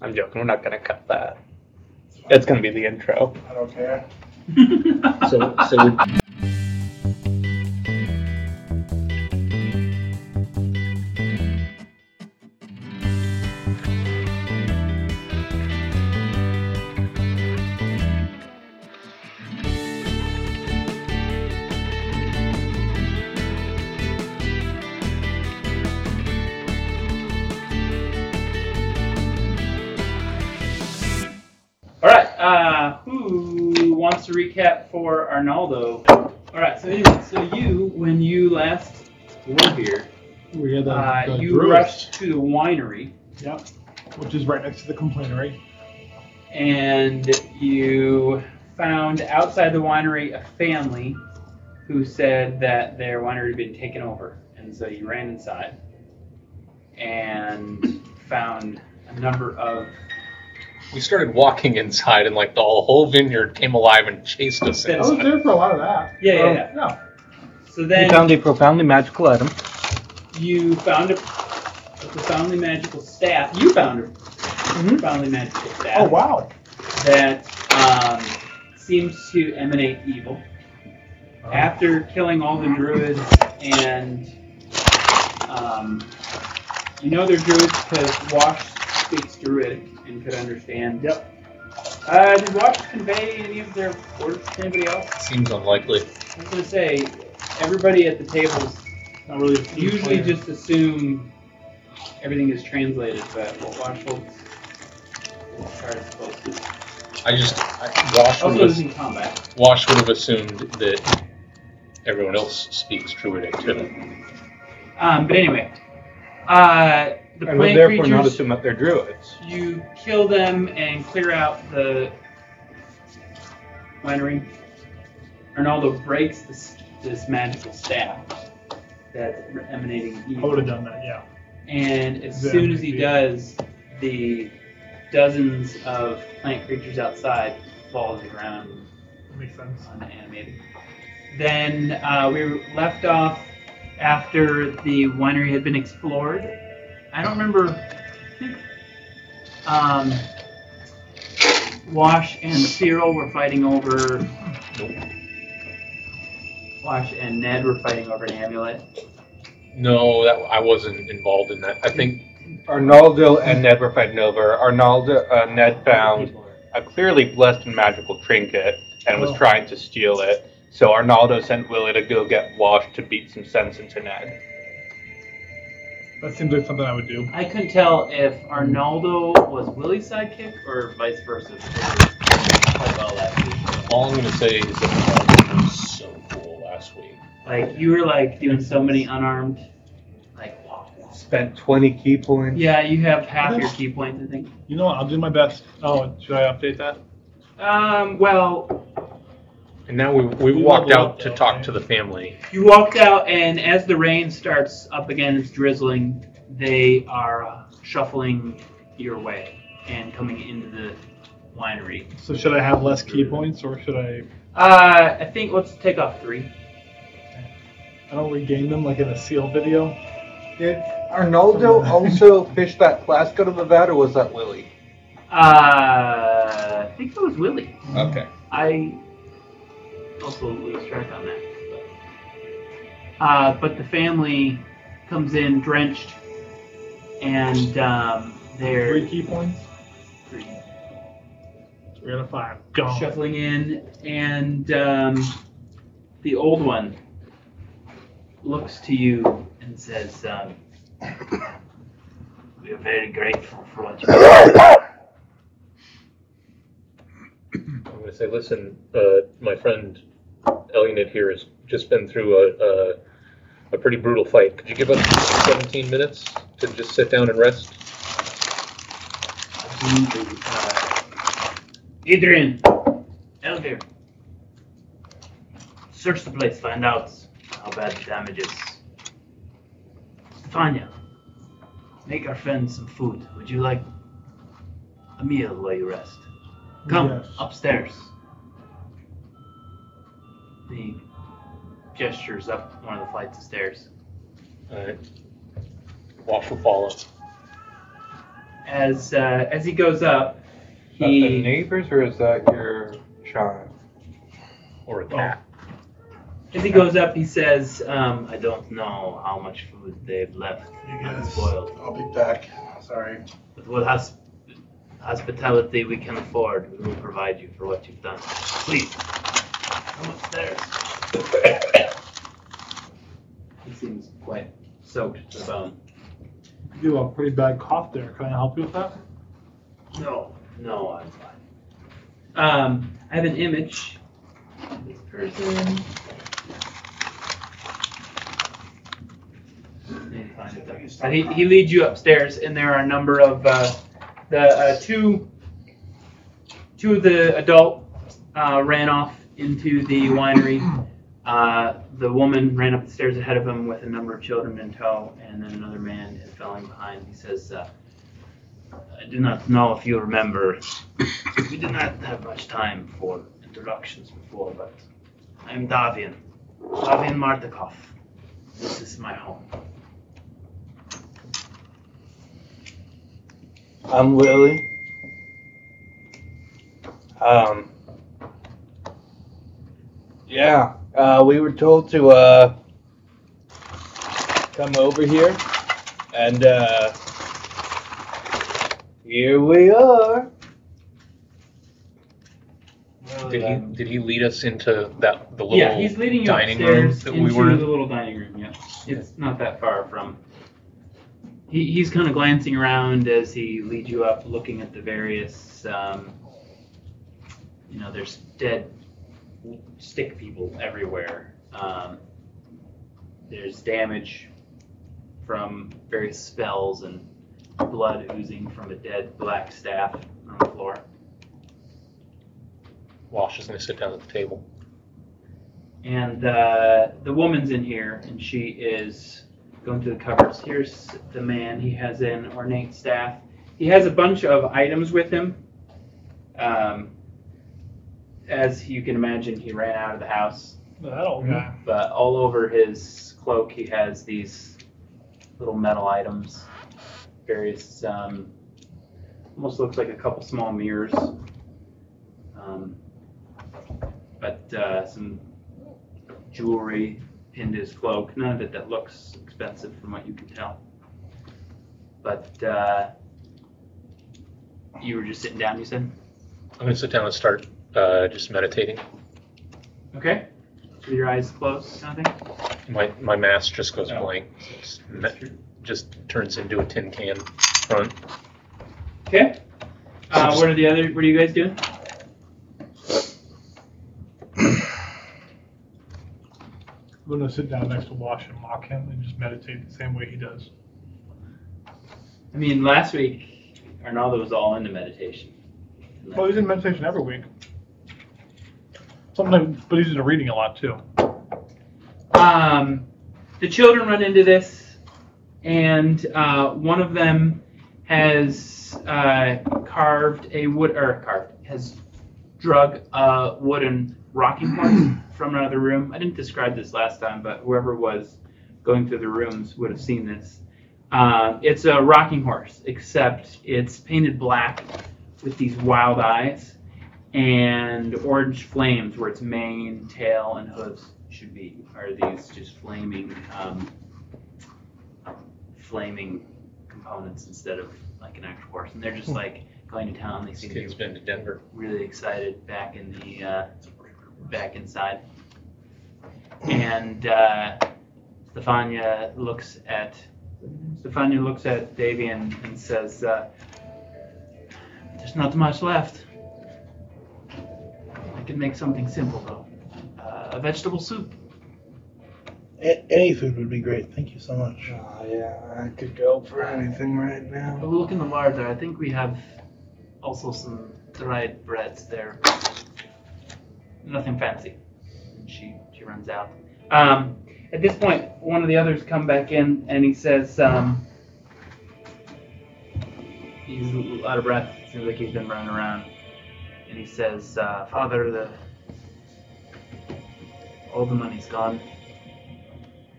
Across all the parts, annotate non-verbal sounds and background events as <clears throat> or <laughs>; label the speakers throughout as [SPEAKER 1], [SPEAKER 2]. [SPEAKER 1] I'm joking. We're not gonna cut that. That's gonna be the intro.
[SPEAKER 2] I don't care.
[SPEAKER 3] So, so
[SPEAKER 4] All right. Uh, who wants to recap for Arnaldo? All right. So, anyway, so you, when you last were here,
[SPEAKER 2] We had the,
[SPEAKER 4] uh,
[SPEAKER 2] the
[SPEAKER 4] you
[SPEAKER 2] brewers,
[SPEAKER 4] rushed to the winery
[SPEAKER 2] which is right next to the complainary.
[SPEAKER 4] and you found outside the winery a family who said that their winery had been taken over, and so you ran inside and found a number of
[SPEAKER 1] We started walking inside, and like the whole vineyard came alive and chased us
[SPEAKER 4] I
[SPEAKER 2] I was
[SPEAKER 1] inside.
[SPEAKER 2] there for a lot of that.
[SPEAKER 4] Yeah, yeah,
[SPEAKER 2] Um,
[SPEAKER 4] yeah.
[SPEAKER 2] yeah.
[SPEAKER 4] so then
[SPEAKER 3] we found a profoundly magical item.
[SPEAKER 4] you found a, a profoundly magical staff. You found a profoundly magical staff
[SPEAKER 2] Mm-hmm. Oh wow.
[SPEAKER 4] that um, seems to emanate evil.
[SPEAKER 2] Uh-huh.
[SPEAKER 4] After killing all the druids and um, you know they're druids because Wash speaks druidic and could understand.
[SPEAKER 2] Yep.
[SPEAKER 4] Uh, did Wash convey any of their orders to anybody else?
[SPEAKER 1] Seems unlikely.
[SPEAKER 4] I was gonna say everybody at the tables
[SPEAKER 2] Not really. a team
[SPEAKER 4] usually
[SPEAKER 2] player.
[SPEAKER 4] just assume everything is translated, but what Washhold's card is supposed to.
[SPEAKER 1] I just I, Wash
[SPEAKER 4] Also,
[SPEAKER 1] would
[SPEAKER 4] is
[SPEAKER 1] have,
[SPEAKER 4] in combat.
[SPEAKER 1] Wash would have assumed that everyone else speaks Druidic to them.
[SPEAKER 4] Um, but anyway, uh, the
[SPEAKER 3] I would
[SPEAKER 4] plant
[SPEAKER 3] therefore not
[SPEAKER 4] creatures.
[SPEAKER 3] assume that they're druids.
[SPEAKER 4] You kill them and clear out the winery. Arnaldo breaks this this magical staff that's emanating
[SPEAKER 2] I
[SPEAKER 4] evil.
[SPEAKER 2] would have done that. Yeah.
[SPEAKER 4] And as
[SPEAKER 2] Then
[SPEAKER 4] soon as he
[SPEAKER 2] maybe.
[SPEAKER 4] does, the dozens of plant creatures outside fall to the ground
[SPEAKER 2] Makes sense.
[SPEAKER 4] unanimated. Then uh, we left off after the winery had been explored. I don't remember. I think, Um, Wash and Cyril were fighting over. Wash and Ned were fighting over an amulet.
[SPEAKER 1] No, that I wasn't involved in that. I think
[SPEAKER 3] Arnaldo and Ned were fighting over. Arnaldo, uh, Ned found a clearly blessed and magical trinket and was
[SPEAKER 2] Oh.
[SPEAKER 3] trying to steal it. So Arnaldo sent Willie to go get washed to beat some sense into Ned.
[SPEAKER 2] That seems like something I would do.
[SPEAKER 4] I couldn't tell if Arnaldo was Willie's sidekick or vice versa. because Quite well last week.
[SPEAKER 1] all I'm gonna say is that Wash was so cool last week.
[SPEAKER 4] Like you were like doing so many unarmed, like walk, walk,
[SPEAKER 3] Spent 20 key points.
[SPEAKER 4] Yeah, you have half your key points, I think.
[SPEAKER 2] You know what? I'll do my best. Oh, should I update that?
[SPEAKER 4] Um, well,
[SPEAKER 1] And now we we,
[SPEAKER 2] We
[SPEAKER 1] walked
[SPEAKER 2] leveled
[SPEAKER 1] out
[SPEAKER 2] up,
[SPEAKER 1] to
[SPEAKER 2] though,
[SPEAKER 1] talk
[SPEAKER 2] right?
[SPEAKER 1] to the family.
[SPEAKER 4] you walked out, and as the rain starts up again, it's drizzling. They are uh, shuffling your way and coming into the winery.
[SPEAKER 2] So should I have less key points or should I?
[SPEAKER 4] Uh, I think let's take off three.
[SPEAKER 2] I don't regain them like in a seal video.
[SPEAKER 3] Did Arnaldo also fish that flask out of the vat, or was that Willie?
[SPEAKER 4] Uh, I think it was Willie.
[SPEAKER 1] <coughs>
[SPEAKER 3] Okay.
[SPEAKER 4] I also lose track on that. But, uh, but the family comes in drenched, and um, they're
[SPEAKER 2] Mm-hmm. Three key points. Three out of five. Gone.
[SPEAKER 4] shuffling in, and um, the old one looks to you and says, um, <coughs> "We are very grateful for what you."
[SPEAKER 1] I'm gonna say, listen, uh, my friend Elionid here has just been through a, a a pretty brutal fight. Could you give us 17 minutes to just sit down and rest?
[SPEAKER 4] Uh, Adrian, Elder, search the place, find out how bad the damage is. Stefania, make our friend some food. Would you like a meal while you rest? Come
[SPEAKER 2] Yes.
[SPEAKER 4] upstairs. The gestures up one of the flights of stairs.
[SPEAKER 1] All right. Wash will follow.
[SPEAKER 4] as uh, as he goes up,
[SPEAKER 3] Is that the
[SPEAKER 4] he
[SPEAKER 3] neighbors or is that your child?
[SPEAKER 1] Or a
[SPEAKER 4] Yeah.
[SPEAKER 1] dog.
[SPEAKER 4] as he goes up, he says, um, "I don't know how much food they've left
[SPEAKER 5] You guys,
[SPEAKER 4] spoiled.
[SPEAKER 5] I'll be back. Sorry.
[SPEAKER 4] But what hosp- hospitality we can afford, we will provide you for what you've done. Please, come upstairs. <coughs> he seems quite soaked to the bone.
[SPEAKER 2] You have a pretty bad cough there. Can I help you with that?
[SPEAKER 4] No, no, I'm fine. Um, I have an image. of This person. Didn't find it. But he, he leads you upstairs, and there are a number of uh, the uh, two two of the adult uh, ran off into the winery. Uh, the woman ran up the stairs ahead of him with a number of children in tow, and then another man is following behind. He says, uh, I do not know if you remember, we did not have much time for introductions before, but I'm Davian, Davian Mardikov. This is my home.
[SPEAKER 3] I'm Lily. Um. Yeah, uh, we were told to uh, come over here, and uh, here we are.
[SPEAKER 1] Did he, did he lead us into that, the
[SPEAKER 4] Um, yeah, he's
[SPEAKER 1] little
[SPEAKER 4] leading you
[SPEAKER 1] dining room
[SPEAKER 4] upstairs
[SPEAKER 1] that
[SPEAKER 4] into
[SPEAKER 1] we were
[SPEAKER 4] the
[SPEAKER 1] in?
[SPEAKER 4] little dining room. Yeah, it's not that far from. He, he's kind of glancing around as he leads you up, looking at the various. Um, you know, there's dead stick people everywhere. Um, there's damage from various spells and blood oozing from a dead black staff on the floor.
[SPEAKER 1] Wash is gonna sit down at the table.
[SPEAKER 4] And uh, the woman's in here, and she is going through the cupboards. Here's the man. He has an ornate staff. He has a bunch of items with him. Um, as you can imagine, he ran out of the house,
[SPEAKER 2] That old guy.
[SPEAKER 4] but all over his cloak, he has these little metal items. Various, um, almost looks like a couple small mirrors. Um, but uh, some jewelry pinned to his cloak. None of it that looks expensive from what you can tell. But uh, you were just sitting down, you said?
[SPEAKER 1] I'm gonna sit down and start, uh, just meditating.
[SPEAKER 4] Okay. With your eyes closed, kind of thing?
[SPEAKER 1] My, my mask just goes
[SPEAKER 3] Oh.
[SPEAKER 1] blank. It's me- Just turns into a tin can front.
[SPEAKER 4] Okay. Uh, what are the other, what are you guys doing?
[SPEAKER 2] I'm gonna sit down next to Wash and mock him and just meditate the same way he does.
[SPEAKER 4] I mean, last week, Arnaldo was all into meditation.
[SPEAKER 2] Well, he's in meditation every week. Sometimes, but he's into reading a lot too.
[SPEAKER 4] Um, the children run into this, and uh, one of them has uh, carved a wood or carved has drug a wooden rocking horse <clears throat> from another room. I didn't describe this last time, but whoever was going through the rooms would have seen this. Um, it's a rocking horse, except it's painted black with these wild eyes and orange flames where its mane, tail, and hooves should be are these just flaming, um, flaming components instead of like an actual horse. And they're just like going to town. They
[SPEAKER 1] This
[SPEAKER 4] seem to
[SPEAKER 1] kid's
[SPEAKER 4] be
[SPEAKER 1] been to Denver.
[SPEAKER 4] really excited back in the uh, back inside. And uh, Stefania looks at Stefania looks at Davian and says, uh, "There's not much left. I can make something simple though. Uh, a vegetable soup."
[SPEAKER 5] A- any food would be great. Thank you so much.
[SPEAKER 3] Oh, yeah, I could go for anything right
[SPEAKER 4] But
[SPEAKER 3] now.
[SPEAKER 4] look in the larder. I think we have also some dried breads there. Nothing fancy. And she she runs out. Um, at this point, one of the others come back in and he says, um, he's out of breath. Seems like he's been running around. And he says, uh, Father, the all the money's gone.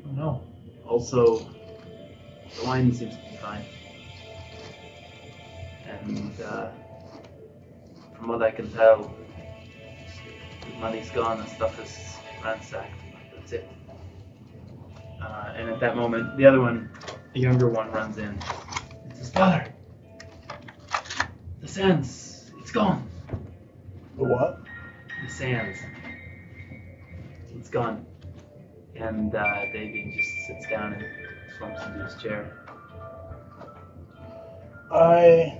[SPEAKER 2] Oh no.
[SPEAKER 4] Also, the wine seems to be fine. and uh, from what I can tell, the money's gone and stuff is ransacked. That's it. Uh, and at that moment, the other one, the younger one, runs in. It's his father. The sands. It's gone.
[SPEAKER 6] The what?
[SPEAKER 4] The sands. It's gone. And uh, Davy just sits down and slumps into his chair.
[SPEAKER 6] I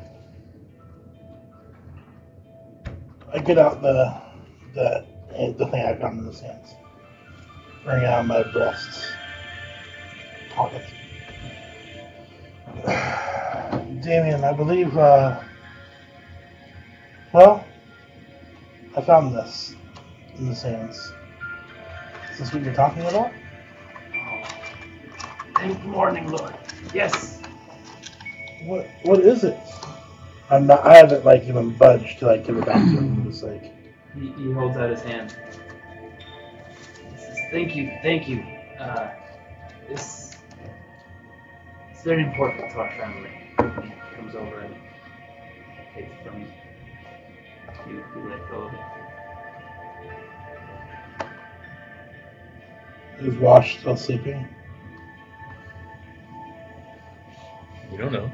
[SPEAKER 6] I get out the the the thing I found in the sands. Bring out my breasts pockets. <sighs> Damien, I believe uh well I found this in the sands. Is this what you're talking about?
[SPEAKER 4] Thank morning, Lord. Yes.
[SPEAKER 6] What what is it? I'm not I haven't like even budged to like give it back to him. It's like
[SPEAKER 4] He, he holds out his hand. He says, Thank you, thank you. Uh, this it's very important to our family. He comes over and takes it from you. You, you let go of it.
[SPEAKER 6] Is Wash still sleeping?
[SPEAKER 7] You don't know.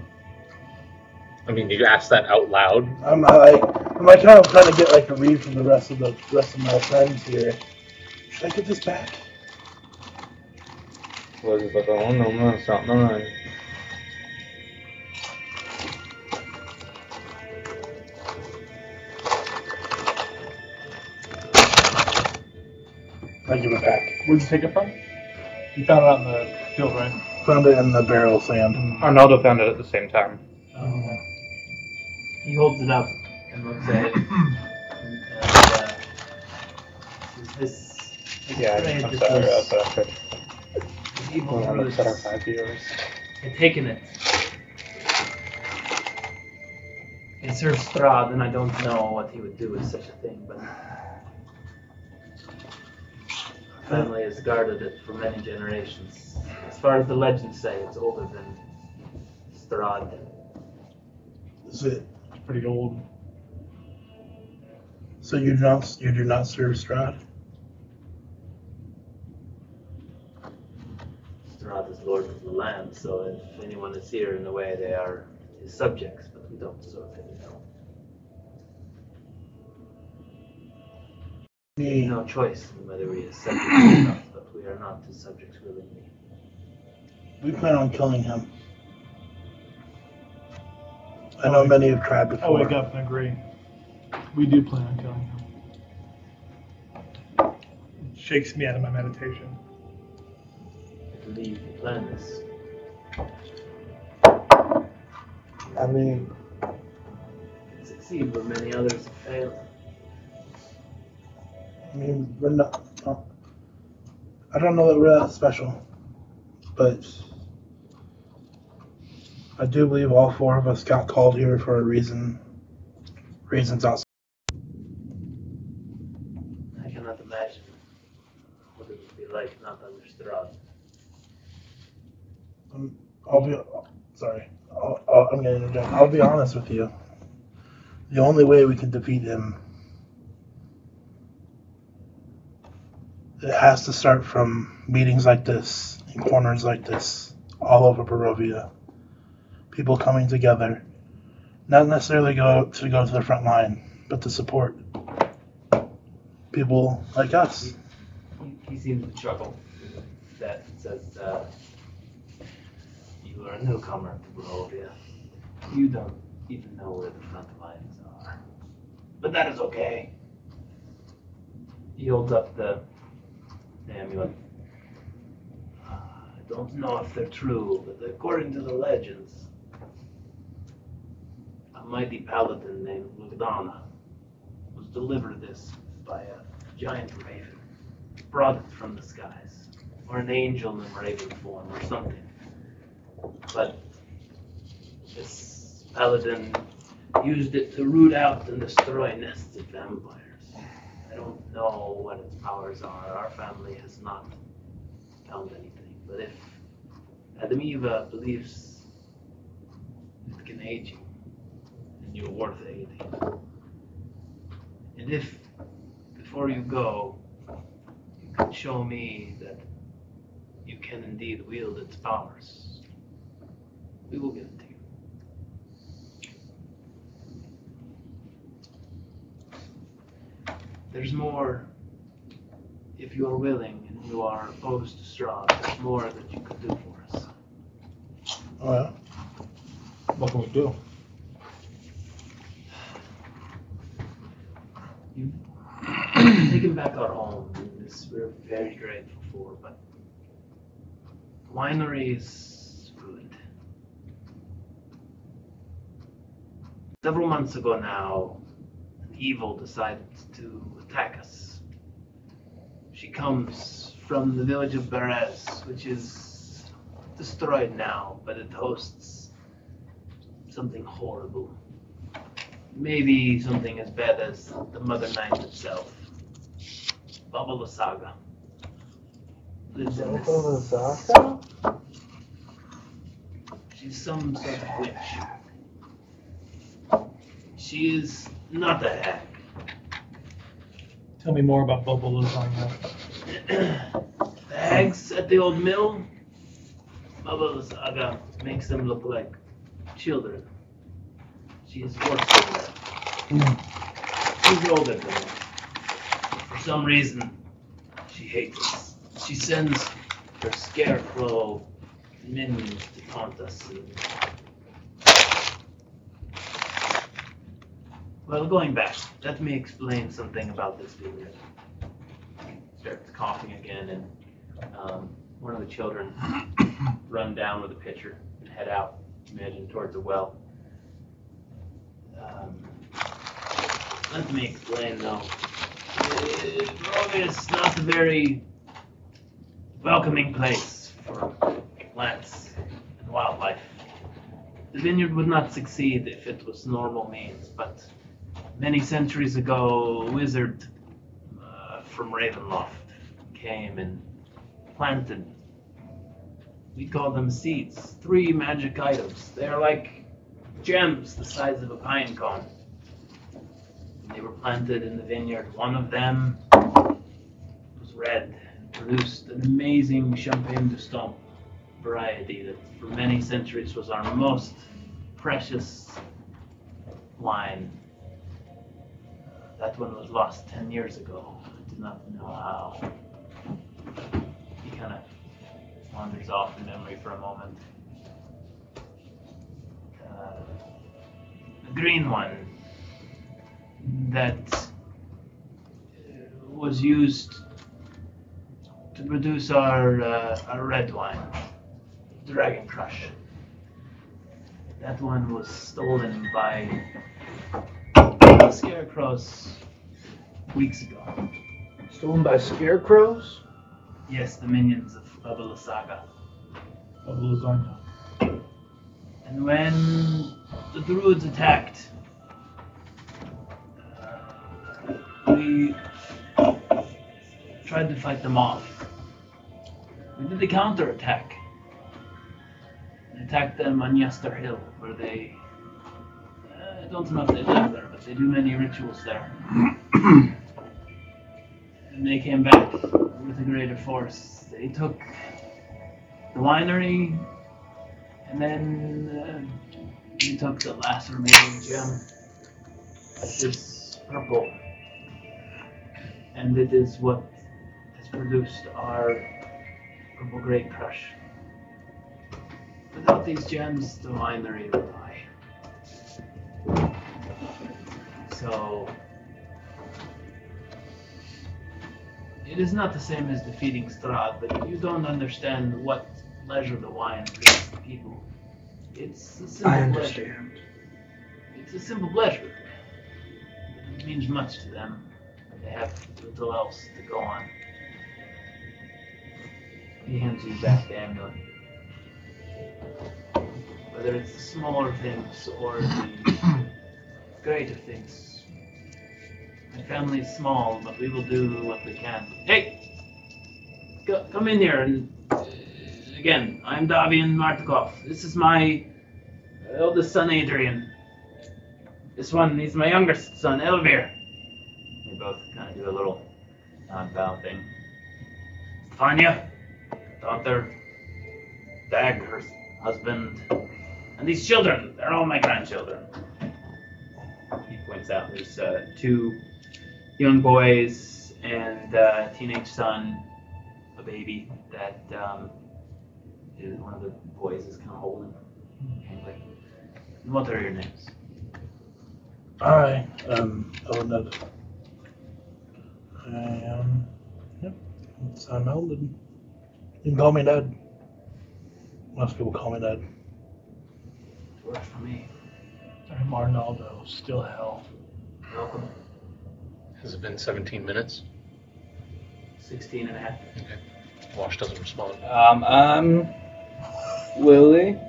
[SPEAKER 7] I mean, you asked that out loud.
[SPEAKER 6] I'm uh, like, my time I'm trying to get like a read from the rest of the rest of my friends here. Should I get this back?
[SPEAKER 8] Was it like, oh, no, no, it's not mine.
[SPEAKER 6] I give it back.
[SPEAKER 2] Where'd you take it from? You found it out in the field, right?
[SPEAKER 6] Found it in the barrel of sand.
[SPEAKER 8] Arnaldo found it at the same time.
[SPEAKER 4] Um, He holds it up and looks at
[SPEAKER 8] <clears throat>
[SPEAKER 4] it. and, uh, says, this this
[SPEAKER 8] Yeah,
[SPEAKER 4] parade,
[SPEAKER 8] I'm
[SPEAKER 4] this
[SPEAKER 8] sorry
[SPEAKER 4] was-
[SPEAKER 8] about that.
[SPEAKER 4] this evil
[SPEAKER 8] Well, I'm
[SPEAKER 4] druids
[SPEAKER 8] upset our five viewers.
[SPEAKER 4] had taken it. It serves Strahd, and I don't know what he would do with such a thing, but our family has guarded it for many generations. As far as the legends say, it's older than Strahd.
[SPEAKER 6] Is it?
[SPEAKER 2] It's pretty old.
[SPEAKER 6] So you do not you do not serve Strahd?
[SPEAKER 4] Strahd is lord of the land, so if anyone is here in a way, they are his subjects, but we don't serve him. no.
[SPEAKER 6] Me.
[SPEAKER 4] No choice in whether we are subjects or not, but we are not his subjects willingly.
[SPEAKER 6] We plan on killing him. I know many have tried
[SPEAKER 2] I wake
[SPEAKER 6] before.
[SPEAKER 2] up and agree. We do plan on killing him. It Shakes me out of my meditation.
[SPEAKER 4] I believe the plan is
[SPEAKER 6] I mean,
[SPEAKER 4] succeed where many others have failed.
[SPEAKER 6] I mean, we're not. well, I don't know that we're that special, but I do believe all four of us got called here for a reason. Reasons outside.
[SPEAKER 4] I cannot imagine what it would be like not under Strahd.
[SPEAKER 6] I'll be sorry. I'll, I'll, I'm gonna interject. I'll be honest with you. The only way we can defeat him, it has to start from meetings like this, in corners like this, all over Barovia. People coming together, not necessarily go to go to the front line, but to support people like us.
[SPEAKER 4] He, he seems to chuckle. That and says, uh, You are a newcomer to Barovia. You don't even know where the front lines are. But that is okay. He holds up the the amulet. Uh, I don't know if they're true, but according to the legends, a mighty paladin named Lugdana was delivered this by a giant raven brought it from the skies, or an angel in raven form, or something. But this paladin used it to root out and destroy nests of vampires. I don't know what its powers are. Our family has not found anything. But if Adamiva believes it can aid you, your worth aid. And if, before you go, you can show me that you can indeed wield its powers, we will give it to you. There's more, if you are willing and you are opposed to Strahd, there's more that you could do for us.
[SPEAKER 6] Well,
[SPEAKER 2] What can we do?
[SPEAKER 4] You've taken back our home, and this we're very grateful for, but winery is ruined. Several months ago now, an evil decided to attack us. She comes from the village of Berez, which is destroyed now, but it hosts something horrible maybe something as bad as the Mother Knight itself. Bubble Saga. Lives in this. She's some sort of witch. She is not a hag.
[SPEAKER 2] Tell me more about Bubble Lasagna.
[SPEAKER 4] <clears throat> the hags at the old mill, Baba Saga makes them look like children. She is worse than that. She's older than them. For some reason, she hates us. She sends her scarecrow minions to taunt us. Well, going back, let me explain something about this vineyard starts coughing again, and um, one of the children run down with a pitcher and head out, imagine towards a well. Um, let me explain though. Rome is not a very welcoming place for plants and wildlife. The vineyard would not succeed if it was normal means, but many centuries ago, a wizard uh, from Ravenloft came and planted. We call them seeds, three magic items. They're like gems the size of a pine cone. They were planted in the vineyard. One of them was red and produced an amazing Champagne du Stomp variety that for many centuries was our most precious wine. That one was lost 10 years ago. I do not know how. He kind of wanders off in memory for a moment. Uh, the green one that uh, was used to produce our, uh, our red wine, Dragon Crush. That one was stolen by scarecrows weeks ago.
[SPEAKER 9] Stolen by scarecrows?
[SPEAKER 4] Yes, the minions of Bubble Saga.
[SPEAKER 2] Bubble Lasagna.
[SPEAKER 4] And when the druids attacked, uh, we tried to fight them off. We did a counterattack. We attacked them on Yester Hill, where they. uh, I don't know if they live there, but they do many rituals there. and they came back with a greater force. They took the winery, and then uh, we took the last remaining gem. This purple. And it is what has produced our purple grape crush. Without these gems, the winery would die. So. It is not the same as defeating Strahd, but you don't understand what pleasure the wine brings to people. It's a simple
[SPEAKER 9] I
[SPEAKER 4] pleasure.
[SPEAKER 9] understand.
[SPEAKER 4] It's a simple pleasure. It means much to them. They have little else to go on. He hands you back the amulet. Whether it's the smaller things or the <coughs> greater things. My family is small, but we will do what we can. Hey! Go, come in here and. uh, Again, I'm Davian Martikov. This is my eldest son, Adrian. This one, he's my youngest son, Elvir. They both kind of do a little non bow thing. Tanya, daughter, Dag, her husband, and these children, they're all my grandchildren.
[SPEAKER 10] He points out there's uh, two young boys
[SPEAKER 4] And uh, teenage son, a baby that um, is one of the boys is kind of holding. And like, what are your names?
[SPEAKER 6] um, I am Eldon. I am. Yep. It's, I'm Eldon. You can call me Ned. Most people call me Ned.
[SPEAKER 4] Works for me.
[SPEAKER 11] I'm Arnaldo, still hell.
[SPEAKER 4] Welcome.
[SPEAKER 1] Has it been 17 minutes?
[SPEAKER 4] 16 and a half.
[SPEAKER 1] Okay. Wash doesn't respond.
[SPEAKER 3] Um, um, Lily,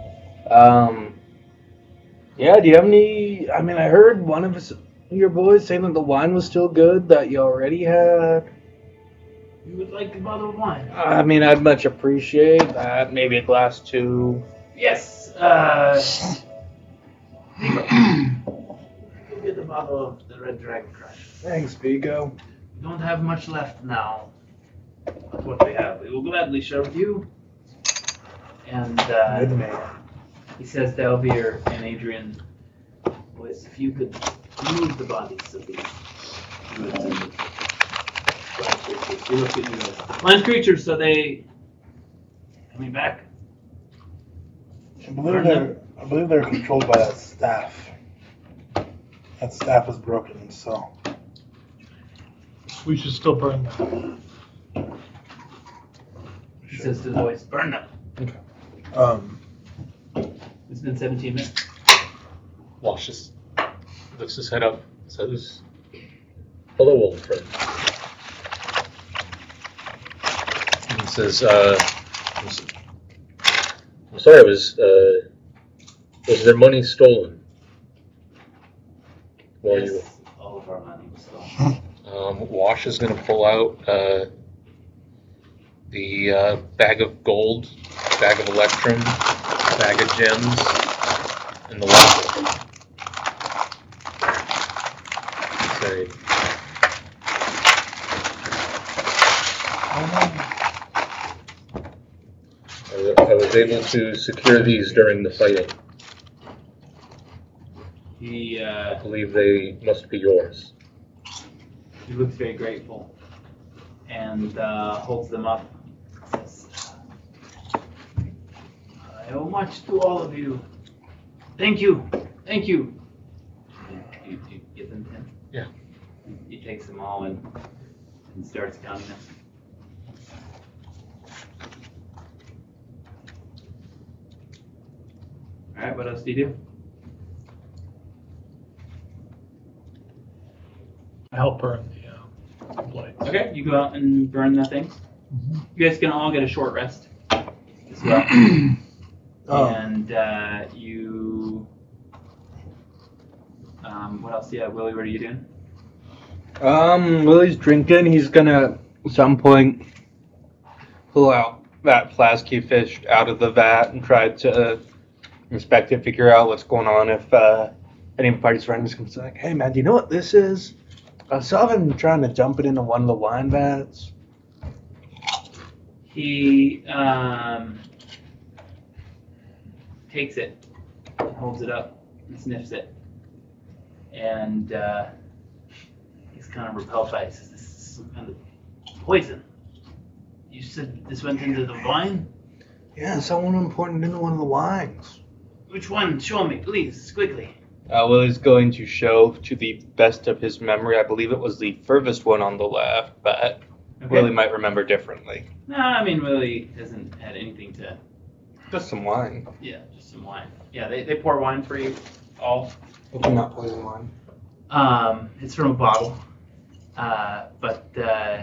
[SPEAKER 3] um, yeah, do you have any? I mean, I heard one of us, your boys saying that the wine was still good that you already had.
[SPEAKER 4] You would like a bottle of wine?
[SPEAKER 3] I mean, I'd much appreciate that. Maybe a glass too.
[SPEAKER 4] Yes. Uh, you get a bottle of the Red Dragon Crush.
[SPEAKER 3] Thanks, Vigo.
[SPEAKER 4] We don't have much left now. But what we have, we will gladly share with you. And uh,
[SPEAKER 10] He says to Elvir and Adrian,
[SPEAKER 4] boys, if you could move the bodies of these. you would see the land creatures. You look at you guys. Land creatures, so they coming back?
[SPEAKER 6] I believe they're. I believe they're controlled by that staff. That staff is broken, so
[SPEAKER 2] We should still burn that.
[SPEAKER 4] He says to the boys, burn them.
[SPEAKER 6] um,
[SPEAKER 10] it's been 17 minutes.
[SPEAKER 1] Wash just lifts his head up, says, "Hello, old friend." And he says, uh, I'm s- "I'm sorry, was uh, was their money stolen?" While you,
[SPEAKER 4] Yes, all of our money was stolen.
[SPEAKER 1] um, Wash is going to pull out uh, the uh, bag of gold, bag of electrum, bag of gems, and the locket. Say, I wa- I was able to secure these during the fighting.
[SPEAKER 10] He, uh,
[SPEAKER 1] I believe they must be yours.
[SPEAKER 10] he looks very grateful and uh, holds them up.
[SPEAKER 4] Says, I owe much to all of you. Thank you. Thank you.
[SPEAKER 10] You, you give them to him?
[SPEAKER 1] Yeah.
[SPEAKER 10] He takes them all and, and starts counting them. All right, what else do you do?
[SPEAKER 2] I help burn the, uh, blade.
[SPEAKER 10] Okay, you go out and burn the things.
[SPEAKER 2] Mm-hmm.
[SPEAKER 10] You guys can all get a short rest as well.
[SPEAKER 6] um,
[SPEAKER 10] And uh, you. Um, what else? Yeah, Willie, what are you doing?
[SPEAKER 3] Um, Willie's drinking. He's gonna at some point pull out that flask he fished out of the vat and try to uh, inspect it, figure out what's going on. If uh, any of the party's friends comes like, "Hey man, do you know what this is?" I saw them trying to dump it into one of the wine vats.
[SPEAKER 10] He um, takes it, and holds it up, and sniffs it. And uh,
[SPEAKER 4] He's kind of repelled by it. Says, this is some kind of poison. You said this went into the wine?
[SPEAKER 3] Yeah, someone poured it into one of the wines.
[SPEAKER 4] Which one? Show me, please, quickly.
[SPEAKER 3] Uh, Willie's going to show, to the best of his memory, I believe it was the furthest one on the left, but
[SPEAKER 10] okay.
[SPEAKER 3] Willie might remember differently.
[SPEAKER 10] no, I mean Willie hasn't had anything to.
[SPEAKER 3] Just some wine.
[SPEAKER 10] Yeah, just some wine. Yeah, they, they pour wine for you all.
[SPEAKER 3] Hopefully not poison wine.
[SPEAKER 10] Um, it's from a bottle. Uh, but uh,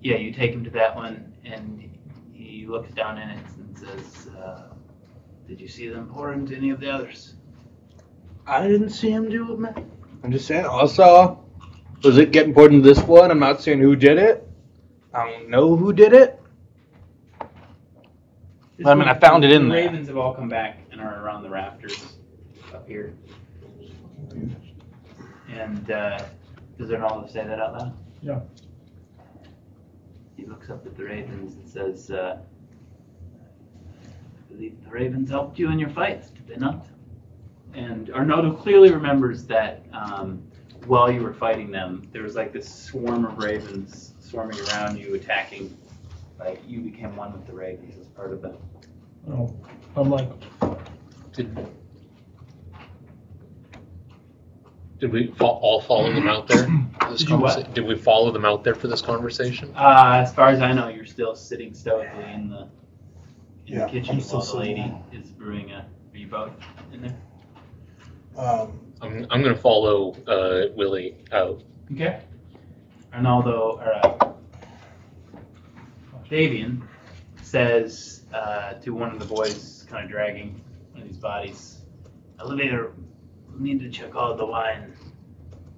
[SPEAKER 10] yeah, you take him to that one, and
[SPEAKER 4] He looks down in it and says, uh, Did you see them pour into any of the others?
[SPEAKER 3] I didn't see him do it, man. I'm just saying. Also, was it getting poured into this one? I'm not saying who did it. I don't know who did it.
[SPEAKER 10] This
[SPEAKER 3] I mean, I found it in
[SPEAKER 10] the
[SPEAKER 3] there.
[SPEAKER 10] Ravens have all come back and are around the rafters up here.
[SPEAKER 12] And uh, does Arnaldo say that out loud?
[SPEAKER 2] Yeah.
[SPEAKER 12] He looks up at the ravens and says, uh, I believe the ravens helped you in your fights, did they not?
[SPEAKER 4] And Arnaldo clearly remembers that um, while you were fighting them, there was like this swarm of ravens swarming around you, attacking. Like you became one with the ravens as part of them.
[SPEAKER 13] Oh, I'm like,
[SPEAKER 1] Did, did we fo- all follow them out there? for This
[SPEAKER 4] Did <clears throat> you what?
[SPEAKER 1] conversa- Did we follow them out there for this conversation?
[SPEAKER 4] Uh, as far as I know, you're still sitting stoically in the in
[SPEAKER 6] Yeah,
[SPEAKER 4] the kitchen
[SPEAKER 6] I'm still
[SPEAKER 4] while the lady
[SPEAKER 6] sitting
[SPEAKER 4] is brewing a. Are you both in there?
[SPEAKER 6] Um,
[SPEAKER 1] I'm, I'm gonna follow, uh, Willie out.
[SPEAKER 4] Okay. Arnaldo, or uh, Davian says uh, to one of the boys, kind of dragging one of these bodies,
[SPEAKER 12] Elevator, we need to check all the wine.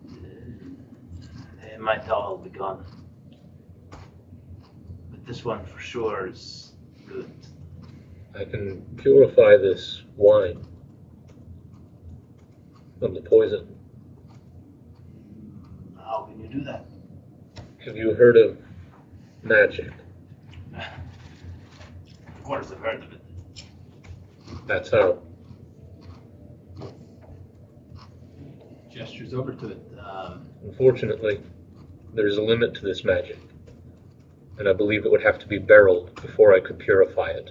[SPEAKER 4] Uh,
[SPEAKER 12] They might all be gone. But this one for sure is ruined.
[SPEAKER 1] I can purify this wine from the poison.
[SPEAKER 12] How can you do that?
[SPEAKER 1] Have you heard of magic?
[SPEAKER 12] Of course, I've heard of it.
[SPEAKER 1] That's how.
[SPEAKER 4] gestures over to it.
[SPEAKER 12] But, um,
[SPEAKER 1] Unfortunately, there's a limit to this magic, and I believe it would have to be barreled before I could purify it.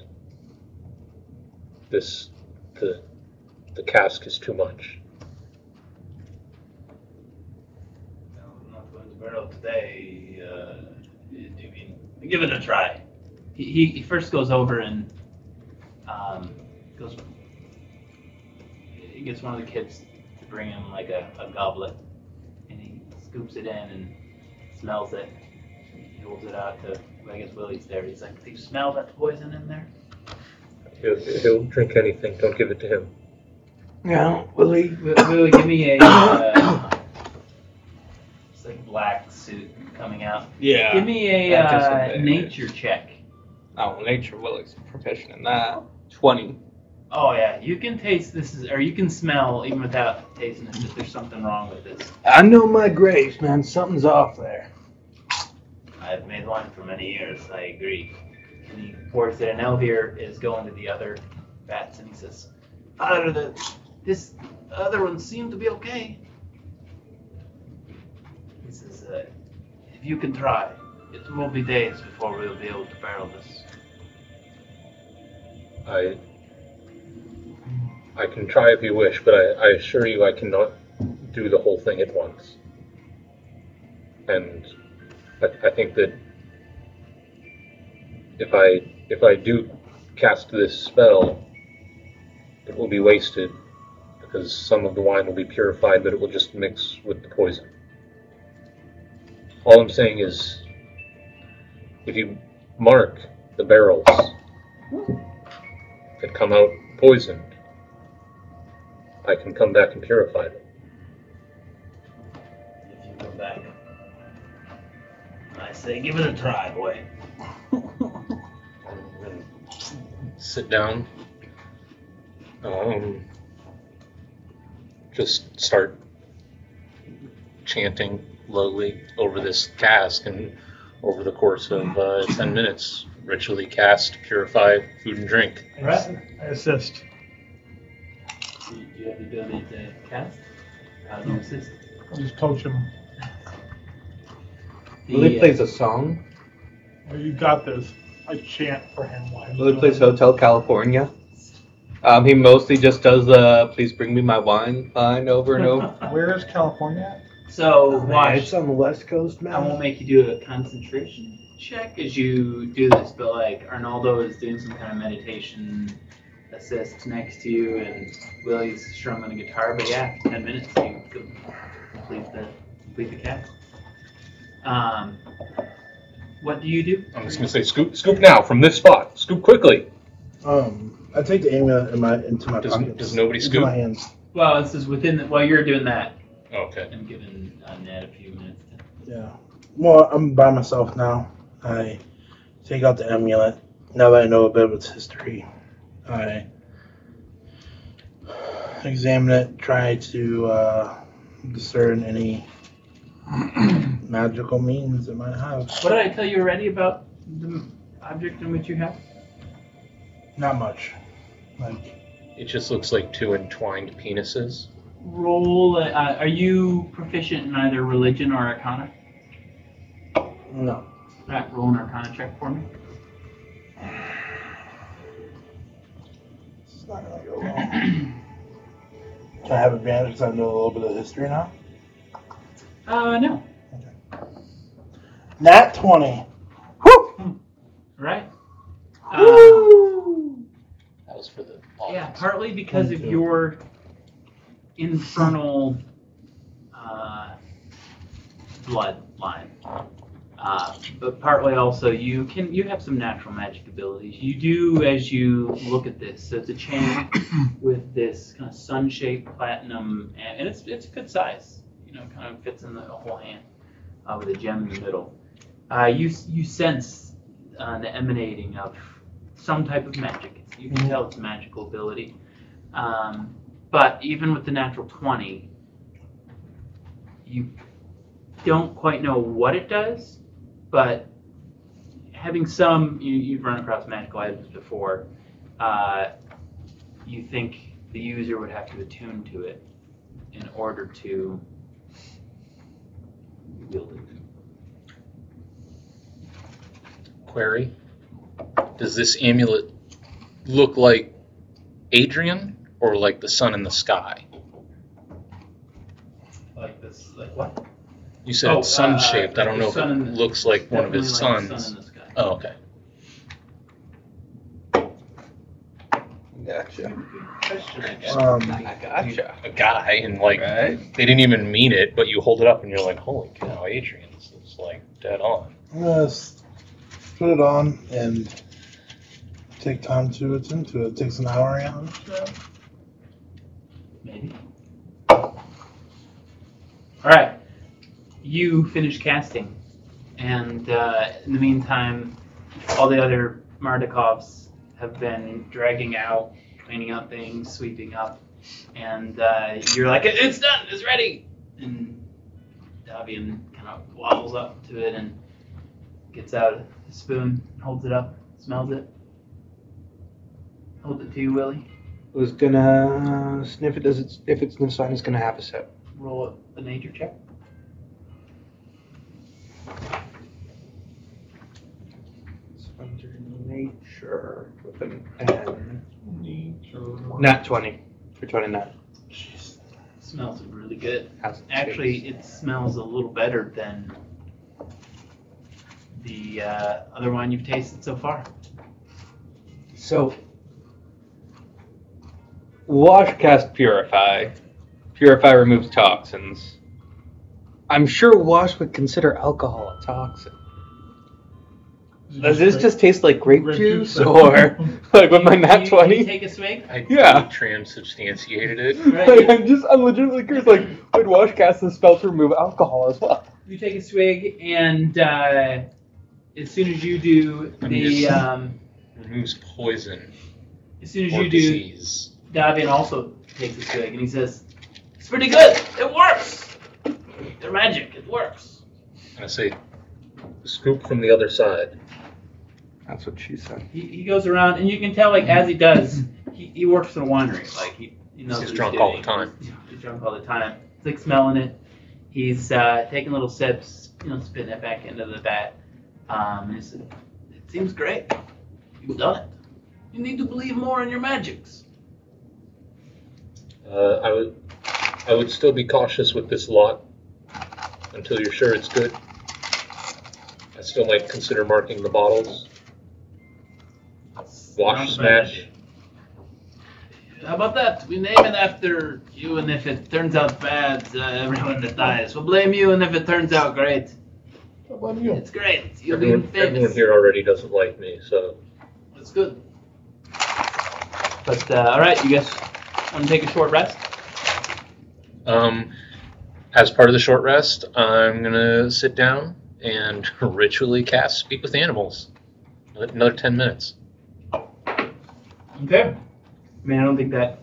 [SPEAKER 1] This, the, the cask is too much.
[SPEAKER 12] no, I'm not going to Barrow today. Uh, do you mean? Give it a try.
[SPEAKER 4] He, he, he first goes over and um, goes. He gets one of the kids to bring him like a, a goblet, and he scoops it in and smells it. He holds it out to. I guess Willie's there. He's like, "Do you smell that poison in there?"
[SPEAKER 1] He'll, he'll drink anything. Don't give it to him.
[SPEAKER 6] yeah, Willie.
[SPEAKER 4] Will, Willie, give me a. Uh, it's like black suit coming out. Give
[SPEAKER 14] Yeah.
[SPEAKER 4] me a uh,
[SPEAKER 14] Anticipated.
[SPEAKER 4] nature check.
[SPEAKER 14] Oh, nature will is proficient in that. Twenty.
[SPEAKER 4] Oh yeah, you can taste this, is, or you can smell even without tasting this. If there's something wrong with this,
[SPEAKER 3] I know my grapes, man. Something's off there.
[SPEAKER 12] I've made wine for many years. I agree.
[SPEAKER 4] and he pours it. And Elvir is going to the other bats, and he says,
[SPEAKER 12] Other than this other one seemed to be okay.
[SPEAKER 4] "He says, uh,
[SPEAKER 12] Uh, if you can try, it will be days before we'll be able to barrel this.
[SPEAKER 1] I, I can try if you wish, but I, I assure you I cannot do the whole thing at once. And I, I think that if I if I do cast this spell, it will be wasted because some of the wine will be purified, but it will just mix with the poison. All I'm saying is, if you mark the barrels that come out poisoned, I can come back and purify them.
[SPEAKER 12] If you come back, I say give it a try,
[SPEAKER 4] <laughs>
[SPEAKER 12] boy.
[SPEAKER 1] Sit down. Um, just start chanting lowly over this cask, and over the course of uh, 10 minutes, ritually cast, purify food and drink.
[SPEAKER 2] I ass- I assist.
[SPEAKER 4] do you, do you have the ability to cast? How
[SPEAKER 3] Mm.
[SPEAKER 4] do you assist?"
[SPEAKER 2] I'll just coach him.
[SPEAKER 3] Willie
[SPEAKER 4] The, uh,
[SPEAKER 3] plays a song.
[SPEAKER 2] Oh, You got this. I chant for him while he's
[SPEAKER 3] Willie
[SPEAKER 2] doing
[SPEAKER 3] plays
[SPEAKER 2] it.
[SPEAKER 3] Hotel California. Um, he mostly just does the "Please bring me my wine" line
[SPEAKER 4] uh,
[SPEAKER 3] over and over.
[SPEAKER 4] <laughs>
[SPEAKER 13] where is California?
[SPEAKER 4] So
[SPEAKER 6] Oh, man,
[SPEAKER 4] watch.
[SPEAKER 6] It's on the West Coast, man.
[SPEAKER 4] I won't make you do a concentration check as you do this, but like Arnaldo is doing some kind of meditation assist next to you, and Willie's strumming a guitar. But yeah, after ten minutes you could complete the complete the cast. Um, what do you do?
[SPEAKER 1] I'm just going to say, scoop, scoop now from this spot. Scoop quickly.
[SPEAKER 6] Um, I take the amulet in my into my
[SPEAKER 1] Does-
[SPEAKER 6] pocket.
[SPEAKER 1] does nobody
[SPEAKER 6] into
[SPEAKER 1] scoop?
[SPEAKER 6] my hands?
[SPEAKER 4] Well, this is within the, while you're doing that.
[SPEAKER 1] Okay.
[SPEAKER 4] I'm giving uh, Ned a few minutes. To,
[SPEAKER 6] Yeah. Well, I'm by myself now. I take out the amulet. Now that I know a bit of its history, I examine it, try to uh, discern any <clears throat> magical means it might have.
[SPEAKER 4] What did I tell you already about the object in which you have?
[SPEAKER 6] Not much. Like,
[SPEAKER 15] It just looks like two entwined penises.
[SPEAKER 4] Roll. a- Uh, are you proficient in either religion or arcana?
[SPEAKER 6] no.
[SPEAKER 4] All right, roll an arcana check for me.
[SPEAKER 6] It's not gonna go well. Can I have advantage because I know a little bit of history now?
[SPEAKER 4] Uh, no.
[SPEAKER 6] Nat 20.
[SPEAKER 4] All Right. Uh,
[SPEAKER 15] That was for the.
[SPEAKER 4] Um, yeah, partly because of
[SPEAKER 6] Twenty-two.
[SPEAKER 4] your infernal uh, bloodline, uh, but partly also you can you have some natural magic abilities. You do as you look at this. So it's a chain with this kind of sun-shaped platinum, and, and it's it's a good size. You know, kind of fits in the whole hand uh, with a gem in the middle. Uh, you s- you sense uh, the emanating of some type of magic. It's- You can tell it's a magical ability. Um, but even with the natural 20, you don't quite know what it does, but having some, you, you've run across magical items before, uh, you think the user would have to attune to it in order to wield it.
[SPEAKER 1] Query. Does this amulet look like Adrian or like the sun in the sky?
[SPEAKER 16] Like this, like what?
[SPEAKER 1] You said
[SPEAKER 4] Oh,
[SPEAKER 1] it's sun shaped.
[SPEAKER 4] uh,
[SPEAKER 1] I don't know if
[SPEAKER 4] sun in
[SPEAKER 1] it
[SPEAKER 4] the-
[SPEAKER 1] looks like one of his
[SPEAKER 4] Definitely like
[SPEAKER 1] sons.
[SPEAKER 4] the sun in the sky.
[SPEAKER 1] oh, okay.
[SPEAKER 3] Gotcha.
[SPEAKER 16] Question, I guess.
[SPEAKER 6] Um,
[SPEAKER 3] I gotcha.
[SPEAKER 1] A guy, and like,
[SPEAKER 3] Right?
[SPEAKER 1] they didn't even mean it, but you hold it up and you're like, holy cow, Adrian. This is like dead on.
[SPEAKER 6] I'm gonna s- put it on and take time to attend to it. It takes an hour, yeah.
[SPEAKER 4] Maybe. All right. You finish casting, and uh, in the meantime, all the other Mardikovs have been dragging out, cleaning up things, sweeping up, and uh, you're like, "It's done. It's ready." And Davian kind of waddles up to it and gets out a spoon, holds it up, smells it. Hold it to you, Willie.
[SPEAKER 3] Was gonna sniff it. Does it? If it's in the sun, it's gonna have a sip.
[SPEAKER 4] Roll a nature check.
[SPEAKER 3] It's under nature with an N. Nat twenty for twenty nine.
[SPEAKER 4] Smells really good. Actually, it smells a little better than the uh, other wine you've tasted so far.
[SPEAKER 3] So, wash, cast, purify. Purify removes toxins. I'm sure wash would consider alcohol a toxin.
[SPEAKER 2] Is it
[SPEAKER 3] Does this
[SPEAKER 2] great?
[SPEAKER 3] just taste like grape,
[SPEAKER 2] grape
[SPEAKER 3] juice,
[SPEAKER 2] juice?
[SPEAKER 3] <laughs> or like with my
[SPEAKER 4] Do you-
[SPEAKER 3] nat
[SPEAKER 4] do you
[SPEAKER 3] twenty?
[SPEAKER 4] Take a swig.
[SPEAKER 15] I
[SPEAKER 3] Yeah.
[SPEAKER 15] transubstantiated it.
[SPEAKER 3] Like, I'm just, I'm legitimately curious. Like, would wash cast the spell to remove alcohol as well?
[SPEAKER 4] You take a swig, and uh, as soon as you do,
[SPEAKER 1] I'm
[SPEAKER 4] the
[SPEAKER 1] just-
[SPEAKER 4] um,
[SPEAKER 1] Removes poison
[SPEAKER 4] as soon as
[SPEAKER 1] or
[SPEAKER 4] you do,
[SPEAKER 1] disease.
[SPEAKER 4] Davian also takes a swig, and he says, "It's pretty good. It works. They're magic. It works."
[SPEAKER 1] And I say,
[SPEAKER 15] Scoop from the other side.
[SPEAKER 3] That's what
[SPEAKER 8] <laughs>
[SPEAKER 3] she said.
[SPEAKER 4] He, he goes around, and you can tell, like, as he does, he, he works in a winery. Like, he, he knows
[SPEAKER 1] He's
[SPEAKER 4] what
[SPEAKER 1] drunk
[SPEAKER 4] doing.
[SPEAKER 1] all the time.
[SPEAKER 4] He's, he's drunk all the time. He's, like, smelling it. He's uh, taking little sips, you know, spitting it back into the vat. Um, he said, it seems great. You've done it. You need to believe more in your magics.
[SPEAKER 15] Uh, I would, I would still be cautious with this lot until you're sure it's good. I still might consider marking the bottles. Wash,
[SPEAKER 4] Sounds bad.
[SPEAKER 15] smash.
[SPEAKER 4] How about that? We name it after you, and if it turns out bad, uh, everyone that dies will blame you, and if it turns out great,
[SPEAKER 2] How about you?
[SPEAKER 4] it's great. You'll be
[SPEAKER 15] Everyone,
[SPEAKER 4] famous.
[SPEAKER 15] everyone here already doesn't like me, so
[SPEAKER 4] That's good. But uh, all right, you guys want to take a short rest?
[SPEAKER 1] Um, as part of the short rest, I'm gonna sit down and <laughs> ritually cast Speak with Animals. Another ten minutes.
[SPEAKER 4] Okay. I mean, I don't think that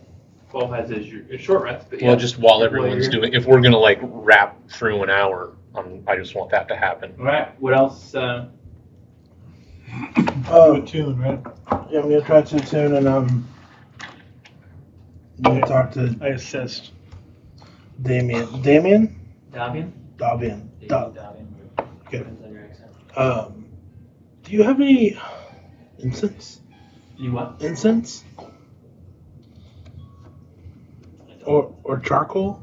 [SPEAKER 17] 12 has is your, your short rest, but yeah.
[SPEAKER 1] Well, just while
[SPEAKER 17] While
[SPEAKER 1] everyone's
[SPEAKER 17] you're-
[SPEAKER 1] doing, if we're gonna like wrap through an hour, um, I just want that to happen.
[SPEAKER 17] All right, what else? Uh,
[SPEAKER 2] Do a
[SPEAKER 6] Uh,
[SPEAKER 2] tune, right?
[SPEAKER 6] yeah, I'm gonna try to tune and um, I'm gonna talk to
[SPEAKER 2] I assist.
[SPEAKER 6] Damien. Damien?
[SPEAKER 4] Davian?
[SPEAKER 6] Davian. Da-
[SPEAKER 4] Davian.
[SPEAKER 6] Okay.
[SPEAKER 4] Depends on your accent.
[SPEAKER 6] um, do you have any incense?
[SPEAKER 4] You what?
[SPEAKER 6] Incense or or charcoal?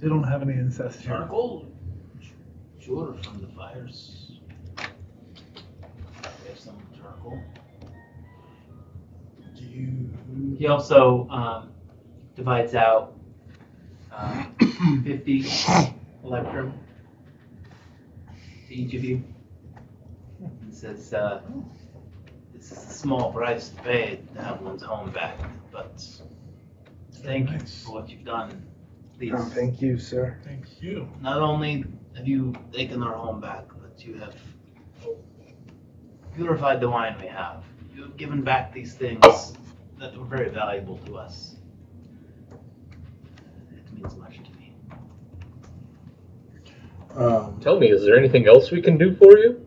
[SPEAKER 2] They don't have any incest here.
[SPEAKER 4] Charcoal? Sure, from the fires. There's some charcoal.
[SPEAKER 6] Do you?
[SPEAKER 4] He also um, divides out um, 50 electrum to each of you. He says, uh, This is a small price to pay to have one's home back, but thank you
[SPEAKER 2] Nice.
[SPEAKER 4] for what you've done. Please,
[SPEAKER 9] thank you, sir.
[SPEAKER 2] Thank you.
[SPEAKER 4] not only have you taken our home back, but you have purified the wine we have. You have given back these things that were very valuable to us. It means much to me.
[SPEAKER 6] Um,
[SPEAKER 7] Tell me, is there anything else we can do for you?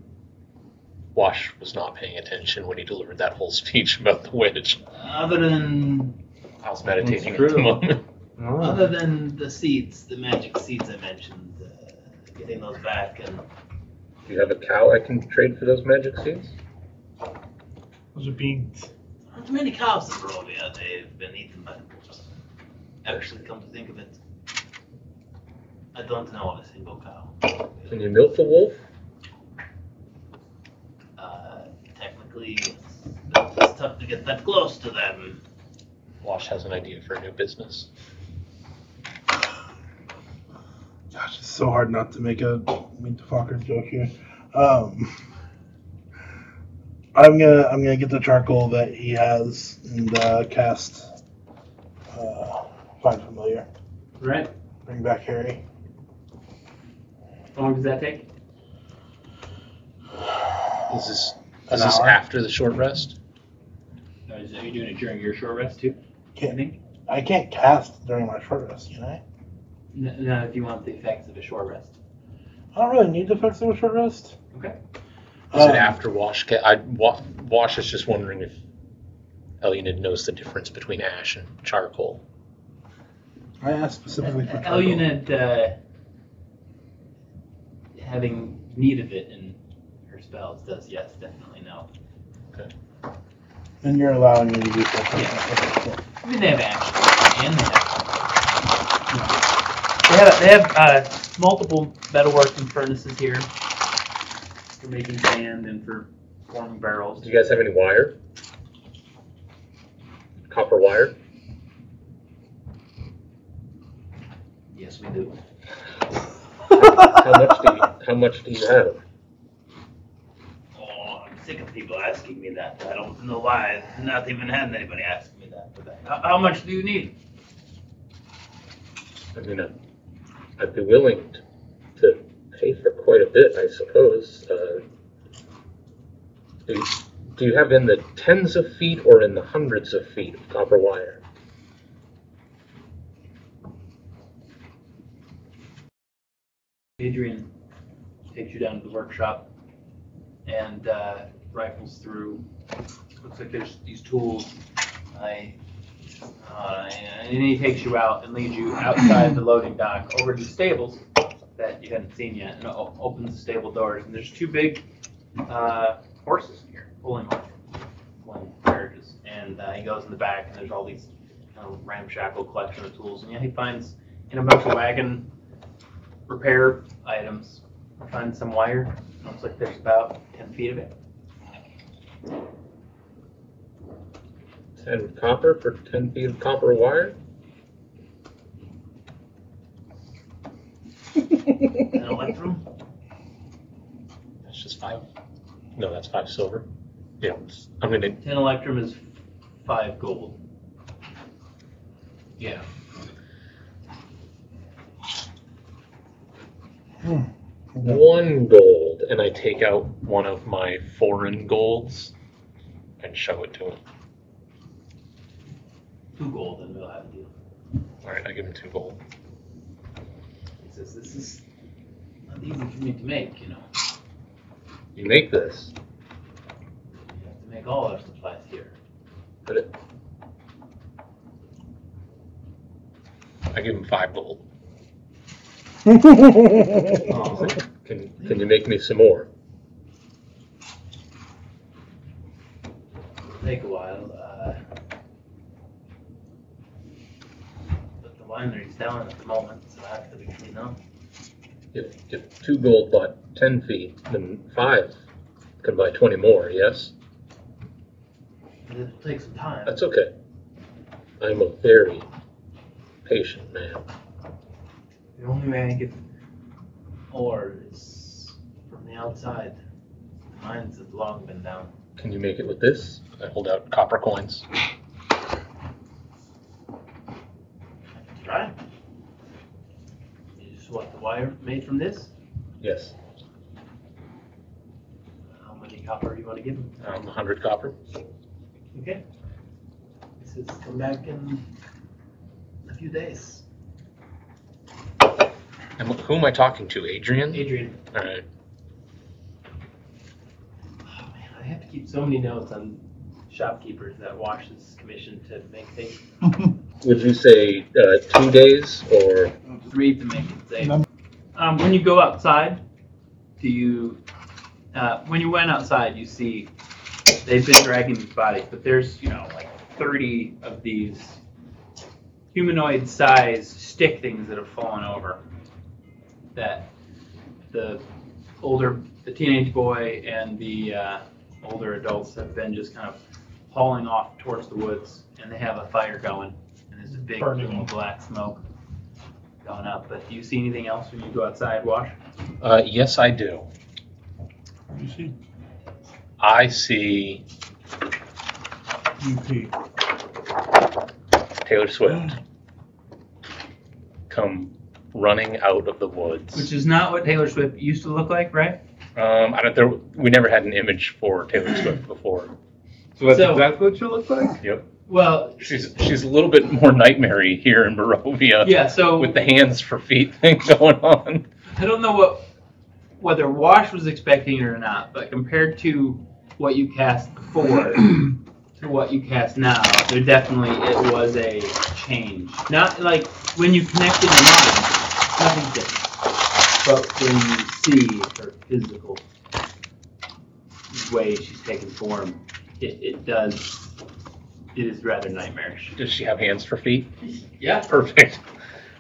[SPEAKER 1] Wash was not paying attention when he delivered that whole speech about the witch.
[SPEAKER 4] Other than
[SPEAKER 1] I was meditating
[SPEAKER 3] That's
[SPEAKER 1] at the
[SPEAKER 3] true.
[SPEAKER 1] moment.
[SPEAKER 4] other than the seeds, the magic seeds I mentioned, uh, getting those back and
[SPEAKER 7] Do you have a cow I can trade for those magic seeds?
[SPEAKER 2] Those are beans.
[SPEAKER 4] not many cows in Barovia. They've been eaten by the wolves. Actually, come to think of it, I don't know of a single cow.
[SPEAKER 7] Can you milk the wolf?
[SPEAKER 4] Uh, technically, it's it's tough to get that close to them.
[SPEAKER 1] Wash has an idea for a new business.
[SPEAKER 6] Gosh, it's so hard not to make a meet the fuckers joke here. Um, I'm gonna I'm gonna get the charcoal that he has and uh, cast uh, find familiar.
[SPEAKER 17] all right,
[SPEAKER 6] Bring back Harry.
[SPEAKER 17] how long does that take?
[SPEAKER 1] Is this
[SPEAKER 6] An
[SPEAKER 1] is this
[SPEAKER 6] hour.
[SPEAKER 1] after the short rest?
[SPEAKER 17] Or Uh, is- Are you doing it during your short rest too? I
[SPEAKER 6] Can't,
[SPEAKER 17] think.
[SPEAKER 6] I can't cast during my short rest, can I?
[SPEAKER 17] No, no, if you want the effects of a short rest.
[SPEAKER 6] I don't really need the effects of a short rest.
[SPEAKER 17] Okay.
[SPEAKER 1] Is it
[SPEAKER 6] Um,
[SPEAKER 1] after Wash? Ca- I Wa- Wash is just wondering if Elionid knows the difference between ash and charcoal.
[SPEAKER 6] I asked specifically for charcoal.
[SPEAKER 17] Elunid, uh, having need of it in her spells, does yes, definitely no.
[SPEAKER 6] And you're allowing me to use that. Okay, cool.
[SPEAKER 17] I mean, they have action and they have.
[SPEAKER 4] They have, they have uh, multiple metalworking furnaces here.
[SPEAKER 17] for making sand and for forming barrels.
[SPEAKER 7] Do you guys have any wire? Copper wire?
[SPEAKER 4] Yes, we do.
[SPEAKER 7] How much do you, how much do you have?
[SPEAKER 4] Oh, I'm sick of people asking me that. I don't know why. I've not even had anybody ask me that. But how, how much do you need?
[SPEAKER 7] I mean, I'd, I'd be willing to, to pay for quite a bit, I suppose. Uh, do, you, do you have in the tens of feet or in the hundreds of feet of copper wire?
[SPEAKER 17] Adrian takes you down to the workshop and uh, rifles through. Looks like there's these tools. I, uh, and then he takes you out and leads you outside the loading dock over to the stables that you haven't seen yet, and o- opens the stable doors. And there's two big uh, horses here pulling on pulling carriages. And uh, he goes in the back, and there's all these kind of ramshackle collection of tools. And yeah, he finds in a bunch of wagon repair items. I Find some wire. Looks like there's about ten feet of it.
[SPEAKER 7] Ten copper for ten feet of copper wire?
[SPEAKER 4] An electrum?
[SPEAKER 1] That's just five. No, that's five silver. Yeah, I'm gonna.
[SPEAKER 4] Ten electrum is five gold.
[SPEAKER 1] Yeah.
[SPEAKER 7] Mm-hmm.
[SPEAKER 1] One gold, and I take out one of my foreign golds and show it to him.
[SPEAKER 17] two gold and we'll have a deal.
[SPEAKER 1] All right, I give him two gold.
[SPEAKER 17] He says, This is not easy for me to make, you know.
[SPEAKER 1] You make this,
[SPEAKER 17] We have to make all our supplies here.
[SPEAKER 1] but it. I give him five gold.
[SPEAKER 6] <laughs> Can, can you make me some more?
[SPEAKER 17] It'll take a while. Uh, but the winery's down at the moment, so I have to be clean up.
[SPEAKER 6] If, if two gold bought ten feet, then five can buy twenty more, yes?
[SPEAKER 17] It'll take some time.
[SPEAKER 6] That's okay. I'm a very patient man.
[SPEAKER 17] The only way I get ore is from the outside. The mines have long been down.
[SPEAKER 6] Can you make it with this?
[SPEAKER 1] I hold out copper coins.
[SPEAKER 17] Right? You just want the wire made from this?
[SPEAKER 6] Yes.
[SPEAKER 17] How many copper you want to give them?
[SPEAKER 1] Um, 100 copper.
[SPEAKER 17] Okay. He says, come back in a few days.
[SPEAKER 1] And who am I talking to? Adrian?
[SPEAKER 17] Adrian,
[SPEAKER 1] All right.
[SPEAKER 17] oh man, I have to keep so many notes on shopkeepers that Wash's commission to make things
[SPEAKER 1] Um,
[SPEAKER 6] <laughs> Would you say uh, two days or?
[SPEAKER 17] three to make it safe. Um, when you go outside, do you? Uh, when you went outside, you see they've been dragging these bodies, but there's you know like 30 of these humanoid-sized stick things that have fallen over. That the older, the teenage boy and the uh, older adults have been just kind of hauling off towards the woods, and they have a fire going, and there's a big
[SPEAKER 18] Burning.
[SPEAKER 17] plume of black smoke going up. But do you see anything else when you go outside, Wash?
[SPEAKER 1] Uh, yes, I do.
[SPEAKER 18] You see,
[SPEAKER 1] I see
[SPEAKER 18] EP.
[SPEAKER 1] Taylor Swift come running out of the woods.
[SPEAKER 17] Which is not what Taylor Swift used to look like, right?
[SPEAKER 1] um, I don't. There, we never had an image for Taylor
[SPEAKER 17] <clears throat>
[SPEAKER 1] Swift before.
[SPEAKER 3] So that's
[SPEAKER 17] So-
[SPEAKER 3] exactly what you look like?
[SPEAKER 1] Yep.
[SPEAKER 17] Well,
[SPEAKER 1] She's she's a little bit more nightmare here in Barovia
[SPEAKER 17] yeah. So
[SPEAKER 1] with the hands for feet <laughs> thing going on.
[SPEAKER 17] I don't know what whether Wash was expecting it or not, but compared to what you cast <clears throat> before to what you cast now, there definitely it was a change. Not like when you connect in your mind, nothing's different. But when you see her physical way she's taken form, it, it does it is rather nightmarish.
[SPEAKER 1] Does she have hands for feet? <laughs>
[SPEAKER 17] Yeah.
[SPEAKER 1] Perfect.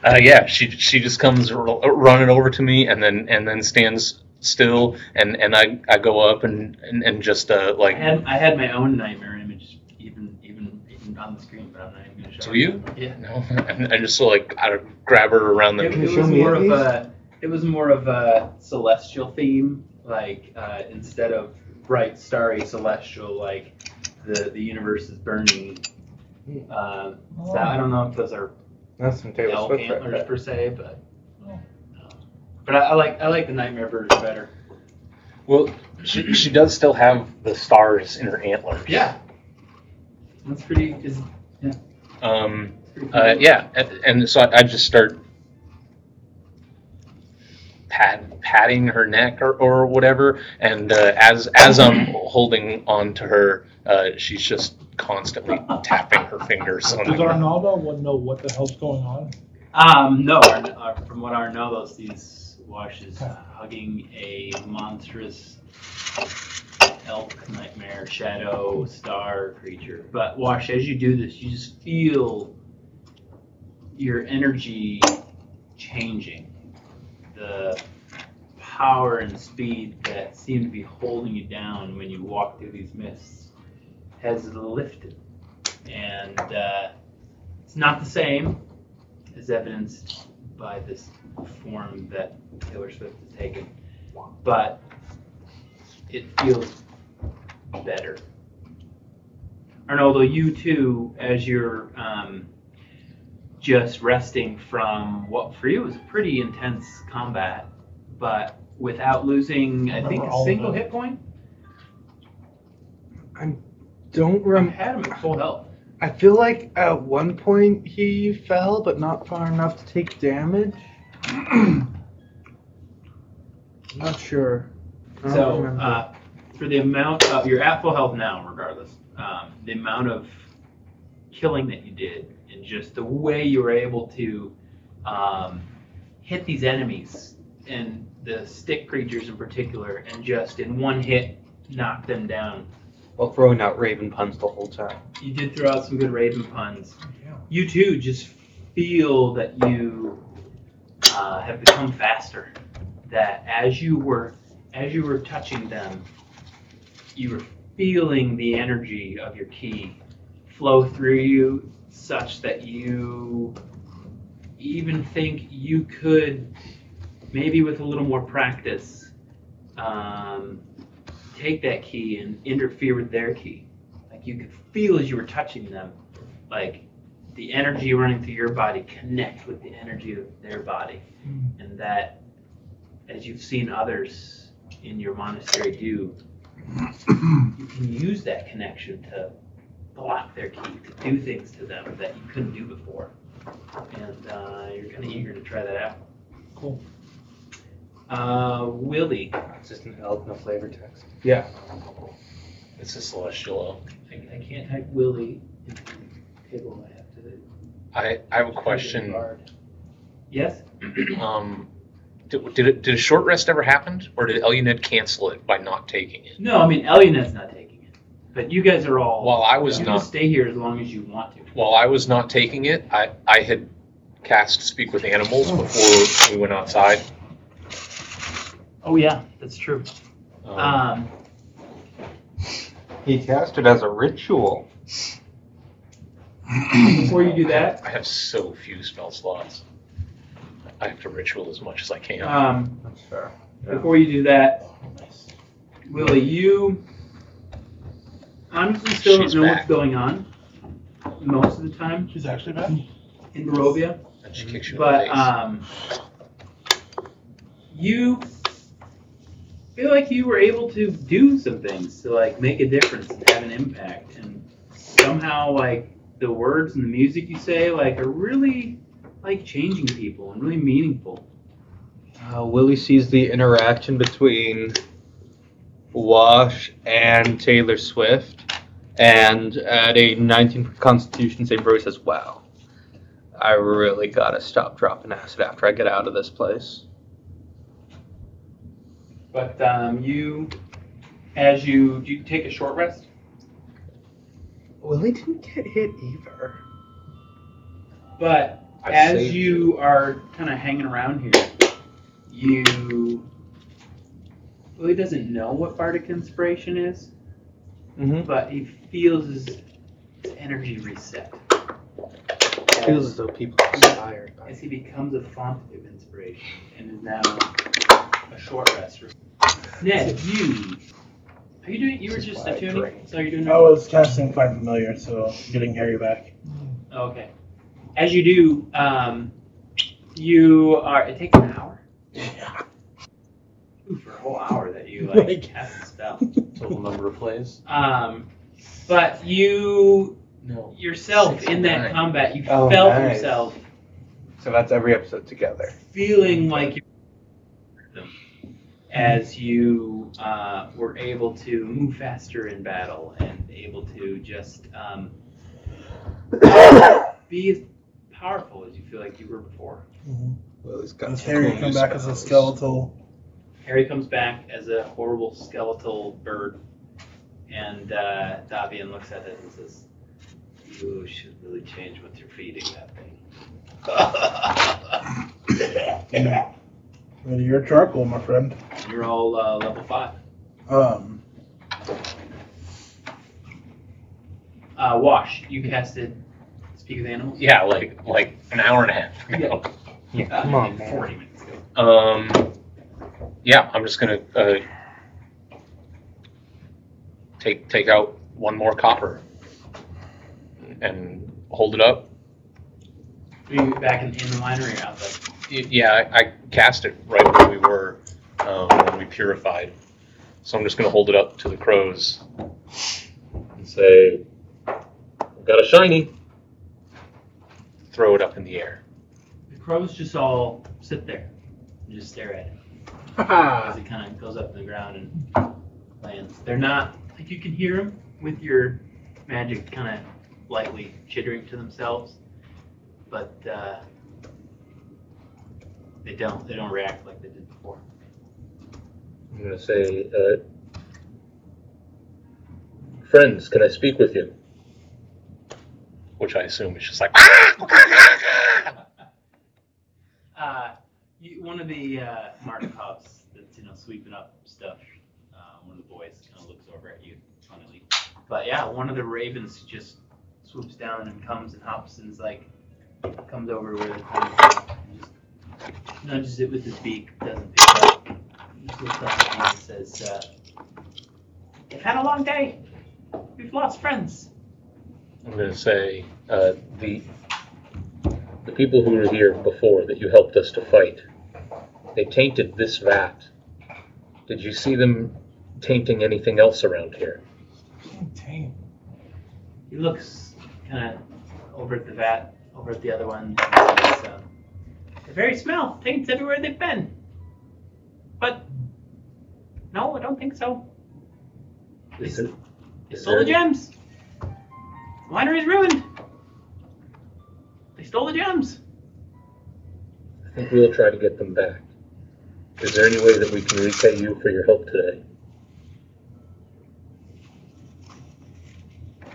[SPEAKER 1] Uh, yeah, she she just comes r- running over to me and then and then stands still and and I, I go up and and, and just uh
[SPEAKER 17] I
[SPEAKER 1] like
[SPEAKER 17] had I had my own nightmare image even even even on the screen, but I'm not even gonna show
[SPEAKER 1] Do you?
[SPEAKER 17] Yeah.
[SPEAKER 1] no <laughs> and I just like I grab her around the
[SPEAKER 17] It,
[SPEAKER 2] Can you
[SPEAKER 17] it
[SPEAKER 2] show
[SPEAKER 17] was
[SPEAKER 2] me
[SPEAKER 17] more
[SPEAKER 2] at
[SPEAKER 17] of
[SPEAKER 2] least?
[SPEAKER 17] a it was more of a celestial theme, like uh, instead of bright starry celestial, like the the universe is burning.
[SPEAKER 2] Hmm.
[SPEAKER 17] Um, so I don't know if those are
[SPEAKER 3] That's some Taylor
[SPEAKER 17] elf
[SPEAKER 3] Swift
[SPEAKER 17] antlers
[SPEAKER 3] right <laughs> there.
[SPEAKER 17] per se, but uh,
[SPEAKER 2] Oh.
[SPEAKER 17] but I, I like I like the nightmare version better.
[SPEAKER 1] well she, she does still have the stars in her antlers
[SPEAKER 17] Yeah, that's pretty. Is
[SPEAKER 1] um
[SPEAKER 17] pretty
[SPEAKER 1] uh yeah and, and so I, I just start pat patting her neck or, or whatever and uh, as as I'm holding on to her uh, she's just constantly tapping her fingers on the
[SPEAKER 2] Does
[SPEAKER 1] ground.
[SPEAKER 2] Arnaldo want to know what the hell's going on?
[SPEAKER 17] Um, no, Arn- uh, from what Arnaldo sees, Wash is hugging a monstrous elk nightmare shadow star creature. But Wash, as you do this, you just feel your energy changing. The power and speed that seemed to be holding you down when you walk through these mists has lifted. And uh, it's not the same as evidenced by this form that Taylor Swift has taken, but it feels better. Arnoldo, you too, as you're um, just resting from what for you was a pretty intense combat, but without losing, I think,
[SPEAKER 2] Remember
[SPEAKER 17] a
[SPEAKER 2] all of
[SPEAKER 17] single
[SPEAKER 2] it.
[SPEAKER 17] hit point.
[SPEAKER 19] Don't
[SPEAKER 17] I
[SPEAKER 19] rem.
[SPEAKER 17] had him at full health.
[SPEAKER 3] I feel like at one point he fell, but not far enough to take damage. <clears throat> I'm not sure. I don't
[SPEAKER 17] So,
[SPEAKER 3] remember.
[SPEAKER 17] uh, for the amount of, you're at full health now regardless. Um, the amount of killing that you did and just the way you were able to um, hit these enemies and the stick creatures in particular and just in one hit knock them down.
[SPEAKER 8] While throwing out raven puns the whole time.
[SPEAKER 17] You did throw out some good raven puns. You too just feel that you uh, have become faster. That as you were as you were touching them, you were feeling the energy of your key flow through you such that you even think you could maybe with a little more practice um, take that key and interfere with their key like you could feel as you were touching them like the energy running through your body connect with the energy of their body and that as you've seen others in your monastery do you can use that connection to block their key to do things to them that you couldn't do before and uh, you're kind of eager to try that out
[SPEAKER 9] Cool.
[SPEAKER 17] uh, willie
[SPEAKER 8] It's just an elk, no flavor text.
[SPEAKER 1] It's a celestial elk.
[SPEAKER 17] i, I can't type willie into the table i have to
[SPEAKER 1] I, I have a question.
[SPEAKER 17] yes
[SPEAKER 1] um, did, did, it, did a short rest ever happen, or did Eluned cancel it by not taking it?
[SPEAKER 17] no i mean elionette's not taking it but you guys are all
[SPEAKER 1] While I was
[SPEAKER 17] you
[SPEAKER 1] not
[SPEAKER 17] can stay here as long as you want to.
[SPEAKER 1] while I was not taking it, I, I had cast Speak with Animals before we went outside.
[SPEAKER 17] Oh yeah, that's true.
[SPEAKER 1] Um,
[SPEAKER 3] Uh,
[SPEAKER 17] Um,
[SPEAKER 8] He cast it as a ritual.
[SPEAKER 17] before you do that,
[SPEAKER 1] I have so few spell slots. I have to ritual as much as I can.
[SPEAKER 17] um,
[SPEAKER 8] That's fair.
[SPEAKER 17] before you do that, Willie, you honestly still
[SPEAKER 1] She's
[SPEAKER 17] don't know
[SPEAKER 1] back.
[SPEAKER 17] what's going on most of the time
[SPEAKER 6] She's actually back.
[SPEAKER 17] in Barovia,
[SPEAKER 1] and she kicks you
[SPEAKER 17] but
[SPEAKER 1] in the face.
[SPEAKER 17] um, you feel like you were able to do some things to like make a difference and have an impact, and somehow like the words and the music you say like are really like changing people and really meaningful.
[SPEAKER 3] Uh, Willie sees the interaction between Wash and Taylor Swift, and at a 19 Constitution save throw, he says, "Wow, I really gotta stop dropping acid after I get out of this place."
[SPEAKER 17] But um, you, as you do, you take a short rest.
[SPEAKER 3] Willie didn't get hit either.
[SPEAKER 17] But
[SPEAKER 1] I
[SPEAKER 17] as
[SPEAKER 1] saved
[SPEAKER 17] you are kind of hanging around here, you really doesn't know what bardic inspiration is,
[SPEAKER 3] Mm-hmm.
[SPEAKER 17] but he feels his, his energy reset. As,
[SPEAKER 3] Feels as though people are inspired. By
[SPEAKER 17] as he becomes a font of inspiration and is now a short rest. Ned, you are you doing? You were
[SPEAKER 1] This is
[SPEAKER 17] just
[SPEAKER 1] why I
[SPEAKER 17] attuning,
[SPEAKER 1] drink.
[SPEAKER 17] so you're doing.
[SPEAKER 6] I was casting Find Familiar, so getting Harry back.
[SPEAKER 17] Oh, Okay. As you do, um, you are. It takes an hour. Ooh, For a whole hour that you like
[SPEAKER 6] Like-
[SPEAKER 17] cast a spell.
[SPEAKER 1] total number of plays.
[SPEAKER 17] Um, but you
[SPEAKER 1] No.
[SPEAKER 17] yourself in that
[SPEAKER 1] 69.
[SPEAKER 17] combat, you
[SPEAKER 8] Oh,
[SPEAKER 17] felt
[SPEAKER 8] nice.
[SPEAKER 17] yourself
[SPEAKER 8] So that's every episode
[SPEAKER 3] <coughs>
[SPEAKER 8] together.
[SPEAKER 17] feeling like you as you uh, were able to move faster in battle and able to just um, be as powerful as you feel like you were before.
[SPEAKER 3] Willie's got
[SPEAKER 6] Does
[SPEAKER 3] some
[SPEAKER 6] Harry
[SPEAKER 3] cool
[SPEAKER 6] come
[SPEAKER 3] new
[SPEAKER 6] back as a
[SPEAKER 3] spells.
[SPEAKER 6] skeletal?
[SPEAKER 17] Harry comes back as a horrible skeletal bird, and uh, Davian looks at it and says,
[SPEAKER 4] You should really change what you're feeding that thing.
[SPEAKER 6] Ready your charcoal, my friend.
[SPEAKER 17] "You're all uh, level five.
[SPEAKER 6] Um,
[SPEAKER 17] Uh, Wash, you casted Speak with Animals.
[SPEAKER 1] Yeah, like like an hour and a half ago.
[SPEAKER 17] Yeah,
[SPEAKER 3] come on, man.
[SPEAKER 17] Forty minutes ago.
[SPEAKER 1] Um, yeah, I'm just gonna uh, take take out one more copper and hold it up.
[SPEAKER 17] Are you back in, in the winery or outside?
[SPEAKER 1] Y- Yeah, I, I cast it right where we were um, when we purified. So I'm just gonna hold it up to the crows and say, Got a shiny.
[SPEAKER 20] Throw it up in the air.
[SPEAKER 17] The crows just all sit there and just
[SPEAKER 3] <laughs>
[SPEAKER 17] stare at it as it kind of goes up the ground and lands. They're not like you can hear them with your magic kind of lightly chittering to themselves, but uh, they don't they don't react like they did before.
[SPEAKER 1] I'm gonna say, uh, friends, can I speak with you?
[SPEAKER 20] Which I assume is just like
[SPEAKER 1] "Ah!"
[SPEAKER 17] Uh, you, one of the uh, Markovs that's you know sweeping up stuff. Uh, one of the boys kind of looks over at you funnily, but yeah, one of the ravens just swoops down and comes and hops and's like comes over where the corn is and just nudges it with his beak, doesn't pick it up, just looks up at you and says, uh, "You've had a long day. We've lost friends."
[SPEAKER 1] I'm gonna say, uh, the, the people who were here before that you helped us to fight, they tainted this vat. Did you see them tainting anything else around here?
[SPEAKER 2] Tame.
[SPEAKER 17] He looks kind of over at the vat, over at the other one. and says, uh, the very smell taints everywhere they've been. But no, I don't think so. They,
[SPEAKER 1] Is
[SPEAKER 17] s-
[SPEAKER 1] it-
[SPEAKER 17] they
[SPEAKER 1] is
[SPEAKER 17] stole the
[SPEAKER 1] there any-
[SPEAKER 17] gems. The winery's ruined. They stole the gems.
[SPEAKER 1] I think we'll try to get them back. Is there any way that we can repay you for your help today?
[SPEAKER 17] What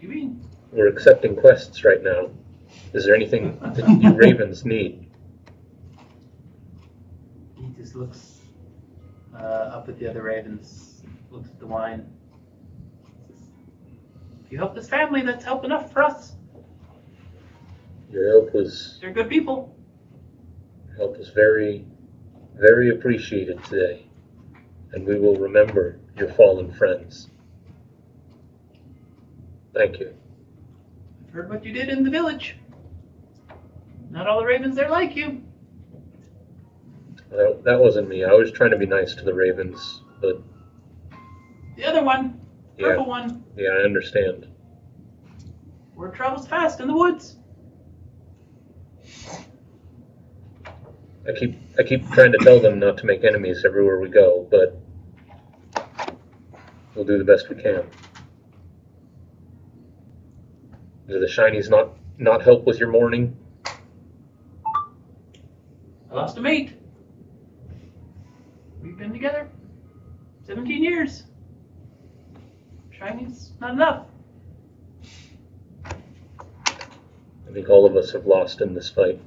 [SPEAKER 17] do you mean?
[SPEAKER 1] We're accepting quests right now. Is there anything that you ravens need?
[SPEAKER 17] He just looks uh, up at the other ravens, looks at the wine. If you help this family, that's help enough for us.
[SPEAKER 1] Your help was
[SPEAKER 17] They're good people.
[SPEAKER 1] help was very, very appreciated today, and we will remember your fallen friends. Thank you.
[SPEAKER 17] I've heard what you did in the village. Not all the ravens there like you.
[SPEAKER 1] That, that wasn't me. I was trying to be nice to the ravens, but
[SPEAKER 17] The other one,
[SPEAKER 1] yeah,
[SPEAKER 17] purple one,
[SPEAKER 1] yeah, I understand.
[SPEAKER 17] word travels fast in the woods.
[SPEAKER 1] I keep I keep trying to tell them not to make enemies everywhere we go, but we'll do the best we can. Do the shinies not not help with your mourning?
[SPEAKER 17] I lost a mate. We've been together 17 years. Shiny's not enough.
[SPEAKER 1] I think all of us have lost in this fight.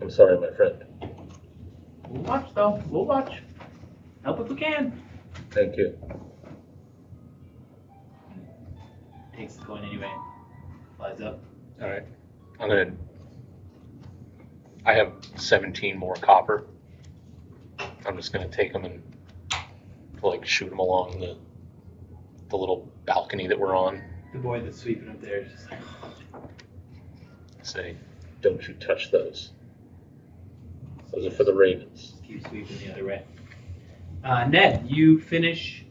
[SPEAKER 1] I'm sorry, my friend.
[SPEAKER 17] We'll watch though. We'll watch. Help if we can.
[SPEAKER 1] Thank you.
[SPEAKER 17] Takes the coin anyway. Flies up.
[SPEAKER 20] All right. I'm gonna. I have 17 more copper. I'm just gonna take them and like shoot them along the the little balcony that we're on.
[SPEAKER 17] The boy that's sweeping up there is just like,
[SPEAKER 20] Say,
[SPEAKER 1] Don't you touch those. Those are for the ravens.
[SPEAKER 17] Just keep sweeping the other way. Uh, Ned, you finish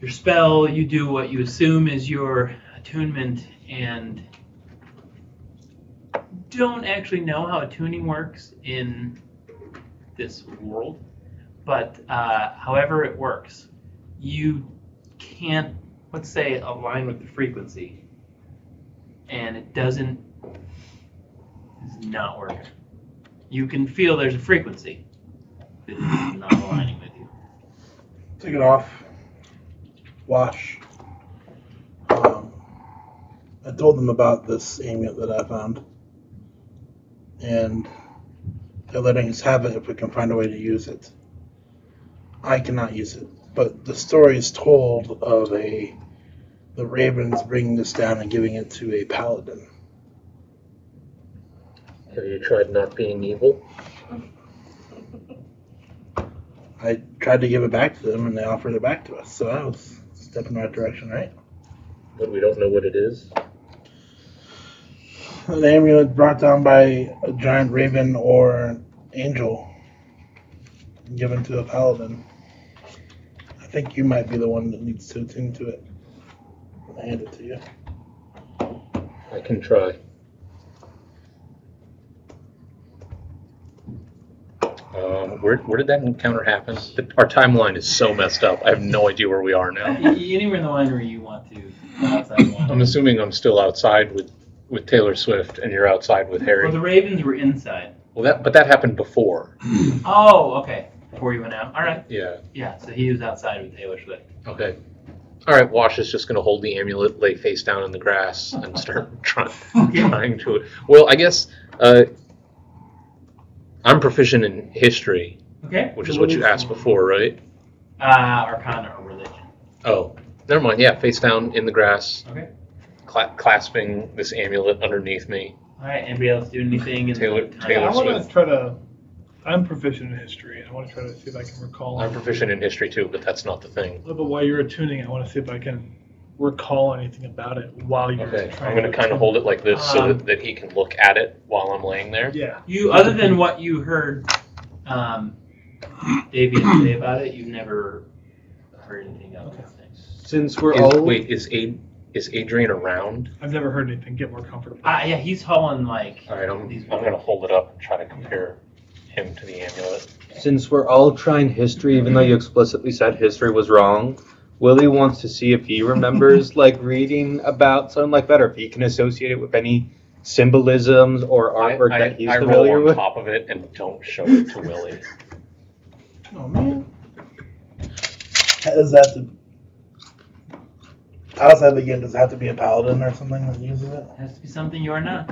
[SPEAKER 17] your spell. You do what you assume is your attunement, and don't actually know how attuning works in this world. But uh, however it works, you can't, let's say, align with the frequency, and it doesn't. It's not working you can feel there's
[SPEAKER 4] <coughs>
[SPEAKER 17] a frequency that is not aligning with you.
[SPEAKER 6] Take it off. Wash. Um, I told them about this amulet that I found. And they're letting us have it if we can find a way to use it. I cannot use it. But the story is told of a the ravens bringing this down and giving it to a paladin.
[SPEAKER 1] Have you tried not being evil?
[SPEAKER 6] I tried to give it back to them and they offered it back to us. So that was a step in the right direction, right?
[SPEAKER 1] But we don't know what it is.
[SPEAKER 6] An amulet brought down by a giant raven or angel, given to a paladin. I think you might be the one that needs to attend to it. I hand it to you.
[SPEAKER 1] I can try. Um, where, where did that encounter happen? Our timeline is so messed up. I have no idea where we are now.
[SPEAKER 4] Y- Anywhere in the winery you want to, outside the winery.
[SPEAKER 1] I'm assuming I'm still outside with, with Taylor Swift and you're outside with Harry.
[SPEAKER 4] Well, the Ravens were inside.
[SPEAKER 1] Well, that but that happened before.
[SPEAKER 4] Oh, okay. Before you went out. All right.
[SPEAKER 1] Yeah.
[SPEAKER 4] Yeah. So he was outside with Taylor
[SPEAKER 17] <laughs>
[SPEAKER 4] Swift.
[SPEAKER 1] Okay. All right. Wash is just going to hold the amulet, lay face down in the grass, and start <laughs> trying
[SPEAKER 17] Uh,
[SPEAKER 1] trying to. Well, I guess uh, I'm proficient in history,
[SPEAKER 4] Okay.
[SPEAKER 1] which is what you asked before, right?
[SPEAKER 4] Uh, Arcana or religion.
[SPEAKER 1] Oh, never mind. Yeah, face down in the grass,
[SPEAKER 4] Okay.
[SPEAKER 1] cla clasping this amulet underneath me.
[SPEAKER 4] All right. Anybody else do anything? in the
[SPEAKER 1] Taylor-
[SPEAKER 4] time?
[SPEAKER 1] Taylor
[SPEAKER 2] I want
[SPEAKER 1] Swift.
[SPEAKER 2] to try to. I'm proficient in history, and I want to try to see if I can recall.
[SPEAKER 1] I'm proficient in history too, but that's not the thing.
[SPEAKER 2] But while you're attuning, it, I want to see if I can recall anything about it while you're
[SPEAKER 1] Okay,
[SPEAKER 2] trying.
[SPEAKER 1] I'm going to kind of hold it like this so
[SPEAKER 4] Um,
[SPEAKER 1] that, that he can look at it while I'm laying there.
[SPEAKER 2] Yeah.
[SPEAKER 4] You, other than what you heard um, Davian say about it, you've never heard anything else.
[SPEAKER 3] Since we're
[SPEAKER 1] Is-
[SPEAKER 3] all
[SPEAKER 1] wait, is Ad, is Adrian around?
[SPEAKER 2] I've never heard anything. Get more comfortable.
[SPEAKER 4] Ah, yeah, he's hauling like
[SPEAKER 1] All right, I'm,
[SPEAKER 4] these.
[SPEAKER 1] I'm gonna hold it up and try to compare him to the amulet.
[SPEAKER 3] since we're all trying history, even though you explicitly said history was wrong, Willie wants to see if he remembers like reading about something like that, or if he can associate it with any symbolisms or artwork
[SPEAKER 1] I,
[SPEAKER 3] that he's
[SPEAKER 1] I roll
[SPEAKER 3] familiar
[SPEAKER 1] on
[SPEAKER 3] with.
[SPEAKER 1] top of it and don't show it to Willie.
[SPEAKER 6] Oh man. How Does that to, outside the game? Does it have to be a paladin or something that uses it?
[SPEAKER 4] Has to be something you are not.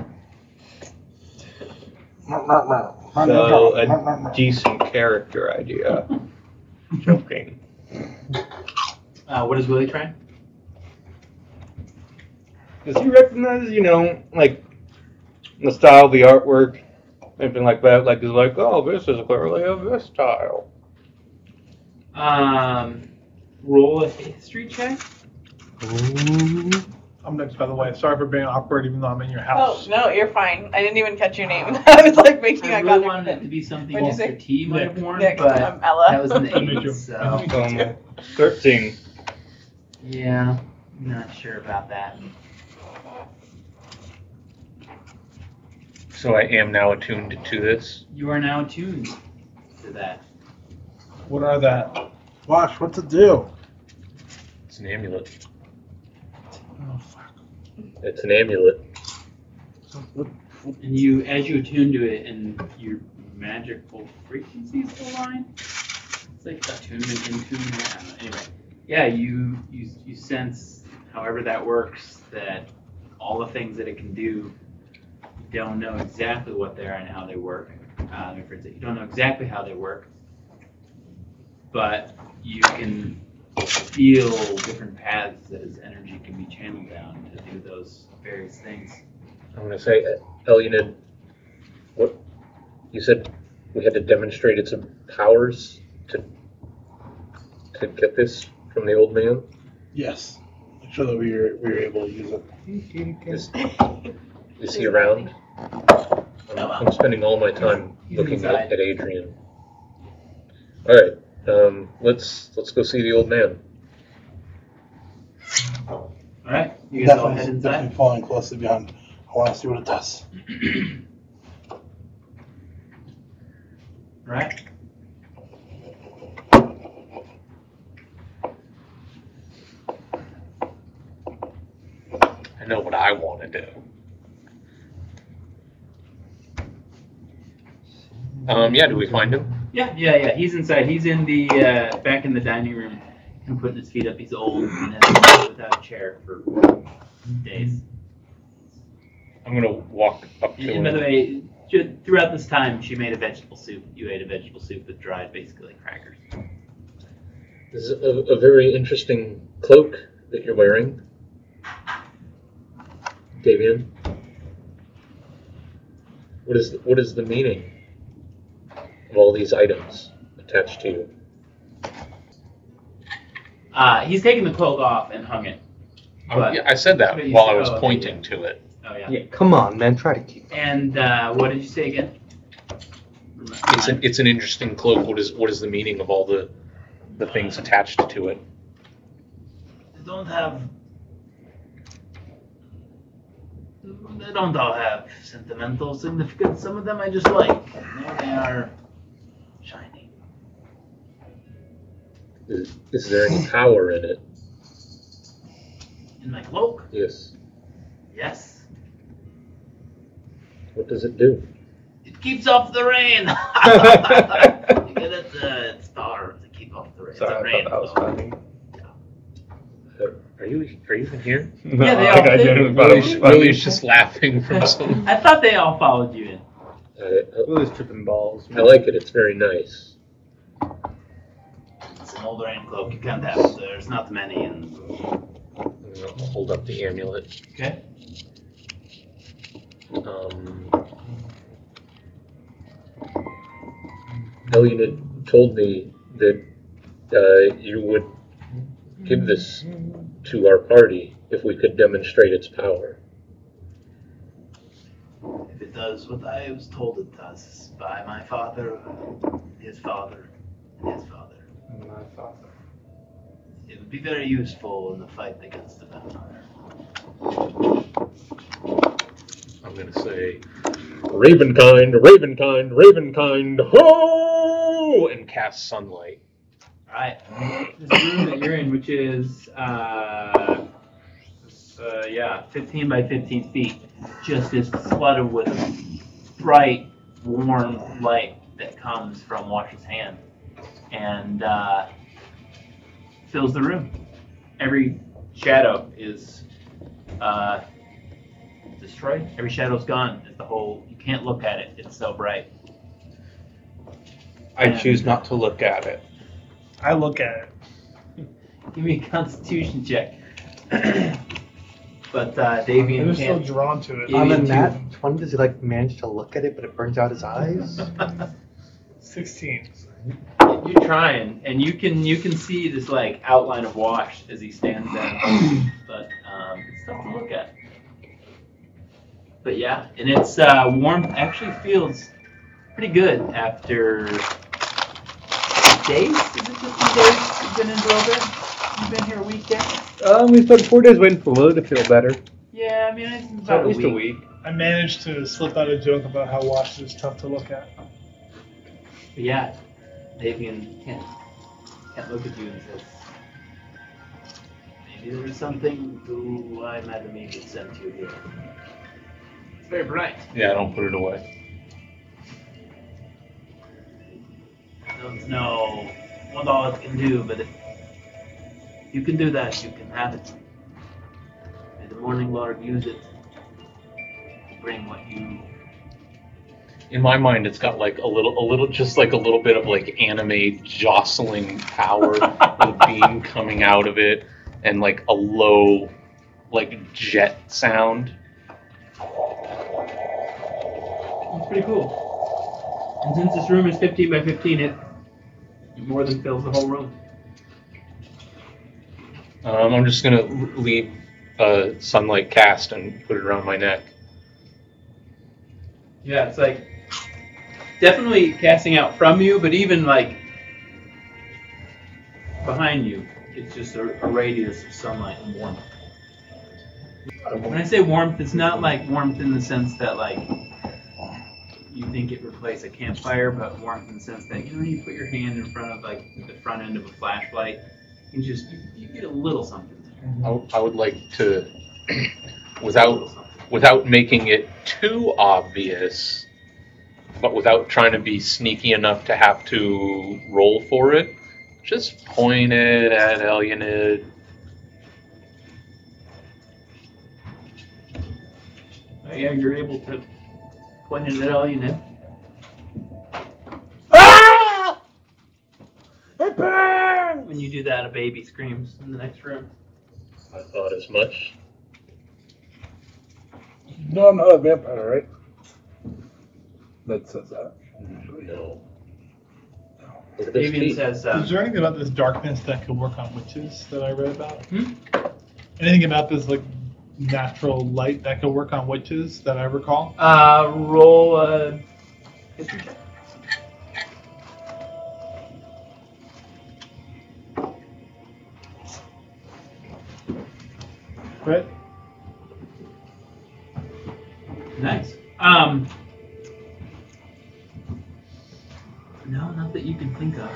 [SPEAKER 3] So a decent character
[SPEAKER 1] <laughs>
[SPEAKER 3] idea. Joking.
[SPEAKER 4] Uh, what is Willie trying?
[SPEAKER 3] Does he recognize, you know, like the style, the artwork, anything like that? Like he's like, oh, this is clearly of this style.
[SPEAKER 4] Um, roll a history check.
[SPEAKER 2] I'm next, by the way. Sorry for being awkward, even though I'm in your
[SPEAKER 17] Oh,
[SPEAKER 2] house.
[SPEAKER 17] no, you're fine. I didn't even catch your name. <laughs> I was like making
[SPEAKER 4] I
[SPEAKER 17] eye
[SPEAKER 4] really
[SPEAKER 17] contact.
[SPEAKER 4] wanted it
[SPEAKER 17] with
[SPEAKER 4] to be something
[SPEAKER 17] What'd you
[SPEAKER 4] Mr.
[SPEAKER 17] say?
[SPEAKER 4] T might have
[SPEAKER 17] him.
[SPEAKER 4] worn,
[SPEAKER 17] Nick,
[SPEAKER 4] but
[SPEAKER 17] I'm Ella.
[SPEAKER 4] that was <laughs>
[SPEAKER 17] <laughs>
[SPEAKER 4] in the
[SPEAKER 2] Me too.
[SPEAKER 4] 80s, so
[SPEAKER 3] Um, 13.
[SPEAKER 4] yeah, not sure about that.
[SPEAKER 1] <laughs> So I am now attuned to this.
[SPEAKER 4] You are now attuned to that.
[SPEAKER 2] What are that?
[SPEAKER 6] Wash, what to do?
[SPEAKER 1] It's an amulet.
[SPEAKER 2] Oh, fuck.
[SPEAKER 1] It's an amulet.
[SPEAKER 4] And you, as you attune to it, and your magical frequencies align. It's like attunement, entombment. I don't know. Anyway, yeah, you you you sense, however that works, that all the things that it can do. You don't know exactly what they are and how they work. Uh, for instance, you don't know exactly how they work, but you can feel different paths that its energy can be channeled down to do those various things.
[SPEAKER 1] I'm gonna say, Elunid, what you said? We had to demonstrate its powers to to get this from the old man.
[SPEAKER 6] Yes. Make sure that we were, we were able to use it.
[SPEAKER 1] Is, is he around? I'm, I'm spending all my time
[SPEAKER 4] He's
[SPEAKER 1] looking at,
[SPEAKER 4] inside.
[SPEAKER 1] at Adrian. All right, um, let's let's go see the old man.
[SPEAKER 4] All right, you guys all head
[SPEAKER 6] Definitely,
[SPEAKER 4] inside.
[SPEAKER 6] definitely following closely behind. I want to see what it does.
[SPEAKER 4] Right.
[SPEAKER 1] I know what I want to do. Um, yeah, do we find him?
[SPEAKER 4] Yeah, yeah, yeah. He's inside. He's in the uh, back in the dining room and putting his feet up. He's old and has been without a chair for days.
[SPEAKER 1] I'm gonna walk up to
[SPEAKER 4] And, and by the
[SPEAKER 1] him.
[SPEAKER 4] way, ju- throughout this time, she made a vegetable soup. You ate a vegetable soup with dried, basically crackers.
[SPEAKER 1] This is a, a very interesting cloak that you're wearing, Davian. What is the, what is the meaning of all these items attached to you?
[SPEAKER 4] Uh, he's taken the cloak off and hung it.
[SPEAKER 6] Oh,
[SPEAKER 4] But-
[SPEAKER 21] I said
[SPEAKER 4] but
[SPEAKER 21] that
[SPEAKER 4] you
[SPEAKER 21] while
[SPEAKER 4] said-
[SPEAKER 21] I was
[SPEAKER 4] oh, okay,
[SPEAKER 21] pointing to it.
[SPEAKER 4] Oh yeah.
[SPEAKER 3] Yeah, come on, man. Try to keep.
[SPEAKER 4] And uh, what did you say again?
[SPEAKER 21] It's an, it's an interesting cloak. What is what is the meaning of all the
[SPEAKER 1] the things attached to it.
[SPEAKER 4] They don't have. They don't all have sentimental significance. Some of them I just like. You know, they are shiny.
[SPEAKER 7] Is, is there any power in it?
[SPEAKER 4] In my cloak,
[SPEAKER 7] Yes.
[SPEAKER 4] yes.
[SPEAKER 7] What does it do?
[SPEAKER 4] It keeps off the rain. <laughs> you get it? Uh, it's power to keep off the rain.
[SPEAKER 8] Sorry,
[SPEAKER 4] it's a
[SPEAKER 8] I
[SPEAKER 4] rain
[SPEAKER 8] thought that was
[SPEAKER 4] cloak.
[SPEAKER 8] funny.
[SPEAKER 7] Are you are you even here?
[SPEAKER 8] No,
[SPEAKER 4] Yeah, they
[SPEAKER 8] I think
[SPEAKER 4] are.
[SPEAKER 8] I did it, but it was funny.
[SPEAKER 1] Lily's just laughing
[SPEAKER 7] <laughs>
[SPEAKER 1] from some.
[SPEAKER 4] I thought they all followed you in.
[SPEAKER 7] I, I,
[SPEAKER 8] Lily's tripping balls.
[SPEAKER 7] I like it. It's very nice.
[SPEAKER 4] It's an old rain cloak. You can't have it. There's not many in
[SPEAKER 1] I'm gonna Hold up the amulet.
[SPEAKER 4] Okay.
[SPEAKER 1] Um,
[SPEAKER 7] Elliot had told me that uh, you would give this to our party if we could demonstrate its power.
[SPEAKER 4] If it does what I was told it does by my father, his father, and his father,
[SPEAKER 8] My father.
[SPEAKER 4] it would be very useful in the fight against the vampire.
[SPEAKER 1] I'm gonna say
[SPEAKER 7] Ravenkind, Ravenkind, Ravenkind, ho!
[SPEAKER 1] oh, and cast sunlight.
[SPEAKER 4] Right.
[SPEAKER 17] This room that you're in, which is, uh, uh, yeah,
[SPEAKER 4] 15 by 15 feet just is flooded with bright, warm light that comes from Wash's hand and uh, fills the room.
[SPEAKER 17] every shadow is uh, destroyed.
[SPEAKER 4] Every shadow's gone. It's the whole. You can't look at it. It's so bright.
[SPEAKER 8] I choose not to look at it.
[SPEAKER 2] I look at it.
[SPEAKER 4] Give me a Constitution check. <clears throat> but uh, Davian
[SPEAKER 2] I'm still
[SPEAKER 4] can't.
[SPEAKER 2] drawn to it.
[SPEAKER 4] Yeah,
[SPEAKER 22] On the
[SPEAKER 4] you
[SPEAKER 22] nat twenty, does he like manage to look at it, but it burns out his eyes?
[SPEAKER 4] <laughs>
[SPEAKER 2] Sixteen.
[SPEAKER 17] You're trying, and you can you can see this like outline of Wash as he stands there,
[SPEAKER 4] but um, it's tough to look at. But yeah, and it's uh, warm. Actually, feels pretty good after days. Is it just few days you've been in Drover? You've been here a week yet?
[SPEAKER 3] Um, we spent four days waiting for Lily to feel better.
[SPEAKER 4] Yeah, I mean it's
[SPEAKER 17] So
[SPEAKER 4] about
[SPEAKER 17] at
[SPEAKER 4] a week.
[SPEAKER 2] I managed to slip out a joke about how Wash is tough to look at.
[SPEAKER 4] But yeah, Davian can't can't look at you and says, maybe there is something to why Madam Eve sent you here. It's very bright.
[SPEAKER 1] Yeah, I don't put it away.
[SPEAKER 4] don't know what all it can do, but if you can do that, you can have it. May the Morning Lord use it to bring what you.
[SPEAKER 1] In my mind, it's got like a little, a little, just like a little bit of like anime jostling power, with a beam coming out of it, and like a low, like jet sound.
[SPEAKER 17] It's pretty cool. And since this room is 15 by 15, it more than fills the whole room.
[SPEAKER 1] Um, I'm just gonna l- leave uh, sunlight cast and put it around my neck.
[SPEAKER 17] Yeah, it's like definitely casting out from you, but even like behind you, it's just a, a radius of sunlight and warmth. When I say warmth, it's not like warmth in the sense that like you think it replaced a campfire, but warmth in the sense that you know you put your hand in front of like the front end of a flashlight and just you, you get a little something there.
[SPEAKER 1] I, w- I would like to,
[SPEAKER 17] A
[SPEAKER 1] without
[SPEAKER 17] little something.
[SPEAKER 1] without making it too obvious, but without trying to be sneaky enough to have to roll for it, just point it at Alienid.
[SPEAKER 17] But yeah, you're able to point it at all you know.
[SPEAKER 6] Ah! It
[SPEAKER 17] When you do that, a baby screams in the next room.
[SPEAKER 7] I thought as much.
[SPEAKER 22] No, I'm not a vampire, right? That says that.
[SPEAKER 7] No. Look at this
[SPEAKER 17] Davian
[SPEAKER 7] teeth.
[SPEAKER 17] says, uh,
[SPEAKER 2] Is there anything about this darkness that could work on witches that I read about?
[SPEAKER 17] Hmm?
[SPEAKER 2] Anything about this like natural light that could work on witches that I recall?
[SPEAKER 17] Uh, roll a.
[SPEAKER 2] Right?
[SPEAKER 4] Nice. Um, no, not that you can think of.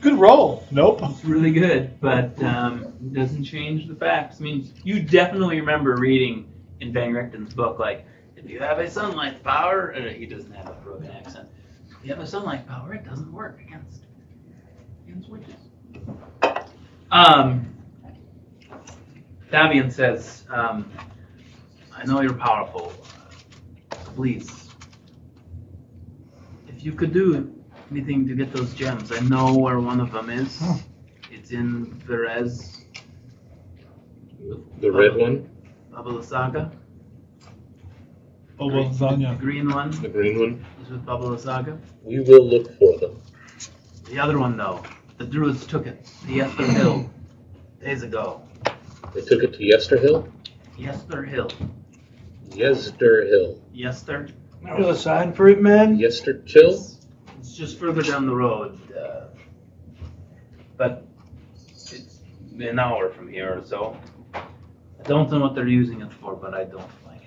[SPEAKER 2] Good roll. Nope.
[SPEAKER 4] It's really good, but um, it doesn't change the facts. I mean, you definitely remember reading in Van Richten's book, like, if you have a sunlight power, uh, he doesn't have a broken accent. If you have a sunlight power, it doesn't work against against witches. Um, Davian says, um, I know you're powerful. Please, if you could do anything to get those gems, I know where one of them is. It's in Verez.
[SPEAKER 1] The
[SPEAKER 4] uh-huh.
[SPEAKER 1] red one,
[SPEAKER 4] Baba Saga.
[SPEAKER 2] Oh, well,
[SPEAKER 4] The
[SPEAKER 2] Zanya.
[SPEAKER 4] green one
[SPEAKER 1] the green one.
[SPEAKER 4] is with Baba Saga.
[SPEAKER 1] We will look for them.
[SPEAKER 4] The other one, though, the Druids took it. The Esther Hill. Days ago.
[SPEAKER 1] They took it to Yester Hill.
[SPEAKER 4] Yester Hill.
[SPEAKER 1] Yester Hill.
[SPEAKER 4] Yester.
[SPEAKER 23] There's a sign for it, man.
[SPEAKER 1] Yester Hill.
[SPEAKER 4] It's just further down the road. Uh, but it's an hour from here or so. I don't know what they're using it for, but I don't like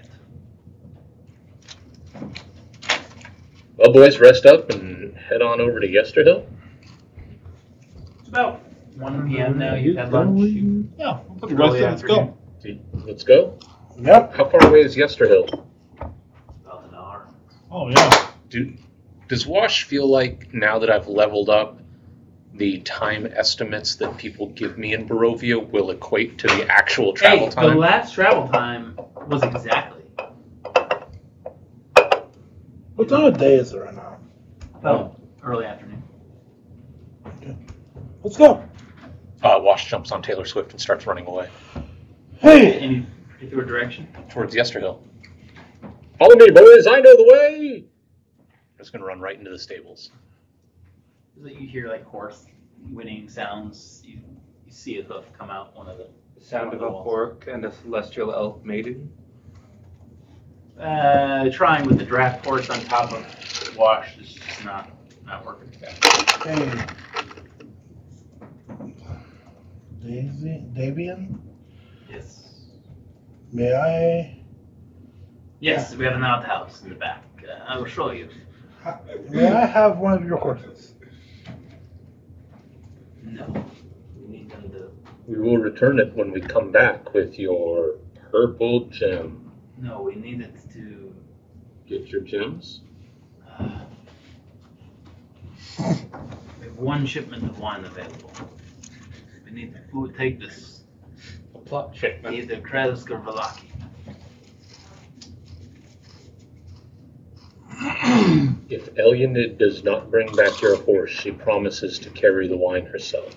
[SPEAKER 4] it.
[SPEAKER 1] Well, boys, rest up and head on over to Yester Hill.
[SPEAKER 4] It's about 1 p.m. now. You've had lunch. You-
[SPEAKER 2] Yeah, we'll put the
[SPEAKER 4] Early
[SPEAKER 2] rest in. Let's go.
[SPEAKER 4] afternoon.
[SPEAKER 1] Let's go.
[SPEAKER 6] Yep.
[SPEAKER 1] How far away is Yester Hill?
[SPEAKER 4] About an hour.
[SPEAKER 2] Oh, yeah.
[SPEAKER 24] Do, does Wash feel like now that I've leveled up, the time estimates that people give me in Barovia will equate to the actual travel
[SPEAKER 4] hey,
[SPEAKER 24] time?
[SPEAKER 4] the last travel time was exactly
[SPEAKER 6] What time of day is it right now?
[SPEAKER 4] about early afternoon.
[SPEAKER 6] Let's go.
[SPEAKER 24] uh, Wash jumps on Taylor Swift and starts running away
[SPEAKER 6] Hey.
[SPEAKER 4] Any particular direction?
[SPEAKER 24] towards Yesterhill.
[SPEAKER 1] Follow me, boys. I know the way.
[SPEAKER 24] I'm just going to run right into the stables.
[SPEAKER 4] Is that you hear like horse winning sounds? You, you see a hoof come out one of the
[SPEAKER 3] The sound of a fork and a celestial elf maiden.
[SPEAKER 4] Uh, trying with the draft horse on top of wash is just not not working.
[SPEAKER 6] Hey. Daisy, Davian,
[SPEAKER 4] Yes.
[SPEAKER 6] may I,
[SPEAKER 4] Yes, we have an outhouse in the back. Uh, I will show you.
[SPEAKER 6] may I have one of your horses?
[SPEAKER 4] No.
[SPEAKER 25] We need them to
[SPEAKER 1] We will return it when we come back with your purple gem.
[SPEAKER 4] No, we need it to.
[SPEAKER 1] Get your gems?
[SPEAKER 4] Uh, we have one shipment of wine available. We need who would take this?
[SPEAKER 3] A plot shipment.
[SPEAKER 4] Either Kresk or Velaki.
[SPEAKER 1] If Elionid does not bring back your horse, she promises to carry the wine herself.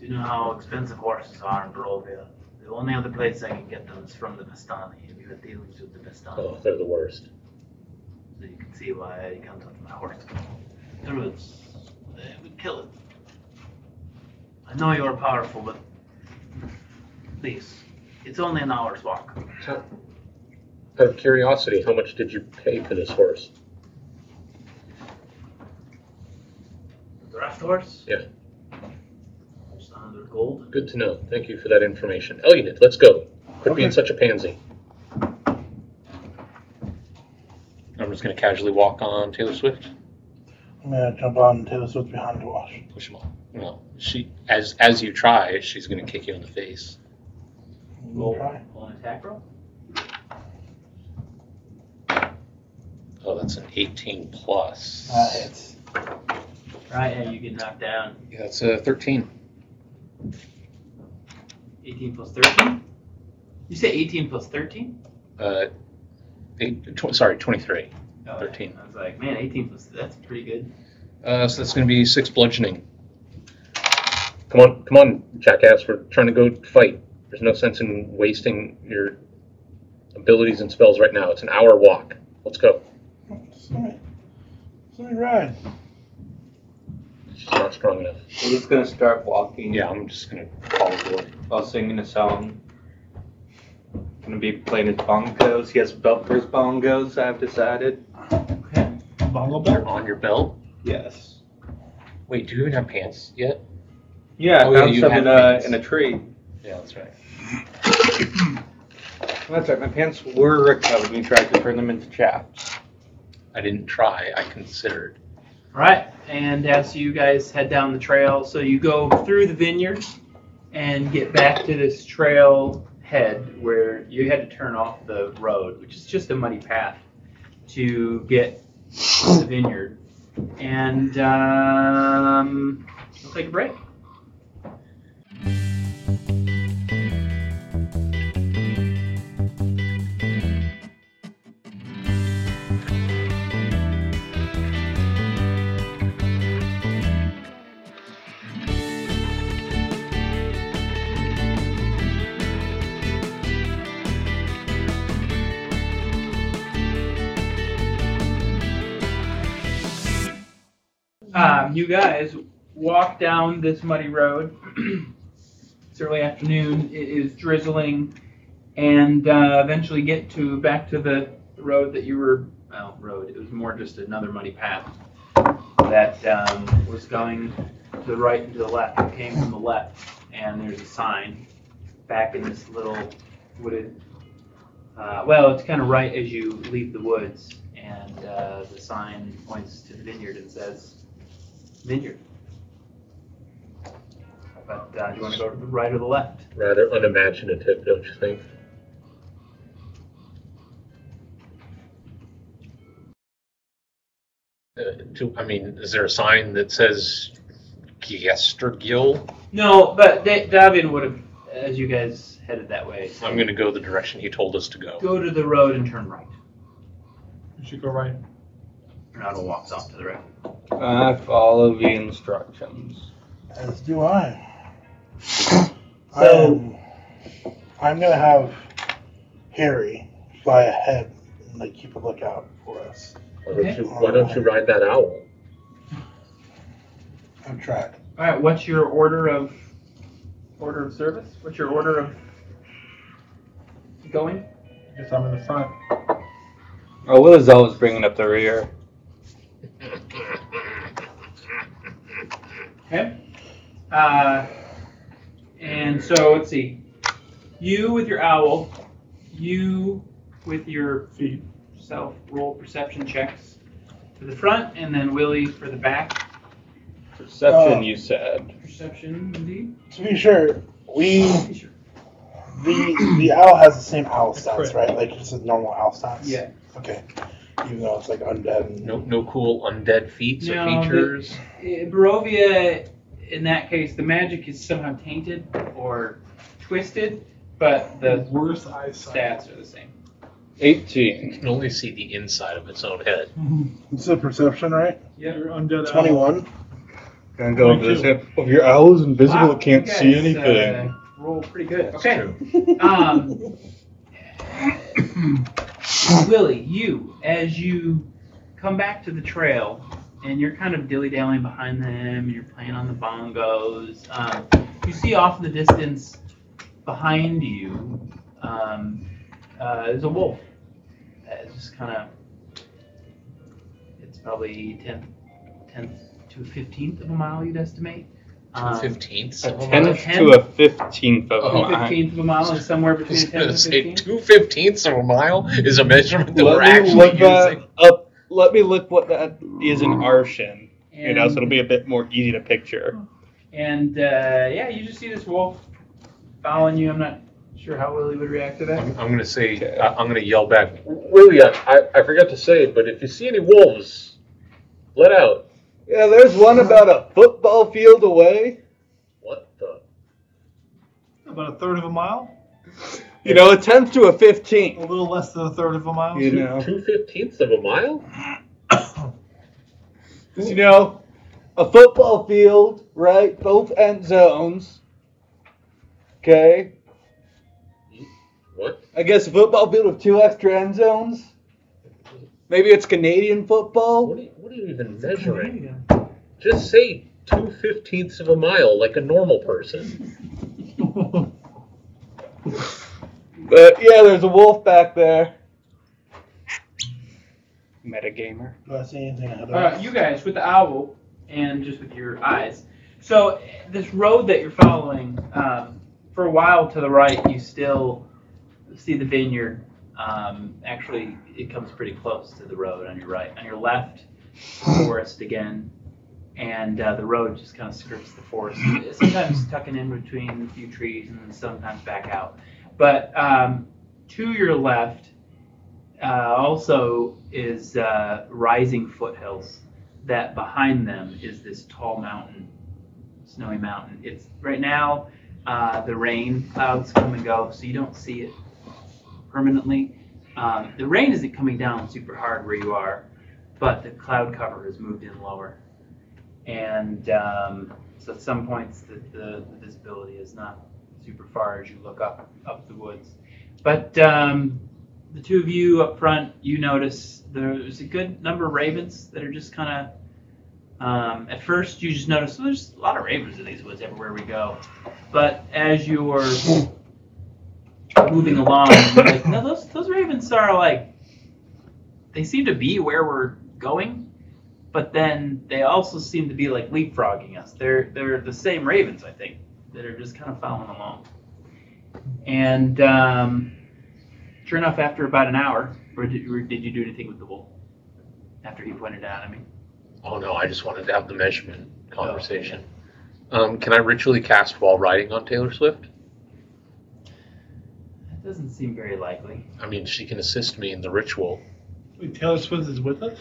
[SPEAKER 4] Do you know how expensive horses are in Barovia? The only other place I can get them is from the Vistani. If you had dealings with the Vistani.
[SPEAKER 1] Oh, they're the worst.
[SPEAKER 4] So you can see why you can't touch my horse. Druids, they would kill it. I know you're powerful, but please, it's only an hour's walk.
[SPEAKER 1] Out of curiosity, how much did you pay for this horse?
[SPEAKER 4] The draft horse?
[SPEAKER 1] Yeah.
[SPEAKER 4] Just 100 gold.
[SPEAKER 1] Good to know. Thank you for that information. Elionid, let's go. Quit being
[SPEAKER 6] Okay.
[SPEAKER 1] such a pansy.
[SPEAKER 24] I'm just going to casually walk on Taylor Swift,
[SPEAKER 6] I'm gonna jump on Taylor Swift behind the wash.
[SPEAKER 24] push him off. No, she as as you try, she's going to kick you in the face.
[SPEAKER 6] We'll try.
[SPEAKER 4] Roll an attack roll?
[SPEAKER 24] Oh, that's an 18 plus.
[SPEAKER 6] That Ah, hits.
[SPEAKER 4] Right, yeah, you get knocked down.
[SPEAKER 24] Uh, Yeah, that's a 13.
[SPEAKER 4] 18 plus 13? You say 18 plus 13?
[SPEAKER 24] Uh, eight, tw- sorry, 23.
[SPEAKER 4] Oh,
[SPEAKER 24] 13.
[SPEAKER 4] I was like, man, 18 plus, that's pretty good.
[SPEAKER 24] Uh, so that's going to be six bludgeoning.
[SPEAKER 1] Come on, come on, jackass. We're trying to go fight. There's no sense in wasting your abilities and spells right now. It's an hour walk. Let's go.
[SPEAKER 6] Just let me, just let me ride.
[SPEAKER 1] She's not strong enough.
[SPEAKER 3] We're just gonna start walking
[SPEAKER 24] Yeah, I'm just going to follow the order.
[SPEAKER 3] while singing a song. Gonna be playing his bongos. He has belt for his bongos. I've decided.
[SPEAKER 4] Okay.
[SPEAKER 2] Bongo
[SPEAKER 24] You're
[SPEAKER 2] belt.
[SPEAKER 24] on your belt.
[SPEAKER 3] Yes.
[SPEAKER 24] Wait, do you even have pants yet?
[SPEAKER 3] Yeah,
[SPEAKER 1] Oh,
[SPEAKER 3] I
[SPEAKER 1] yeah,
[SPEAKER 3] found
[SPEAKER 1] you
[SPEAKER 3] some
[SPEAKER 1] had
[SPEAKER 3] in a,
[SPEAKER 1] things.
[SPEAKER 3] in a tree.
[SPEAKER 1] Yeah, that's right.
[SPEAKER 3] That's right. My pants were recovered when you tried to turn them into chaps.
[SPEAKER 1] I didn't try. I considered.
[SPEAKER 17] All right, and as you guys head down the trail, so you go through the vineyard and get back to this trail head where you had to turn off the road, which is just a muddy path to get to the vineyard. And um, we'll take a break. Um, you guys walk down this muddy road. <clears throat> it's early afternoon. It is drizzling, and uh, eventually get to back to the road that you were. Well, road. It was more just another muddy path that um, was going to the right and to the left. It came from the left, and there's a sign back in this little wooded. Uh, well, it's kind of right as you leave the woods, and uh, the sign points to the vineyard and says vineyard. But uh, do you want to go to the right or the left?
[SPEAKER 7] Rather unimaginative, don't you think?
[SPEAKER 1] Uh, do, I mean, is there a sign that says Giestergill?
[SPEAKER 17] No, but Da- David would have, as you guys headed that way.
[SPEAKER 1] I'm going to go the direction he told us to go.
[SPEAKER 17] Go to the road and turn right.
[SPEAKER 2] You should go right.
[SPEAKER 17] Ronaldo walks off to the right.
[SPEAKER 3] I follow the instructions.
[SPEAKER 6] As do I.
[SPEAKER 17] So-
[SPEAKER 6] I'm, I'm gonna have Harry fly ahead and like keep a lookout for us.
[SPEAKER 7] Why don't you, why don't you ride that owl?
[SPEAKER 6] I've tried.
[SPEAKER 17] All right. What's your order of order of service? What's your order of going?
[SPEAKER 2] I guess I'm in the front.
[SPEAKER 3] Oh, Will is always bringing up the rear.
[SPEAKER 17] Okay. Uh, and so let's see. You with your owl, you with your feet, self roll perception checks for the front, and then Willie for the back.
[SPEAKER 3] Perception,
[SPEAKER 6] Oh.
[SPEAKER 3] you said.
[SPEAKER 17] Perception, indeed.
[SPEAKER 6] To be sure, we
[SPEAKER 17] Sure.
[SPEAKER 6] the the owl has the same owl stats,
[SPEAKER 2] Correct.
[SPEAKER 6] right? Like it's a normal owl stats.
[SPEAKER 17] Yeah.
[SPEAKER 6] Okay. Even though it's like undead. And,
[SPEAKER 1] No, no cool undead feats or
[SPEAKER 17] No, but-
[SPEAKER 1] features.
[SPEAKER 17] Uh, Barovia, in that case, the magic is somehow tainted or twisted, but the
[SPEAKER 2] Worst eyesight.
[SPEAKER 17] stats are the same.
[SPEAKER 3] 18.
[SPEAKER 1] You can only see the inside of its own head.
[SPEAKER 6] It's a perception, right?
[SPEAKER 2] You're undead. owl.
[SPEAKER 6] Twenty-one.
[SPEAKER 3] Gonna
[SPEAKER 2] go over this
[SPEAKER 3] hip. If your owl is invisible,
[SPEAKER 17] Wow,
[SPEAKER 3] it can't
[SPEAKER 17] you
[SPEAKER 3] see
[SPEAKER 17] guys,
[SPEAKER 3] anything.
[SPEAKER 17] uh, roll pretty good.
[SPEAKER 1] That's
[SPEAKER 17] okay.
[SPEAKER 1] true.
[SPEAKER 17] Um, Willie, you, as you come back to the trail and you're kind of dilly dallying behind them and you're playing on the bongos, um, you see off in the distance behind you, um, uh, there's a wolf. It's just kind of, it's probably 10th, 10th to 15th of a mile, you'd estimate. Um,
[SPEAKER 1] Fifteenth.
[SPEAKER 3] A
[SPEAKER 17] ten-
[SPEAKER 3] tenth to a fifteenth of
[SPEAKER 1] Oh,
[SPEAKER 3] a
[SPEAKER 17] Two
[SPEAKER 3] mile.
[SPEAKER 17] fifteenths of a mile is
[SPEAKER 1] <laughs>
[SPEAKER 17] somewhere
[SPEAKER 3] <laughs>
[SPEAKER 17] between ten
[SPEAKER 1] gonna
[SPEAKER 17] and
[SPEAKER 1] say
[SPEAKER 17] fifteen.
[SPEAKER 1] two fifteenths of a mile is a measurement that we're
[SPEAKER 3] Let me
[SPEAKER 1] actually
[SPEAKER 3] look that
[SPEAKER 1] using.
[SPEAKER 3] up. Let me look what that is in Arshin. You know, so it'll
[SPEAKER 17] And-
[SPEAKER 3] be a bit more easy to picture.
[SPEAKER 17] And uh, yeah, you just see this wolf following you. I'm not sure how Willie would react to that.
[SPEAKER 1] I'm, I'm gonna say I, I'm gonna yell back.
[SPEAKER 7] Willie, I, I forgot to say, but if you see any wolves, let out.
[SPEAKER 3] Yeah, there's one about a football field away.
[SPEAKER 7] What the?
[SPEAKER 2] About a third of a mile?
[SPEAKER 3] You know, a tenth to a
[SPEAKER 2] A
[SPEAKER 3] fifteenth.
[SPEAKER 2] little less than a third of a mile?
[SPEAKER 3] You know,
[SPEAKER 7] Two fifteenths of a mile?
[SPEAKER 3] 'Cause, you know, a football field, right? Both end zones. Okay,
[SPEAKER 7] What?
[SPEAKER 3] I guess a football field with two extra end zones. Maybe it's Canadian football.
[SPEAKER 7] What are you, what are you even measuring? Just say two fifteenths of a mile like a normal person.
[SPEAKER 3] But yeah, there's a wolf back there. Metagamer.
[SPEAKER 6] Do I see anything ahead of
[SPEAKER 17] Uh,
[SPEAKER 6] us?
[SPEAKER 17] you guys with the owl and just with your eyes, So this road that you're following, um, for a while to the right, you still see the vineyard. Um, actually, it comes pretty close to the road on your right. On your left, forest again, and uh, the road just kind of skirts the forest, sometimes tucking in between a few trees and then sometimes back out. But um, to your left uh, also is uh, rising foothills. That behind them is this tall mountain, snowy mountain. It's right now uh, the rain clouds come and go, so you don't see it permanently. Um, the rain isn't coming down super hard where you are, but the cloud cover has moved in lower. And um, so at some points, the, the, the visibility is not super far as you look up up the woods. But um, the two of you up front, you notice there's a good number of ravens that are just kind of. Um, at first, you just notice "Well, there's a lot of ravens in these woods everywhere we go. But as you're moving along, you're like, no, those those ravens are like they seem to be where we're going, but then they also seem to be like leapfrogging us. They're they're the same ravens, I think, that are just kind of following along. And um, sure enough, after about an hour, or did, or did you do anything with the bull? After he pointed out, I mean,
[SPEAKER 1] Oh no, I just wanted to have the measurement conversation.
[SPEAKER 7] Oh.
[SPEAKER 1] Um, can I ritually cast while riding on Taylor Swift?
[SPEAKER 17] that doesn't seem very likely.
[SPEAKER 1] I mean, she can assist me in the ritual.
[SPEAKER 9] Wait, Taylor Swift is with us?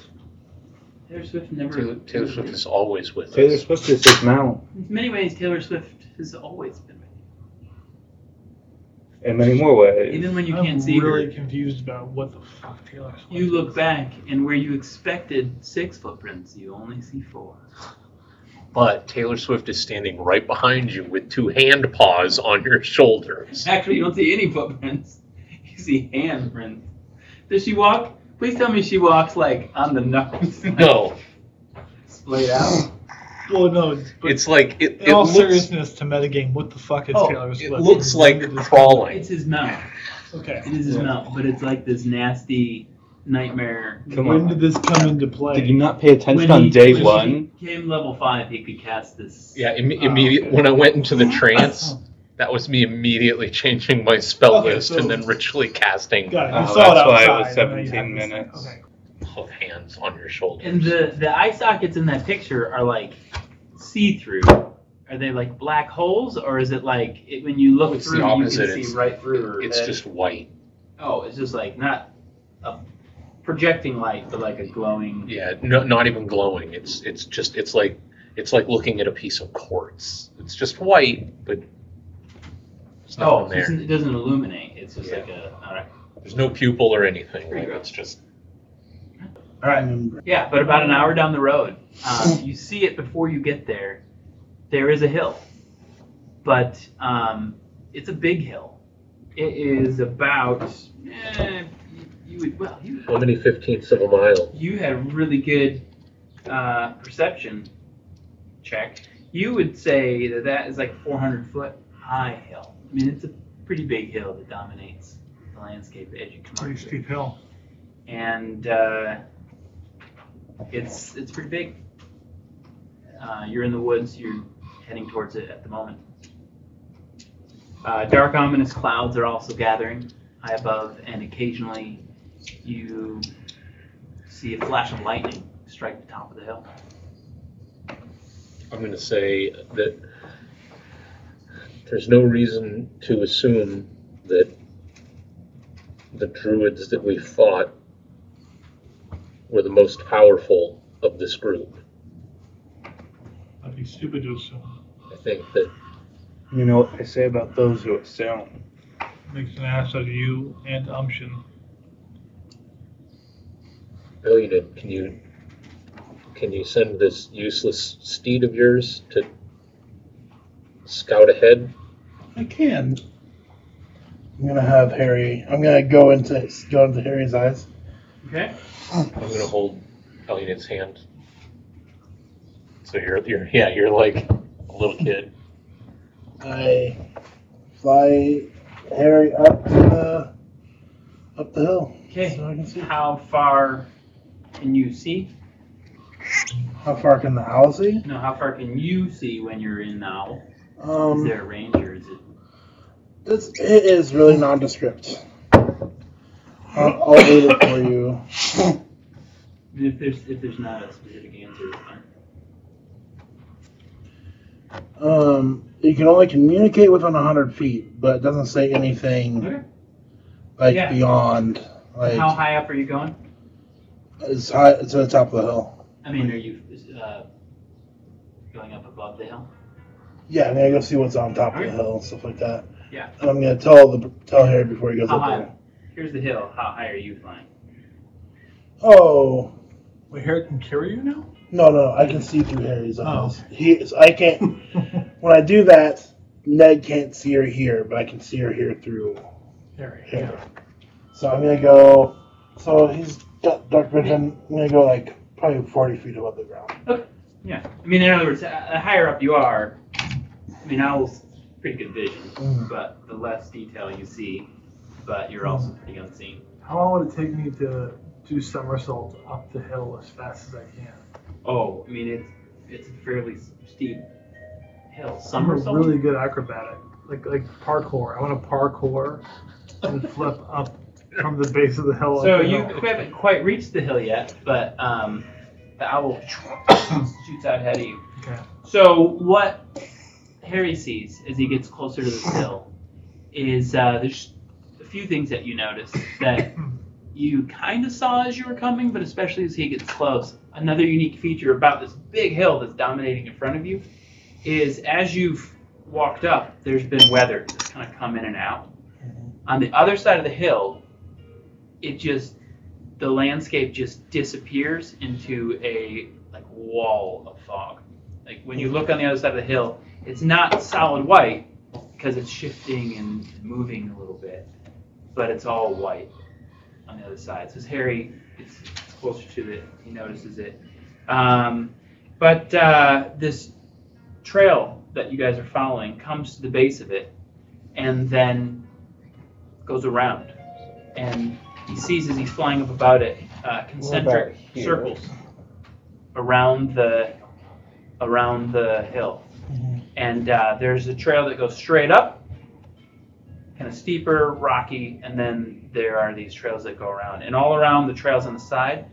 [SPEAKER 17] Taylor Swift never.
[SPEAKER 1] Taylor, Taylor Swift is always with
[SPEAKER 3] Taylor
[SPEAKER 1] us.
[SPEAKER 3] Swift is his mount.
[SPEAKER 17] In many ways, Taylor Swift has always been. with
[SPEAKER 3] In many more
[SPEAKER 17] you.
[SPEAKER 3] ways.
[SPEAKER 17] Even when you
[SPEAKER 2] I'm
[SPEAKER 17] can't see
[SPEAKER 2] really
[SPEAKER 17] her,
[SPEAKER 2] confused about what the fuck Taylor Swift.
[SPEAKER 17] you look back, and where you expected six footprints, you only see four.
[SPEAKER 1] But Taylor Swift is standing right behind you with two hand paws on your shoulders.
[SPEAKER 17] Actually, you don't see any footprints. <laughs> You see handprints. Does she walk? Please tell me she walks like on the knuckles. like,
[SPEAKER 1] No, Oh
[SPEAKER 17] Splayed out.
[SPEAKER 9] Well, no. it's- But
[SPEAKER 1] it's like it,
[SPEAKER 9] in
[SPEAKER 1] it
[SPEAKER 9] all
[SPEAKER 1] looks,
[SPEAKER 9] seriousness, to metagame, what the fuck is
[SPEAKER 17] Oh,
[SPEAKER 9] Taylor
[SPEAKER 1] it
[SPEAKER 9] Swift?
[SPEAKER 1] looks like crawling.
[SPEAKER 17] It's his mouth.
[SPEAKER 9] Okay.
[SPEAKER 17] It is his mouth, but it's like this nasty nightmare.
[SPEAKER 3] Come
[SPEAKER 9] when
[SPEAKER 3] on.
[SPEAKER 9] did this come into play?
[SPEAKER 3] Did you not pay attention
[SPEAKER 17] When
[SPEAKER 3] on
[SPEAKER 17] he-
[SPEAKER 3] day
[SPEAKER 17] when he
[SPEAKER 3] one?
[SPEAKER 17] Became level five. He could cast this.
[SPEAKER 1] Yeah, Im- immediate, when I went into the trance, that was me immediately changing my spell
[SPEAKER 9] Okay,
[SPEAKER 1] list
[SPEAKER 9] so-
[SPEAKER 1] and then ritually casting
[SPEAKER 9] Got it. You
[SPEAKER 3] Oh,
[SPEAKER 9] saw
[SPEAKER 3] that's
[SPEAKER 9] it
[SPEAKER 3] why it
[SPEAKER 9] outside.
[SPEAKER 3] was
[SPEAKER 9] and then you
[SPEAKER 3] 17
[SPEAKER 9] had this-
[SPEAKER 3] minutes.
[SPEAKER 9] Okay.
[SPEAKER 1] both hands on your shoulders.
[SPEAKER 17] And the the eye sockets in that picture are like see through. Are they like black holes, or is it like it, when you look
[SPEAKER 1] It's the
[SPEAKER 17] through,
[SPEAKER 1] opposite.
[SPEAKER 17] you can
[SPEAKER 1] It's-
[SPEAKER 17] see right through? or
[SPEAKER 1] it's
[SPEAKER 17] that-
[SPEAKER 1] just white.
[SPEAKER 17] Oh, it's just like not a projecting light, but like a glowing.
[SPEAKER 1] Yeah, no, not even glowing. It's it's just it's like it's like looking at a piece of quartz. It's just white, but there's nothing
[SPEAKER 17] Oh, it
[SPEAKER 1] there.
[SPEAKER 17] doesn't, it doesn't illuminate. It's just
[SPEAKER 1] Yeah.
[SPEAKER 17] like a. All right.
[SPEAKER 1] There's no pupil or anything. Like, it's just
[SPEAKER 17] All right. Yeah, but about an hour down the road, um, you see it before you get there. There is a hill, but um, it's a big hill. It is about. eh, you- you would well. You,
[SPEAKER 7] How many fifteenths of a mile?
[SPEAKER 17] you had a really good uh, perception check. You would say that that is like 400 foot high hill. I mean, it's a pretty big hill that dominates the landscape as you come
[SPEAKER 2] Pretty
[SPEAKER 17] up to it.
[SPEAKER 2] steep hill.
[SPEAKER 17] And uh, it's it's pretty big. Uh, you're in the woods. You're heading towards it at the moment. Uh, dark, ominous clouds are also gathering high above, and occasionally you see a flash of lightning strike the top of the hill.
[SPEAKER 7] I'm going to say that there's no reason to assume that the druids that we fought were the most powerful of this group.
[SPEAKER 2] That'd be stupid to assume.
[SPEAKER 7] I think that
[SPEAKER 3] You know what I say about those who assume.
[SPEAKER 2] Makes an ass out of you and Umption.
[SPEAKER 7] Billionin, can you can you send this useless steed of yours to scout ahead?
[SPEAKER 6] I can. I'm gonna have Harry. I'm gonna go into go into Harry's eyes.
[SPEAKER 17] Okay.
[SPEAKER 1] I'm gonna hold Elliot's hand. So you're you're yeah you're like a little kid.
[SPEAKER 6] I fly Harry up to the up the hill.
[SPEAKER 17] Okay.
[SPEAKER 6] So I can see.
[SPEAKER 17] How far can you see?
[SPEAKER 6] How far can the owl see?
[SPEAKER 17] No, how far can you see when you're in now?
[SPEAKER 6] Um,
[SPEAKER 17] is there a range or is it?
[SPEAKER 6] It's, it is really nondescript. I'll, I'll read it for you.
[SPEAKER 17] I mean, If there's if there's not a specific answer, it's fine.
[SPEAKER 6] Um, you can only communicate within 100 feet, but it doesn't say anything
[SPEAKER 17] Okay.
[SPEAKER 6] like
[SPEAKER 17] Yeah.
[SPEAKER 6] beyond, like
[SPEAKER 17] how high up are you going?
[SPEAKER 6] it's high, it's at the top of the hill.
[SPEAKER 17] I mean, are you is, uh, going up above the hill?
[SPEAKER 6] Yeah, I'm gonna go see what's on top of the
[SPEAKER 17] Alright.
[SPEAKER 6] hill and stuff like that.
[SPEAKER 17] Yeah.
[SPEAKER 6] And I'm gonna tell the tell Harry before he goes
[SPEAKER 17] How
[SPEAKER 6] up
[SPEAKER 17] high?
[SPEAKER 6] there.
[SPEAKER 17] Here's the hill. How high are you flying?
[SPEAKER 6] Oh
[SPEAKER 9] Wait, Herrick can carry you
[SPEAKER 2] <laughs>
[SPEAKER 9] now?
[SPEAKER 6] no, no, I can see through Harry's
[SPEAKER 9] Oh.
[SPEAKER 6] eyes. He, is-
[SPEAKER 2] <laughs>
[SPEAKER 6] I can't. when I do that, Ned can't see her here, but I can see her here through
[SPEAKER 9] Harry.
[SPEAKER 6] Harry. So I'm gonna go. So he's got dark vision. I'm gonna go like probably 40 feet above the ground.
[SPEAKER 17] Yeah. I mean, in other words, uh, the higher up you are, I mean, owls pretty good vision,
[SPEAKER 9] Mm.
[SPEAKER 6] Mhm.
[SPEAKER 17] but the less detail you see, but you're also pretty unseen.
[SPEAKER 9] How long would it take me to do somersault up the hill as fast as I can?
[SPEAKER 17] Oh, I mean, it's it's a fairly s- steep hill.
[SPEAKER 9] I'm a
[SPEAKER 17] Somersault.
[SPEAKER 9] really good acrobatic, like like parkour. I want to parkour
[SPEAKER 17] <laughs>
[SPEAKER 9] and flip up from the base of the hill.
[SPEAKER 17] So
[SPEAKER 9] up the
[SPEAKER 17] you
[SPEAKER 9] hill.
[SPEAKER 17] haven't quite reached the hill yet, but um, the owl <coughs> shoots out ahead of you.
[SPEAKER 9] Okay.
[SPEAKER 17] So what Harry sees as he gets closer to the hill is uh, there's a few things that you notice that
[SPEAKER 9] Hmm.
[SPEAKER 17] you kind of saw as you were coming, but especially as he gets close. Another unique feature about this big hill that's dominating in front of you is as you've walked up, there's been weather that's kind of come in and out. On the other side of the hill, it just the landscape just disappears into a like wall of fog. Like when you look on the other side of the hill, it's not solid white because it's shifting and moving a little bit, but it's all white on the other side. So as Harry gets closer to it, he notices it. Um, but uh, this trail that you guys are following comes to the base of it and then goes around. And he sees as he's flying up about it uh, concentric
[SPEAKER 8] here?
[SPEAKER 17] circles around the around the hill. And uh, there's a trail that goes straight up, kind of steeper, rocky, and then there are these trails that go around. And all around the trails on the side,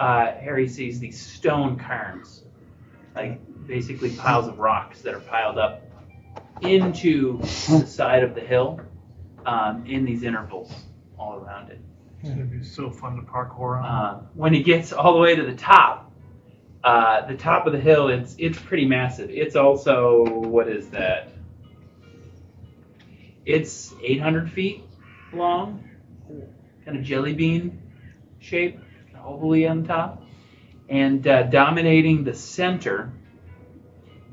[SPEAKER 17] uh, Harry sees these stone cairns, like basically piles of rocks that are piled up into the side of the hill um, in these intervals all around it.
[SPEAKER 9] It's gonna be so fun to parkour on.
[SPEAKER 17] Uh, when it gets all the way to the top, uh, the top of the hill, it's it's pretty massive. It's also what is that? It's 800 feet long, kind of jelly bean shape, hopefully on top, and uh, dominating the center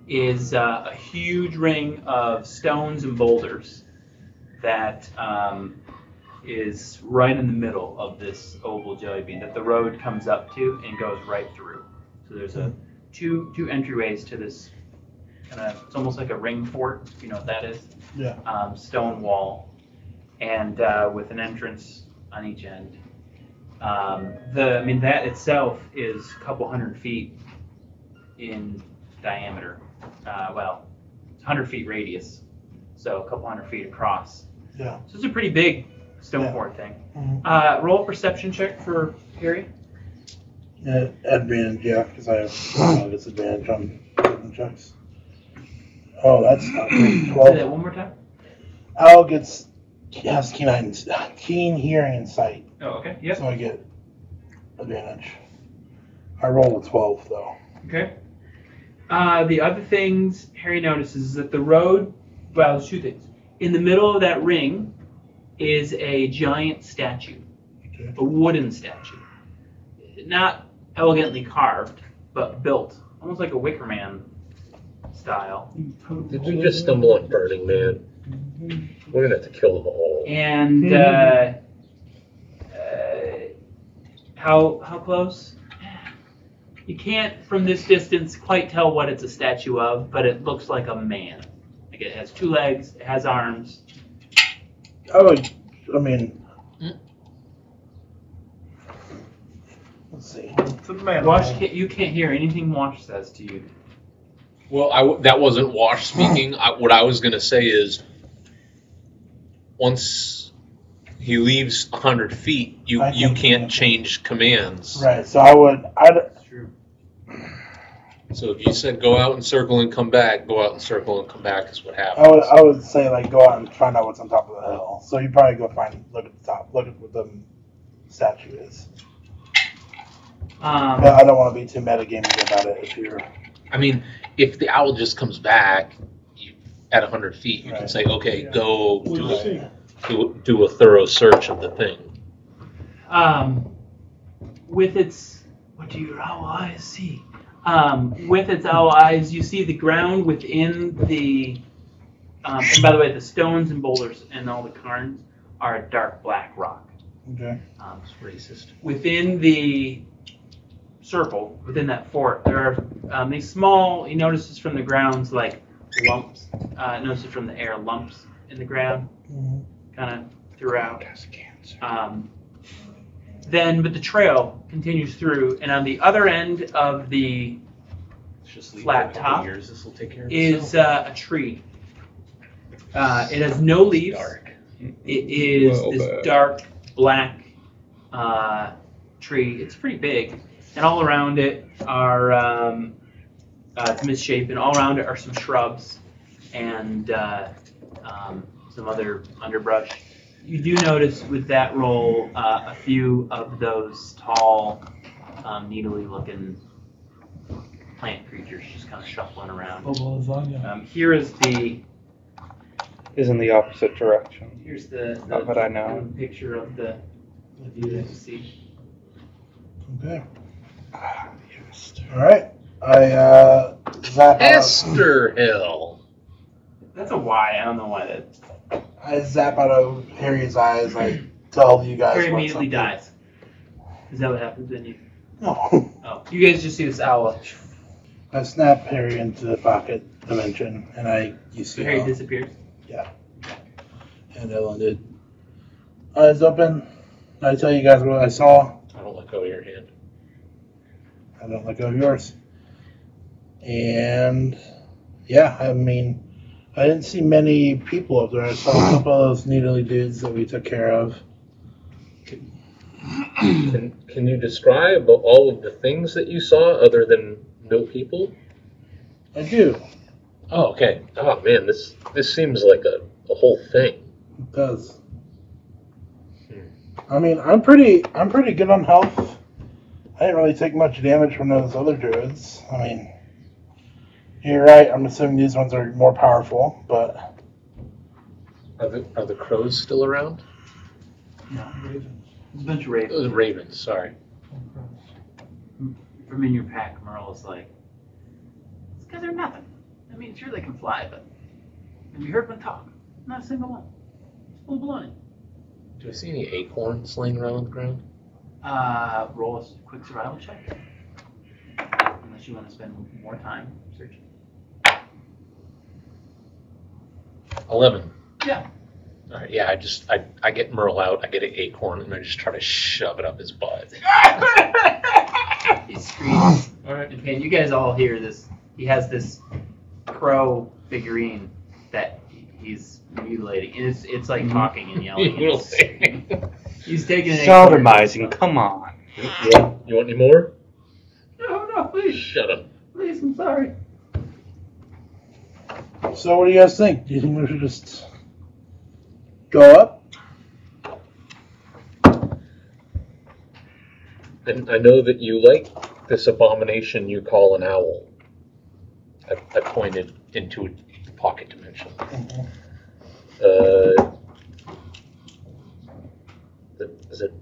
[SPEAKER 17] is uh, a huge ring of stones and boulders that. Um, is right in the middle of this oval jelly bean that the road comes up to and goes right through. So there's a two two entryways to this kind of it's almost like a ring fort, if you know what that is.
[SPEAKER 6] Yeah.
[SPEAKER 17] Um, stone wall, and uh, with an entrance on each end. Um, the I mean that itself is a couple hundred feet in diameter. Uh, well, 100 feet radius, so a couple hundred feet across.
[SPEAKER 6] Yeah.
[SPEAKER 17] So it's a pretty big stone
[SPEAKER 6] Yeah.
[SPEAKER 17] fort thing.
[SPEAKER 6] Mhm.
[SPEAKER 17] Uh, roll a perception check for
[SPEAKER 6] <clears throat>
[SPEAKER 17] Harry.
[SPEAKER 6] Yeah, advantage, yeah, because I have uh, disadvantage on certain checks. Oh, that's not
[SPEAKER 17] <clears throat>
[SPEAKER 6] good.
[SPEAKER 17] Say that
[SPEAKER 6] twelve.
[SPEAKER 17] one more time.
[SPEAKER 6] Al gets has keen eye and, keen hearing and sight,
[SPEAKER 17] Oh, okay. Yep.
[SPEAKER 6] so I get advantage. I roll a twelve though.
[SPEAKER 17] Okay. Uh, the other things Harry notices is that the road, well, there's two things. In the middle of that ring is a giant statue,
[SPEAKER 6] Okay.
[SPEAKER 17] a wooden statue. Not elegantly carved, but built, almost like a Wicker Man style.
[SPEAKER 7] Did we just stumble on Burning Man? We're gonna have to kill them all.
[SPEAKER 17] And uh, uh, how how close? You can't from this distance quite tell what it's a statue of, but it looks like a man. Like it has two legs, it has arms. Mm.
[SPEAKER 6] I would, I mean, Let's see.
[SPEAKER 9] It's a man.
[SPEAKER 17] Wash can't, you can't hear anything Wash says to you.
[SPEAKER 1] Well, I w- that wasn't Wash speaking. I, what I was going to say is once he leaves 100 feet, you,
[SPEAKER 6] I
[SPEAKER 1] you
[SPEAKER 6] think-
[SPEAKER 1] can't change commands.
[SPEAKER 6] Right. So I would. I'd.
[SPEAKER 17] That's true.
[SPEAKER 1] So if you said go out and circle and come back, go out and circle and come back is what
[SPEAKER 6] I would.
[SPEAKER 1] happens.
[SPEAKER 6] I would say like go out and find out what's on top of the hill. So you probably go find look at the top. Look at what the statue is.
[SPEAKER 17] Um,
[SPEAKER 6] But I don't want to be too metagaming about it. If you're
[SPEAKER 1] I mean, if the owl just comes back you, at 100 feet, you can
[SPEAKER 6] Right.
[SPEAKER 1] say, okay, go do
[SPEAKER 2] We'll
[SPEAKER 1] a,
[SPEAKER 2] see.
[SPEAKER 1] do, do a thorough search of the thing.
[SPEAKER 17] um, with its what do your owl eyes see? Um, with its owl eyes, you see the ground within the. Um, and by the way, the stones and boulders and all the cairns are a dark black rock.
[SPEAKER 6] okay.
[SPEAKER 17] Um,
[SPEAKER 1] It's racist.
[SPEAKER 17] within the circle, within that fort, there are um, these small, he notices from the grounds like lumps, uh, notices from the air lumps in the ground, kind of throughout. Um, then, but the trail continues through, and on the other end of the
[SPEAKER 1] Let's Just leave
[SPEAKER 17] Flat
[SPEAKER 1] it a couple
[SPEAKER 17] top
[SPEAKER 1] years. This will take care of
[SPEAKER 17] is
[SPEAKER 1] itself.
[SPEAKER 17] uh, a tree. Uh, it has no leaves.
[SPEAKER 1] dark.
[SPEAKER 17] It is
[SPEAKER 22] Well,
[SPEAKER 17] this
[SPEAKER 22] bad.
[SPEAKER 17] dark black uh, tree. It's pretty big, and all around it are um, uh, it's misshapen. All around it are some shrubs and uh, um, some other underbrush. You do notice with that roll uh, a few of those tall, um, needly-looking plant creatures just kind of shuffling around. Um, here is the
[SPEAKER 8] is in the opposite direction.
[SPEAKER 17] Here's the,
[SPEAKER 8] Not
[SPEAKER 17] the
[SPEAKER 8] that I know.
[SPEAKER 17] um, picture of the, the view that you see.
[SPEAKER 6] Okay. All right. I uh. Does that have,
[SPEAKER 1] Esther Hill.
[SPEAKER 17] That's a Y. I don't know why that.
[SPEAKER 6] I zap out of Harry's eyes. I tell you guys.
[SPEAKER 17] Harry
[SPEAKER 6] what's
[SPEAKER 17] immediately
[SPEAKER 6] up.
[SPEAKER 17] dies. Is that what happens when you?
[SPEAKER 6] No.
[SPEAKER 17] Oh, you guys just see this owl.
[SPEAKER 6] I snap Harry into the pocket dimension, and I you see
[SPEAKER 17] So Harry
[SPEAKER 6] how-
[SPEAKER 17] disappears.
[SPEAKER 6] and I landed. Eyes open. I tell you guys what I saw.
[SPEAKER 1] I don't let go of your hand.
[SPEAKER 6] I don't let go of yours. And yeah, I mean, I didn't see many people up there. I saw a couple of those needly dudes that we took care of.
[SPEAKER 7] Can, can you describe all of the things that you saw other than no people?
[SPEAKER 6] I do.
[SPEAKER 7] Oh, okay. Oh man, this this seems like a, a whole thing.
[SPEAKER 6] It does. I mean, I'm pretty, I'm pretty good on health. I didn't really take much damage from those other druids. I mean, you're right. I'm assuming these ones are more powerful, but
[SPEAKER 1] Are the, are the crows still around?
[SPEAKER 17] There's a bunch of ravens.
[SPEAKER 1] Oh, the ravens, sorry.
[SPEAKER 17] From in your pack, Merle is like, these guys are nothing. I mean, sure they can fly, but have you heard them talk? Not a single one. It's full of baloney.
[SPEAKER 1] Do I see any acorns laying around the ground?
[SPEAKER 17] Uh, roll a quick survival check. Unless you want to spend more time searching.
[SPEAKER 1] 11.
[SPEAKER 17] Yeah.
[SPEAKER 1] All right, yeah, I just, I, I get Merle out, I get an acorn, and I just try to shove it up his <laughs> butt.
[SPEAKER 17] he screams.
[SPEAKER 1] All right.
[SPEAKER 17] And can you guys all hear this? He has this crow figurine that he- he's mutilating. And it's, it's like
[SPEAKER 1] <laughs>
[SPEAKER 17] talking and yelling. and
[SPEAKER 1] Little
[SPEAKER 17] it's-
[SPEAKER 1] thing. <laughs>
[SPEAKER 17] he's taking an acorn.
[SPEAKER 8] Sodomizing, come on.
[SPEAKER 7] You, you want, you want any more?
[SPEAKER 17] No, no, please.
[SPEAKER 7] Shut up.
[SPEAKER 17] Please, I'm sorry.
[SPEAKER 6] so what do you guys think? Do you think we should just go up?
[SPEAKER 7] And I know that you like this abomination you call an owl. I, I pointed into the pocket dimension. Uh, th- is it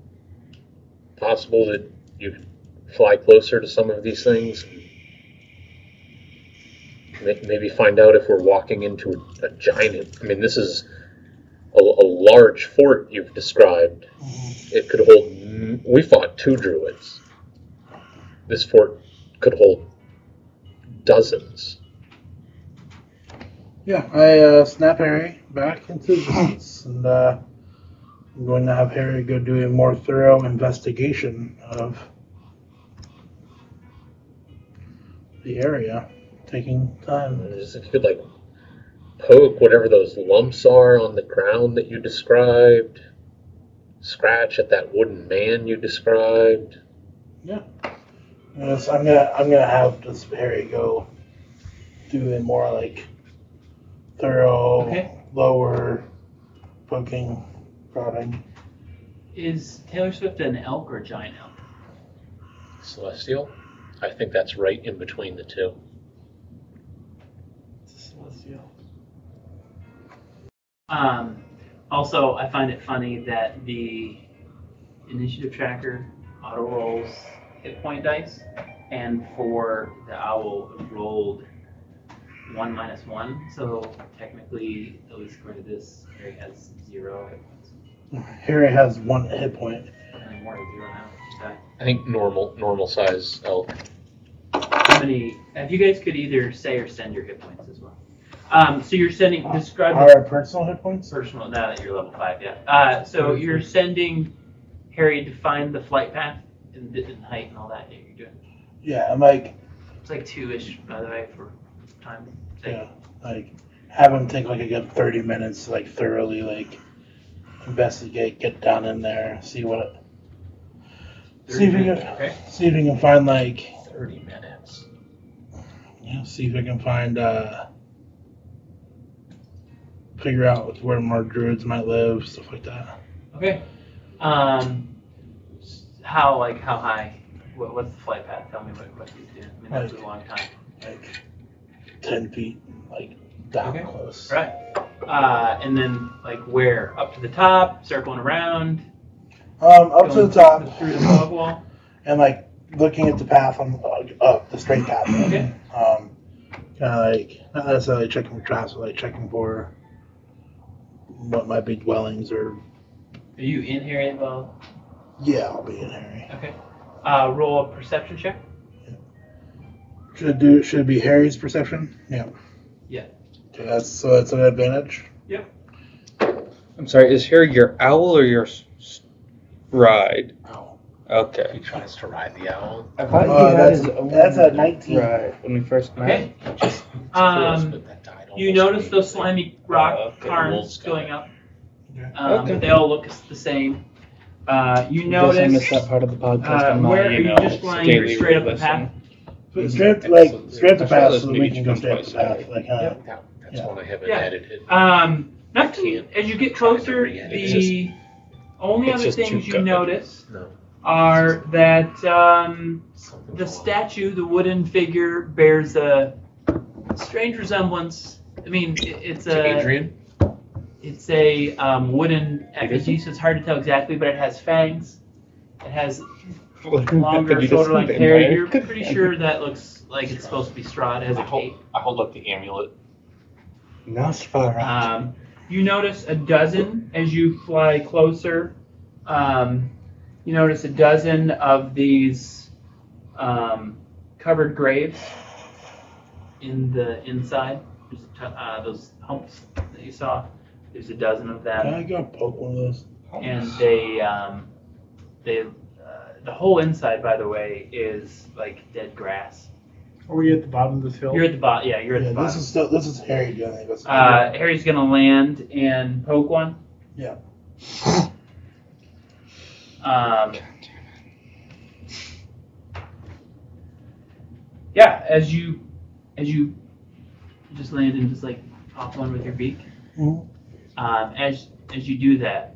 [SPEAKER 7] possible that you could fly closer to some of these things? May- Maybe find out if we're walking into a, a giant. I mean, this is a, a large fort you've described. It could hold. m- We fought two druids. This fort could hold dozens.
[SPEAKER 6] Yeah, I uh, snap Harry back into the seats, and uh, I'm going to have Harry go do a more thorough investigation of the area, taking time.
[SPEAKER 7] And just if you could like poke whatever those lumps are on the ground that you described, scratch at that wooden man you described.
[SPEAKER 6] Yes, I'm gonna I'm gonna have this Barry go do a more like thorough
[SPEAKER 17] Okay.
[SPEAKER 6] lower poking prodding.
[SPEAKER 17] Is Taylor Swift an elk or a giant elk?
[SPEAKER 1] Celestial? I think that's right in between the two.
[SPEAKER 17] Um, also, I find it funny that the initiative tracker auto rolls hit point dice, and for the owl it rolled one minus one, so technically, at least according to this, Harry has zero hit points.
[SPEAKER 6] Harry has one hit point.
[SPEAKER 17] And more than zero now. Okay.
[SPEAKER 1] I think normal normal size oh, elk.
[SPEAKER 17] How many? If you guys could either say or send your hit points as well. Um, so you're sending. Describe.
[SPEAKER 6] Are our personal hit points?
[SPEAKER 17] personal now that you're level five, yeah. Uh, so you're sending Harry to find the flight path and, di- and height and all that. Yeah, you're doing.
[SPEAKER 6] Yeah, I'm like
[SPEAKER 17] It's like two ish, by the way, for time. sake.
[SPEAKER 6] yeah, like have him take like a good thirty minutes to like thoroughly like investigate, get down in there, see what see if he can
[SPEAKER 17] Okay.
[SPEAKER 6] see if he can find like
[SPEAKER 1] Thirty minutes.
[SPEAKER 6] Yeah, see if I can find uh figure out where more druids might live, stuff like that.
[SPEAKER 17] Okay. Um, s- how like how high? What, what's the flight path? Tell me what what you do. I mean that's a long time.
[SPEAKER 6] Like ten feet, like down
[SPEAKER 17] Okay.
[SPEAKER 6] close.
[SPEAKER 17] Right. Uh, and then like where? Up to the top, circling around.
[SPEAKER 6] Um up to
[SPEAKER 17] going
[SPEAKER 6] the top
[SPEAKER 17] Through the fog wall.
[SPEAKER 6] and like looking at the path on uh, up, the straight path.
[SPEAKER 17] Okay.
[SPEAKER 6] Um kinda like not necessarily checking for traps, but like checking for what might be dwellings or
[SPEAKER 17] Are you in Harry as well?
[SPEAKER 6] yeah, I'll be in Harry.
[SPEAKER 17] Okay. Uh, roll a perception check.
[SPEAKER 6] Should do should it be Harry's perception? Yeah.
[SPEAKER 17] Yeah.
[SPEAKER 6] Okay, that's so that's an advantage.
[SPEAKER 3] I'm sorry, is here your owl or your s- s- ride?
[SPEAKER 6] Owl.
[SPEAKER 3] Okay.
[SPEAKER 1] He tries to ride the owl.
[SPEAKER 3] I
[SPEAKER 6] thought he Uh, had that's- his own that's a 19.
[SPEAKER 3] Right, when we first met.
[SPEAKER 17] Okay.
[SPEAKER 1] He just threw us,
[SPEAKER 17] Um,
[SPEAKER 1] but that died
[SPEAKER 17] you
[SPEAKER 1] almost
[SPEAKER 17] notice those
[SPEAKER 1] immediately.
[SPEAKER 17] slimy rock
[SPEAKER 1] Uh, okay,
[SPEAKER 17] cairns
[SPEAKER 1] wolves got
[SPEAKER 17] going
[SPEAKER 1] it.
[SPEAKER 17] up.
[SPEAKER 2] Yeah.
[SPEAKER 17] Um,
[SPEAKER 3] Okay.
[SPEAKER 17] They all look the same. Uh, you
[SPEAKER 3] Guess I missed
[SPEAKER 17] notice.
[SPEAKER 3] that part of the podcast.
[SPEAKER 17] Uh,
[SPEAKER 3] on my,
[SPEAKER 17] where are you
[SPEAKER 3] know,
[SPEAKER 17] just flying
[SPEAKER 3] daily
[SPEAKER 17] straight up the
[SPEAKER 3] re-listen.
[SPEAKER 17] path?
[SPEAKER 6] But
[SPEAKER 3] Mhm.
[SPEAKER 6] straight up,
[SPEAKER 3] I
[SPEAKER 6] like
[SPEAKER 3] guess it's-
[SPEAKER 6] straight up the
[SPEAKER 3] I saw
[SPEAKER 6] path
[SPEAKER 3] this
[SPEAKER 6] so that
[SPEAKER 3] maybe
[SPEAKER 6] we can go
[SPEAKER 3] once
[SPEAKER 6] straight up
[SPEAKER 3] twice
[SPEAKER 6] the path.
[SPEAKER 3] already.
[SPEAKER 6] Like, uh,
[SPEAKER 1] That- That's
[SPEAKER 6] Yeah.
[SPEAKER 1] one I haven't
[SPEAKER 17] Yeah.
[SPEAKER 1] edited.
[SPEAKER 17] Um, nothing.
[SPEAKER 1] Can't.
[SPEAKER 17] As you get closer,
[SPEAKER 1] Trying to re-edit. It's
[SPEAKER 17] the only
[SPEAKER 1] it's
[SPEAKER 17] other
[SPEAKER 1] just
[SPEAKER 17] things
[SPEAKER 1] too uh,
[SPEAKER 17] you
[SPEAKER 1] gut-wrenching.
[SPEAKER 17] notice
[SPEAKER 1] No.
[SPEAKER 17] are that um,
[SPEAKER 1] something's
[SPEAKER 17] the
[SPEAKER 1] wrong.
[SPEAKER 17] statue, the wooden figure, bears a strange resemblance. I mean, it, it's
[SPEAKER 1] To
[SPEAKER 17] a.
[SPEAKER 1] Adrian.
[SPEAKER 17] It's a um, wooden
[SPEAKER 1] It
[SPEAKER 17] effigy, so it's hard to tell exactly, but it has fangs.
[SPEAKER 3] <laughs>
[SPEAKER 17] It has
[SPEAKER 3] But <laughs>
[SPEAKER 17] <laughs> longer
[SPEAKER 3] you just
[SPEAKER 17] shoulder length
[SPEAKER 3] put it
[SPEAKER 17] hair.
[SPEAKER 3] there. <laughs>
[SPEAKER 17] You're pretty sure that looks like it's supposed to be straw. It has a
[SPEAKER 1] I hold,
[SPEAKER 17] cape.
[SPEAKER 1] I hold up the amulet.
[SPEAKER 3] Nosferatu.
[SPEAKER 17] Um, you notice a dozen as you fly closer. Um, you notice a dozen of these um, covered graves in the inside. There's a ton- uh, those humps that you saw. There's a dozen of them.
[SPEAKER 6] can I go poke one of those?
[SPEAKER 17] and
[SPEAKER 3] <laughs>
[SPEAKER 17] they um, they uh, the whole inside by the way is like dead grass
[SPEAKER 9] Are we at the bottom of this hill?
[SPEAKER 17] you're at the bottom yeah you're at
[SPEAKER 6] Yeah,
[SPEAKER 17] the
[SPEAKER 6] this
[SPEAKER 17] bottom
[SPEAKER 6] is still, this is Harry doing it. That's-
[SPEAKER 17] uh, harry's gonna land and poke one
[SPEAKER 6] Yeah.
[SPEAKER 17] um, yeah as you as you just land and just like pop one with your beak
[SPEAKER 6] Mhm.
[SPEAKER 17] um, as as you do that,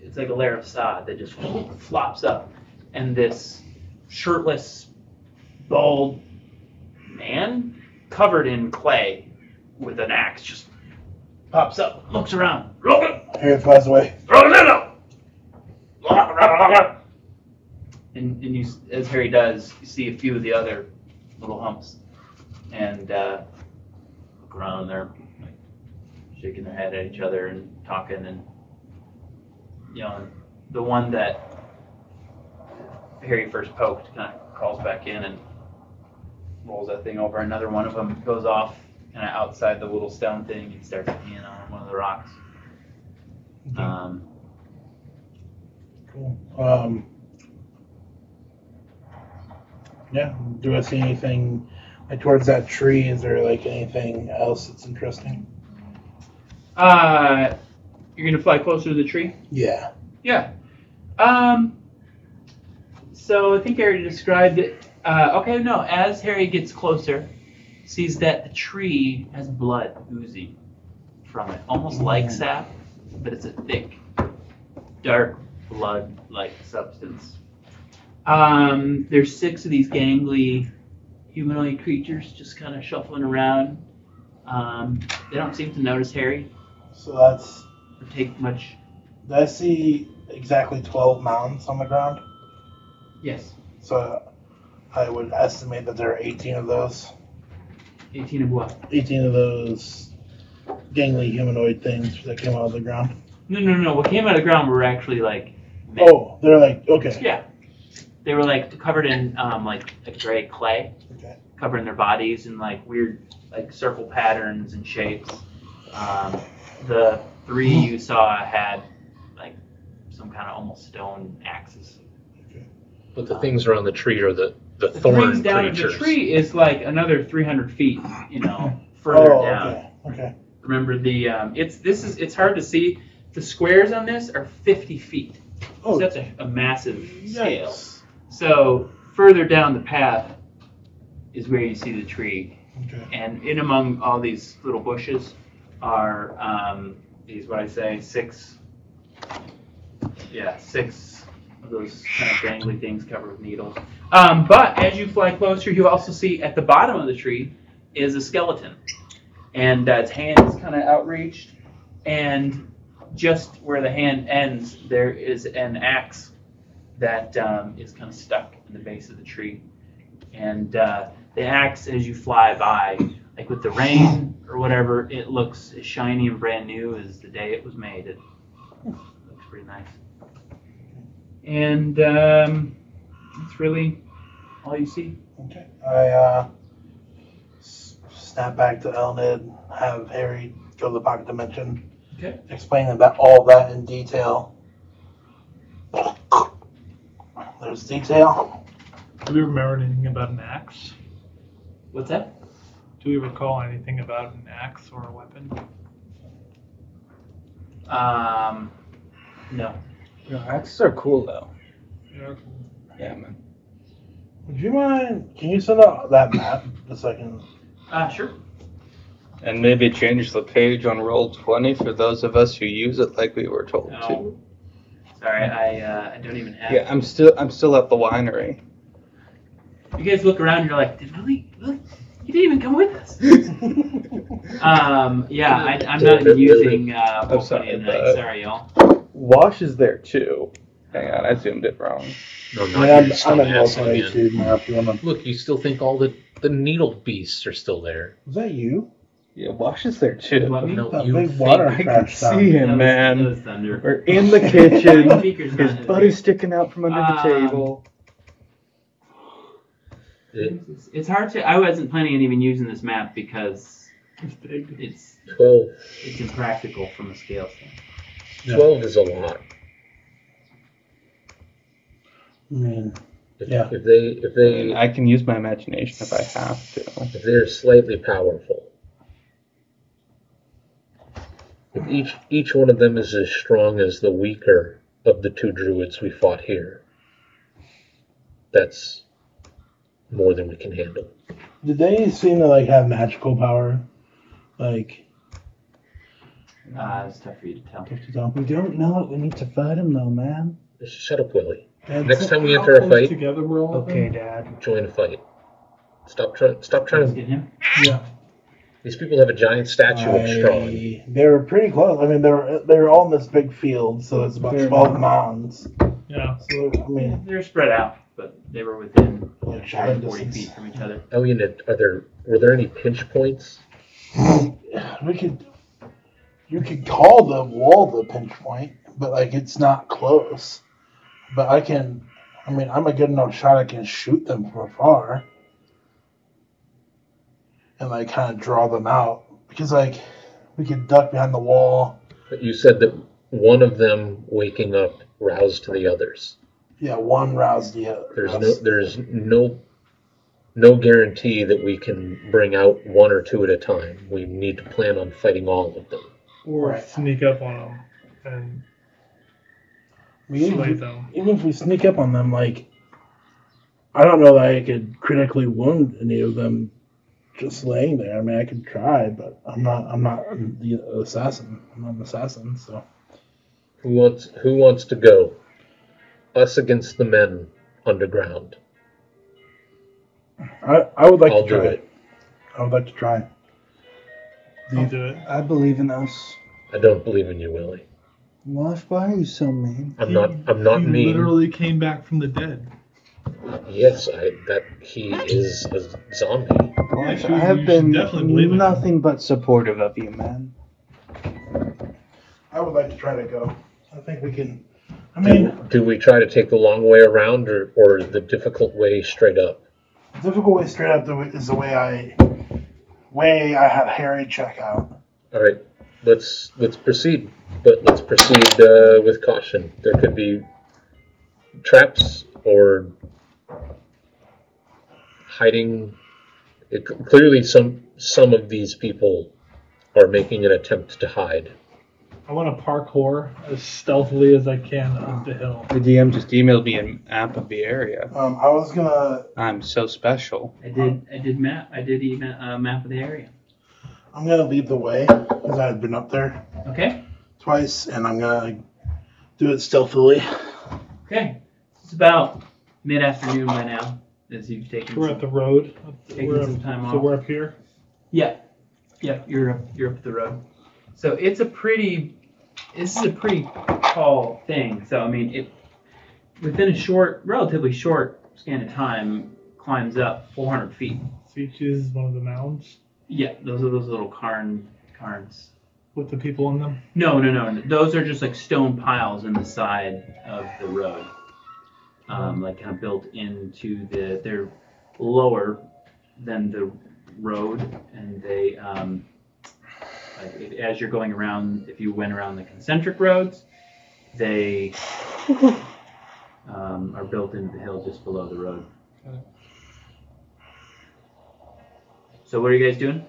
[SPEAKER 17] it's like a layer of sod that just flops up, and this shirtless, bald man covered in clay with an axe just pops up, looks around, throw it,
[SPEAKER 6] Harry flies away.
[SPEAKER 17] throw it in him. And, and you, s- as Harry does, you see a few of the other little humps, and uh, look around. They're like shaking their head at each other and talking and yelling. The one that Harry first poked kind of crawls back in and rolls that thing over. Another one of them goes off kind of outside the little stone thing and starts peeing on one of the rocks. Um,
[SPEAKER 6] Cool. Um, yeah. Do I see anything Like towards that tree, is there like anything else that's interesting?
[SPEAKER 17] Uh, you're gonna fly closer to the tree.
[SPEAKER 6] Yeah.
[SPEAKER 17] Yeah. Um, so I think Harry described it. Uh, okay, no. As Harry gets closer, sees that the tree has blood oozing from it, almost like sap, but it's a thick, dark blood-like substance. Um, there's six of these gangly humanoid creatures just kind of shuffling around. Um, they don't seem to notice Harry
[SPEAKER 6] So that's.
[SPEAKER 17] or take much.
[SPEAKER 6] Did I see exactly 12 mounds on the ground?
[SPEAKER 17] Yes,
[SPEAKER 6] So I would estimate that there are 18 of those.
[SPEAKER 17] 18 of what?
[SPEAKER 6] 18 of those gangly humanoid things that came out of the ground.
[SPEAKER 17] No, no, no. What came out of the ground were actually like men.
[SPEAKER 6] Oh, they're like, okay.
[SPEAKER 17] Yeah. They were like covered in um, like a gray clay,
[SPEAKER 6] Okay.
[SPEAKER 17] covering their bodies in like weird like circle patterns and shapes. Um, the three you saw had like some kind of almost stone axes.
[SPEAKER 1] But the things around the tree are the, the
[SPEAKER 17] The
[SPEAKER 1] thorn
[SPEAKER 17] things down at
[SPEAKER 1] creatures.
[SPEAKER 17] the tree is like another 300 feet, you
[SPEAKER 6] <laughs>
[SPEAKER 17] know, further
[SPEAKER 6] Oh,
[SPEAKER 17] down.
[SPEAKER 6] okay. Okay.
[SPEAKER 17] Remember the um, it's this is it's hard to see. The squares on this are 50 feet.
[SPEAKER 6] Oh.
[SPEAKER 17] so that's a, a massive scale.
[SPEAKER 6] Yikes.
[SPEAKER 17] So further down the path is where you see the tree,
[SPEAKER 6] Okay.
[SPEAKER 17] and in among all these little bushes are um, these what I say six, yeah, six of those kind of dangly things covered with needles. Um, but as you fly closer, you also see at the bottom of the tree is a skeleton, and uh, its hand is kind of outreached, and just where the hand ends, there is an axe that um, is kind of stuck in the base of the tree. And uh, the axe, as you fly by, like with the rain or whatever, it looks as shiny and brand new as the day it was made. It looks pretty nice. And um, that's really all you see.
[SPEAKER 6] Okay. I uh, s- snap back to Elnid, have Harry go to the pocket dimension,
[SPEAKER 17] Okay.
[SPEAKER 6] explain about all that in detail. There's detail.
[SPEAKER 2] Do we remember anything about an axe?
[SPEAKER 17] What's that?
[SPEAKER 2] Do we recall anything about an axe or a weapon?
[SPEAKER 17] Um, no.
[SPEAKER 26] No, axes are cool though.
[SPEAKER 2] Yeah.
[SPEAKER 26] Yeah, man.
[SPEAKER 6] Would you mind? Can you send out that map just so I can?
[SPEAKER 17] Uh, sure.
[SPEAKER 3] And maybe change the page on roll twenty for those of us who use it like we were told to.
[SPEAKER 17] No. Sorry, I, uh, I don't even have.
[SPEAKER 3] Yeah, I'm still I'm still at the
[SPEAKER 17] <laughs>
[SPEAKER 3] winery.
[SPEAKER 17] You guys look around, you're like, did Lily, Lily, you didn't even come with us. Um, yeah, I, I'm not using uh,
[SPEAKER 3] I'm
[SPEAKER 17] Vulcanian
[SPEAKER 3] sorry,
[SPEAKER 17] Knight.
[SPEAKER 3] but-
[SPEAKER 17] Sorry, y'all.
[SPEAKER 3] <laughs> Wash is there too. Hang on, I zoomed it wrong.
[SPEAKER 1] No, not
[SPEAKER 6] Yeah, I'm,
[SPEAKER 1] you,
[SPEAKER 6] I'm
[SPEAKER 1] stop
[SPEAKER 6] in
[SPEAKER 1] asking
[SPEAKER 6] Vulcan
[SPEAKER 1] again.
[SPEAKER 6] Age map. You wanna?
[SPEAKER 1] Look, you still think all the, the needle beasts are still there.
[SPEAKER 6] Was that you?
[SPEAKER 3] Yeah, Wash is there too.
[SPEAKER 17] Let me-
[SPEAKER 1] No,
[SPEAKER 6] That
[SPEAKER 1] you
[SPEAKER 6] big
[SPEAKER 1] think-
[SPEAKER 6] water
[SPEAKER 3] I can
[SPEAKER 6] crash
[SPEAKER 3] see
[SPEAKER 17] That was-
[SPEAKER 3] him,
[SPEAKER 17] that
[SPEAKER 3] man.
[SPEAKER 17] was thunder.
[SPEAKER 3] We're in
[SPEAKER 17] <laughs>
[SPEAKER 3] the kitchen.
[SPEAKER 17] Speaker's not
[SPEAKER 3] His
[SPEAKER 17] in
[SPEAKER 3] buddy's sticking out from under the
[SPEAKER 17] Um,
[SPEAKER 3] table.
[SPEAKER 1] It-
[SPEAKER 17] It's- It's hard to. I wasn't planning on even using this map because
[SPEAKER 2] It's big.
[SPEAKER 17] it's
[SPEAKER 1] Twelve,
[SPEAKER 17] it's impractical from a scale standpoint.
[SPEAKER 6] Yeah.
[SPEAKER 1] twelve is a lot.
[SPEAKER 6] I mean,
[SPEAKER 1] If,
[SPEAKER 6] Yeah.
[SPEAKER 1] if they if
[SPEAKER 3] And
[SPEAKER 1] they
[SPEAKER 3] I can use my imagination if I have to.
[SPEAKER 1] if they're slightly powerful. If each each one of them is as strong as the weaker of the two druids we fought here, that's more than we can handle.
[SPEAKER 6] did they seem to like have magical power? Like,
[SPEAKER 17] Uh, it's tough for you to tell.
[SPEAKER 6] tough to tell.
[SPEAKER 26] We don't know it. We need to fight him though, man.
[SPEAKER 1] Shut up, Willie.
[SPEAKER 6] And
[SPEAKER 1] Next time we
[SPEAKER 2] How
[SPEAKER 1] enter a
[SPEAKER 2] close
[SPEAKER 1] fight-
[SPEAKER 2] Together we're all of them?
[SPEAKER 26] Okay, Dad.
[SPEAKER 1] Join a fight. Stop trying. Stop
[SPEAKER 17] Let's
[SPEAKER 1] trying.
[SPEAKER 17] get him.
[SPEAKER 1] These people have a giant statue of Strahd.
[SPEAKER 6] I- They were pretty close. I mean, they were they were all in this big field, so it's about
[SPEAKER 26] They're
[SPEAKER 6] twelve mounds.
[SPEAKER 2] Yeah.
[SPEAKER 6] So I mean,
[SPEAKER 17] They're spread out, but they were within you know,
[SPEAKER 6] Yeah,
[SPEAKER 17] shy of
[SPEAKER 6] sure.
[SPEAKER 17] 40 feet from each other.
[SPEAKER 1] Elliot, Oh, are there were there any pinch points?
[SPEAKER 6] <sighs> we could you could call the wall the pinch point, but like it's not close. But I can, I mean, I'm a good enough shot. I can shoot them from afar and like kind of draw them out because like we could duck behind the wall.
[SPEAKER 1] But you said that one of them waking up roused the others.
[SPEAKER 6] Yeah, one roused the other.
[SPEAKER 1] There's no there's no
[SPEAKER 7] no guarantee that we can bring out one or two at a time. We need to plan on fighting all of them.
[SPEAKER 2] Or
[SPEAKER 17] Right.
[SPEAKER 2] sneak up on them
[SPEAKER 6] We
[SPEAKER 2] and slay
[SPEAKER 6] even,
[SPEAKER 2] them.
[SPEAKER 6] even if we sneak up on them, like I don't know that I could critically wound any of them just laying there. I mean, I could try, but I'm not. I'm not the assassin. I'm not an assassin, so
[SPEAKER 7] Who wants who wants to go? Us against the men underground.
[SPEAKER 6] I I would like
[SPEAKER 7] I'll
[SPEAKER 6] to try
[SPEAKER 7] do
[SPEAKER 6] it.
[SPEAKER 7] it.
[SPEAKER 6] I would like to try.
[SPEAKER 2] I'll do it.
[SPEAKER 27] I believe in us.
[SPEAKER 7] I don't believe in you, Willie.
[SPEAKER 27] Wash, why are you so mean?
[SPEAKER 7] I'm not I'm not
[SPEAKER 2] he
[SPEAKER 7] mean.
[SPEAKER 2] literally came back from the dead.
[SPEAKER 7] Yes, I that he is a zombie.
[SPEAKER 27] Wash,
[SPEAKER 2] you should-
[SPEAKER 27] I
[SPEAKER 2] you
[SPEAKER 27] have
[SPEAKER 2] should
[SPEAKER 27] been
[SPEAKER 2] definitely believe in
[SPEAKER 27] nothing but supportive of you, man.
[SPEAKER 6] I would like to try to go. I think we can. I
[SPEAKER 7] Do,
[SPEAKER 6] mean,
[SPEAKER 7] do we try to take the long way around or, or the difficult way straight up?
[SPEAKER 6] difficult way straight up the way- is the way I way I had Harry check out.
[SPEAKER 7] All right, let's let's proceed, but let's proceed uh, with caution. There could be traps or hiding. It, clearly, some some of these people are making an attempt to hide.
[SPEAKER 9] I want to parkour as stealthily as I can up the hill.
[SPEAKER 8] The DM just emailed me an map of the area.
[SPEAKER 6] Um, I was gonna
[SPEAKER 8] I'm so special.
[SPEAKER 17] I did. I did map. I did even uh, map of the area.
[SPEAKER 6] I'm gonna lead the way because I had been up there
[SPEAKER 17] Okay.
[SPEAKER 6] twice, and I'm gonna do it stealthily.
[SPEAKER 17] Okay. It's about mid afternoon by now. As you've taken.
[SPEAKER 2] We're
[SPEAKER 17] some-
[SPEAKER 2] at the road.
[SPEAKER 17] Taking
[SPEAKER 2] We're
[SPEAKER 17] some time
[SPEAKER 2] up, so
[SPEAKER 17] off.
[SPEAKER 2] we're up here.
[SPEAKER 17] Yeah, yeah, you're up, you're up the road. So it's a pretty, this is a pretty tall thing. So I mean, it within a short, relatively short span of time, climbs up 400 feet.
[SPEAKER 2] See, this is one of the mounds
[SPEAKER 17] Yeah, those are those little carn carns.
[SPEAKER 2] with the people in them.
[SPEAKER 17] No, no, no, no. Those are just like stone piles in the side of the road, um, like kind of built into the. They're lower than the road, and they um, like if, as you're going around. If you went around the concentric roads, they um, are built into the hill just below the road. So what are you guys doing?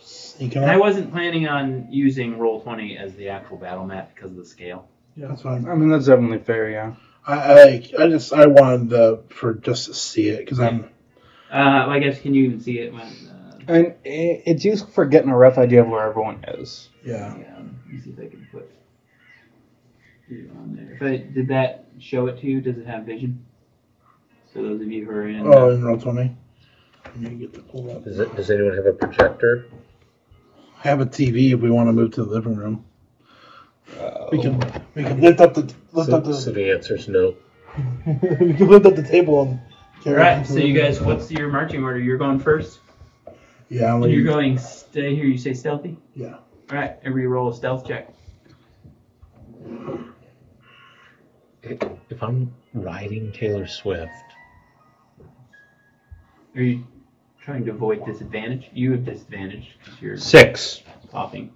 [SPEAKER 6] Sneaking
[SPEAKER 17] And I
[SPEAKER 6] up.
[SPEAKER 17] wasn't planning on using roll twenty as the actual battle map because of the scale.
[SPEAKER 6] That's fine.
[SPEAKER 8] I mean, that's definitely fair, yeah.
[SPEAKER 6] I, I I just I wanted the for just to see it because I'm
[SPEAKER 17] Uh, I guess can you even see it when? Uh,
[SPEAKER 3] And i- it's useful for getting a rough idea of where everyone is.
[SPEAKER 6] yeah.
[SPEAKER 17] yeah, let me see if I can put you on there. If I, did that show it to you? Does it have vision? So those of you who are in.
[SPEAKER 6] Oh, in roll twenty. I'm gonna get to pull up.
[SPEAKER 7] Does, it, does anyone have a projector?
[SPEAKER 6] I have a TV if we want to move to the living room. We
[SPEAKER 3] Uh,
[SPEAKER 6] can
[SPEAKER 17] Oh.
[SPEAKER 6] we can lift up the lift
[SPEAKER 7] So,
[SPEAKER 6] up the
[SPEAKER 7] so the answer is no.
[SPEAKER 6] <laughs> we can lift up the table and
[SPEAKER 17] All
[SPEAKER 6] carry. it
[SPEAKER 17] right.
[SPEAKER 6] into
[SPEAKER 17] So
[SPEAKER 6] the
[SPEAKER 17] you
[SPEAKER 6] living
[SPEAKER 17] guys,
[SPEAKER 6] room.
[SPEAKER 17] what's your marching order? You're going first.
[SPEAKER 6] Yeah, I'm
[SPEAKER 17] And you're
[SPEAKER 6] leading.
[SPEAKER 17] going stay here. You say stealthy.
[SPEAKER 6] Yeah.
[SPEAKER 17] All right. Everybody roll a stealth check.
[SPEAKER 1] If I'm riding Taylor Swift,
[SPEAKER 17] Are you trying to avoid disadvantage? You have disadvantage because you're
[SPEAKER 1] six.
[SPEAKER 17] popping.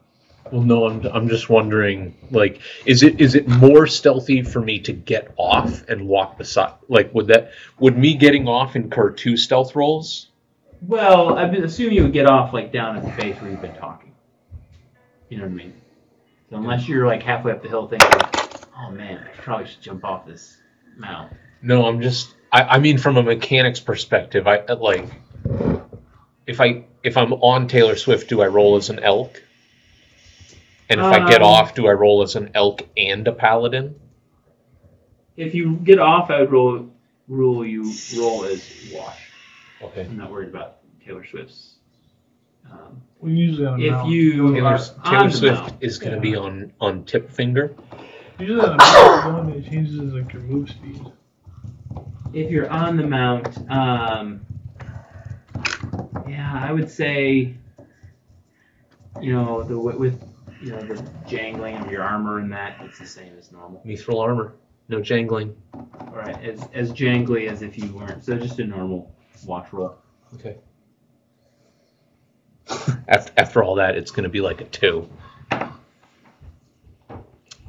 [SPEAKER 1] Well, no, I'm, I'm just wondering, like, is it is it more stealthy for me to get off and walk beside? Like, would that would me getting off incur two stealth rolls?
[SPEAKER 17] Well, I would assume you would get off like down at the base where you've been talking. You know what I mean? So unless you're like halfway up the hill thinking, oh man, I probably should jump off this mountain.
[SPEAKER 1] No, I'm just. I, I mean, from a mechanics perspective, I uh, like if I if I'm on Taylor Swift, do I roll as an elk? And if I get
[SPEAKER 17] Um,
[SPEAKER 1] off, do I roll as an elk and a paladin?
[SPEAKER 17] If you get off, I would roll rule you roll as wash.
[SPEAKER 1] Okay.
[SPEAKER 17] I'm not worried about Taylor Swift's. Um,
[SPEAKER 2] We usually
[SPEAKER 1] Oh,
[SPEAKER 2] on a
[SPEAKER 17] if
[SPEAKER 2] mound.
[SPEAKER 17] you
[SPEAKER 1] Taylor,
[SPEAKER 17] are on
[SPEAKER 1] Taylor
[SPEAKER 17] the
[SPEAKER 1] Swift
[SPEAKER 17] mound,
[SPEAKER 1] is going to be on on tip finger.
[SPEAKER 2] usually on a mound, the one that changes like your move speed.
[SPEAKER 17] if you're on the mount, um, yeah, I would say, you know, the wi- with you know the jangling of your armor and that, it's the same as normal.
[SPEAKER 1] Mithril armor, no jangling.
[SPEAKER 17] All right, as as jangly as if you weren't. So just a normal watch roll.
[SPEAKER 1] Okay. after, after all that, it's going to be like a two.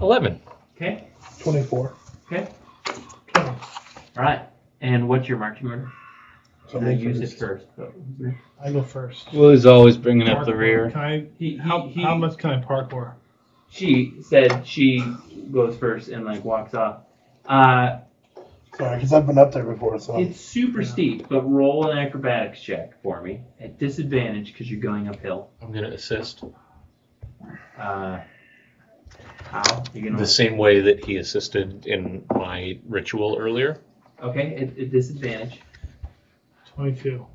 [SPEAKER 1] Eleven.
[SPEAKER 17] Okay.
[SPEAKER 6] Twenty four.
[SPEAKER 17] Okay. All right. And what's your marching order? I use it first.
[SPEAKER 2] I go first.
[SPEAKER 3] Willie's always bringing up the rear.
[SPEAKER 2] Can I,
[SPEAKER 17] He,
[SPEAKER 2] how,
[SPEAKER 17] he,
[SPEAKER 2] how
[SPEAKER 17] he-
[SPEAKER 2] much can I parkour?
[SPEAKER 17] she said she goes first and like walks off. Uh,
[SPEAKER 6] Sorry, because I've been up there before, so.
[SPEAKER 17] it's super steep, but roll an acrobatics check for me at disadvantage because you're going uphill.
[SPEAKER 1] I'm gonna assist
[SPEAKER 17] Uh, how you gonna
[SPEAKER 1] the same way that he assisted in my ritual earlier.
[SPEAKER 17] Okay, at, at disadvantage.
[SPEAKER 2] Twenty-two.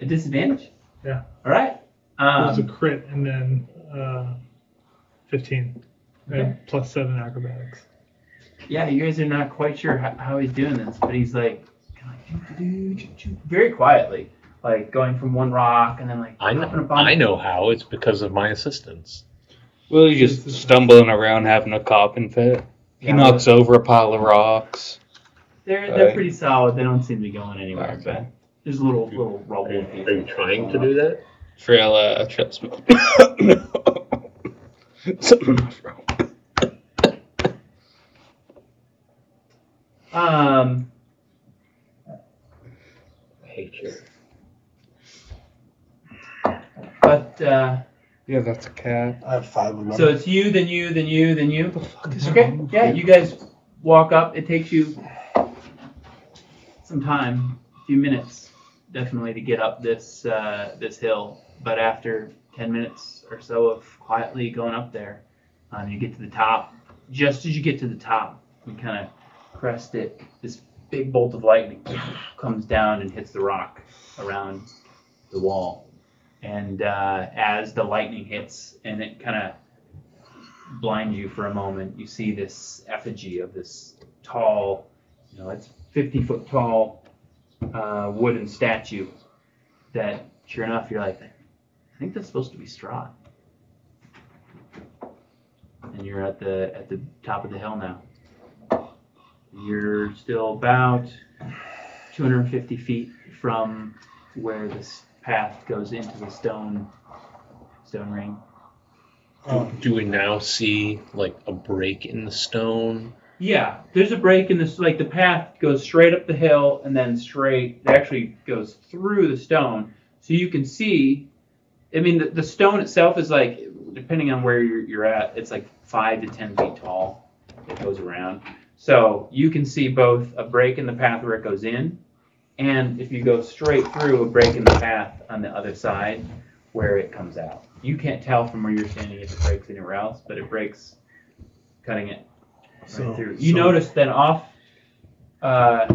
[SPEAKER 17] At disadvantage.
[SPEAKER 2] Yeah.
[SPEAKER 17] All right.
[SPEAKER 2] It's a
[SPEAKER 17] Um,
[SPEAKER 2] crit and then uh, fifteen. And plus seven acrobatics.
[SPEAKER 17] yeah, you guys are not quite sure how, how he's doing this, but he's like, kinda like, "Doo, doo, doo, doo, doo," very quietly, like going from one rock and then like
[SPEAKER 1] I
[SPEAKER 17] hopping a
[SPEAKER 1] know,
[SPEAKER 17] bump.
[SPEAKER 1] I know how. It's because of my assistance.
[SPEAKER 3] Willie's just stumbling around having a coughing fit. He
[SPEAKER 17] Yeah.
[SPEAKER 3] knocks over a pile of rocks.
[SPEAKER 17] They're they're
[SPEAKER 3] Right.
[SPEAKER 17] pretty solid. They don't seem to be going anywhere.
[SPEAKER 3] Okay.
[SPEAKER 17] But there's little little rubble. Are you,
[SPEAKER 7] Are you trying to do that?
[SPEAKER 3] Trail uh, trail smoke. <coughs> Something off wrong.
[SPEAKER 17] Um,
[SPEAKER 7] I hate you.
[SPEAKER 17] but uh,
[SPEAKER 3] Yeah, that's a cat.
[SPEAKER 6] I have five of them.
[SPEAKER 17] so it's you, then you, then you, then you. Okay. Yeah, you guys walk up. It takes you some time, a few minutes, definitely, to get up this uh, this hill. But after ten minutes or so of quietly going up there, um, you get to the top. Just as you get to the top, you kind of crest it. This big bolt of lightning <clears throat> comes down and hits the rock around the wall. And uh, as the lightning hits and it kind of blinds you for a moment, you see this effigy of this tall, you know, it's 50 foot tall uh, wooden statue that, sure enough, you're like, I think that's supposed to be Strahd. And you're at the at the top of the hill now. You're still about 250 feet from where this path goes into the stone stone ring.
[SPEAKER 6] Oh,
[SPEAKER 1] Do, do we now see like a break in the stone?
[SPEAKER 17] Yeah, there's a break in this. Like the path goes straight up the hill and then straight. It actually goes through the stone, so you can see. I mean, the, the stone itself is like, depending on where you're, you're at, it's like five to ten feet tall. It goes around, so you can see both a break in the path where it goes in, and if you go straight through, a break in the path on the other side where it comes out. You can't tell from where you're standing if it breaks anywhere else, but it breaks, cutting it
[SPEAKER 6] So-
[SPEAKER 17] right through. You
[SPEAKER 6] so-
[SPEAKER 17] noticed then off. Uh,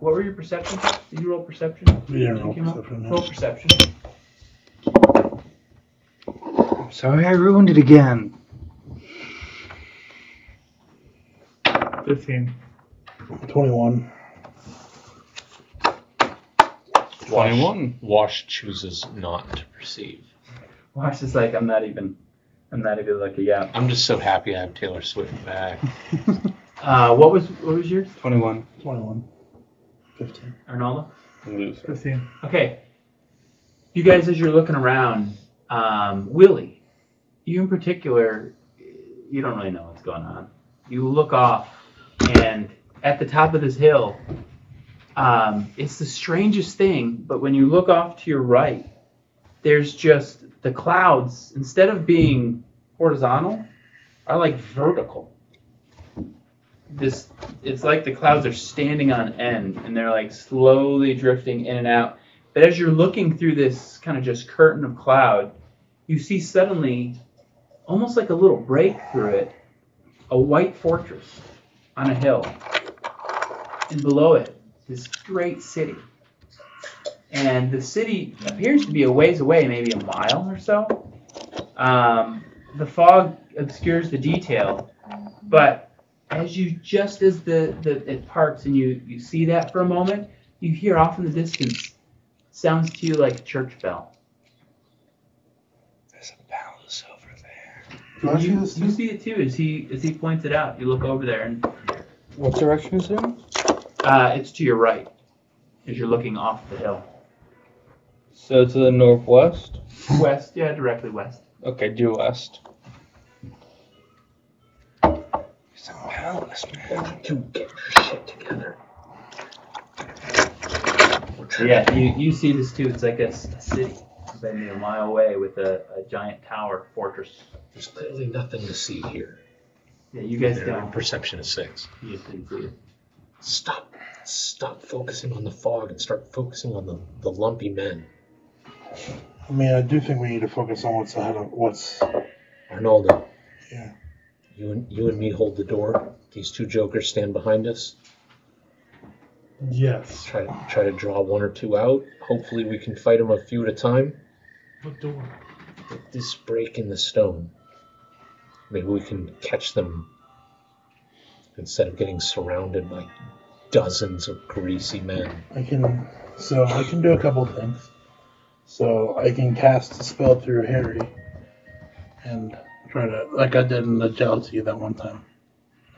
[SPEAKER 17] what were your perceptions? Did you roll perception?
[SPEAKER 6] We didn't roll
[SPEAKER 17] You came up? Oh.
[SPEAKER 6] perception, no.
[SPEAKER 17] Roll perception.
[SPEAKER 27] I'm sorry I ruined it again.
[SPEAKER 2] Fifteen.
[SPEAKER 17] <laughs>
[SPEAKER 6] 21.
[SPEAKER 3] 21.
[SPEAKER 1] Wash chooses not to perceive.
[SPEAKER 17] Watch is like I'm not even. I'm not even looking. Yeah.
[SPEAKER 1] I'm just so happy I have Taylor Swift back.
[SPEAKER 17] Uh, what was what was yours,
[SPEAKER 3] 21.
[SPEAKER 6] 21. 15.
[SPEAKER 17] Arnaldo?
[SPEAKER 3] Loser.
[SPEAKER 2] Fifteen.
[SPEAKER 17] Okay. You guys, as you're looking around, um, Willie, you in particular, you don't really know what's going on. You look off, and at the top of this hill, um, it's the strangest thing, but when you look off to your right, there's just the clouds, instead of being horizontal, are like vertical. This it's like the clouds are standing on end and they're like slowly drifting in and out. But as you're looking through this kind of just curtain of cloud, you see suddenly, almost like a little break through it, a white fortress on a hill. And below it, this great city. And the city appears to be a ways away, maybe a mile or so. Um, the fog obscures the detail, but as you just as the, the it parks and you you see that for a moment, you hear off in the distance sounds to you like a church bell.
[SPEAKER 3] There's a palace over there.
[SPEAKER 6] Do I see
[SPEAKER 17] You,
[SPEAKER 6] this?
[SPEAKER 17] you see it too as he as he points it out. You look over there and
[SPEAKER 3] What direction is it?
[SPEAKER 17] uh, it's to your right as you're looking off the hill
[SPEAKER 3] So to the northwest.
[SPEAKER 17] west. Yeah, directly west.
[SPEAKER 3] Okay, due west. There's a palace, man.
[SPEAKER 7] Don't get your shit together.
[SPEAKER 4] Yeah, you, you see this too. It's like a, s- a city, maybe a mile away with a, a giant tower fortress.
[SPEAKER 1] There's clearly nothing to see here.
[SPEAKER 4] Yeah, you guys
[SPEAKER 1] Their
[SPEAKER 4] don't.
[SPEAKER 1] Perception is six.
[SPEAKER 4] You didn't see it.
[SPEAKER 1] Stop, stop focusing on the fog and start focusing on the, the lumpy men.
[SPEAKER 6] I mean, I do think we need to focus on what's ahead of what's.
[SPEAKER 1] Arnaldo.
[SPEAKER 6] Yeah.
[SPEAKER 1] You and you and me hold the door. These two jokers stand behind us.
[SPEAKER 2] Yes.
[SPEAKER 1] Try to try to draw one or two out. Hopefully, we can fight them a few at a time.
[SPEAKER 2] What door?
[SPEAKER 1] With this break in the stone, maybe we can catch them instead of getting surrounded by dozens of greasy men.
[SPEAKER 6] I can. So I can do a couple things. So I can cast a spell through Harry and try to, like I did in the jealousy that one time.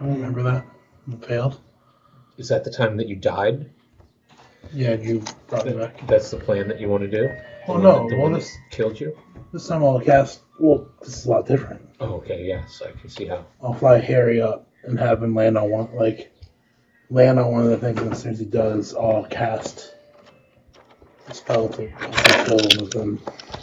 [SPEAKER 6] I remember that. It failed.
[SPEAKER 1] Is that the time that you died?
[SPEAKER 6] Yeah, you brought it back.
[SPEAKER 1] That's the plan that you want to do. The
[SPEAKER 6] Well,
[SPEAKER 1] one
[SPEAKER 6] Oh, no,
[SPEAKER 1] that- the
[SPEAKER 6] well,
[SPEAKER 1] one that
[SPEAKER 6] this-
[SPEAKER 1] killed you.
[SPEAKER 6] This time I'll cast. Well, this is a lot different.
[SPEAKER 1] Oh, okay, yes, I can see how.
[SPEAKER 6] I'll fly Harry up and have him land on one, like, land on one of the things, and as soon as he does, I'll cast a spell to to kill him with him.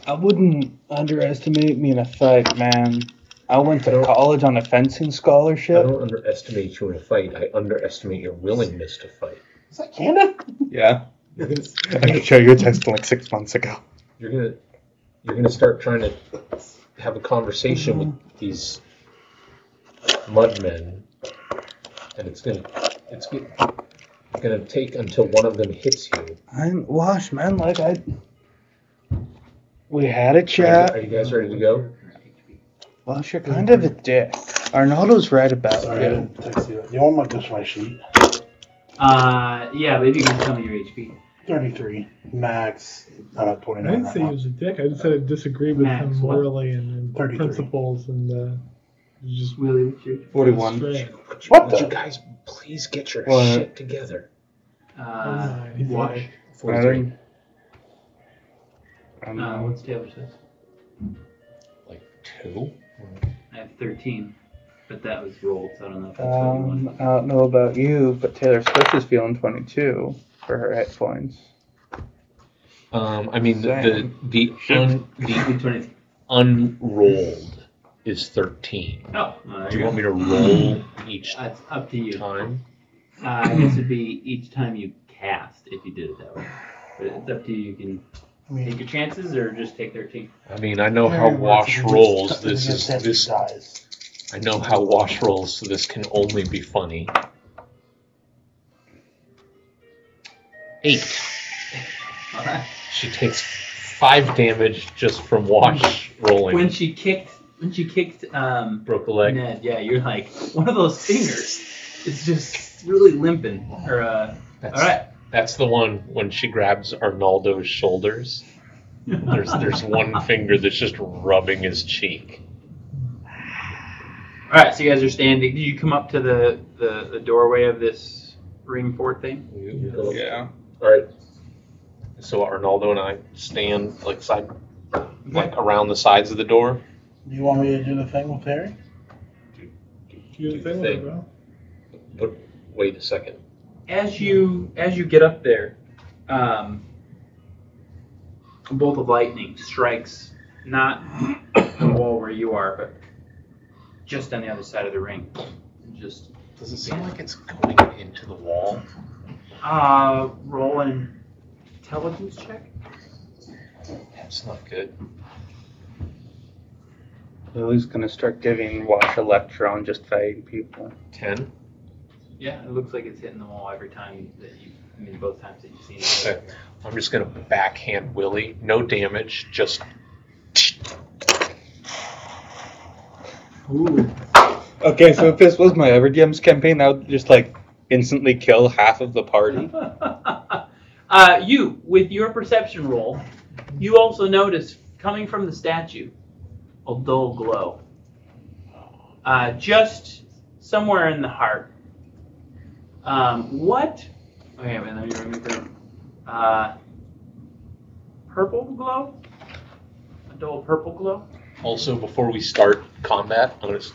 [SPEAKER 3] I wouldn't underestimate me in a fight, man. I went to college on a fencing
[SPEAKER 1] I
[SPEAKER 3] scholarship.
[SPEAKER 1] don't underestimate you in a fight. I underestimate your willingness to fight.
[SPEAKER 6] Is that Canada?
[SPEAKER 3] Yeah. I
[SPEAKER 6] <laughs>
[SPEAKER 3] can show you a text from like six months ago.
[SPEAKER 1] You're gonna you're gonna start trying to have a conversation
[SPEAKER 6] Mm-hmm.
[SPEAKER 1] with these mudmen, and it's gonna it's go- it's gonna take until one of them hits you.
[SPEAKER 3] I'm washed, man. Like I, we had a
[SPEAKER 1] Are you
[SPEAKER 3] chat.
[SPEAKER 1] guys ready to go?
[SPEAKER 3] Wash, you're kind of a dick. Arnaldo's right about
[SPEAKER 6] Sorry, I
[SPEAKER 3] it.
[SPEAKER 6] didn't text you. You want my just my sheet?
[SPEAKER 17] Uh, yeah, but if you can tell me your HP.
[SPEAKER 6] 33 max. I'm at
[SPEAKER 2] I
[SPEAKER 6] 29.
[SPEAKER 2] didn't say he
[SPEAKER 6] now.
[SPEAKER 2] was a dick. I just said I disagreed with him
[SPEAKER 17] Max, what?
[SPEAKER 2] morally and, and
[SPEAKER 6] 33.
[SPEAKER 2] principles and uh, just
[SPEAKER 17] Willie, what's your?
[SPEAKER 3] Forty-one.
[SPEAKER 1] Would you,
[SPEAKER 6] What
[SPEAKER 1] would
[SPEAKER 6] the-
[SPEAKER 1] you guys please get your
[SPEAKER 3] What?
[SPEAKER 1] shit together?
[SPEAKER 17] Uh,
[SPEAKER 2] He's
[SPEAKER 17] wash.
[SPEAKER 2] like,
[SPEAKER 3] I
[SPEAKER 1] Forty-three.
[SPEAKER 3] don't- I don't
[SPEAKER 17] Uh,
[SPEAKER 3] know.
[SPEAKER 17] what's Taylor's this?
[SPEAKER 1] Like two?
[SPEAKER 17] I have 13, but that was rolled, so I don't know if that's what you
[SPEAKER 3] Um,
[SPEAKER 17] wanted.
[SPEAKER 3] I don't know about you, but Taylor Swift is feeling 22 for her hit points.
[SPEAKER 1] Um, I mean the
[SPEAKER 3] Same.
[SPEAKER 1] the the, un, the
[SPEAKER 17] Between 20.
[SPEAKER 1] unrolled is thirteen.
[SPEAKER 17] Oh, all right.
[SPEAKER 1] Do you want me to roll each
[SPEAKER 17] Uh, It's up to you. Uh,
[SPEAKER 1] time?
[SPEAKER 17] I guess it'd be each time you cast if you did it that way. But it's up to you. You can
[SPEAKER 6] I mean,
[SPEAKER 17] take your chances or just take 13.
[SPEAKER 1] I mean, I know how
[SPEAKER 6] Harry
[SPEAKER 1] wash
[SPEAKER 6] Watson
[SPEAKER 1] rolls.
[SPEAKER 6] just took
[SPEAKER 1] This
[SPEAKER 6] the
[SPEAKER 1] is
[SPEAKER 6] attempt,
[SPEAKER 1] this.
[SPEAKER 6] he dies.
[SPEAKER 1] I know how wash rolls. So this can only be funny. Eight.
[SPEAKER 17] All right.
[SPEAKER 1] She takes five damage just from wash rolling.
[SPEAKER 17] When she kicked, when she kicked, um,
[SPEAKER 1] Broke a leg.
[SPEAKER 17] Ned, yeah, you're like one of those fingers. It's just really limping. Or uh, all
[SPEAKER 1] That's,
[SPEAKER 17] right.
[SPEAKER 1] That's the one when she grabs Arnaldo's shoulders. There's there's
[SPEAKER 17] <laughs>
[SPEAKER 1] one finger that's just rubbing his cheek.
[SPEAKER 17] All right, so you guys are standing. Do you come up to the, the, the doorway of this ring fort thing?
[SPEAKER 3] Yeah.
[SPEAKER 1] All right. So Arnaldo and I stand like side,
[SPEAKER 17] Mm-hmm.
[SPEAKER 1] like around the sides of the door.
[SPEAKER 6] Do you want me to do the thing with Harry?
[SPEAKER 2] You
[SPEAKER 1] Do
[SPEAKER 2] didn't say
[SPEAKER 1] the
[SPEAKER 2] what,
[SPEAKER 1] thing.
[SPEAKER 2] bro?
[SPEAKER 1] But wait a second.
[SPEAKER 17] As you as you get up there, um, a bolt of lightning strikes not the wall where you are, but just on the other side of the ring. And Just
[SPEAKER 1] Does it seem like it's going into the wall?
[SPEAKER 17] uh, roll an intelligence check.
[SPEAKER 1] That's not good.
[SPEAKER 3] Lily's gonna start giving Wash a lecture on just fighting people.
[SPEAKER 1] Ten.
[SPEAKER 17] Yeah, it looks like it's hitting the wall every time that you. I mean, both times that you've seen
[SPEAKER 1] Okay.
[SPEAKER 17] it.
[SPEAKER 1] I'm just gonna backhand Willie. No damage. Just
[SPEAKER 17] Ooh.
[SPEAKER 3] Okay, so if this was my ever DM's campaign, I would just like instantly kill half of the party.
[SPEAKER 17] <laughs> uh, you, with your perception roll, you also notice coming from the statue a dull glow. Uh, just somewhere in the heart. Um, what? Okay, wait, let me remember. Uh, purple glow? A dull purple glow?
[SPEAKER 1] also before we start combat, I'm gonna s-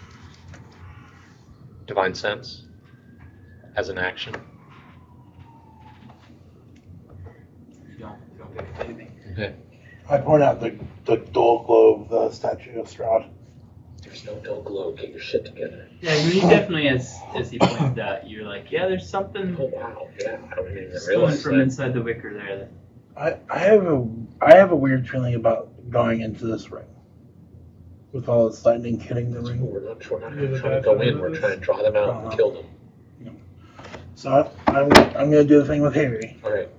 [SPEAKER 1] divine sense as an action.
[SPEAKER 28] You don't, you don't get anything.
[SPEAKER 1] Okay.
[SPEAKER 6] I point out the, the dull glow of the statue of Stroud.
[SPEAKER 29] There's no dull glow. Get your shit together.
[SPEAKER 17] Yeah, he definitely is, as he points out, you're like, yeah, there's something
[SPEAKER 29] Oh, wow. Yeah, I don't even
[SPEAKER 17] Mm-hmm. going
[SPEAKER 29] realize
[SPEAKER 17] from
[SPEAKER 29] that.
[SPEAKER 17] inside the wicker there. That,
[SPEAKER 6] I, I have a I have a weird feeling about going into this ring. With all this lightning hitting the ring.
[SPEAKER 29] We're not, we're not trying to go in. We're trying to draw them out and kill them.
[SPEAKER 6] So I, I'm, I'm gonna do the thing with Harry.
[SPEAKER 1] All right.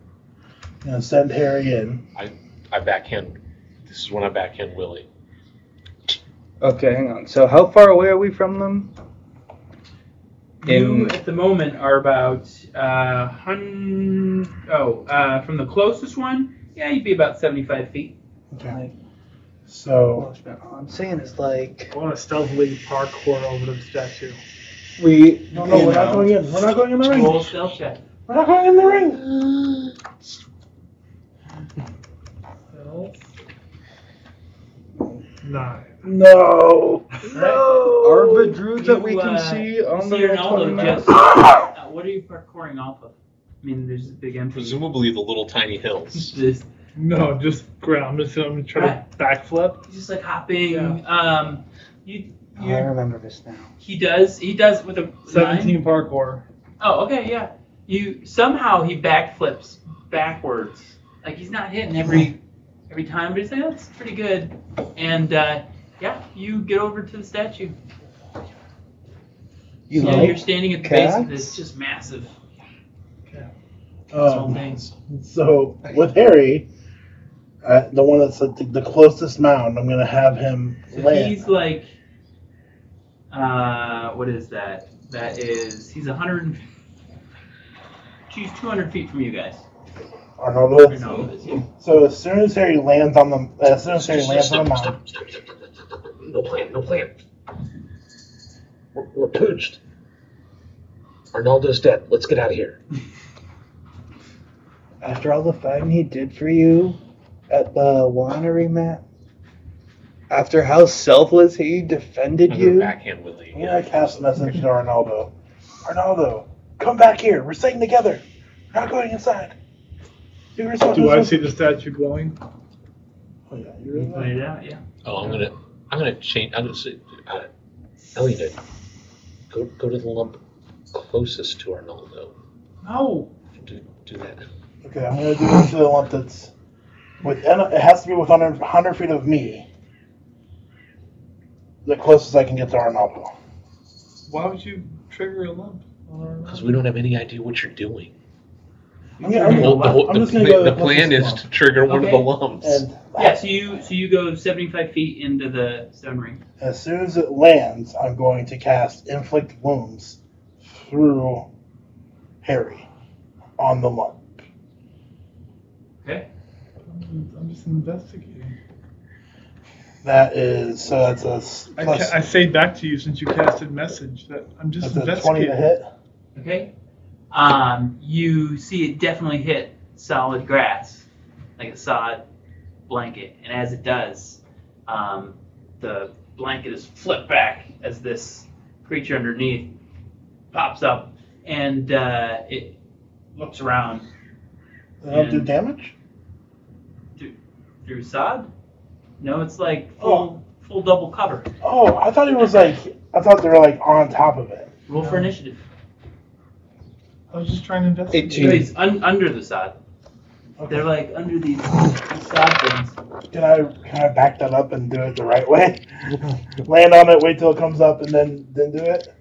[SPEAKER 6] I'm gonna send Harry in.
[SPEAKER 1] I backhand. This is when I backhand Willie.
[SPEAKER 3] Okay, hang on. So how far away are we from them?
[SPEAKER 17] you
[SPEAKER 3] In
[SPEAKER 17] at the moment are about uh, hun- oh uh, from the closest one. Yeah, you'd be about 75 feet.
[SPEAKER 6] Okay. So
[SPEAKER 3] all I'm saying is like
[SPEAKER 2] I want to stealthily parkour over to the statue.
[SPEAKER 3] we
[SPEAKER 6] no, we're not going in. We're not going in the ring.
[SPEAKER 17] Roll stealth check.
[SPEAKER 6] We're not going in the ring.
[SPEAKER 2] Nine.
[SPEAKER 6] <laughs> No. Um,
[SPEAKER 3] are the druids that we
[SPEAKER 17] You,
[SPEAKER 3] can
[SPEAKER 17] uh,
[SPEAKER 3] see on
[SPEAKER 17] see
[SPEAKER 3] the
[SPEAKER 17] Ronaldo
[SPEAKER 3] Roll20 map?
[SPEAKER 17] just- uh, what are you parkouring off of? I mean, there's a big empty.
[SPEAKER 1] Presumably the little tiny hills.
[SPEAKER 17] Just,
[SPEAKER 2] No, just ground. I'm just I'm trying to backflip.
[SPEAKER 17] just like hopping.
[SPEAKER 2] Yeah.
[SPEAKER 17] Um, you,
[SPEAKER 3] Oh, I
[SPEAKER 17] you,
[SPEAKER 3] remember this now.
[SPEAKER 17] he does. He does with a nine.
[SPEAKER 2] Seventeen parkour.
[SPEAKER 17] Oh, okay, yeah. You somehow he backflips backwards. Like he's not hitting every every time, but he's like, that's pretty good. And uh, yeah, you get over to the statue.
[SPEAKER 3] You
[SPEAKER 17] yeah,
[SPEAKER 3] like
[SPEAKER 17] you're standing at the base of this just massive this whole
[SPEAKER 6] Um,
[SPEAKER 17] thing.
[SPEAKER 6] So with Harry, uh, the one that's at the, the closest mound, I'm gonna have him
[SPEAKER 17] So
[SPEAKER 6] land.
[SPEAKER 17] he's like, uh, what is that? That is, he's 100. He's 200 feet from you guys. Or
[SPEAKER 6] Arnoldo.
[SPEAKER 17] no, it is, yeah.
[SPEAKER 6] So as soon as Harry lands on the, as soon as Harry lands on the mound,
[SPEAKER 29] No plan, no plan. We're, we're pooched. Arnaldo's dead. Let's get out of here.
[SPEAKER 3] After all the fighting he did for you at the winery map, after how selfless he defended
[SPEAKER 1] I'm gonna
[SPEAKER 3] you,
[SPEAKER 1] backhand Willie.
[SPEAKER 6] I'm gonna cast a message to Arnaldo. Arnaldo, come back here. We're staying together. We're not going inside. You were supposed
[SPEAKER 2] Do
[SPEAKER 6] to-
[SPEAKER 2] I see the statue glowing?
[SPEAKER 6] Oh, yeah, you
[SPEAKER 17] You
[SPEAKER 6] were-
[SPEAKER 17] played it out, yeah.
[SPEAKER 1] Oh, I'm gonna, I'm gonna change. I'm gonna say, uh, Elliot, go, go to the lump closest to Arnaldo.
[SPEAKER 17] No.
[SPEAKER 1] Do, do that.
[SPEAKER 6] Okay, I'm gonna do this to the lump that's within. It has to be within 100 feet of me. The closest I can get to Arnaldo.
[SPEAKER 2] Why would you trigger a lump?
[SPEAKER 1] Because we don't have any idea what you're doing.
[SPEAKER 6] I'm, gonna- I'm,
[SPEAKER 1] The,
[SPEAKER 6] gonna-
[SPEAKER 1] whole- the whole-
[SPEAKER 6] I'm
[SPEAKER 1] the
[SPEAKER 6] just gonna
[SPEAKER 1] pla-
[SPEAKER 6] go to
[SPEAKER 1] the plan is
[SPEAKER 6] closest
[SPEAKER 1] to trigger one of the
[SPEAKER 17] Okay.
[SPEAKER 1] lumps.
[SPEAKER 6] lump. And
[SPEAKER 17] Yeah, so you so you go 75 feet into the stone ring.
[SPEAKER 6] as soon as it lands, I'm going to cast inflict wounds through Harry on the lump.
[SPEAKER 17] Okay.
[SPEAKER 2] I'm I'm just investigating.
[SPEAKER 6] That is so that's a s-
[SPEAKER 2] I,
[SPEAKER 6] plus.
[SPEAKER 2] ca- I say back to you since you casted message that I'm just
[SPEAKER 6] that's a 20 to
[SPEAKER 2] investigating.
[SPEAKER 6] hit.
[SPEAKER 17] Okay. Um, you see it definitely hit solid grass, like a solid blanket, and as it does, um, the blanket is flipped back as this creature underneath pops up, and uh, it looks around
[SPEAKER 6] They don't do
[SPEAKER 17] And-
[SPEAKER 6] damage.
[SPEAKER 17] through sod. No, it's like full full double cover.
[SPEAKER 6] Oh, I thought it was like I thought they were like on top of it.
[SPEAKER 17] Roll for initiative.
[SPEAKER 2] I was just trying to investigate.
[SPEAKER 17] No, he's un- under the sod. They're like under these, these sod things.
[SPEAKER 6] Can I can I back that up and do it the right way? Land on it, wait till it comes up, and then then do it,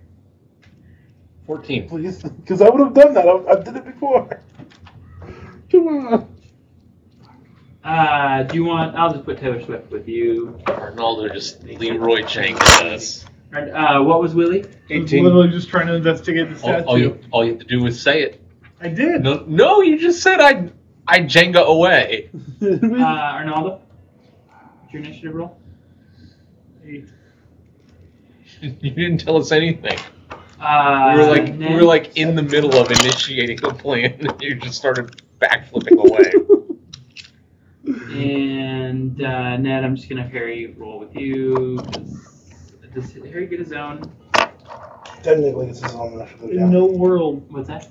[SPEAKER 1] Fourteen.
[SPEAKER 6] please. Because I would have done that. I, I did it before. <laughs> Come on.
[SPEAKER 17] Uh, do you want? I'll just put Taylor Swift with you.
[SPEAKER 1] Arnaldo just Leroy Jenkins us.
[SPEAKER 17] And, Uh, what was Willie?
[SPEAKER 2] I was
[SPEAKER 30] 18.
[SPEAKER 2] literally just trying to investigate the
[SPEAKER 1] All,
[SPEAKER 2] statue.
[SPEAKER 1] all Oh, you, all you have to do is say it.
[SPEAKER 2] I did.
[SPEAKER 1] No, no, you just said I, I Jenga away. <laughs>
[SPEAKER 17] Uh, Arnaldo. What's your initiative roll?
[SPEAKER 2] Eight.
[SPEAKER 1] You didn't tell us anything.
[SPEAKER 17] Uh,
[SPEAKER 1] We were like, we were
[SPEAKER 17] Ned?
[SPEAKER 1] like in the middle of initiating the plan, <laughs> and you just started backflipping away.
[SPEAKER 17] Uh, And uh, Ned, I'm just gonna Harry roll with you. Does, does Harry get his own?
[SPEAKER 6] Technically, this is on initiative. Yeah.
[SPEAKER 2] In no world
[SPEAKER 17] What's that?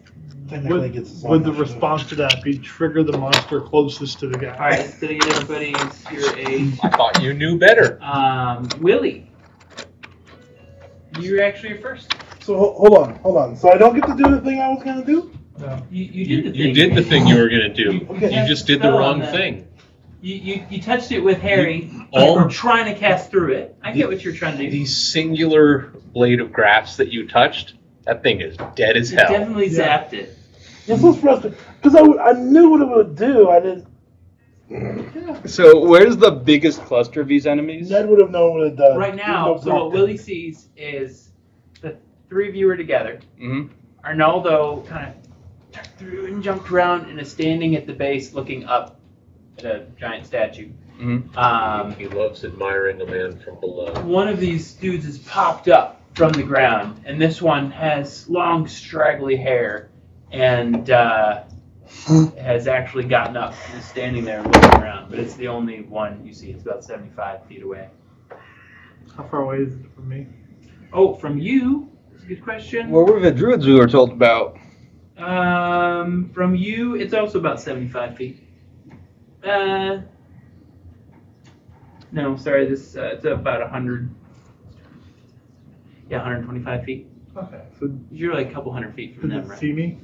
[SPEAKER 6] Technically, it
[SPEAKER 9] Would,
[SPEAKER 6] gets his own
[SPEAKER 9] would the
[SPEAKER 6] action.
[SPEAKER 9] response to that be trigger the monster closest to the guy?
[SPEAKER 17] All right, instead of getting everybody your age,
[SPEAKER 1] I thought you knew better.
[SPEAKER 17] um, Willie, you're actually first.
[SPEAKER 6] So ho- hold on, hold on. So I don't get to do the thing I was gonna do?
[SPEAKER 17] You, you did
[SPEAKER 1] You,
[SPEAKER 17] the
[SPEAKER 1] you
[SPEAKER 17] thing.
[SPEAKER 1] did the thing you were gonna do.
[SPEAKER 6] Okay.
[SPEAKER 1] You just did the
[SPEAKER 17] Spell
[SPEAKER 1] wrong
[SPEAKER 17] on that.
[SPEAKER 1] thing.
[SPEAKER 17] You, you, you touched it with Harry.
[SPEAKER 1] all-
[SPEAKER 17] We're trying to cast through it. I get what you're trying to do.
[SPEAKER 1] The singular blade of grass that you touched, that thing is dead as
[SPEAKER 17] You
[SPEAKER 1] hell.
[SPEAKER 17] definitely
[SPEAKER 6] Yeah.
[SPEAKER 17] zapped it.
[SPEAKER 6] This was frustrating because I, w- I knew what it would do. I didn't.
[SPEAKER 3] <laughs> So where's the biggest cluster of these enemies?
[SPEAKER 6] Ned would have known what it does.
[SPEAKER 17] Right now, so what Willie sees is the three of you are together.
[SPEAKER 3] Mm-hmm.
[SPEAKER 17] Arnaldo kind of tucked through and jumped around and is standing at the base looking up at a giant statue.
[SPEAKER 3] Mm-hmm.
[SPEAKER 17] Um,
[SPEAKER 7] He loves admiring a man from below.
[SPEAKER 17] one of these dudes has popped up from the ground, and this one has long, straggly hair and uh, has actually gotten up and is standing there looking around. But it's the only one you see. It's about 75 feet away.
[SPEAKER 9] How far away is it from me?
[SPEAKER 17] Oh, from you? That's a good question.
[SPEAKER 3] What were the druids we were told about?
[SPEAKER 17] Um, from you, it's also about 75 feet. Uh, no, sorry, this uh, it's about 100. Yeah, 125 feet.
[SPEAKER 9] Okay. So
[SPEAKER 17] You're like a couple hundred feet from
[SPEAKER 9] did
[SPEAKER 17] them,
[SPEAKER 9] it
[SPEAKER 17] right?
[SPEAKER 9] see me?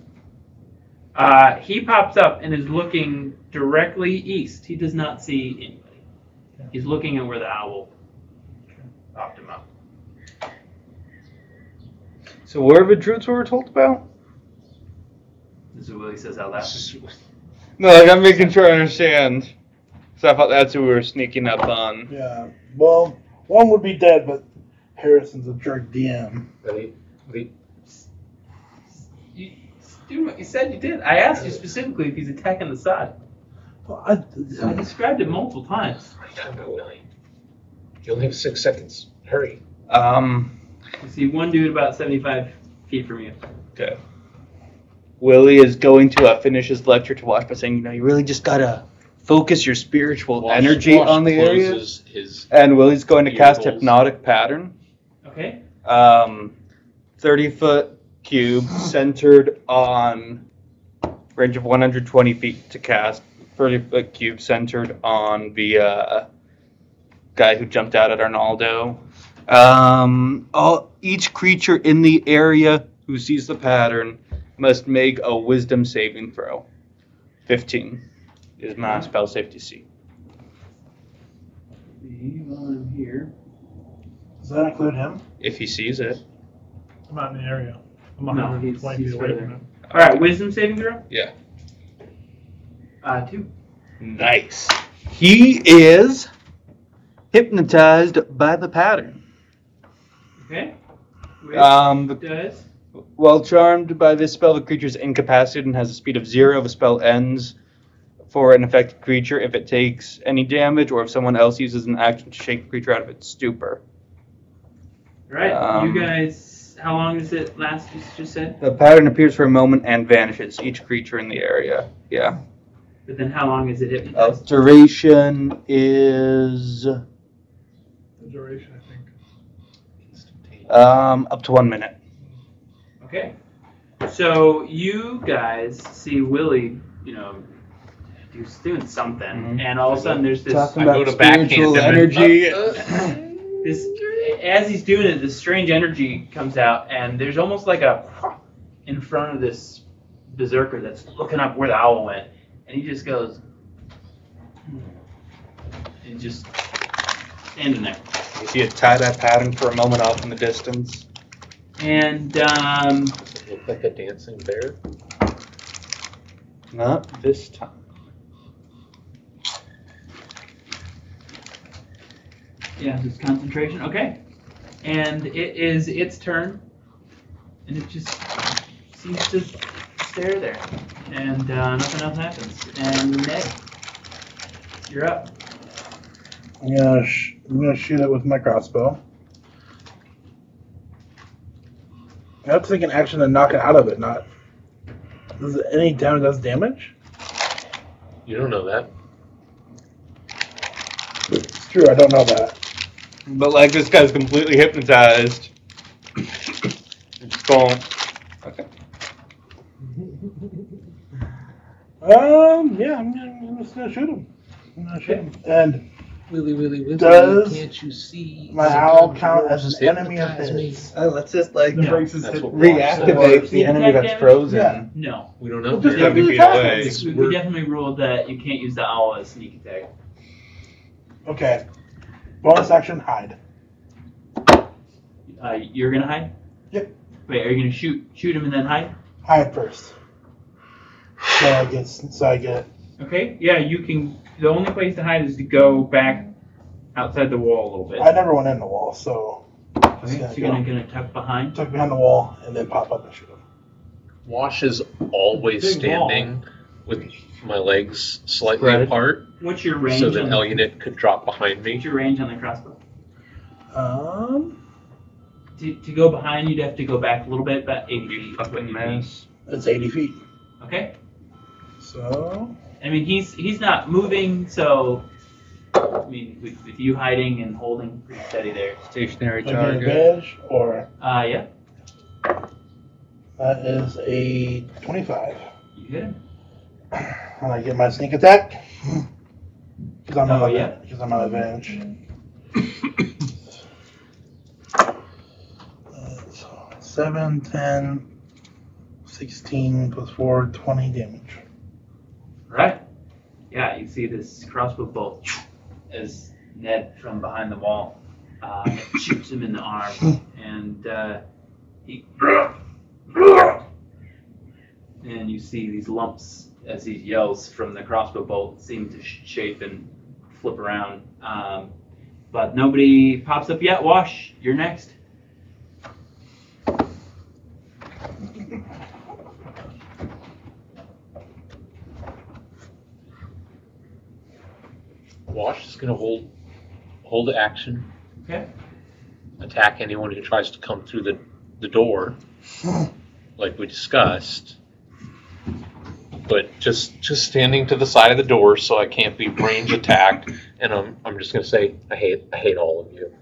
[SPEAKER 17] Uh, he pops up and is looking directly east. He does not see anybody. He's looking at where the owl popped him up.
[SPEAKER 3] So where were the druids we were told about?
[SPEAKER 17] This is what he says out loud.
[SPEAKER 3] No, like I'm making sure I understand. So I thought that's who we were sneaking up on.
[SPEAKER 6] Yeah. Well, one would be dead, but Harrison's a jerk DM.
[SPEAKER 7] And he, the,
[SPEAKER 17] <laughs> You, do what you said you did. I asked you specifically if he's attacking the side.
[SPEAKER 6] Well, I,
[SPEAKER 17] I described it multiple times.
[SPEAKER 7] you only have six seconds. Hurry.
[SPEAKER 3] Um,
[SPEAKER 17] You see one dude about 75 feet from you.
[SPEAKER 3] okay. Willie is going to uh, finish his lecture to Wash by saying, you know, you really just gotta focus your spiritual
[SPEAKER 1] Wash-
[SPEAKER 3] energy
[SPEAKER 1] Wash
[SPEAKER 3] on the area.
[SPEAKER 1] closes His
[SPEAKER 3] And Willie's going to cast
[SPEAKER 1] Earholes.
[SPEAKER 3] hypnotic pattern.
[SPEAKER 17] Okay?
[SPEAKER 3] um, 30 foot cube centered on range of 120 feet to cast 30 foot cube centered on the uh, guy who jumped out at arnaldo um, all, each creature in the area who sees the pattern must make a wisdom saving throw 15 is my spell safety c
[SPEAKER 17] See, while I'm here.
[SPEAKER 6] Does that include him?
[SPEAKER 3] if he sees it
[SPEAKER 9] I'm not in the area. I'm
[SPEAKER 17] No, he's-
[SPEAKER 9] 120
[SPEAKER 17] he's
[SPEAKER 9] feet away
[SPEAKER 17] further.
[SPEAKER 9] from him.
[SPEAKER 17] All right, wisdom saving throw?
[SPEAKER 3] yeah
[SPEAKER 17] Uh, two.
[SPEAKER 3] Nice. He is hypnotized by the pattern.
[SPEAKER 17] Okay? Which
[SPEAKER 3] Um, the-
[SPEAKER 17] does?
[SPEAKER 3] while charmed by this spell, the creature is incapacitated and has a speed of zero. The spell ends for an affected creature if it takes any damage or if someone else uses an action to shake the creature out of its stupor.
[SPEAKER 17] All right,
[SPEAKER 3] um,
[SPEAKER 17] you guys, how long does it last? You just said?
[SPEAKER 3] The pattern appears for a moment and vanishes. Each creature in the area. Yeah.
[SPEAKER 17] But then how long is it
[SPEAKER 3] Uh,
[SPEAKER 17] hypnotized?
[SPEAKER 3] duration is
[SPEAKER 9] The duration, I think.
[SPEAKER 6] Uh,
[SPEAKER 3] um, up to one minute.
[SPEAKER 17] Okay. So you guys see Willie, you know, he's doing something,
[SPEAKER 3] Mhm.
[SPEAKER 17] and all of a sudden there's this
[SPEAKER 1] I go to
[SPEAKER 3] spiritual
[SPEAKER 1] backhand him and- uh,
[SPEAKER 3] energy.
[SPEAKER 7] Uh,
[SPEAKER 17] this as he's doing it, this strange energy comes out, and there's almost like a in front of this berserker that's looking up where the owl went, and he just goes "Hmm," and just standing there.
[SPEAKER 3] You see it tie that pattern for a moment off in the distance.
[SPEAKER 17] And um,
[SPEAKER 7] <laughs> Look like a dancing bear.
[SPEAKER 3] Not this time.
[SPEAKER 17] yeah, this concentration. Okay, and it is its turn, and it just seems to stare there, and uh, nothing else happens. And Ned, you're up.
[SPEAKER 6] I'm gonna, sh- I'm gonna shoot it with my crossbow. I have to take an action to knock it out of it. Not does it any damage does damage?
[SPEAKER 7] You don't know that.
[SPEAKER 6] It's true. I don't know that.
[SPEAKER 3] But like this guy's completely hypnotized. It's gone. Okay.
[SPEAKER 6] Um, yeah, I'm, gonna- I'm just gonna shoot him. I'm gonna shoot him. And
[SPEAKER 31] Willy, willy, willy,
[SPEAKER 6] Does
[SPEAKER 31] can't you see?
[SPEAKER 6] my owl count as an enemy of Uh, his?
[SPEAKER 27] Oh, let's just like
[SPEAKER 31] No,
[SPEAKER 7] that's what
[SPEAKER 27] reactivate the enemy that's frozen.
[SPEAKER 17] No.
[SPEAKER 7] We don't know.
[SPEAKER 17] We
[SPEAKER 7] Just Yeah,
[SPEAKER 27] leave it
[SPEAKER 17] definitely-
[SPEAKER 27] at
[SPEAKER 17] we- we definitely ruled that you can't use the owl as sneak attack.
[SPEAKER 6] Okay. Bonus action hide.
[SPEAKER 17] Uh, you're gonna hide?
[SPEAKER 6] Yep.
[SPEAKER 17] Wait, are you gonna shoot shoot him and then hide?
[SPEAKER 6] Hide first. So I get so I get
[SPEAKER 17] Okay. Yeah, you can. The only place to hide is to go back outside the wall a little bit.
[SPEAKER 6] I never went in the wall, so
[SPEAKER 17] Okay, so you're gonna, gonna tuck behind.
[SPEAKER 6] Tuck behind the wall and then pop up and shoot him.
[SPEAKER 1] Wash is always
[SPEAKER 6] Big wall.
[SPEAKER 1] standing with my legs slightly
[SPEAKER 6] Spread.
[SPEAKER 1] apart.
[SPEAKER 17] What's your range
[SPEAKER 1] So
[SPEAKER 17] on
[SPEAKER 1] that
[SPEAKER 17] the-
[SPEAKER 1] Elunit could drop behind me.
[SPEAKER 17] What's your range on the crossbow?
[SPEAKER 6] Um,
[SPEAKER 17] To, to go behind, you'd have to go back a little bit, about 80 feet. is what you'd need.
[SPEAKER 6] It's 80 feet.
[SPEAKER 17] Okay.
[SPEAKER 6] So
[SPEAKER 17] I mean, he's he's not moving, so I mean, with, with you hiding and holding pretty steady there.
[SPEAKER 3] Stationary
[SPEAKER 6] I get <laughs> advantage or
[SPEAKER 17] Uh, yeah,
[SPEAKER 6] that is a 25.
[SPEAKER 17] you hit him.
[SPEAKER 6] And I get my sneak attack. Because I'm,
[SPEAKER 17] Oh,
[SPEAKER 6] on
[SPEAKER 17] yeah.
[SPEAKER 6] because I'm on advantage. <coughs> Uh, so 7, 10, 16 plus 4, 20 damage.
[SPEAKER 17] Right. Yeah, you see this crossbow bolt as Ned from behind the wall uh, <laughs> shoots him in the arm, and uh, he and you see these lumps as he yells from the crossbow bolt seem to sh- shape and flip around. Um, but nobody pops up yet. Wash, you're next.
[SPEAKER 1] Wash is gonna hold hold action.
[SPEAKER 17] Okay. <laughs>
[SPEAKER 1] Attack anyone who tries to come through the, the door, like we discussed. But just just standing to the side of the door so I can't be range attacked, and I'm I'm just gonna say I hate I hate all of you.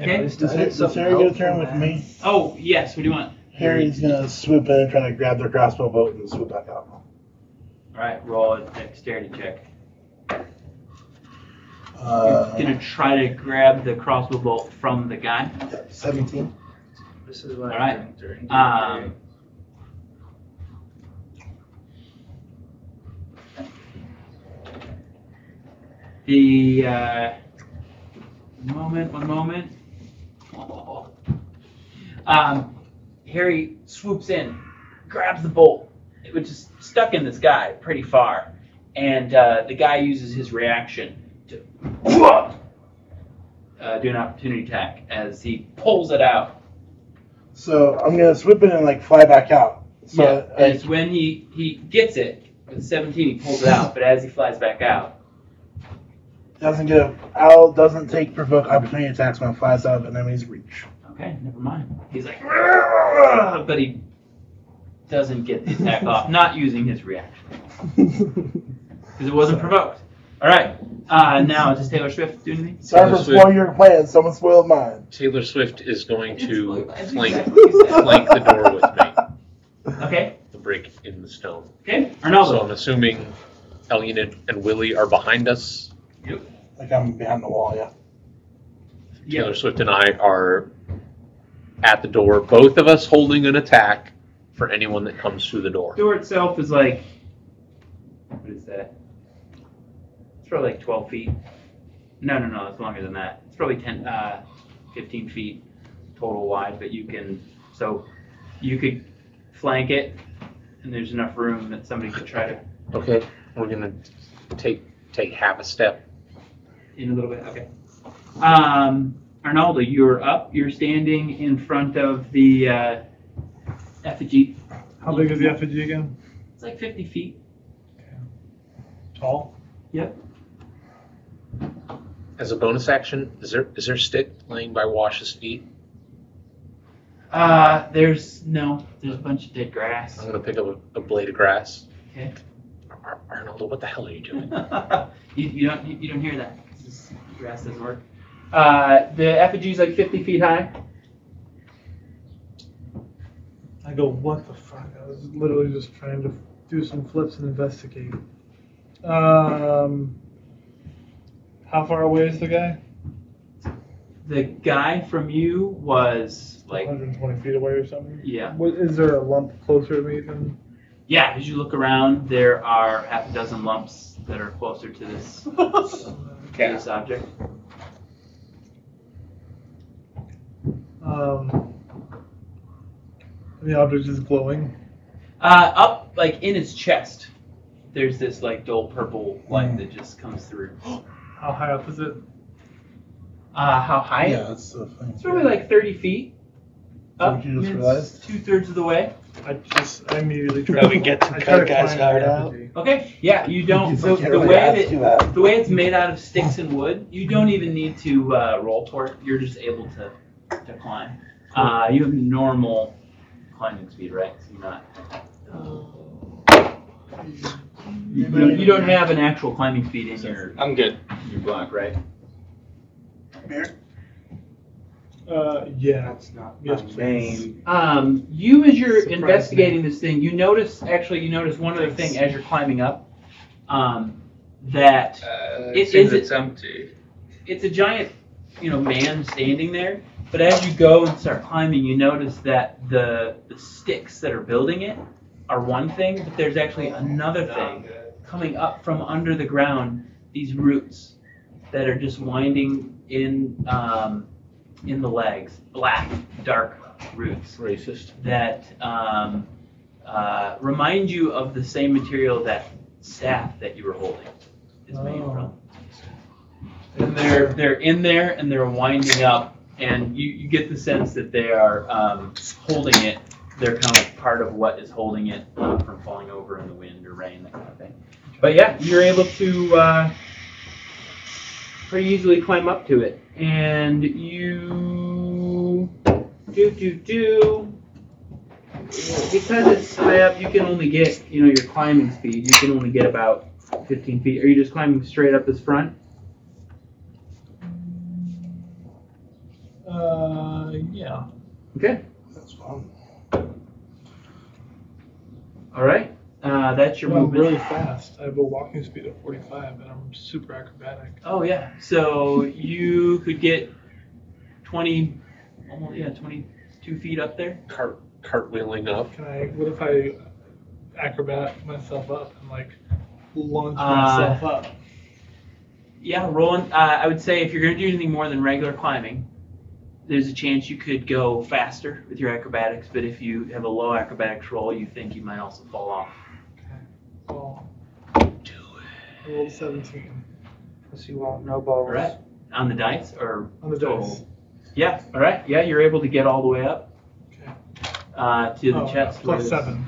[SPEAKER 17] Okay.
[SPEAKER 6] Does, Harry- does Harry get a turn with me?
[SPEAKER 17] Oh yes. What do you want?
[SPEAKER 6] Harry's going to swoop in and try to grab their crossbow bolt and swoop back out.
[SPEAKER 17] All right. Roll a dexterity check.
[SPEAKER 6] Uh,
[SPEAKER 17] gonna try to grab the crossbow bolt from the guy.
[SPEAKER 6] 17.
[SPEAKER 4] This is
[SPEAKER 17] All
[SPEAKER 4] what
[SPEAKER 17] right.
[SPEAKER 4] I'm doing during the
[SPEAKER 17] Um, the uh, one moment, one moment. Oh. Um, Harry swoops in, grabs the bolt, which is stuck in this guy pretty far, and uh, the guy uses his reaction to uh, do an opportunity attack as he pulls it out.
[SPEAKER 6] So I'm going to swoop in and like fly back out. So
[SPEAKER 17] yeah,
[SPEAKER 6] I-
[SPEAKER 17] and it's when he, he gets it with 17, he pulls it out, but as he flies back out,
[SPEAKER 6] Doesn't get a owl doesn't take provoke opportunity attacks when it flies out of an enemy's reach.
[SPEAKER 17] okay, never mind. He's like, "Rrrr," but he doesn't get the attack off, not using his reaction because it wasn't provoked. All right, uh, now does Taylor Swift do anything?
[SPEAKER 6] Sorry
[SPEAKER 1] Taylor
[SPEAKER 6] for
[SPEAKER 1] Swift.
[SPEAKER 6] spoiling your plan. Someone spoiled mine.
[SPEAKER 1] Taylor Swift is going to
[SPEAKER 17] That's
[SPEAKER 6] <laughs>
[SPEAKER 1] flank
[SPEAKER 17] exactly what you said.
[SPEAKER 1] flank the door with me,
[SPEAKER 17] Okay,
[SPEAKER 1] the break in the stone.
[SPEAKER 17] okay,
[SPEAKER 1] So
[SPEAKER 17] Arnaldo.
[SPEAKER 1] I'm assuming Elunit and Willie are behind us.
[SPEAKER 6] Like I'm behind the wall, yeah.
[SPEAKER 17] Yeah.
[SPEAKER 1] Taylor Swift and I are at the door, both of us holding an attack for anyone that comes through the door.
[SPEAKER 17] door itself is like, what is that? It's probably like 12 feet. No, no, no, it's longer than that. It's probably 10, uh, 15 feet total wide, but you can, so you could flank it, and there's enough room that somebody could try to,
[SPEAKER 1] Okay, we're gonna take take half a step.
[SPEAKER 17] in a little bit, okay. Um, Arnaldo, you're up. You're standing in front of the uh, effigy.
[SPEAKER 9] How big is the effigy again?
[SPEAKER 17] It's like 50 feet.
[SPEAKER 9] Tall?
[SPEAKER 17] Yep.
[SPEAKER 1] As a bonus action, is there is there stick laying by Wash's feet?
[SPEAKER 17] Uh, there's no, there's a bunch of dead grass.
[SPEAKER 1] I'm gonna pick up a, a blade of grass.
[SPEAKER 17] Okay. <laughs>
[SPEAKER 1] Ar- Arnaldo, what the hell are you doing?
[SPEAKER 17] you, you don't you don't hear that. 'cause this Grass doesn't work. Uh, the effigy's like 50 feet high.
[SPEAKER 9] I go, what the fuck? I was literally just trying to
[SPEAKER 2] do some flips and investigate. Um, how far away is the guy?
[SPEAKER 17] The guy from you was like,
[SPEAKER 2] 120 feet away or something.
[SPEAKER 17] Yeah.
[SPEAKER 2] What, is there a lump closer to me than?
[SPEAKER 17] yeah, as you look around, there are half a dozen lumps that are closer to this, to this object.
[SPEAKER 2] Um, the object is glowing.
[SPEAKER 17] Uh, up, like in his chest, there's this like dull purple light that just comes through.
[SPEAKER 2] How high up is it?
[SPEAKER 17] Uh, how high?
[SPEAKER 6] Yeah, that's the thing.
[SPEAKER 17] It's probably like 30 feet. Up,
[SPEAKER 6] Did you just
[SPEAKER 17] It's
[SPEAKER 6] realize?
[SPEAKER 17] two-thirds of the way.
[SPEAKER 2] I just I immediately
[SPEAKER 17] try.
[SPEAKER 2] tried- We get to I cut tried guys' finding hard out.
[SPEAKER 17] Okay, yeah, you don't.
[SPEAKER 2] It's
[SPEAKER 17] The,
[SPEAKER 2] like
[SPEAKER 17] the
[SPEAKER 2] everybody
[SPEAKER 17] way
[SPEAKER 2] asks you
[SPEAKER 17] that
[SPEAKER 2] that.
[SPEAKER 17] the way it's made out of sticks and wood, you don't even need to uh, roll for it. You're just able to to climb. Uh, you have normal climbing speed, right? So you're not. You, you- you don't have an actual climbing speed in your.
[SPEAKER 32] I'm good.
[SPEAKER 17] Your block, right?
[SPEAKER 2] Uh, yeah. That's
[SPEAKER 33] not
[SPEAKER 2] yes, please.
[SPEAKER 17] Um, you, as you're investigating this thing, you notice actually you notice one other thing as you're climbing up, um, that
[SPEAKER 3] Uh,
[SPEAKER 17] it
[SPEAKER 3] seems
[SPEAKER 17] is it-
[SPEAKER 3] it's empty.
[SPEAKER 17] it's a giant, you know, man standing there. But as you go and start climbing, you notice that the the sticks that are building it are one thing, but there's actually another thing coming up from under the ground. These roots that are just winding in um, in the legs, black, dark roots.
[SPEAKER 1] Racist.
[SPEAKER 17] That um, uh, remind you of the same material that staff that you were holding is made from. And they're they're in there and they're winding up, and you, you get the sense that they are um, holding it. They're kind of part of what is holding it uh, from falling over in the wind or rain, that kind of thing. But yeah, you're able to uh, pretty easily climb up to it, and you do do do. Because it's high up, you can only get you know your climbing speed. You can only get about 15 feet. Are you just climbing straight up this front?
[SPEAKER 2] Uh, yeah.
[SPEAKER 17] Okay.
[SPEAKER 6] That's fun.
[SPEAKER 17] <laughs> All right. Uh, that's your
[SPEAKER 2] Well, I'm
[SPEAKER 17] movement.
[SPEAKER 2] really fast. I have a walking speed of 45, and I'm super acrobatic.
[SPEAKER 17] Oh yeah. So you could get 20, almost yeah, 22 feet up there.
[SPEAKER 1] Cart cartwheeling up.
[SPEAKER 2] Can I? What if I acrobat myself up and like launch
[SPEAKER 17] Uh,
[SPEAKER 2] myself up?
[SPEAKER 17] Yeah, rolling. Uh, I would say if you're going to do anything more than regular climbing, there's a chance you could go faster with your acrobatics. But if you have a low acrobatics roll, you think you might also fall off.
[SPEAKER 2] Well, do it. I rolled 17.
[SPEAKER 33] Because you won't know balls.
[SPEAKER 17] All right. On the dice or
[SPEAKER 2] On the
[SPEAKER 17] total?
[SPEAKER 2] dice.
[SPEAKER 17] Yeah. All right. Yeah, you're able to get all the way up uh, to the
[SPEAKER 2] Oh,
[SPEAKER 17] chest. where
[SPEAKER 2] Plus
[SPEAKER 17] this-
[SPEAKER 2] seven.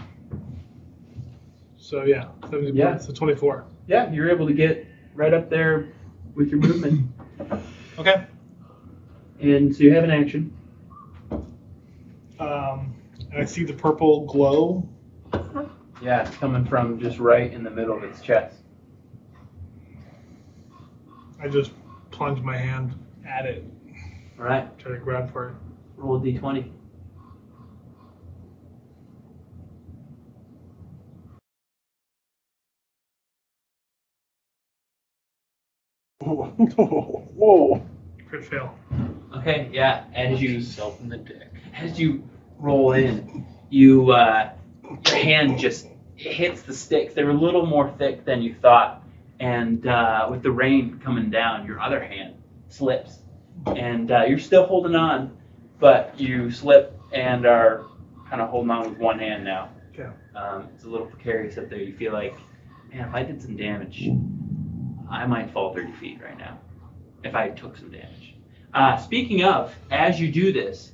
[SPEAKER 2] So yeah, 71.
[SPEAKER 17] Yeah.
[SPEAKER 2] So 24.
[SPEAKER 17] Yeah, you're able to get right up there with your movement.
[SPEAKER 2] Okay.
[SPEAKER 17] And so you have an action.
[SPEAKER 2] Um, and I see the purple glow.
[SPEAKER 17] Yeah, it's coming from just right in the middle of its chest.
[SPEAKER 2] I just plunge my hand at it.
[SPEAKER 17] All right,
[SPEAKER 2] Try to grab for it.
[SPEAKER 17] roll a d20.
[SPEAKER 6] Whoa.
[SPEAKER 2] Crit fail.
[SPEAKER 17] Okay, yeah, as you
[SPEAKER 1] Self in the dick.
[SPEAKER 17] as you roll in, you uh, your hand just hits the sticks. They're a little more thick than you thought, and uh, with the rain coming down, your other hand slips, and uh, you're still holding on, but you slip and are kind of holding on with one hand now.
[SPEAKER 2] Okay.
[SPEAKER 17] Um, it's a little precarious up there. You feel like, man, if I did some damage, I might fall 30 feet right now if I took some damage. Uh, speaking of, as you do this,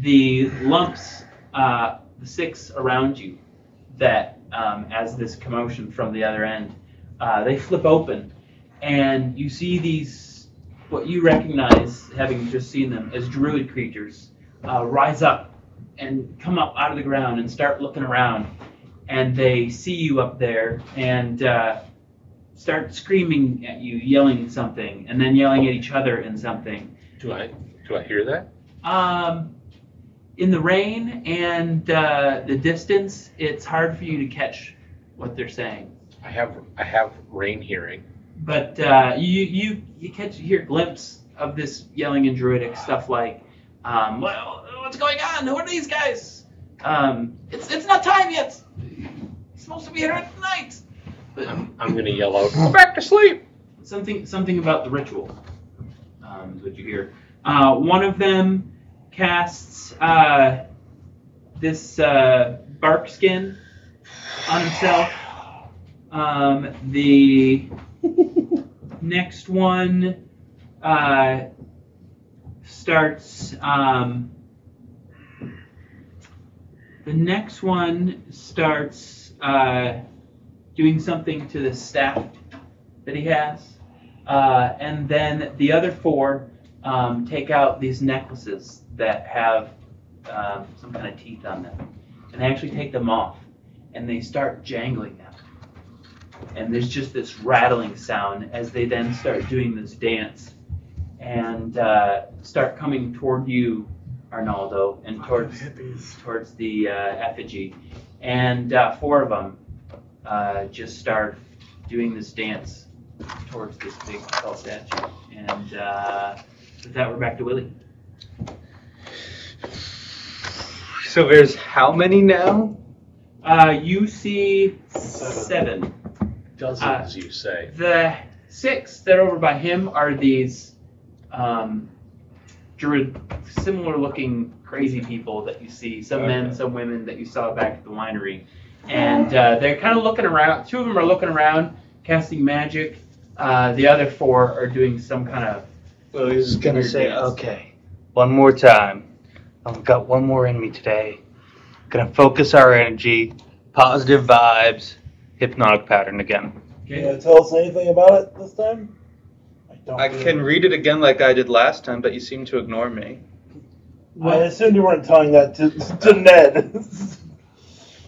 [SPEAKER 17] the lumps, uh, the six around you, that um, as this commotion from the other end, uh, they flip open, and you see these, what you recognize, having just seen them, as druid creatures, uh, rise up and come up out of the ground and start looking around, and they see you up there and uh, start screaming at you, yelling something, and then yelling at each other in something.
[SPEAKER 1] Do I do I hear that?
[SPEAKER 17] Um, in the rain and uh, the distance, it's hard for you to catch what they're saying.
[SPEAKER 1] I have I have rain hearing.
[SPEAKER 17] But uh, you you you catch you hear a glimpse of this yelling and druidic stuff like, um, well, what's going on? Who are these guys? Um, it's it's not time yet. It's supposed to be here at night.
[SPEAKER 1] I'm, I'm gonna yell out.
[SPEAKER 17] Go back to sleep. Something something about the ritual um, is what you hear. Uh, one of them casts uh, this uh, bark skin on himself. Um, the next one uh, starts. Um, the next one starts uh, doing something to the staff that he has, uh, and then the other four um, take out these necklaces that have um, some kind of teeth on them, and they actually take them off, and they start jangling them, and there's just this rattling sound as they then start doing this dance, and uh, start coming toward you, Arnaldo, and towards towards the uh, effigy, and uh, four of them uh, just start doing this dance towards this big tall statue. And uh, with that, we're back to Willie.
[SPEAKER 3] So there's how many now?
[SPEAKER 17] Uh, you see seven.
[SPEAKER 1] Dozens,
[SPEAKER 17] Uh,
[SPEAKER 1] you say.
[SPEAKER 17] The six that are over by him are these um, druid, similar looking crazy people that you see. Some men, some women that you saw back at the winery. And uh, they're kind of looking around. Two of them are looking around, casting magic. Uh, the other four are doing some kind of.
[SPEAKER 3] Well, he's gonna
[SPEAKER 17] weird
[SPEAKER 3] say,
[SPEAKER 17] dance.
[SPEAKER 3] okay, one more time. I've got one more in me today. Gonna focus our energy, positive vibes, hypnotic pattern again.
[SPEAKER 22] You gonna tell us anything about it this time? don't
[SPEAKER 3] I
[SPEAKER 22] believe
[SPEAKER 3] can read it again like I did last time, but you seem to ignore me.
[SPEAKER 22] I assumed you weren't telling that to, to
[SPEAKER 6] <laughs>
[SPEAKER 22] Ned.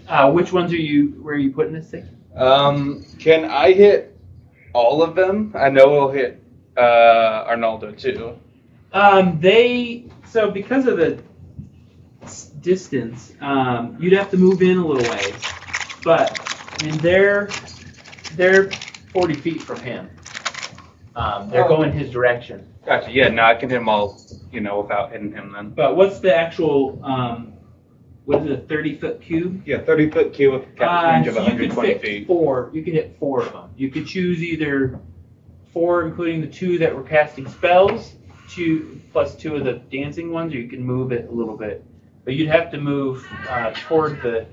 [SPEAKER 17] Uh, which ones are you? Where are you putting this thing?
[SPEAKER 3] Um, can I hit all of them? I know we'll hit uh, Arnaldo too.
[SPEAKER 17] Um, they so because of the s- distance, um, you'd have to move in a little ways. But I mean, they're they're 40 feet from him. Um, they're going his direction.
[SPEAKER 3] Gotcha. Yeah, no, I can hit them all, you know, without hitting him then.
[SPEAKER 17] But what's the actual um, what is it? A 30 foot cube?
[SPEAKER 3] Yeah, 30 foot cube with a
[SPEAKER 17] Uh,
[SPEAKER 3] cap range of
[SPEAKER 17] so you could
[SPEAKER 3] 120
[SPEAKER 17] fit
[SPEAKER 3] feet.
[SPEAKER 17] Four. You could hit four of them. You could choose either four, including the two that were casting spells, two plus two of the dancing ones, or you can move it a little bit. But you'd have to move uh, toward the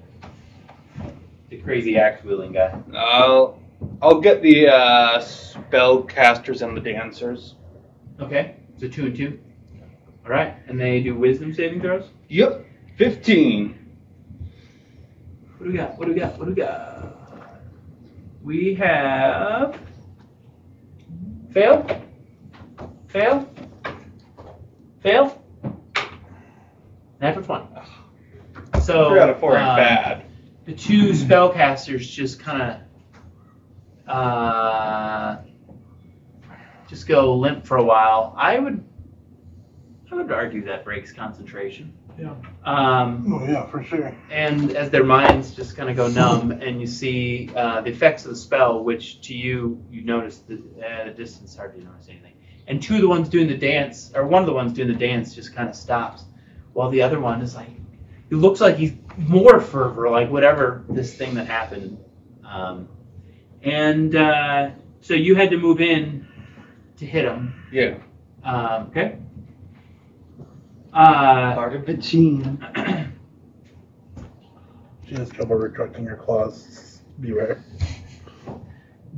[SPEAKER 17] the crazy axe wielding guy.
[SPEAKER 3] I'll, I'll get the uh, spell casters and the dancers.
[SPEAKER 17] Okay. So two and two. All right, and they do wisdom saving throws.
[SPEAKER 3] Yep, 15.
[SPEAKER 17] What do we got? What do we got? What do we got? We have fail, fail, fail. Natural twenty. So
[SPEAKER 3] Three out of four ain't
[SPEAKER 27] uh,
[SPEAKER 17] um,
[SPEAKER 3] bad.
[SPEAKER 17] The two spellcasters just kind of uh, just go limp for a while. I would I would argue that breaks concentration.
[SPEAKER 2] Yeah.
[SPEAKER 17] Um,
[SPEAKER 6] Oh, yeah, for sure.
[SPEAKER 17] and as their minds just kind of go numb, and you see uh, the effects of the spell, which to you, you notice the, at a distance, hardly notice anything. And two of the ones doing the dance, or one of the ones doing the dance, just kind of stops, while the other one is like, he looks like he's more fervor, like whatever this thing that happened. Um, and uh, so you had to move in to hit him.
[SPEAKER 3] Yeah.
[SPEAKER 17] Um, okay. Uh,
[SPEAKER 3] Part of the gene.
[SPEAKER 6] She has trouble retracting her claws. Beware.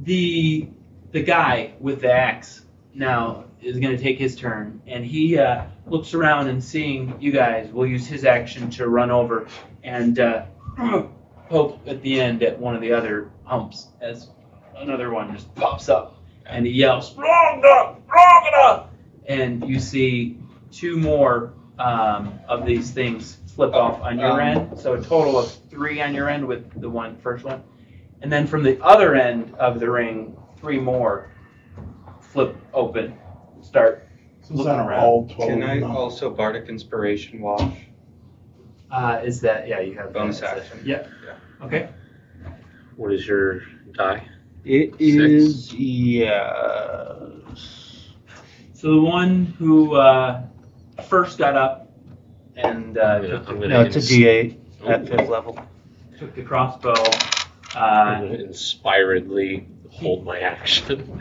[SPEAKER 17] the the guy with the axe now is going to take his turn, and he uh, looks around and seeing you guys will use his action to run over and uh, <clears throat> poke at the end at one of the other humps as another one just pops up and he yells strong enough, strong enough, and you see two more um, of these things flip off on your
[SPEAKER 3] Um,
[SPEAKER 17] end, so a total of three on your end with the one first one. And then from the other end of the ring, three more flip open, start looking around.
[SPEAKER 6] all 12
[SPEAKER 3] Can I
[SPEAKER 6] now?
[SPEAKER 3] also bardic inspiration watch?
[SPEAKER 17] Uh, is that, yeah, you have
[SPEAKER 3] Bonus
[SPEAKER 17] that.
[SPEAKER 3] action.
[SPEAKER 17] Yep. Okay.
[SPEAKER 1] What is your die?
[SPEAKER 3] It is uh, yeah.
[SPEAKER 17] So the one who uh, first got up and uh, took, the,
[SPEAKER 3] No, it's a D8 at fifth level.
[SPEAKER 17] took the crossbow, uh,
[SPEAKER 1] I'm gonna inspiredly hold my action.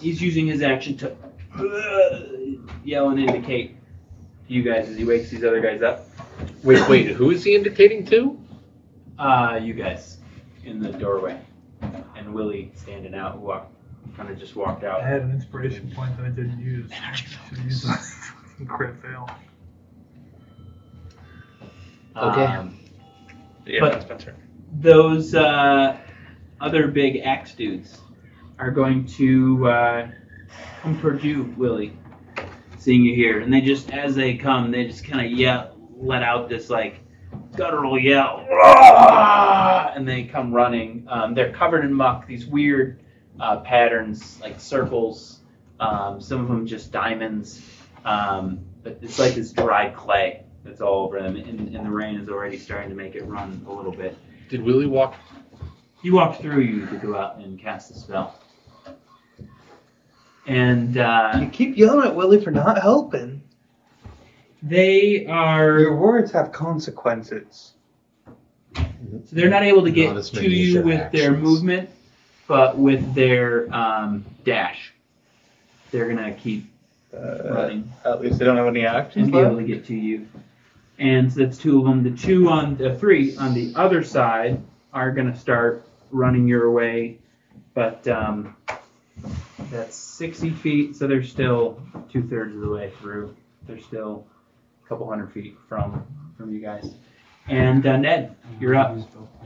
[SPEAKER 17] he's using his action to uh, yell and indicate to you guys as he wakes these other guys up.
[SPEAKER 1] <laughs> Wait, wait, who is he indicating to?
[SPEAKER 17] Uh, you guys in the doorway, and Willie standing out, who kind of just walked
[SPEAKER 2] I
[SPEAKER 17] out.
[SPEAKER 2] had an inspiration point that I didn't use. Should have used it. <laughs> Crit fail.
[SPEAKER 1] Okay.
[SPEAKER 17] Um,
[SPEAKER 1] Yeah,
[SPEAKER 17] But-
[SPEAKER 1] Spencer.
[SPEAKER 17] those uh, other big axe dudes are going to uh, come towards you, Willie, seeing you here. And they just, as they come, they just kind of yell, let out this like guttural yell, "Rah!" and they come running. Um, they're covered in muck, these weird uh, patterns, like circles, um, some of them just diamonds. Um, but it's like this dry clay that's all over them, and, and the rain is already starting to make it run a little bit.
[SPEAKER 1] Did Willie walk?
[SPEAKER 17] He walked through you to go out and cast the spell. And uh,
[SPEAKER 27] You keep yelling at Willie for not helping.
[SPEAKER 17] they are.
[SPEAKER 3] Your words have consequences.
[SPEAKER 17] So they're not able to get
[SPEAKER 1] Not as
[SPEAKER 17] to
[SPEAKER 1] many as
[SPEAKER 17] you
[SPEAKER 1] your
[SPEAKER 17] with their
[SPEAKER 1] actions.
[SPEAKER 17] movement, but with their um, dash, they're gonna keep
[SPEAKER 1] Uh,
[SPEAKER 17] running
[SPEAKER 3] Uh, At least they don't have any actions
[SPEAKER 17] and be able
[SPEAKER 3] left.
[SPEAKER 17] to get to you. And so that's two of them. The two on the three on the other side are gonna start running your way, but um, that's 60 feet, so they're still two thirds of the way through. They're still a couple hundred feet from from you guys. And uh, Ned, you're up.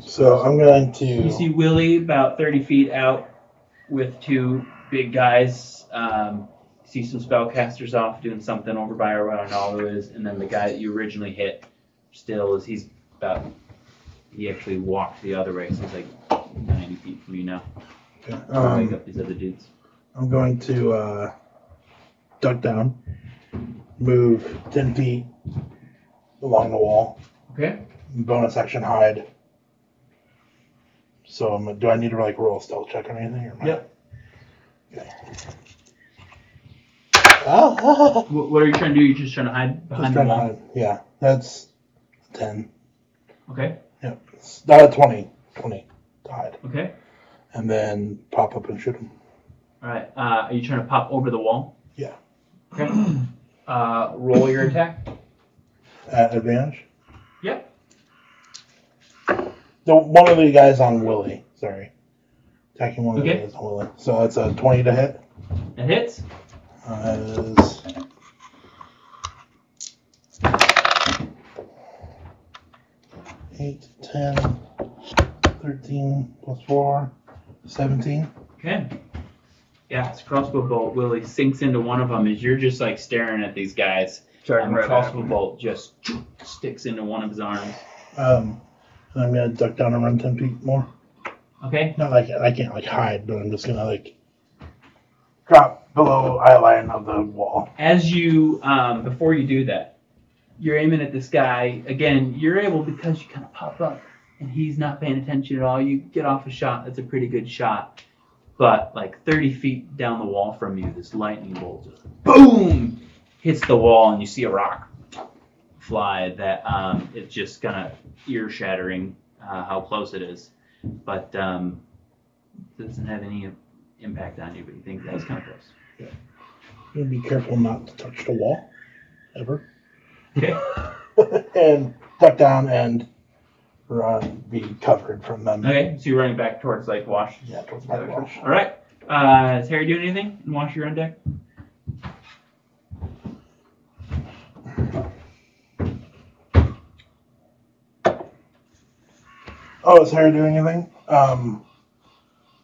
[SPEAKER 6] So I'm going
[SPEAKER 17] You
[SPEAKER 6] to.
[SPEAKER 17] see Willie about 30 feet out with two big guys. Um, you see some spellcasters off doing something over by her, where I don't know who it is. And then the guy that you originally hit still is he's about, he actually walked the other way, so he's like 90 feet from you now.
[SPEAKER 6] Um,
[SPEAKER 17] Wake up these other dudes.
[SPEAKER 6] I'm going to uh, duck down, move 10 feet along the wall,
[SPEAKER 17] Okay.
[SPEAKER 6] bonus action hide. So I'm, do I need to like roll a stealth check or anything? Or am I-
[SPEAKER 17] Yep.
[SPEAKER 6] Okay. Ah, ah, ah, ah.
[SPEAKER 17] What, what are you trying to do? You're just trying to hide
[SPEAKER 6] Just
[SPEAKER 17] behind the
[SPEAKER 6] trying to
[SPEAKER 17] wall?
[SPEAKER 6] hide. Yeah, that's 10.
[SPEAKER 17] Okay.
[SPEAKER 6] Yep. Uh, 20. 20 to hide.
[SPEAKER 17] Okay.
[SPEAKER 6] And then pop up and shoot him.
[SPEAKER 17] All right. Uh, are you trying to pop over the wall?
[SPEAKER 6] Yeah.
[SPEAKER 17] Okay. Uh, roll your attack.
[SPEAKER 6] At advantage?
[SPEAKER 17] Yep.
[SPEAKER 6] The, one of the guys on Willie. Sorry. Attacking one of
[SPEAKER 17] Okay.
[SPEAKER 6] the guys on Willie. So that's a 20 to hit.
[SPEAKER 17] It hits.
[SPEAKER 6] Uh, that is- Eight, 10, 13 plus 4, 17.
[SPEAKER 17] Okay. Yeah, it's a crossbow bolt. Willie sinks into one of them as you're just like staring at these guys. and the crossbow bolt just sticks into one of his arms.
[SPEAKER 6] Um, and I'm going to duck down and run 10 feet more.
[SPEAKER 17] Okay.
[SPEAKER 6] Not like I can't like hide, but I'm just going to like drop below eye line of the wall.
[SPEAKER 17] As you, um, before you do that, you're aiming at this guy. Again, you're able because you kind of pop up and he's not paying attention at all. You get off a shot. That's a pretty good shot. But like 30 feet down the wall from you, this lightning bolt just boom hits the wall and you see a rock fly that um, it's just kind of ear shattering uh, how close it is. But um, it doesn't have any impact on you, but you think that was kind of close.
[SPEAKER 6] You be careful not to touch the wall, <laughs> ever.
[SPEAKER 17] Okay.
[SPEAKER 6] and duck down and run, be covered from them.
[SPEAKER 17] Okay, so you're running back towards Lake Wash.
[SPEAKER 6] Yeah, towards my wall.
[SPEAKER 17] All right. Uh, is Harry doing anything? And Wash, you're on deck.
[SPEAKER 6] Oh, is Harry doing anything? Um,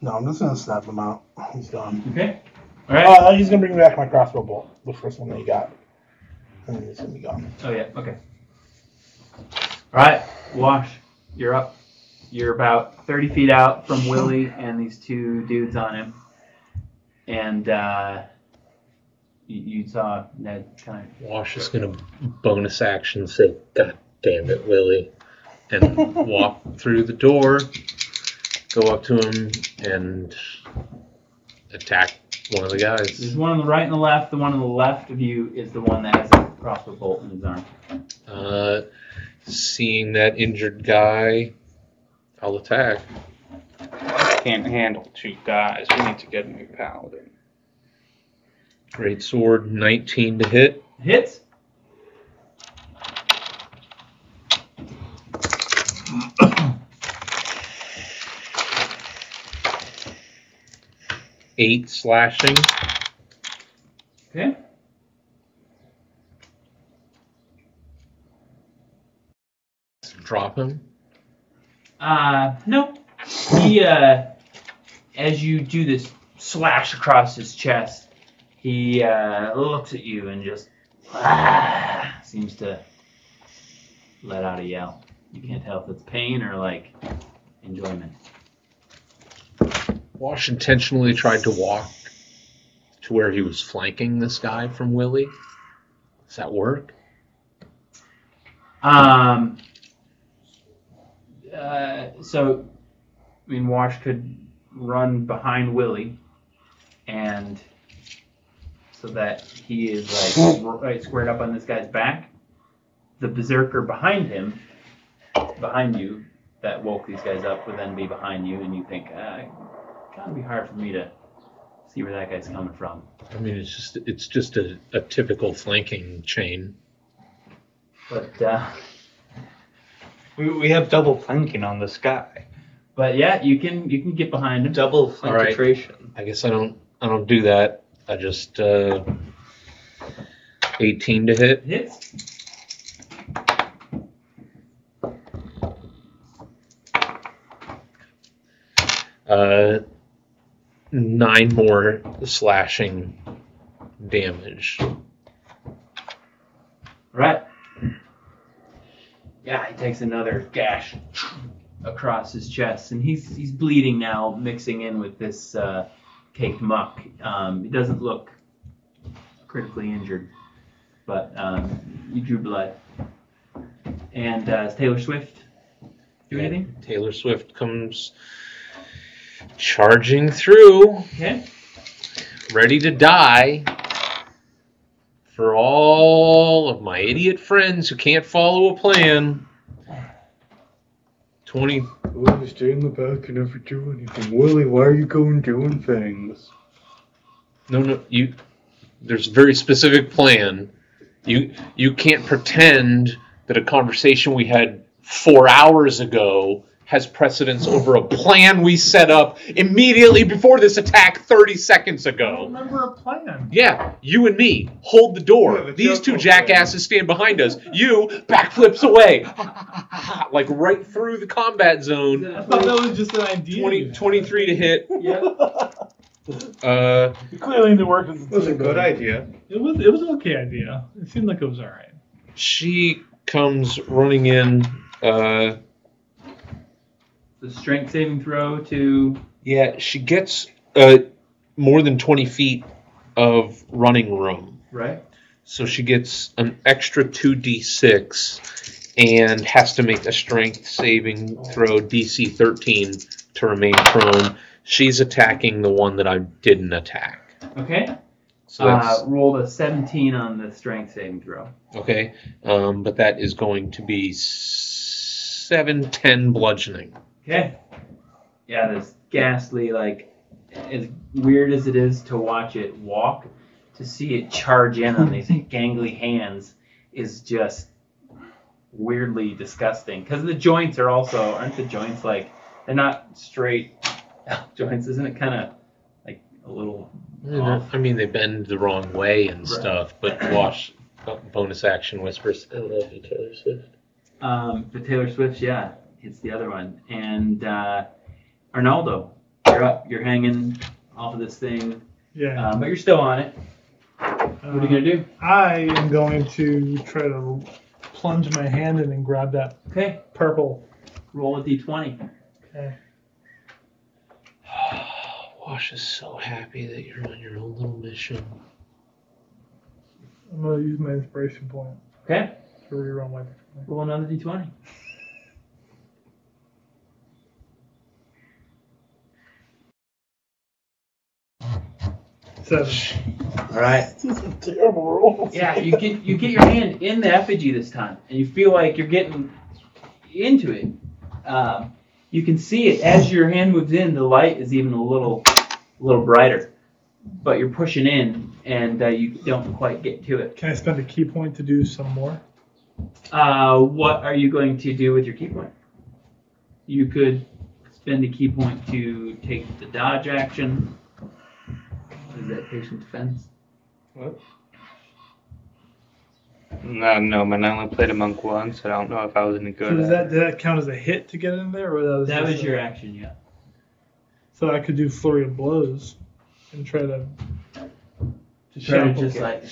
[SPEAKER 6] no, I'm just gonna snap him out. He's gone.
[SPEAKER 17] Okay. All right.
[SPEAKER 6] Uh, he's gonna bring back my crossbow bolt, the first one that he got, and then he's gonna be gone.
[SPEAKER 17] Oh yeah. Okay. All right, Wash, you're up. You're about 30 feet out from Willie and these two dudes on him, and uh, you, you saw Ned kind
[SPEAKER 1] Wash is gonna bonus action say,
[SPEAKER 3] <laughs>
[SPEAKER 1] "God damn it, Willie," and walk through the door go up to him and attack one of the guys.
[SPEAKER 3] Mm-hmm.
[SPEAKER 17] There's one on the right and the left. The one on the left of you is the one that has a crossbow bolt in his arm.
[SPEAKER 1] Uh, seeing that injured guy, I'll attack.
[SPEAKER 8] Can't handle two guys. We need to get a new paladin.
[SPEAKER 1] Great sword, 19 to hit.
[SPEAKER 17] Hits.
[SPEAKER 1] Eight slashing.
[SPEAKER 17] Okay.
[SPEAKER 1] Drop him.
[SPEAKER 17] Uh, no. He, uh, as you do this slash across his chest, he uh, looks at you and just ah, seems to let out a yell. You can't tell if it's pain or like enjoyment.
[SPEAKER 1] Wash intentionally tried to walk to where he was flanking this guy from Willie. Does that work?
[SPEAKER 17] Um, uh, so, I mean, Wash could run behind Willie, and so that he is like right squared up on this guy's back. The berserker behind him, behind you, that woke these guys up would then be behind you, and you think, ah, it's gotta be hard for me to see where that guy's coming from.
[SPEAKER 1] I mean, it's just it's just a, a typical flanking chain.
[SPEAKER 17] But uh,
[SPEAKER 8] We, we have double planking on this guy.
[SPEAKER 17] but yeah, you can you can get behind him.
[SPEAKER 8] Double
[SPEAKER 1] All right.
[SPEAKER 8] flanketration.
[SPEAKER 1] I guess I don't I don't do that. I just uh, 18 to hit.
[SPEAKER 17] Hits.
[SPEAKER 1] Uh, nine more slashing damage.
[SPEAKER 17] Right. Yeah, he takes another gash across his chest, and he's he's bleeding now, mixing in with this uh, caked muck. Um, he doesn't look critically injured, but um, you drew blood. And uh, is Taylor Swift do anything?
[SPEAKER 1] Taylor Swift comes charging through,
[SPEAKER 17] Okay.
[SPEAKER 1] ready to die for all of my idiot friends who can't follow a plan. 20
[SPEAKER 34] Willie, stay in the back and never do anything. Willie, why are you going doing things?
[SPEAKER 1] No, no, you. There's a very specific plan. You you can't pretend that a conversation we had four hours ago has precedence over a plan we set up immediately before this attack 30 seconds ago.
[SPEAKER 2] Remember a plan.
[SPEAKER 1] Yeah, you and me hold the door. These two jackasses stand behind us. You backflips away, <laughs> like right through the combat zone.
[SPEAKER 2] I thought that was just an idea.
[SPEAKER 1] 20, 23 to hit.
[SPEAKER 2] Yeah.
[SPEAKER 1] Uh,
[SPEAKER 2] Clearly, the work is.
[SPEAKER 34] That was a good idea.
[SPEAKER 2] It was. It was an okay idea. It seemed like it was all right.
[SPEAKER 1] she comes running in. Uh,
[SPEAKER 17] The strength saving throw to
[SPEAKER 1] Yeah, she gets uh, more than 20 feet of running room.
[SPEAKER 17] right.
[SPEAKER 1] So she gets an extra 2d6 and has to make a strength saving throw DC 13 to remain prone. She's attacking the one that I didn't attack.
[SPEAKER 17] Okay.
[SPEAKER 1] So that's
[SPEAKER 17] uh, rolled a 17 on the strength saving throw.
[SPEAKER 1] okay. Um, but that is going to be 710 bludgeoning.
[SPEAKER 17] Okay. Yeah, this ghastly, like, as weird as it is to watch it walk, to see it charge in on these gangly hands is just weirdly disgusting. Because the joints are also, aren't the joints like, they're not straight <laughs> joints, isn't it kind of like a little.
[SPEAKER 1] I mean, they bend the wrong way and
[SPEAKER 17] Right.
[SPEAKER 1] stuff, but wash uh, bonus action whispers. I love you, Taylor Swift.
[SPEAKER 17] Um, the Taylor Swift, yeah, it's the other one. And uh, Arnaldo, you're up, you're hanging off of this thing,
[SPEAKER 2] Yeah. Um,
[SPEAKER 17] um, but you're still on it. What are you gonna do?
[SPEAKER 2] I am going to try to plunge my hand in and grab that
[SPEAKER 17] Okay,
[SPEAKER 2] purple.
[SPEAKER 17] roll a d20.
[SPEAKER 2] Okay.
[SPEAKER 1] "Ah, Wash is so happy that you're on your own little mission.
[SPEAKER 2] I'm gonna use my inspiration point
[SPEAKER 17] Okay,
[SPEAKER 2] to rerun my.
[SPEAKER 17] roll another d20. <laughs>
[SPEAKER 35] All
[SPEAKER 6] <laughs>
[SPEAKER 35] right.
[SPEAKER 6] Terrible roll.
[SPEAKER 17] Yeah,
[SPEAKER 6] <laughs>
[SPEAKER 17] you get you get your hand in the effigy this time, and you feel like you're getting into it. Um, you can see it as your hand moves in. The light is even a little, little brighter, but you're pushing in, and uh, you don't quite get to it.
[SPEAKER 36] Can I spend a key point to do some more?
[SPEAKER 17] Uh, what are you going to do with your key point? You could spend a key point to take the dodge action. What Is that patient defense?
[SPEAKER 3] What? No, no, man. I only played a monk once, and I don't know if I was any
[SPEAKER 2] So
[SPEAKER 3] good.
[SPEAKER 2] does that,
[SPEAKER 3] at
[SPEAKER 2] did that count as a hit to get in there, or that was
[SPEAKER 17] That
[SPEAKER 2] just
[SPEAKER 17] was
[SPEAKER 2] a-
[SPEAKER 17] your action, yeah.
[SPEAKER 2] So I could do flurry of blows and try to
[SPEAKER 17] Try to
[SPEAKER 2] chop-
[SPEAKER 17] just like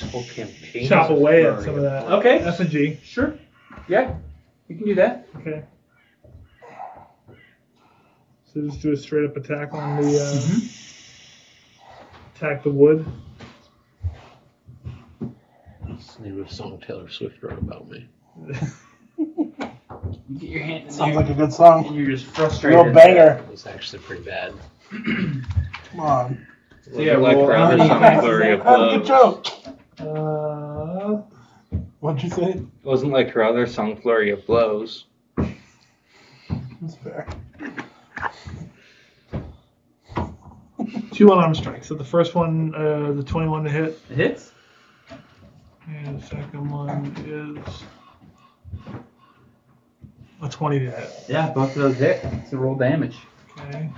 [SPEAKER 2] chop away at some of that.
[SPEAKER 17] Okay.
[SPEAKER 2] effigy.
[SPEAKER 17] Sure. Yeah. You can do that.
[SPEAKER 2] Okay. So just do a straight up attack on the uh,
[SPEAKER 17] Mm-hmm.
[SPEAKER 2] attack the wood.
[SPEAKER 1] It's the name of a song Taylor Swift wrote about me.
[SPEAKER 17] You get your hand.
[SPEAKER 6] Sounds like a good song.
[SPEAKER 17] And you're just frustrated.
[SPEAKER 6] Real banger.
[SPEAKER 1] It was actually pretty bad.
[SPEAKER 6] Come on.
[SPEAKER 17] So yeah,
[SPEAKER 3] Like
[SPEAKER 17] roll-
[SPEAKER 3] Robert
[SPEAKER 17] how many
[SPEAKER 3] Sommer's
[SPEAKER 6] <laughs>
[SPEAKER 17] attacks is
[SPEAKER 3] Flurry of
[SPEAKER 17] that?
[SPEAKER 6] Have a good
[SPEAKER 3] Blows.
[SPEAKER 6] joke.
[SPEAKER 2] Uh,
[SPEAKER 6] What'd you say?
[SPEAKER 3] It wasn't like her other song, Flurry of Blows.
[SPEAKER 6] That's <laughs> fair.
[SPEAKER 2] two unarmed strikes. So the first one, uh, the 21 to hit,
[SPEAKER 17] It hits.
[SPEAKER 2] and the second one is a 20 to hit.
[SPEAKER 17] Yeah, both of those hit. So roll damage.
[SPEAKER 2] Okay.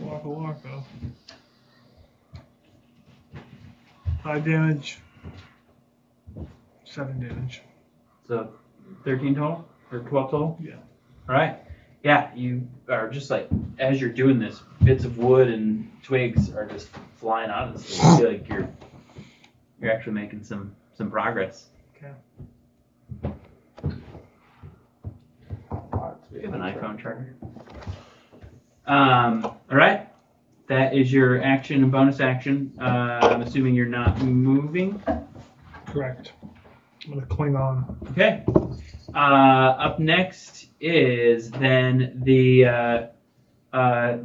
[SPEAKER 2] Waka waka. Five damage. Seven damage.
[SPEAKER 17] So 13 total or 12 total.
[SPEAKER 2] Yeah.
[SPEAKER 17] All right. Yeah, you are just like as you're doing this, bits of wood and twigs are just flying out of this. thing. You feel like you're you're actually making some some progress.
[SPEAKER 2] Okay.
[SPEAKER 17] Do you have an iPhone charger? Um. All right. That is your action and bonus action. Uh, I'm assuming you're not moving.
[SPEAKER 2] Correct. I'm gonna cling on.
[SPEAKER 17] Okay. Uh, up next is then the uh, uh,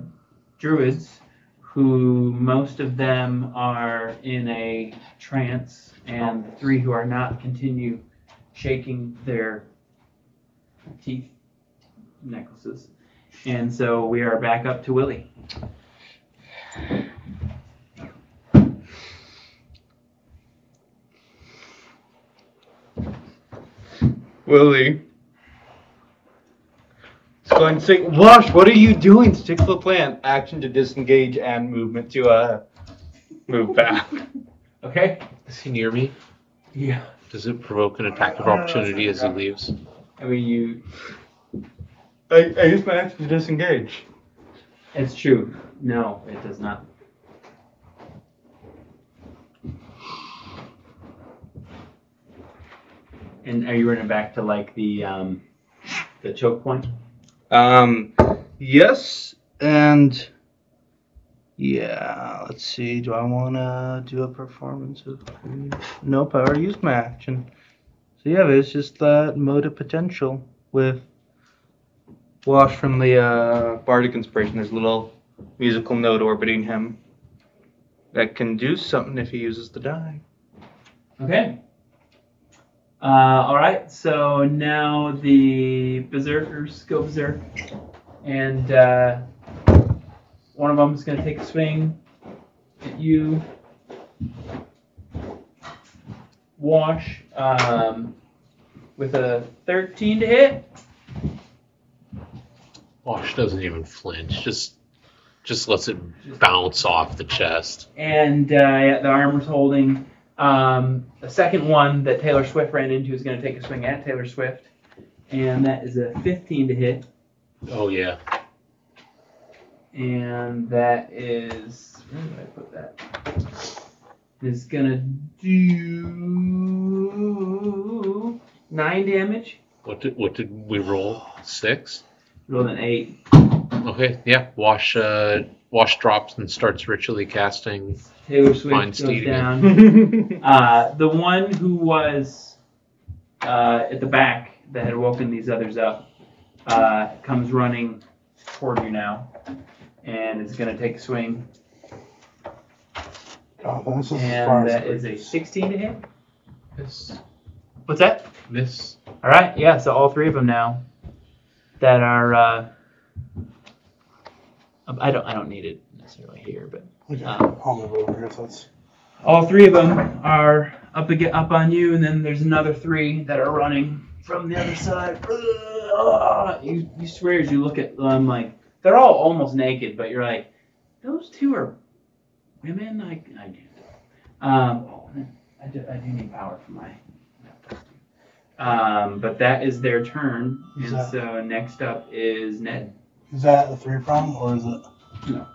[SPEAKER 17] druids, who most of them are in a trance, and the three who are not continue shaking their teeth necklaces. And so we are back up to Willie.
[SPEAKER 3] Willie. It's going to say, Wash, what are you doing? Stick to the plan. Action to disengage and movement to uh, move back.
[SPEAKER 17] Okay.
[SPEAKER 1] Is he near me?
[SPEAKER 17] Yeah.
[SPEAKER 1] Does it provoke an attack of opportunity as he leaves?
[SPEAKER 17] I mean, you.
[SPEAKER 3] I, I use my action to disengage.
[SPEAKER 17] It's true. No, it does not. And are you running back to like the um, the choke point?
[SPEAKER 37] Um, yes, and yeah. Let's see. Do I want to do a performance? Of... Nope, I already used my action. So yeah, it's just that mode of potential with
[SPEAKER 3] Wash from the uh, Bardic Inspiration. There's a little musical note orbiting him that can do something if he uses the die.
[SPEAKER 17] Okay. Uh, all right. So now the berserkers go berserk, and uh, one of them is going to take a swing at you. Wash um, with a 13 to hit.
[SPEAKER 1] Wash Oh, doesn't even flinch. Just just lets it bounce off the chest.
[SPEAKER 17] and uh, yeah, the armor's holding. Um, the second one that Taylor Swift ran into is going to take a swing at Taylor Swift, and that is a 15 to hit,
[SPEAKER 1] Oh yeah.
[SPEAKER 17] and that is where did I put that? Is going to do nine damage.
[SPEAKER 1] What did what did we roll? Six?
[SPEAKER 17] Roll an eight.
[SPEAKER 1] Okay, yeah. Wash uh Wash drops and starts ritually casting
[SPEAKER 17] Taylor Swift
[SPEAKER 1] Mind
[SPEAKER 17] goes
[SPEAKER 1] Steed
[SPEAKER 6] Oh,
[SPEAKER 1] again.
[SPEAKER 17] down. uh, the one who was uh, at the back that had woken these others up uh, comes running toward you now and is going to take a swing
[SPEAKER 6] Oh, this is as far
[SPEAKER 17] And
[SPEAKER 6] as
[SPEAKER 17] that is a 16 to hit.
[SPEAKER 31] Miss.
[SPEAKER 17] What's that?
[SPEAKER 31] Miss.
[SPEAKER 17] All right, yeah. So all three of them now that are. Uh, I don't. I don't need it necessarily here, but
[SPEAKER 6] Okay,
[SPEAKER 17] um,
[SPEAKER 6] I'll move over here. So it's
[SPEAKER 17] all three of them are up again, up on you, and then there's another three that are running from the other side. Ah, You you swear as you look at them like they're all almost naked, but you're like those two are women. I I do. Um, oh, man, I do, I do need power for my. Um, but that is their turn,
[SPEAKER 6] Is
[SPEAKER 17] and
[SPEAKER 6] that-
[SPEAKER 17] so next up is Ned.
[SPEAKER 6] is that a three prong or is it?
[SPEAKER 17] No.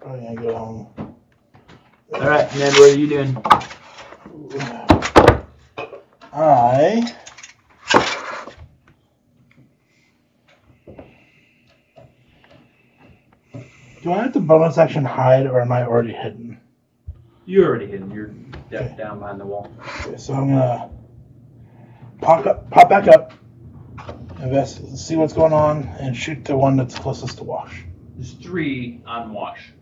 [SPEAKER 6] Probably gonna go home.
[SPEAKER 17] All right, Ned, what are you doing?
[SPEAKER 6] I. Do I have to bonus action hide or am I already hidden?
[SPEAKER 17] You already hidden. You're down, down behind the wall.
[SPEAKER 6] Okay, so I'm gonna pop up, pop back up, invest, see what's going on, and shoot the one that's closest to Wash.
[SPEAKER 17] There's three on Wash.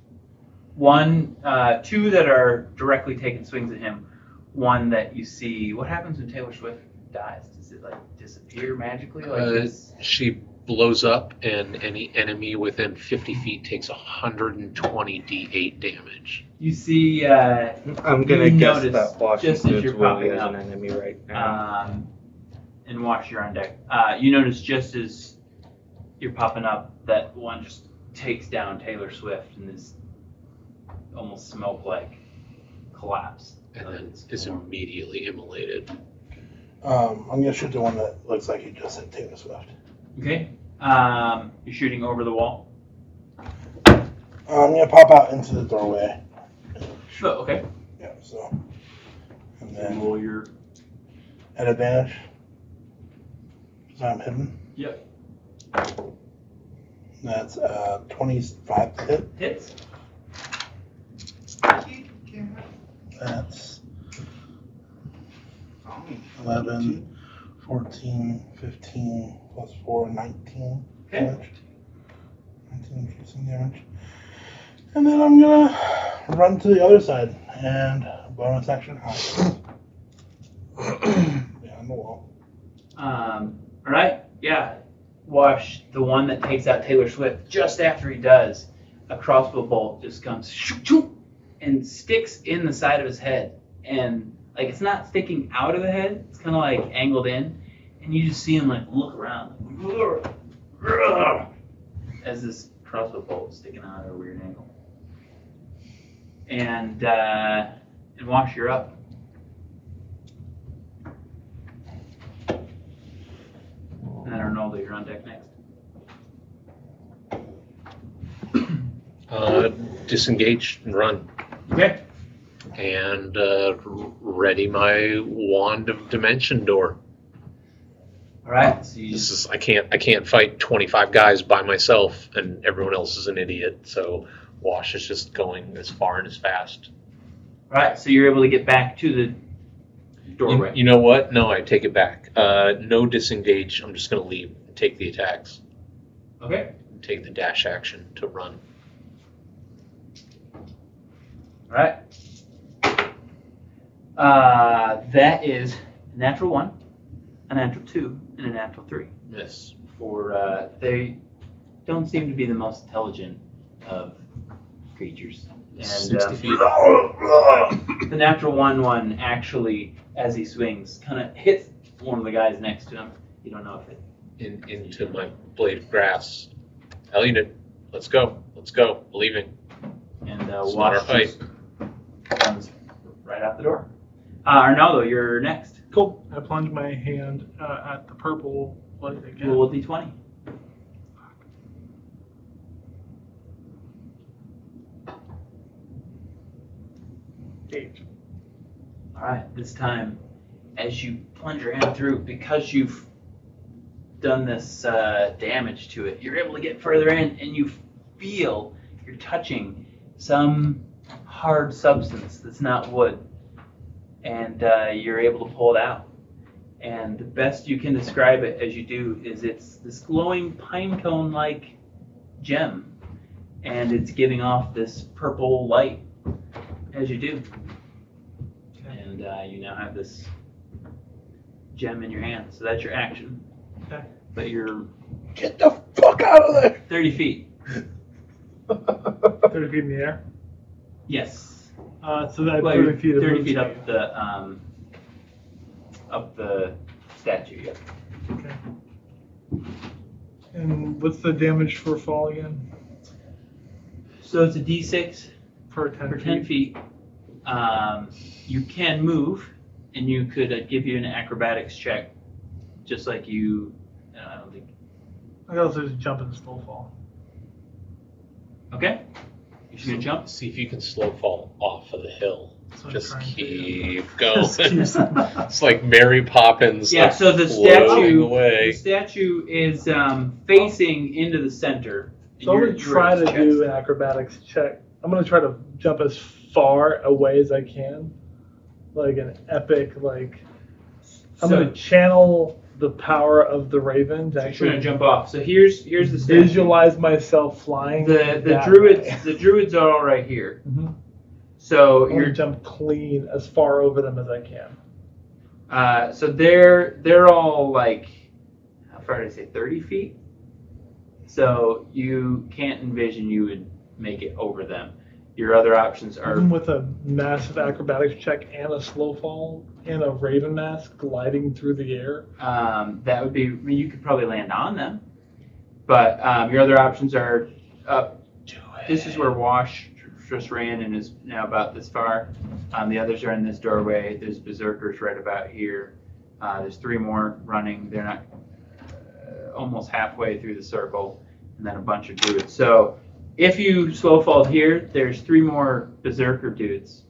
[SPEAKER 17] One, uh, two that are directly taking swings at him. One that you see. What happens when Taylor Swift dies? Does it like disappear magically? Like
[SPEAKER 1] Uh,
[SPEAKER 17] it's-
[SPEAKER 1] she blows up, and any enemy within 50 feet takes 120 d8 damage.
[SPEAKER 17] you see. Uh,
[SPEAKER 8] I'm gonna
[SPEAKER 17] you
[SPEAKER 8] guess
[SPEAKER 17] notice
[SPEAKER 8] that Washington
[SPEAKER 17] just as
[SPEAKER 8] Dude's
[SPEAKER 17] you're
[SPEAKER 8] really
[SPEAKER 17] popping
[SPEAKER 8] is
[SPEAKER 17] up,
[SPEAKER 8] an enemy right now.
[SPEAKER 17] um, and Wash, you're on deck. Uh, you notice just as you're popping up that one just takes down Taylor Swift and is almost smoke like collapse.
[SPEAKER 1] And then is immediately immolated.
[SPEAKER 6] Um, I'm gonna shoot the one that looks like he just hit Taylor Swift.
[SPEAKER 17] Okay. Um, you're shooting over the wall.
[SPEAKER 6] Uh, I'm gonna pop out into the doorway.
[SPEAKER 17] Oh, okay.
[SPEAKER 6] Yeah, so. And
[SPEAKER 17] And
[SPEAKER 6] then
[SPEAKER 17] roll your.
[SPEAKER 6] at advantage. So I'm hidden.
[SPEAKER 17] Yep.
[SPEAKER 6] That's uh, 25 to hit.
[SPEAKER 17] Hits.
[SPEAKER 6] That's 11, 14, 15, plus 4, 19
[SPEAKER 17] Okay.
[SPEAKER 6] damage. 19 piercing damage. And then I'm gonna run to the other side and bonus action <coughs> hide. Behind the wall.
[SPEAKER 17] Um, all right. Yeah. Wash the one that takes out Taylor Swift just after he does. A crossbow bolt just comes shoop, shoop, and sticks in the side of his head. And like it's not sticking out of the head, it's kind of like angled in. And you just see him like look around as this crossbow bolt is sticking out at a weird angle. And uh, and Wash, you're up. And I don't know that you're on deck next.
[SPEAKER 1] Uh, disengage and run.
[SPEAKER 17] Okay.
[SPEAKER 1] And uh, r- ready my wand of dimension door.
[SPEAKER 17] All right. So you
[SPEAKER 1] This is I can't I can't fight 25 guys by myself and everyone else is an idiot. So Wash is just going as far and as fast.
[SPEAKER 17] Right, so you're able to get back to the
[SPEAKER 1] You,
[SPEAKER 17] doorway.
[SPEAKER 1] you know what? No, I take it back. Uh, no disengage. I'm just gonna leave. and Take the attacks.
[SPEAKER 17] Okay.
[SPEAKER 1] Take the dash action to run.
[SPEAKER 17] All right. Uh, that is a natural one, a natural two, and a natural three.
[SPEAKER 1] Miss.
[SPEAKER 17] For uh, they don't seem to be the most intelligent of creatures. And
[SPEAKER 1] 60
[SPEAKER 17] uh,
[SPEAKER 1] feet.
[SPEAKER 17] the natural one one actually, as he swings, kind of hits one of the guys next to him. You don't know if it.
[SPEAKER 1] in, into my blade of grass. Elena, let's go. Let's go. We're leaving.
[SPEAKER 17] And uh,
[SPEAKER 1] It's not our
[SPEAKER 17] Wash
[SPEAKER 1] fight.
[SPEAKER 17] comes right out the door. Uh, Arnaldo, you're next.
[SPEAKER 2] Cool. I plunge my hand uh, at the purple light again.
[SPEAKER 17] Roll a d20. All right, this time, as you plunge your hand through, because you've done this uh, damage to it, you're able to get further in, and you feel you're touching some hard substance that's not wood, and uh, you're able to pull it out. And the best you can describe it as you do is it's this glowing pine cone like gem. And it's giving off this purple light as you do. And uh, you now have this gem in your hand. So that's your action.
[SPEAKER 2] Okay.
[SPEAKER 17] But you're
[SPEAKER 38] Get the fuck out of there!
[SPEAKER 17] 30 feet. <laughs>
[SPEAKER 2] Thirty feet in the air.
[SPEAKER 17] Yes.
[SPEAKER 2] Uh, so that
[SPEAKER 17] Well, you're
[SPEAKER 2] thirty feet. it
[SPEAKER 17] 30
[SPEAKER 2] moves
[SPEAKER 17] feet
[SPEAKER 2] me.
[SPEAKER 17] up the um, up the statue. Yeah.
[SPEAKER 2] Okay. And what's the damage for fall again?
[SPEAKER 17] So it's a D6
[SPEAKER 2] For ten
[SPEAKER 17] for
[SPEAKER 2] feet.
[SPEAKER 17] 10 feet. Um, you can move, and you could uh, give you an acrobatics check, just like you. no, I don't think.
[SPEAKER 2] I also just jump and still fall.
[SPEAKER 17] Okay. You're just gonna jump.
[SPEAKER 1] See if you can slow fall off of the hill.
[SPEAKER 2] That's what I'm
[SPEAKER 1] Just
[SPEAKER 2] trying to
[SPEAKER 1] keep <laughs>
[SPEAKER 2] Just
[SPEAKER 1] going.
[SPEAKER 2] keep-
[SPEAKER 1] it's like Mary Poppins.
[SPEAKER 17] Yeah.
[SPEAKER 1] like,
[SPEAKER 17] So the
[SPEAKER 1] floating
[SPEAKER 17] statue, the
[SPEAKER 1] away.
[SPEAKER 17] statue is um, facing into the center. and
[SPEAKER 2] So I'm
[SPEAKER 17] you're-
[SPEAKER 2] gonna
[SPEAKER 17] you're
[SPEAKER 2] try
[SPEAKER 17] at
[SPEAKER 2] to
[SPEAKER 17] his chest.
[SPEAKER 2] do an acrobatics check. I'm gonna try to jump as far away as I can, like an epic like. I'm
[SPEAKER 17] So-
[SPEAKER 2] gonna channel the power of the raven to
[SPEAKER 17] So you're
[SPEAKER 2] actually
[SPEAKER 17] trying to jump off. So here's here's the statue.
[SPEAKER 2] visualize myself flying.
[SPEAKER 17] The the
[SPEAKER 2] that
[SPEAKER 17] druids
[SPEAKER 2] way.
[SPEAKER 17] the druids are all right here.
[SPEAKER 2] Mhm.
[SPEAKER 17] So
[SPEAKER 2] I'm gonna
[SPEAKER 17] you're
[SPEAKER 2] jump clean as far over them as I can.
[SPEAKER 17] uh, so they're they're all like how far did I say thirty feet? So you can't envision you would make it over them. Your other options are
[SPEAKER 2] Even with a massive acrobatics check and a slow fall and a raven mask gliding through the air.
[SPEAKER 17] um, that would be I mean, you could probably land on them, but um, your other options are up. This is where Wash just ran and is now about this far. Um, the others are in this doorway. There's berserkers right about here. Uh, there's three more running. They're not uh, almost halfway through the circle, and then a bunch of druids. So if you slow fall here, there's three more berserker dudes.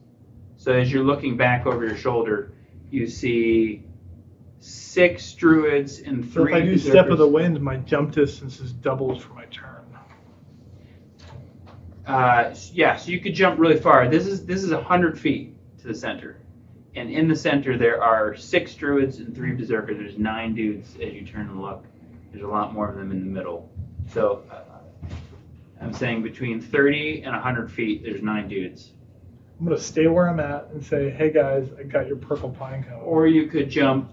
[SPEAKER 17] So as you're looking back over your shoulder, you see six druids and
[SPEAKER 2] So
[SPEAKER 17] three.
[SPEAKER 2] if I do step of the
[SPEAKER 17] berserkers.
[SPEAKER 2] wind, my jump distance is doubled for my turn.
[SPEAKER 17] Uh, s- yeah, so you could jump really far. This is this is hundred feet to the center, and in the center there are six druids and three berserkers. There's nine dudes as you turn and look. There's a lot more of them in the middle. So uh, I'm saying between 30 and 100 feet, there's nine dudes.
[SPEAKER 2] I'm gonna stay where I'm at and say, "Hey guys, I got your purple pine cone."
[SPEAKER 17] Or you could jump,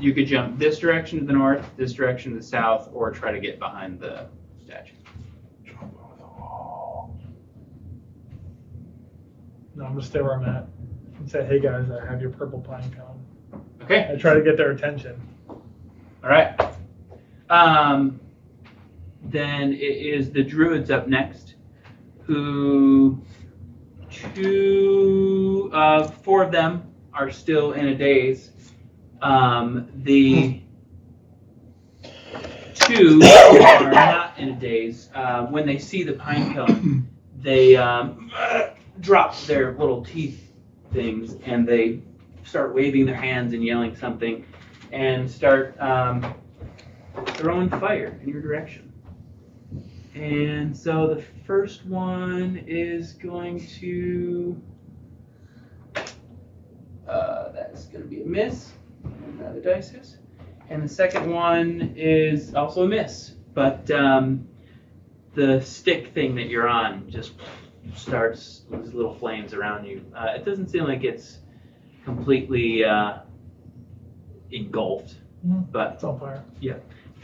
[SPEAKER 17] you could jump this direction to the north, this direction to the south, or try to get behind the statue.
[SPEAKER 2] No, I'm gonna stay where I'm at and say, "Hey guys, I have your purple pine cone."
[SPEAKER 17] Okay.
[SPEAKER 2] I try to get their attention.
[SPEAKER 17] All right. Um, then it is the druids up next, who two uh, four of them are still in a daze. Um, the two are not in a daze. Uh, when they see the pine cone, they um, drop their little teeth things and they start waving their hands and yelling something and start um, throwing fire in your direction. And so the first one is going to. Uh, that's going to be a miss. Another dice is. And the second one is also a miss. But um, the stick thing that you're on just starts these little flames around you. Uh, it doesn't seem like it's completely uh, engulfed, but
[SPEAKER 2] It's on fire.
[SPEAKER 17] yeah.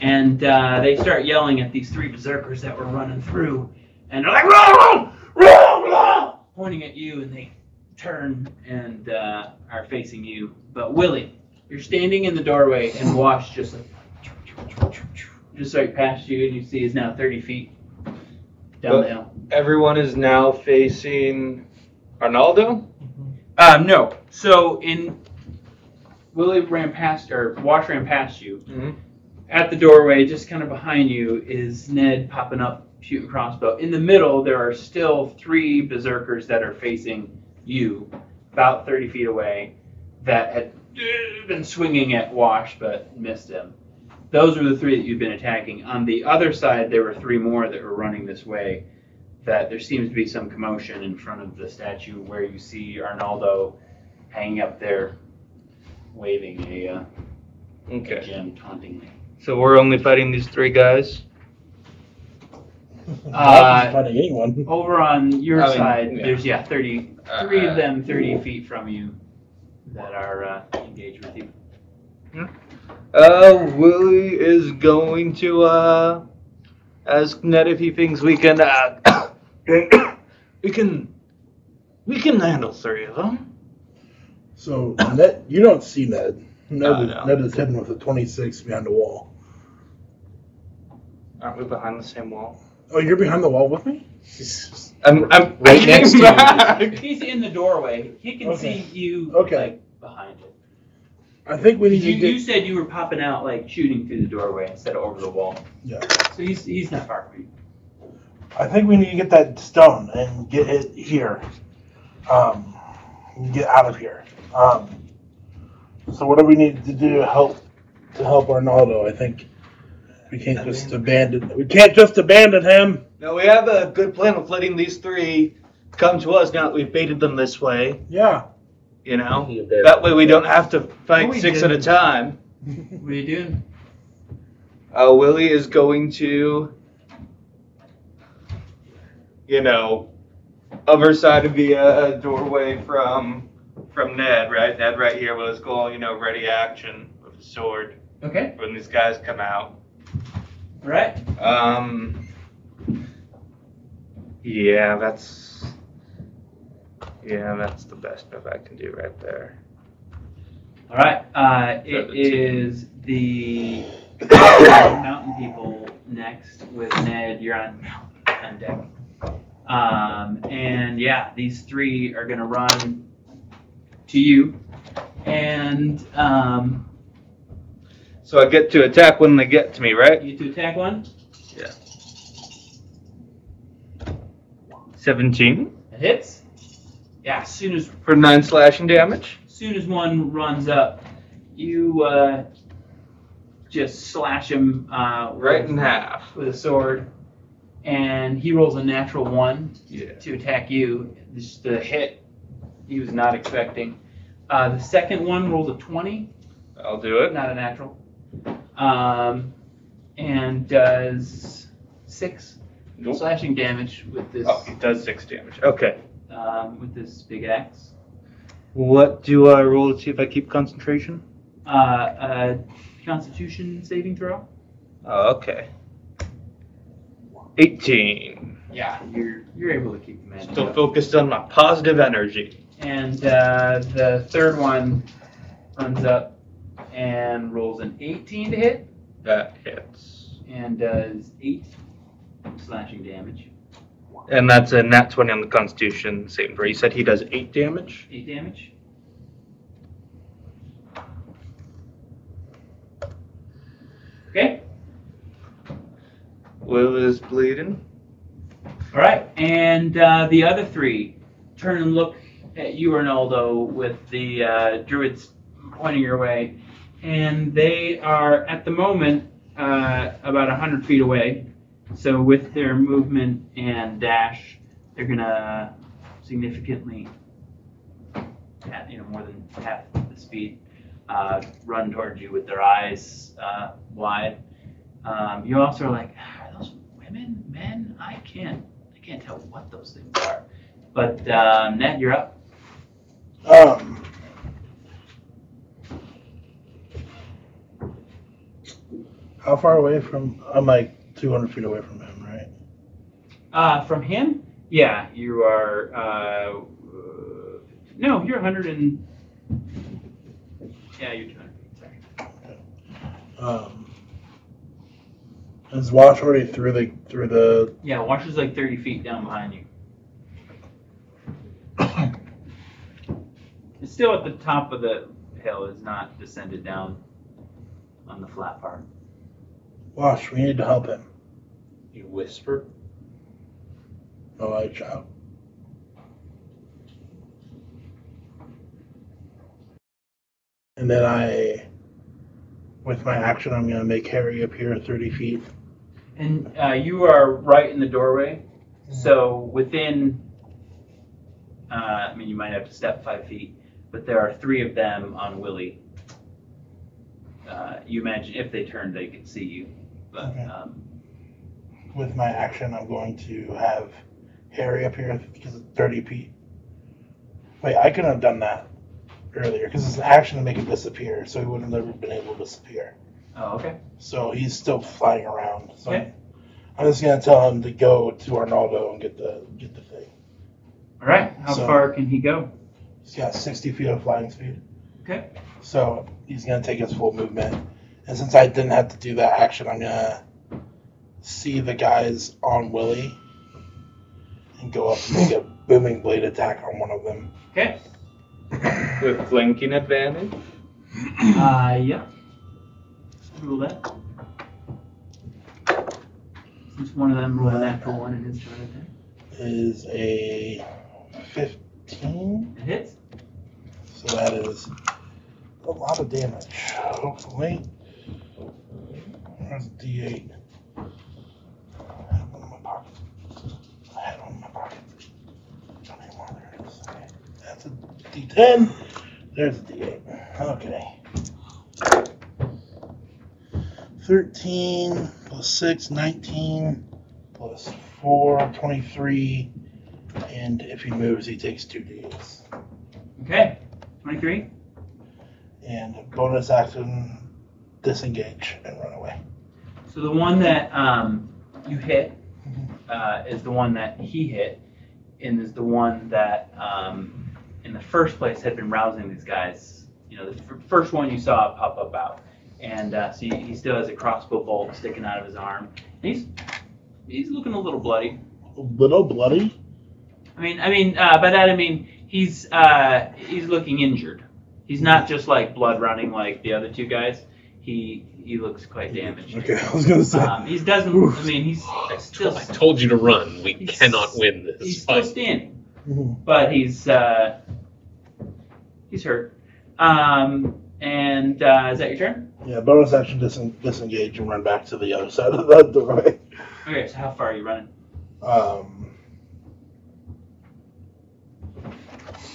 [SPEAKER 17] And uh, they start yelling at these three berserkers that were running through, and they're like, "Run, run, run, run!" pointing at you, and they turn and uh, are facing you. But Willie, you're standing in the doorway, and Wash just like, just right past you, and you see is now 30 feet down the hill.
[SPEAKER 3] Everyone is now facing Arnaldo.
[SPEAKER 17] Um, no. So in Willie ran past, or Wash ran past you.
[SPEAKER 3] Mhm.
[SPEAKER 17] At the doorway, just kind of behind you, is Ned popping up, shooting crossbow. In the middle, there are still three berserkers that are facing you, about 30 feet away, that had uh, been swinging at Wash but missed him. Those were the three that you've been attacking. On the other side, there were three more that were running this way. That there seems to be some commotion in front of the statue where you see Arnaldo hanging up there, waving a uh,
[SPEAKER 3] Okay.
[SPEAKER 17] Jim tauntingly.
[SPEAKER 3] So we're only fighting these three guys.
[SPEAKER 17] Uh,
[SPEAKER 39] fighting anyone.
[SPEAKER 17] Over on your
[SPEAKER 3] I mean,
[SPEAKER 17] side,
[SPEAKER 3] Oh, yeah.
[SPEAKER 17] there's yeah, thirty three
[SPEAKER 3] Uh,
[SPEAKER 17] of them, thirty feet from you, that are uh, engaged with you.
[SPEAKER 3] Uh, Willie is going to uh ask Ned if he thinks we can uh <coughs> we can we can handle three of them.
[SPEAKER 6] So Ned, you don't see Ned. Ned,
[SPEAKER 3] Uh,
[SPEAKER 6] is,
[SPEAKER 3] no.
[SPEAKER 6] Ned is hidden with a 26 behind the wall.
[SPEAKER 3] Aren't we behind the same wall?
[SPEAKER 6] Oh, you're behind the wall with me?
[SPEAKER 3] I'm <laughs> I'm
[SPEAKER 6] Right next to you.
[SPEAKER 17] He's in the doorway. He can
[SPEAKER 6] Okay.
[SPEAKER 17] see you
[SPEAKER 6] Okay.
[SPEAKER 17] like behind it.
[SPEAKER 6] I think we need
[SPEAKER 17] You,
[SPEAKER 6] to get.
[SPEAKER 17] you said you were popping out like shooting through the doorway instead of over the wall.
[SPEAKER 6] Yeah.
[SPEAKER 17] So he's he's not far from you.
[SPEAKER 39] I think we need to get that stone and get it here. Um, and get out of here. Um,
[SPEAKER 6] So what do we need to do to help to help Arnaldo? I think we can't just abandon. We can't just abandon him.
[SPEAKER 3] No, we have a good plan of letting these three come to us now that we've baited them this way.
[SPEAKER 6] Yeah.
[SPEAKER 3] You know, that way we don't have to fight
[SPEAKER 17] No, we
[SPEAKER 3] six at a
[SPEAKER 17] didn't.
[SPEAKER 3] time.
[SPEAKER 17] What are you doing?
[SPEAKER 3] Uh, Willie is going to, you know, other side of the uh, doorway from from Ned. Right, Ned, right here with his goal. You know, ready action with his sword
[SPEAKER 17] Okay.
[SPEAKER 3] when these guys come out.
[SPEAKER 17] All right.
[SPEAKER 3] Um. Yeah, that's. Yeah, that's the best stuff I can do right there.
[SPEAKER 17] All right. Uh, it
[SPEAKER 3] Seventeen.
[SPEAKER 17] is the mountain people next with Ned. You're on on deck. Um, and yeah, these three are gonna run to you, and um,
[SPEAKER 3] So I get to attack when they get to me, right?
[SPEAKER 17] you to attack one.
[SPEAKER 3] Yeah. Seventeen
[SPEAKER 17] It hits. Yeah. As soon as
[SPEAKER 3] for nine slashing damage.
[SPEAKER 17] soon as one runs up, you uh, just slash him uh,
[SPEAKER 3] Right
[SPEAKER 17] with-
[SPEAKER 3] in half.
[SPEAKER 17] with a sword, and he rolls a natural one
[SPEAKER 3] Yeah.
[SPEAKER 17] to attack you. This is the hit he was not expecting. Uh, the second one rolls a 20,
[SPEAKER 3] I'll do it.
[SPEAKER 17] not a natural, um, and does six
[SPEAKER 3] Nope.
[SPEAKER 17] slashing damage with this
[SPEAKER 3] Oh, it does six damage. Okay.
[SPEAKER 17] um, with this big axe.
[SPEAKER 3] What do I roll to see if I keep concentration?
[SPEAKER 17] Uh, uh, Constitution saving throw.
[SPEAKER 3] Oh, okay. 18.
[SPEAKER 17] Yeah, you're you're able to keep him in.
[SPEAKER 3] Still focused on my positive energy.
[SPEAKER 17] And uh, the third one runs up and rolls an 18 to hit
[SPEAKER 3] That hits.
[SPEAKER 17] and does 8 slashing damage.
[SPEAKER 3] And that's a nat 20 on the constitution saving throw. You said he does 8 damage?
[SPEAKER 17] 8 damage. Okay,
[SPEAKER 3] Will is bleeding.
[SPEAKER 17] all right. And uh, the other three turn and look at you, Arnaldo, with the uh, druids pointing your way. And they are, at the moment, uh, about 100 feet away. So with their movement and dash, they're gonna significantly, at, you know, more than half the speed, uh, run towards you with their eyes uh, wide. Um, you also are like, "Ah, are those women, men? I can't, I can't tell what those things are. But um, Ned, you're up.
[SPEAKER 39] um,
[SPEAKER 6] How far away from? I'm like 200 feet away from him, right?
[SPEAKER 17] Uh, from him? Yeah, you are. Uh, uh, no, you're 100 and. Yeah, you're 200. Sorry.
[SPEAKER 6] Um, is Wash already through the through the?
[SPEAKER 17] Yeah, Washer's like 30 feet down behind you. It's still at the top of the hill, it's not descended down on the flat part.
[SPEAKER 6] Wash, we need to help him.
[SPEAKER 1] You whisper.
[SPEAKER 6] Oh, I shout. And then I, with my action, I'm gonna make Harry appear 30 feet.
[SPEAKER 17] And uh, you are right in the doorway, so within, uh, I mean, you might have to step five feet, but there are three of them on Willie. uh, you imagine if they turned, they could see you. But um,
[SPEAKER 6] With my action, I'm going to have Harry up here because it's 30 feet. Wait, I could have done that earlier because it's an action to make it disappear, so he would have never been able to disappear.
[SPEAKER 17] oh, okay.
[SPEAKER 6] So he's still flying around. So
[SPEAKER 17] Okay.
[SPEAKER 6] I'm just gonna tell him to go to Arnaldo and get the get the thing.
[SPEAKER 17] All right. How
[SPEAKER 6] So-
[SPEAKER 17] far can he go?
[SPEAKER 6] He's got 60 feet of flying speed.
[SPEAKER 17] Okay.
[SPEAKER 6] So he's gonna take his full movement. And since I didn't have to do that action, I'm gonna see the guys on Willie and go up and make a booming blade attack on one of them.
[SPEAKER 17] Okay.
[SPEAKER 3] With flanking advantage?
[SPEAKER 17] Uh, yeah. Rule that. Since one of them rolled a natural one in his turn attack.
[SPEAKER 6] Is a 15.
[SPEAKER 17] It hits.
[SPEAKER 6] So that is a lot of damage. Hopefully. That's a D8. I had one in my pocket. I had one in my pocket. Don't need more. There it is. Okay. That's a D10. There's a D8. Okay. 13 plus 6, 19 plus 4, 23. And if he moves, he takes 2d8s.
[SPEAKER 17] Okay. 23.
[SPEAKER 6] and bonus action disengage and run away.
[SPEAKER 17] So the one that um, you hit uh, is the one that he hit, and is the one that um, in the first place had been rousing these guys. You know, the f- first one you saw pop up out, and uh, so he, he still has a crossbow bolt sticking out of his arm, and he's he's looking a little bloody.
[SPEAKER 6] A little bloody?
[SPEAKER 17] I mean, I mean, uh, by that I mean he's uh, he's looking injured. He's not just like blood running like the other two guys. He he looks quite damaged.
[SPEAKER 6] Okay, <laughs> I was gonna say.
[SPEAKER 17] Um, he doesn't. I mean, he's still.
[SPEAKER 1] I told you to run. We cannot win this.
[SPEAKER 17] He's still standing,
[SPEAKER 6] Mm-hmm.
[SPEAKER 17] but he's uh, he's hurt. Um, and uh, is that your turn?
[SPEAKER 6] Yeah, bonus action disen- disengage and run back to the <laughs> other side of that doorway.
[SPEAKER 17] Okay, so how far are you running?
[SPEAKER 6] Um,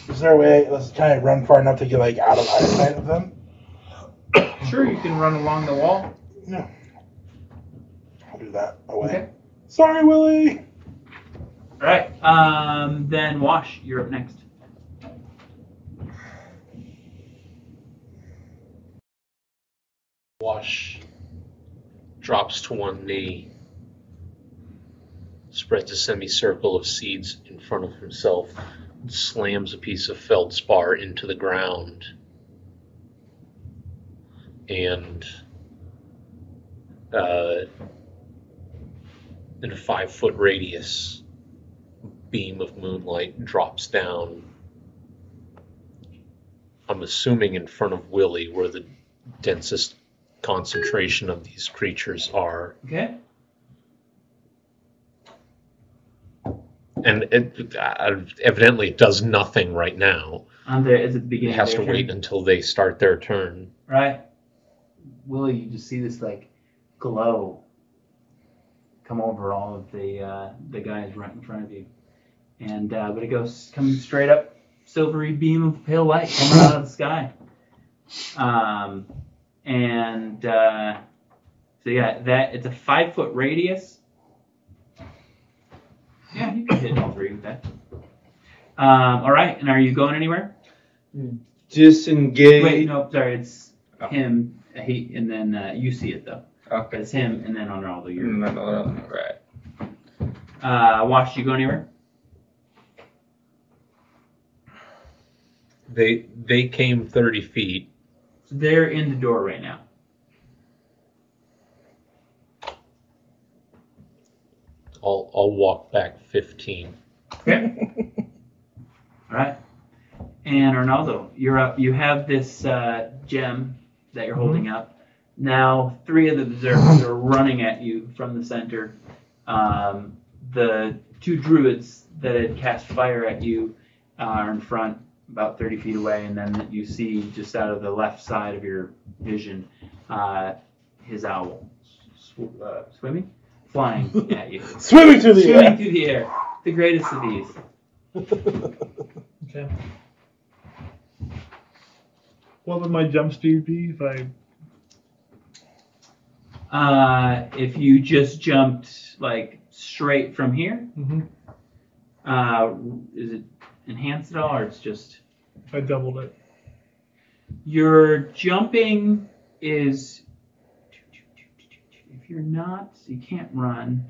[SPEAKER 6] is there a way? Let's try and run far enough to get like out of eyesight of them.
[SPEAKER 17] Sure, you can run along the wall.
[SPEAKER 6] No. I'll do that away. Sorry, Willie.
[SPEAKER 17] All right. Um, then Wash, you're up next.
[SPEAKER 1] Wash drops to one knee, spreads a semicircle of seeds in front of himself, and slams a piece of feldspar into the ground, and uh, in a five foot radius, beam of moonlight drops down. I'm assuming in front of Willie, where the densest concentration of these creatures are.
[SPEAKER 17] Okay.
[SPEAKER 1] And it uh, evidently it does nothing right now.
[SPEAKER 17] Um, there is at the beginning.
[SPEAKER 1] It has
[SPEAKER 17] of
[SPEAKER 1] to
[SPEAKER 17] their turn.
[SPEAKER 1] wait until they start their turn.
[SPEAKER 17] Right. Willie, you just see this like glow come over all of the uh, the guys right in front of you, and uh, but it goes coming straight up, silvery beam of pale light coming out of the sky. Um, and uh, so yeah, that it's a five foot radius. Yeah, you can hit all three with that. Um, all right, and are you going anywhere?
[SPEAKER 3] Disengage.
[SPEAKER 17] Wait, no, sorry, it's him. He and then uh, you see it though.
[SPEAKER 3] Okay.
[SPEAKER 17] It's him and then Arnaldo. You're
[SPEAKER 3] No, no, no, no, Right.
[SPEAKER 17] uh, Wash. You go anywhere?
[SPEAKER 1] They they came 30 feet.
[SPEAKER 17] So they're in the door right now.
[SPEAKER 1] I'll I'll walk back 15.
[SPEAKER 17] All right. And Arnaldo, you're up. You have this uh, gem that
[SPEAKER 6] Mm-hmm.
[SPEAKER 17] you're holding up. Now, three of the berserkers are running at you from the center. Um, the two druids that had cast fire at you uh, are in front, about 30 feet away, and then you see just out of the left side of your vision uh, his owl sw- uh, swimming,
[SPEAKER 6] <laughs>
[SPEAKER 17] flying at you,
[SPEAKER 6] <laughs> Swimming through the
[SPEAKER 17] swimming
[SPEAKER 6] air.
[SPEAKER 17] through the air. The greatest of these.
[SPEAKER 6] <laughs>
[SPEAKER 9] Okay. What would my jump speed be if I
[SPEAKER 17] Uh, if you just jumped like straight from here,
[SPEAKER 2] Mhm.
[SPEAKER 17] uh, is it enhanced at all, or it's just?
[SPEAKER 2] I doubled it.
[SPEAKER 17] Your jumping is. If you're not, you can't run.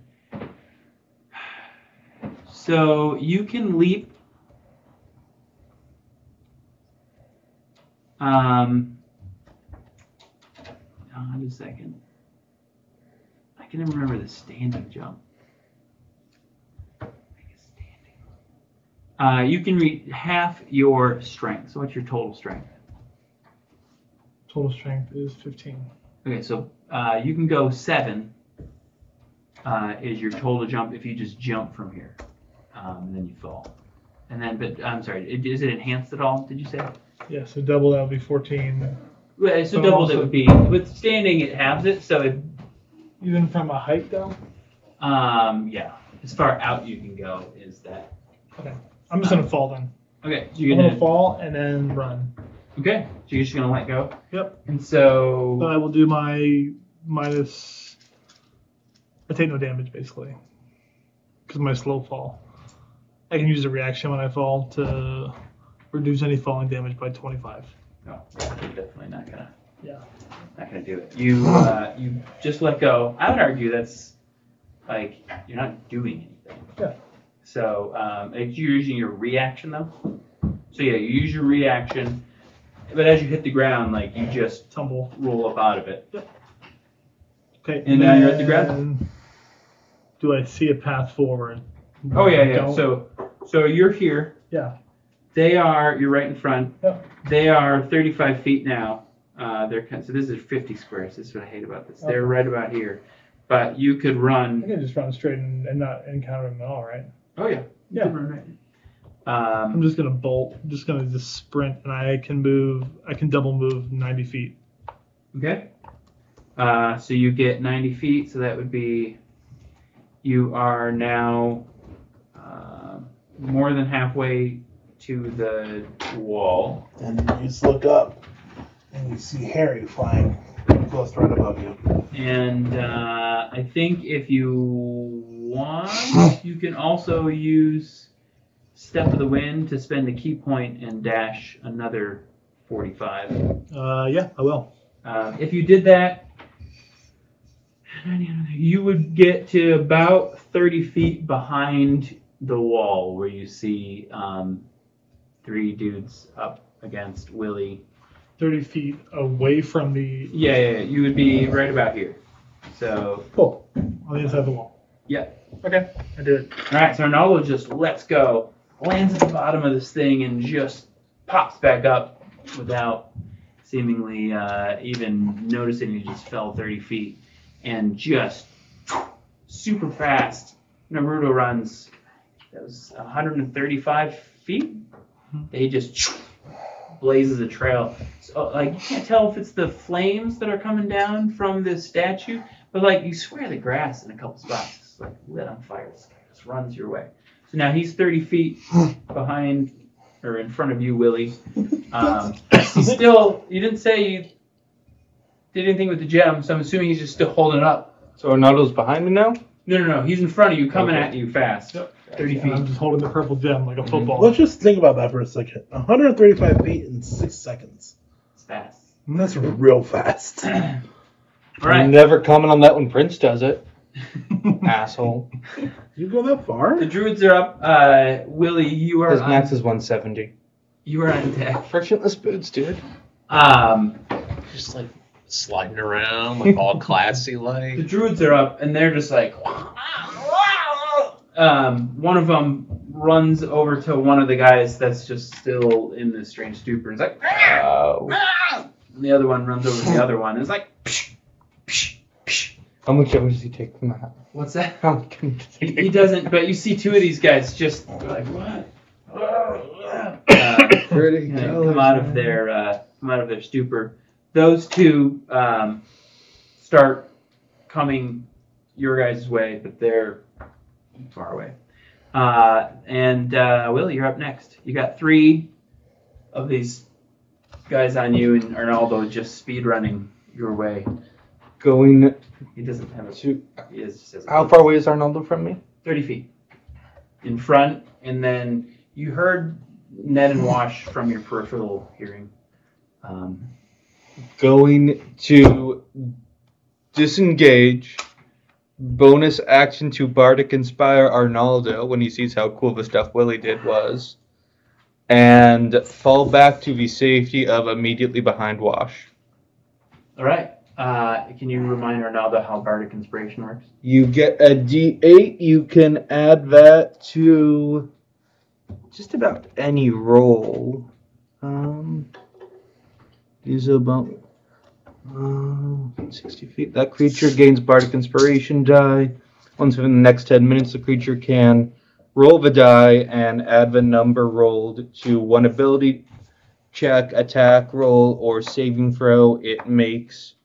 [SPEAKER 17] So you can leap. Um, oh, hold on a second. I can even remember the standing jump. Uh, you can read half your strength. So what's your total strength?
[SPEAKER 2] Total strength is 15.
[SPEAKER 17] Okay, so uh, you can go seven uh, is your total jump if you just jump from here, um, and then you fall, and then but I'm sorry, it- is it enhanced at all? Did you say?
[SPEAKER 2] Yeah, so double that would be 14.
[SPEAKER 17] Well, so
[SPEAKER 2] But
[SPEAKER 17] doubled it
[SPEAKER 2] also-
[SPEAKER 17] would be with standing it halves it, so it
[SPEAKER 2] Even from a height though?
[SPEAKER 17] um, yeah, as far out you can go is that.
[SPEAKER 2] Okay. I'm just gonna fall then.
[SPEAKER 17] Okay,
[SPEAKER 2] I'm
[SPEAKER 17] so you're
[SPEAKER 2] gonna
[SPEAKER 17] gonna
[SPEAKER 2] fall and then run.
[SPEAKER 17] okay, so you're just gonna let go.
[SPEAKER 2] Yep.
[SPEAKER 17] And so
[SPEAKER 2] But I will do my minus. I take no damage basically. Because my slow fall. I can use a reaction when I fall to reduce any falling damage by 25.
[SPEAKER 17] No, you're definitely not gonna.
[SPEAKER 2] Yeah.
[SPEAKER 17] Not gonna do it. You uh, you just let go. I would argue that's like you're not doing anything.
[SPEAKER 2] Yeah.
[SPEAKER 17] So um, it's- you're using your reaction though. So yeah, you use your reaction, but as you hit the ground, like you just
[SPEAKER 2] tumble,
[SPEAKER 17] roll up out of it.
[SPEAKER 2] Okay.
[SPEAKER 17] And now you're at the ground.
[SPEAKER 2] then Do I see a path forward?
[SPEAKER 17] Oh yeah, yeah.
[SPEAKER 2] Don't-
[SPEAKER 17] So so you're here.
[SPEAKER 2] Yeah.
[SPEAKER 17] They are. You're right in front.
[SPEAKER 2] Yep.
[SPEAKER 17] They are 35 feet now. Uh, they're kind. So this is 50 squares. This is what I hate about this. They're
[SPEAKER 2] Okay.
[SPEAKER 17] right about here, but you could run.
[SPEAKER 2] I can just run straight and, and not encounter them at all, right?
[SPEAKER 17] Oh yeah. You
[SPEAKER 2] Yeah.
[SPEAKER 17] could run right. Um,
[SPEAKER 2] I'm just gonna bolt. I'm just gonna just sprint, and I can move. I can double move 90 feet.
[SPEAKER 17] Okay. Uh, so you get 90 feet, so that would be you are now uh, more than halfway to the wall.
[SPEAKER 6] And you just look up and you see Harry flying close right above you.
[SPEAKER 17] And uh, I think if you <laughs> want, you can also use Step of the Wind to spend a key point and dash another 45.
[SPEAKER 2] Uh, yeah, I will.
[SPEAKER 17] Um, if you did that, you would get to about 30 feet behind the wall where you see um, three dudes up against Willie.
[SPEAKER 2] 30 feet away from the
[SPEAKER 17] Yeah, yeah, yeah, you would be right about here. So,
[SPEAKER 2] cool on the inside of the wall.
[SPEAKER 17] yeah.
[SPEAKER 2] Okay, I do it.
[SPEAKER 17] All right, so Ronaldo just lets go, lands at the bottom of this thing, and just pops back up without seemingly uh, even noticing he just fell 30 feet and just super fast. Naruto runs, that was 135 feet. He just blazes a trail. So, like, you can't tell if it's the flames that are coming down from this statue, but like, you swear the grass in a couple spots is like lit on fire. It's- It just runs your way. So now he's 30 feet behind or in front of you, Willie. Um, he's still, you didn't say you did anything with the gem, so I'm assuming he's just still holding it up.
[SPEAKER 3] So Arnaldo's behind me now?
[SPEAKER 17] No, no, no. He's in front of you, coming
[SPEAKER 3] Okay.
[SPEAKER 17] at you fast. 30
[SPEAKER 2] And I'm
[SPEAKER 17] feet.
[SPEAKER 2] just holding the purple gem
[SPEAKER 1] Mm-hmm.
[SPEAKER 2] like a football.
[SPEAKER 6] Let's just think about that for a second. 135 feet in six seconds.
[SPEAKER 17] It's fast.
[SPEAKER 6] That's real
[SPEAKER 17] <clears throat>
[SPEAKER 6] fast.
[SPEAKER 17] All right.
[SPEAKER 3] I'm never coming on that when Prince does it. <laughs> Asshole.
[SPEAKER 6] You go that far?
[SPEAKER 17] The druids are up. Uh, Willie, you are
[SPEAKER 3] His
[SPEAKER 17] on,
[SPEAKER 3] max is 170.
[SPEAKER 17] you are on deck.
[SPEAKER 3] Frictionless boots, dude.
[SPEAKER 17] Um,
[SPEAKER 1] Just like sliding around, like
[SPEAKER 17] <laughs>
[SPEAKER 1] all classy, like.
[SPEAKER 17] the druids are up, and they're just <laughs> like. Um, one of them runs over to one of the guys that's just still in this strange stupor. And is like, Uh, and the other one runs over to
[SPEAKER 3] <laughs>
[SPEAKER 17] the other one. And is like,
[SPEAKER 3] How much damage does he take from that?
[SPEAKER 17] what's that?
[SPEAKER 3] How much damage does he
[SPEAKER 17] He
[SPEAKER 3] take?
[SPEAKER 17] doesn't. But you see two of these guys just like what? Uh, <coughs>
[SPEAKER 27] Pretty
[SPEAKER 17] you know,
[SPEAKER 27] colors,
[SPEAKER 17] come out
[SPEAKER 27] man.
[SPEAKER 17] of their uh, come out of their stupor. Those two um, start coming your guys' way, but they're far away. Uh, and uh, Will, you're up next. You got three of these guys on you, and Arnaldo just speed running your way.
[SPEAKER 3] going
[SPEAKER 17] He doesn't have a.
[SPEAKER 3] to.
[SPEAKER 17] He is just has a-
[SPEAKER 3] How far away is Arnaldo from me?
[SPEAKER 17] 30 feet in front, and then you heard Ned and Wash from your peripheral hearing. Um,
[SPEAKER 3] Going to disengage. Bonus action to Bardic Inspire Arnaldo when he sees how cool the stuff Willie did was. And fall back to the safety of immediately behind Wash.
[SPEAKER 17] all right. Uh, can you remind Arnaldo how Bardic Inspiration works?
[SPEAKER 3] You get a D8. You can add that to just about any roll. Um, these are about um, 60 feet. That creature gains bardic inspiration die. Once within the next 10 minutes, the creature can roll the die and add the number rolled to one ability check, attack roll, or saving throw it makes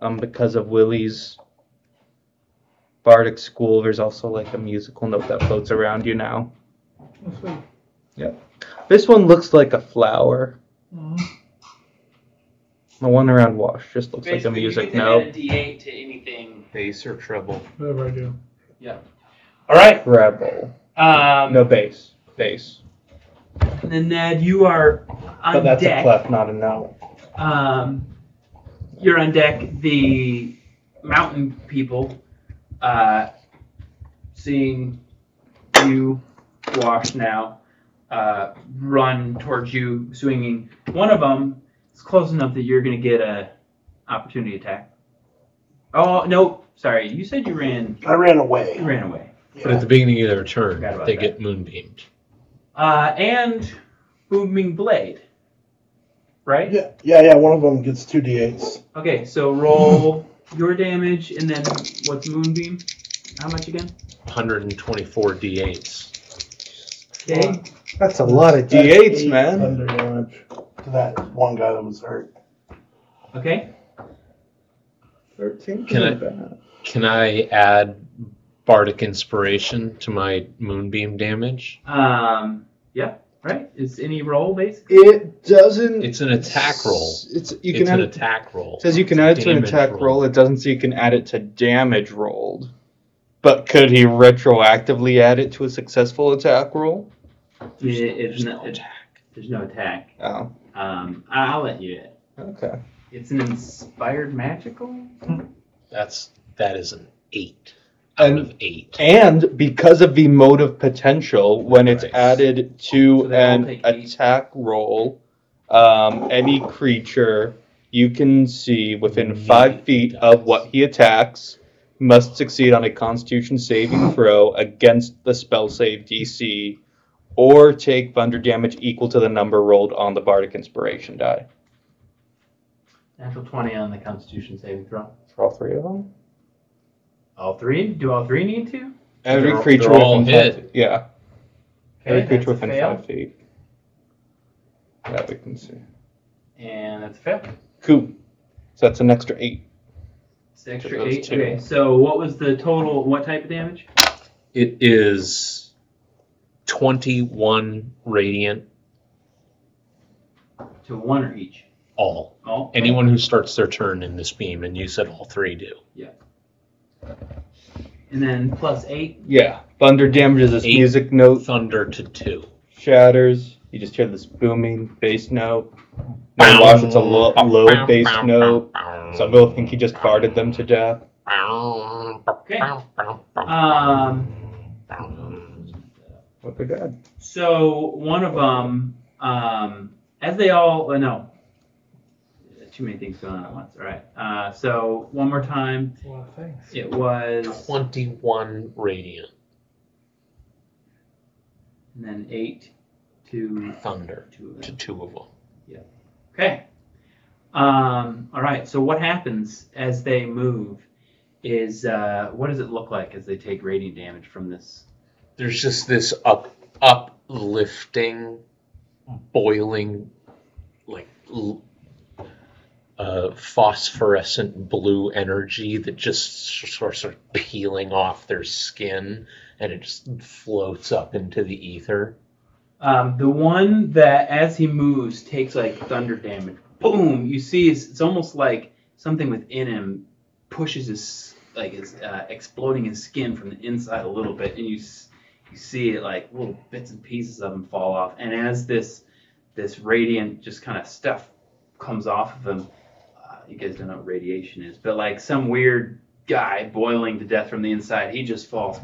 [SPEAKER 3] um, because of Willie's bardic school there's also like a musical note that floats around you now
[SPEAKER 2] Mm-hmm.
[SPEAKER 3] yep this one looks like a flower the one around wash just looks like a
[SPEAKER 4] Basically, you
[SPEAKER 3] music
[SPEAKER 4] can
[SPEAKER 3] note
[SPEAKER 4] add a D8 to anything.
[SPEAKER 1] Bass or treble?
[SPEAKER 2] Whatever I do.
[SPEAKER 17] Yeah.
[SPEAKER 3] all right rebel
[SPEAKER 17] Um,
[SPEAKER 3] no bass bass
[SPEAKER 17] and then Ned, you are on
[SPEAKER 3] but that's
[SPEAKER 17] deck.
[SPEAKER 3] a clef not a note
[SPEAKER 17] Um, you're on deck. The mountain people, uh, seeing you wash now, uh, run towards you, swinging. One of them is close enough that you're going to get a opportunity attack. Oh no, sorry. You said you ran.
[SPEAKER 22] I ran away.
[SPEAKER 17] You ran away.
[SPEAKER 1] But at the beginning of their turn,
[SPEAKER 17] Forgot about
[SPEAKER 1] they
[SPEAKER 17] that.
[SPEAKER 1] get moonbeamed.
[SPEAKER 17] Uh, and booming blade. Right.
[SPEAKER 22] Yeah, yeah, yeah. One of them gets two d8s.
[SPEAKER 17] Okay, so roll your damage and then what's Moonbeam? How much again?
[SPEAKER 1] 124 d8s.
[SPEAKER 17] Okay.
[SPEAKER 3] that's a lot of d8s man
[SPEAKER 22] Thunder damage to that one guy that was hurt.
[SPEAKER 17] Okay.
[SPEAKER 3] 13
[SPEAKER 1] Can I- Can I add bardic inspiration to my moonbeam damage?
[SPEAKER 17] Um, yeah, right? It's any roll basically?
[SPEAKER 3] it doesn't
[SPEAKER 1] It's an attack roll.
[SPEAKER 3] it's you can
[SPEAKER 1] It's an
[SPEAKER 3] add
[SPEAKER 1] attack roll.
[SPEAKER 3] It says you can add
[SPEAKER 1] It's
[SPEAKER 3] it
[SPEAKER 1] a
[SPEAKER 3] to an
[SPEAKER 1] damage
[SPEAKER 3] attack roll. It doesn't say you can add it to damage rolled. But could he retroactively add it to a successful attack roll?
[SPEAKER 17] I mean, it- it's no attack. There's no attack.
[SPEAKER 3] Oh,
[SPEAKER 17] Um, I- I'll let you.
[SPEAKER 3] okay.
[SPEAKER 17] It's an inspired magical?
[SPEAKER 1] That's that is an eight out
[SPEAKER 3] And
[SPEAKER 1] of eight.
[SPEAKER 3] and because of the mode of potential, when it's added to an attack roll, um, any creature you can see within five feet of what he attacks must succeed on a Constitution <laughs> saving throw against the spell save DC, or take thunder damage equal to the number rolled on the bardic inspiration die.
[SPEAKER 17] Natural 20 on the Constitution saving throw.
[SPEAKER 3] For all three of them,
[SPEAKER 17] All three? Do all three need to?
[SPEAKER 3] every
[SPEAKER 1] They're-
[SPEAKER 3] creature
[SPEAKER 1] they're all
[SPEAKER 3] within five
[SPEAKER 1] hit.
[SPEAKER 3] feet- yeah,
[SPEAKER 17] Okay,
[SPEAKER 3] every creature
[SPEAKER 17] that's a
[SPEAKER 3] within
[SPEAKER 17] fail.
[SPEAKER 3] five feet that we can see.
[SPEAKER 17] And that's a fail.
[SPEAKER 3] Cool. So that's an extra eight.
[SPEAKER 17] It's an extra
[SPEAKER 1] those
[SPEAKER 17] eight.
[SPEAKER 1] two.
[SPEAKER 17] Okay, so what was the total? What type of damage?
[SPEAKER 1] It is 21 radiant
[SPEAKER 17] To one or each?
[SPEAKER 1] all.
[SPEAKER 17] All? Okay.
[SPEAKER 1] Anyone who starts their turn in this beam, and you said all three do.
[SPEAKER 17] And then plus eight.
[SPEAKER 3] Yeah. Thunder damages this
[SPEAKER 1] Eight.
[SPEAKER 3] music note,
[SPEAKER 1] Thunder to two.
[SPEAKER 3] shatters. You just hear this booming bass note. No watch, it's a low, low bass note. Some people think he just farted them to death.
[SPEAKER 17] Okay. Um,
[SPEAKER 3] What they're dead.
[SPEAKER 17] So one of them, um, as they all, uh, no, too many things going on at once. All right. Uh, so one more time,
[SPEAKER 9] That's a lot of things.
[SPEAKER 17] it was,
[SPEAKER 1] 21 radiant
[SPEAKER 17] and then eight, two,
[SPEAKER 1] thunder
[SPEAKER 17] two of
[SPEAKER 1] to
[SPEAKER 17] them.
[SPEAKER 1] two of them.
[SPEAKER 17] Okay. Um, all right. So what happens as they move is, uh, what does it look like as they take radiant damage from this?
[SPEAKER 1] There's just this up uplifting, boiling, like l- uh, phosphorescent blue energy that just s- sort of peeling off their skin, and it just floats up into the ether.
[SPEAKER 17] Um, the one that, as he moves, takes like thunder damage. Boom! You see, it's, it's almost like something within him pushes his like is uh, exploding his skin from the inside a little bit, and you s- you see it like little bits and pieces of him fall off. And as this this radiant just kind of stuff comes off of him, uh, you guys don't know what radiation is, but like some weird guy boiling to death from the inside, he just falls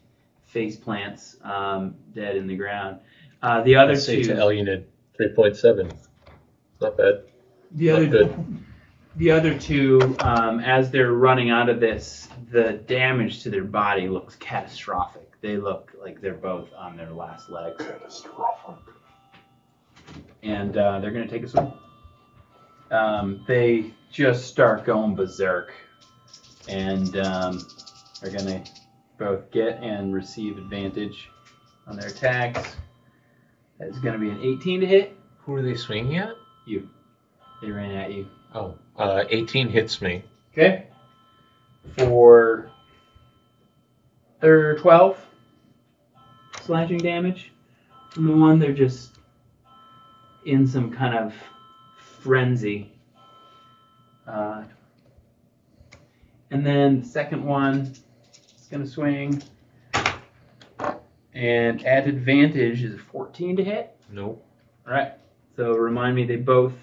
[SPEAKER 17] <sniffs> face plants um, dead in the ground. Uh, the other
[SPEAKER 7] I'd say to
[SPEAKER 17] two
[SPEAKER 7] Elunid, 3.7. Not bad.
[SPEAKER 17] The
[SPEAKER 7] Not
[SPEAKER 17] other,
[SPEAKER 7] good.
[SPEAKER 17] the other two, um, as they're running out of this, the damage to their body looks catastrophic. They look like they're both on their last legs. And uh, they're gonna take a swing. Um, they just start going berserk, and um, are gonna both get and receive advantage on their attacks. That's gonna be an 18 to hit.
[SPEAKER 1] Who are they swinging at?
[SPEAKER 17] You. They ran at you.
[SPEAKER 1] Oh, uh, 18 hits me.
[SPEAKER 17] Okay. For their 12 slashing damage from the one they're just in some kind of frenzy. Uh, and then the second one is going to swing and at advantage is a 14 to hit.
[SPEAKER 1] Nope.
[SPEAKER 17] All right. So remind me, they both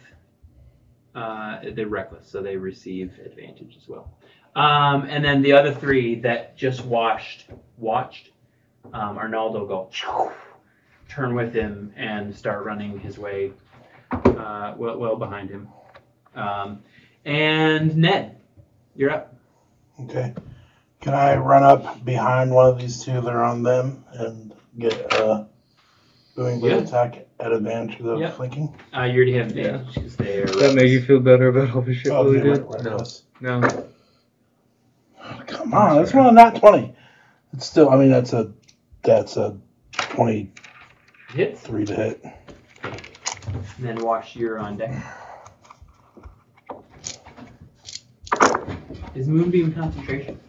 [SPEAKER 17] uh, they're reckless, so they receive advantage as well. Um, and then the other three that just washed watched um, Arnaldo go turn with him and start running his way uh, well well behind him. Um, and Ned, you're up.
[SPEAKER 6] Okay. Can I run up behind one of these two that are on them and get uh, doing the
[SPEAKER 17] Yeah.
[SPEAKER 6] attack at advantage because of
[SPEAKER 17] Yeah.
[SPEAKER 6] flanking?
[SPEAKER 17] Uh, you already have advantage because they are.
[SPEAKER 34] Does that make you feel better about all the shit
[SPEAKER 6] Oh,
[SPEAKER 34] Willie
[SPEAKER 6] yeah,
[SPEAKER 34] did?
[SPEAKER 6] right, right,
[SPEAKER 34] No.
[SPEAKER 6] yes.
[SPEAKER 34] No.
[SPEAKER 6] Come on, that's one not twenty. It's still. I mean, that's a that's a twenty-three
[SPEAKER 17] hits.
[SPEAKER 6] to hit.
[SPEAKER 17] And then wash your on deck. Is Moonbeam concentration?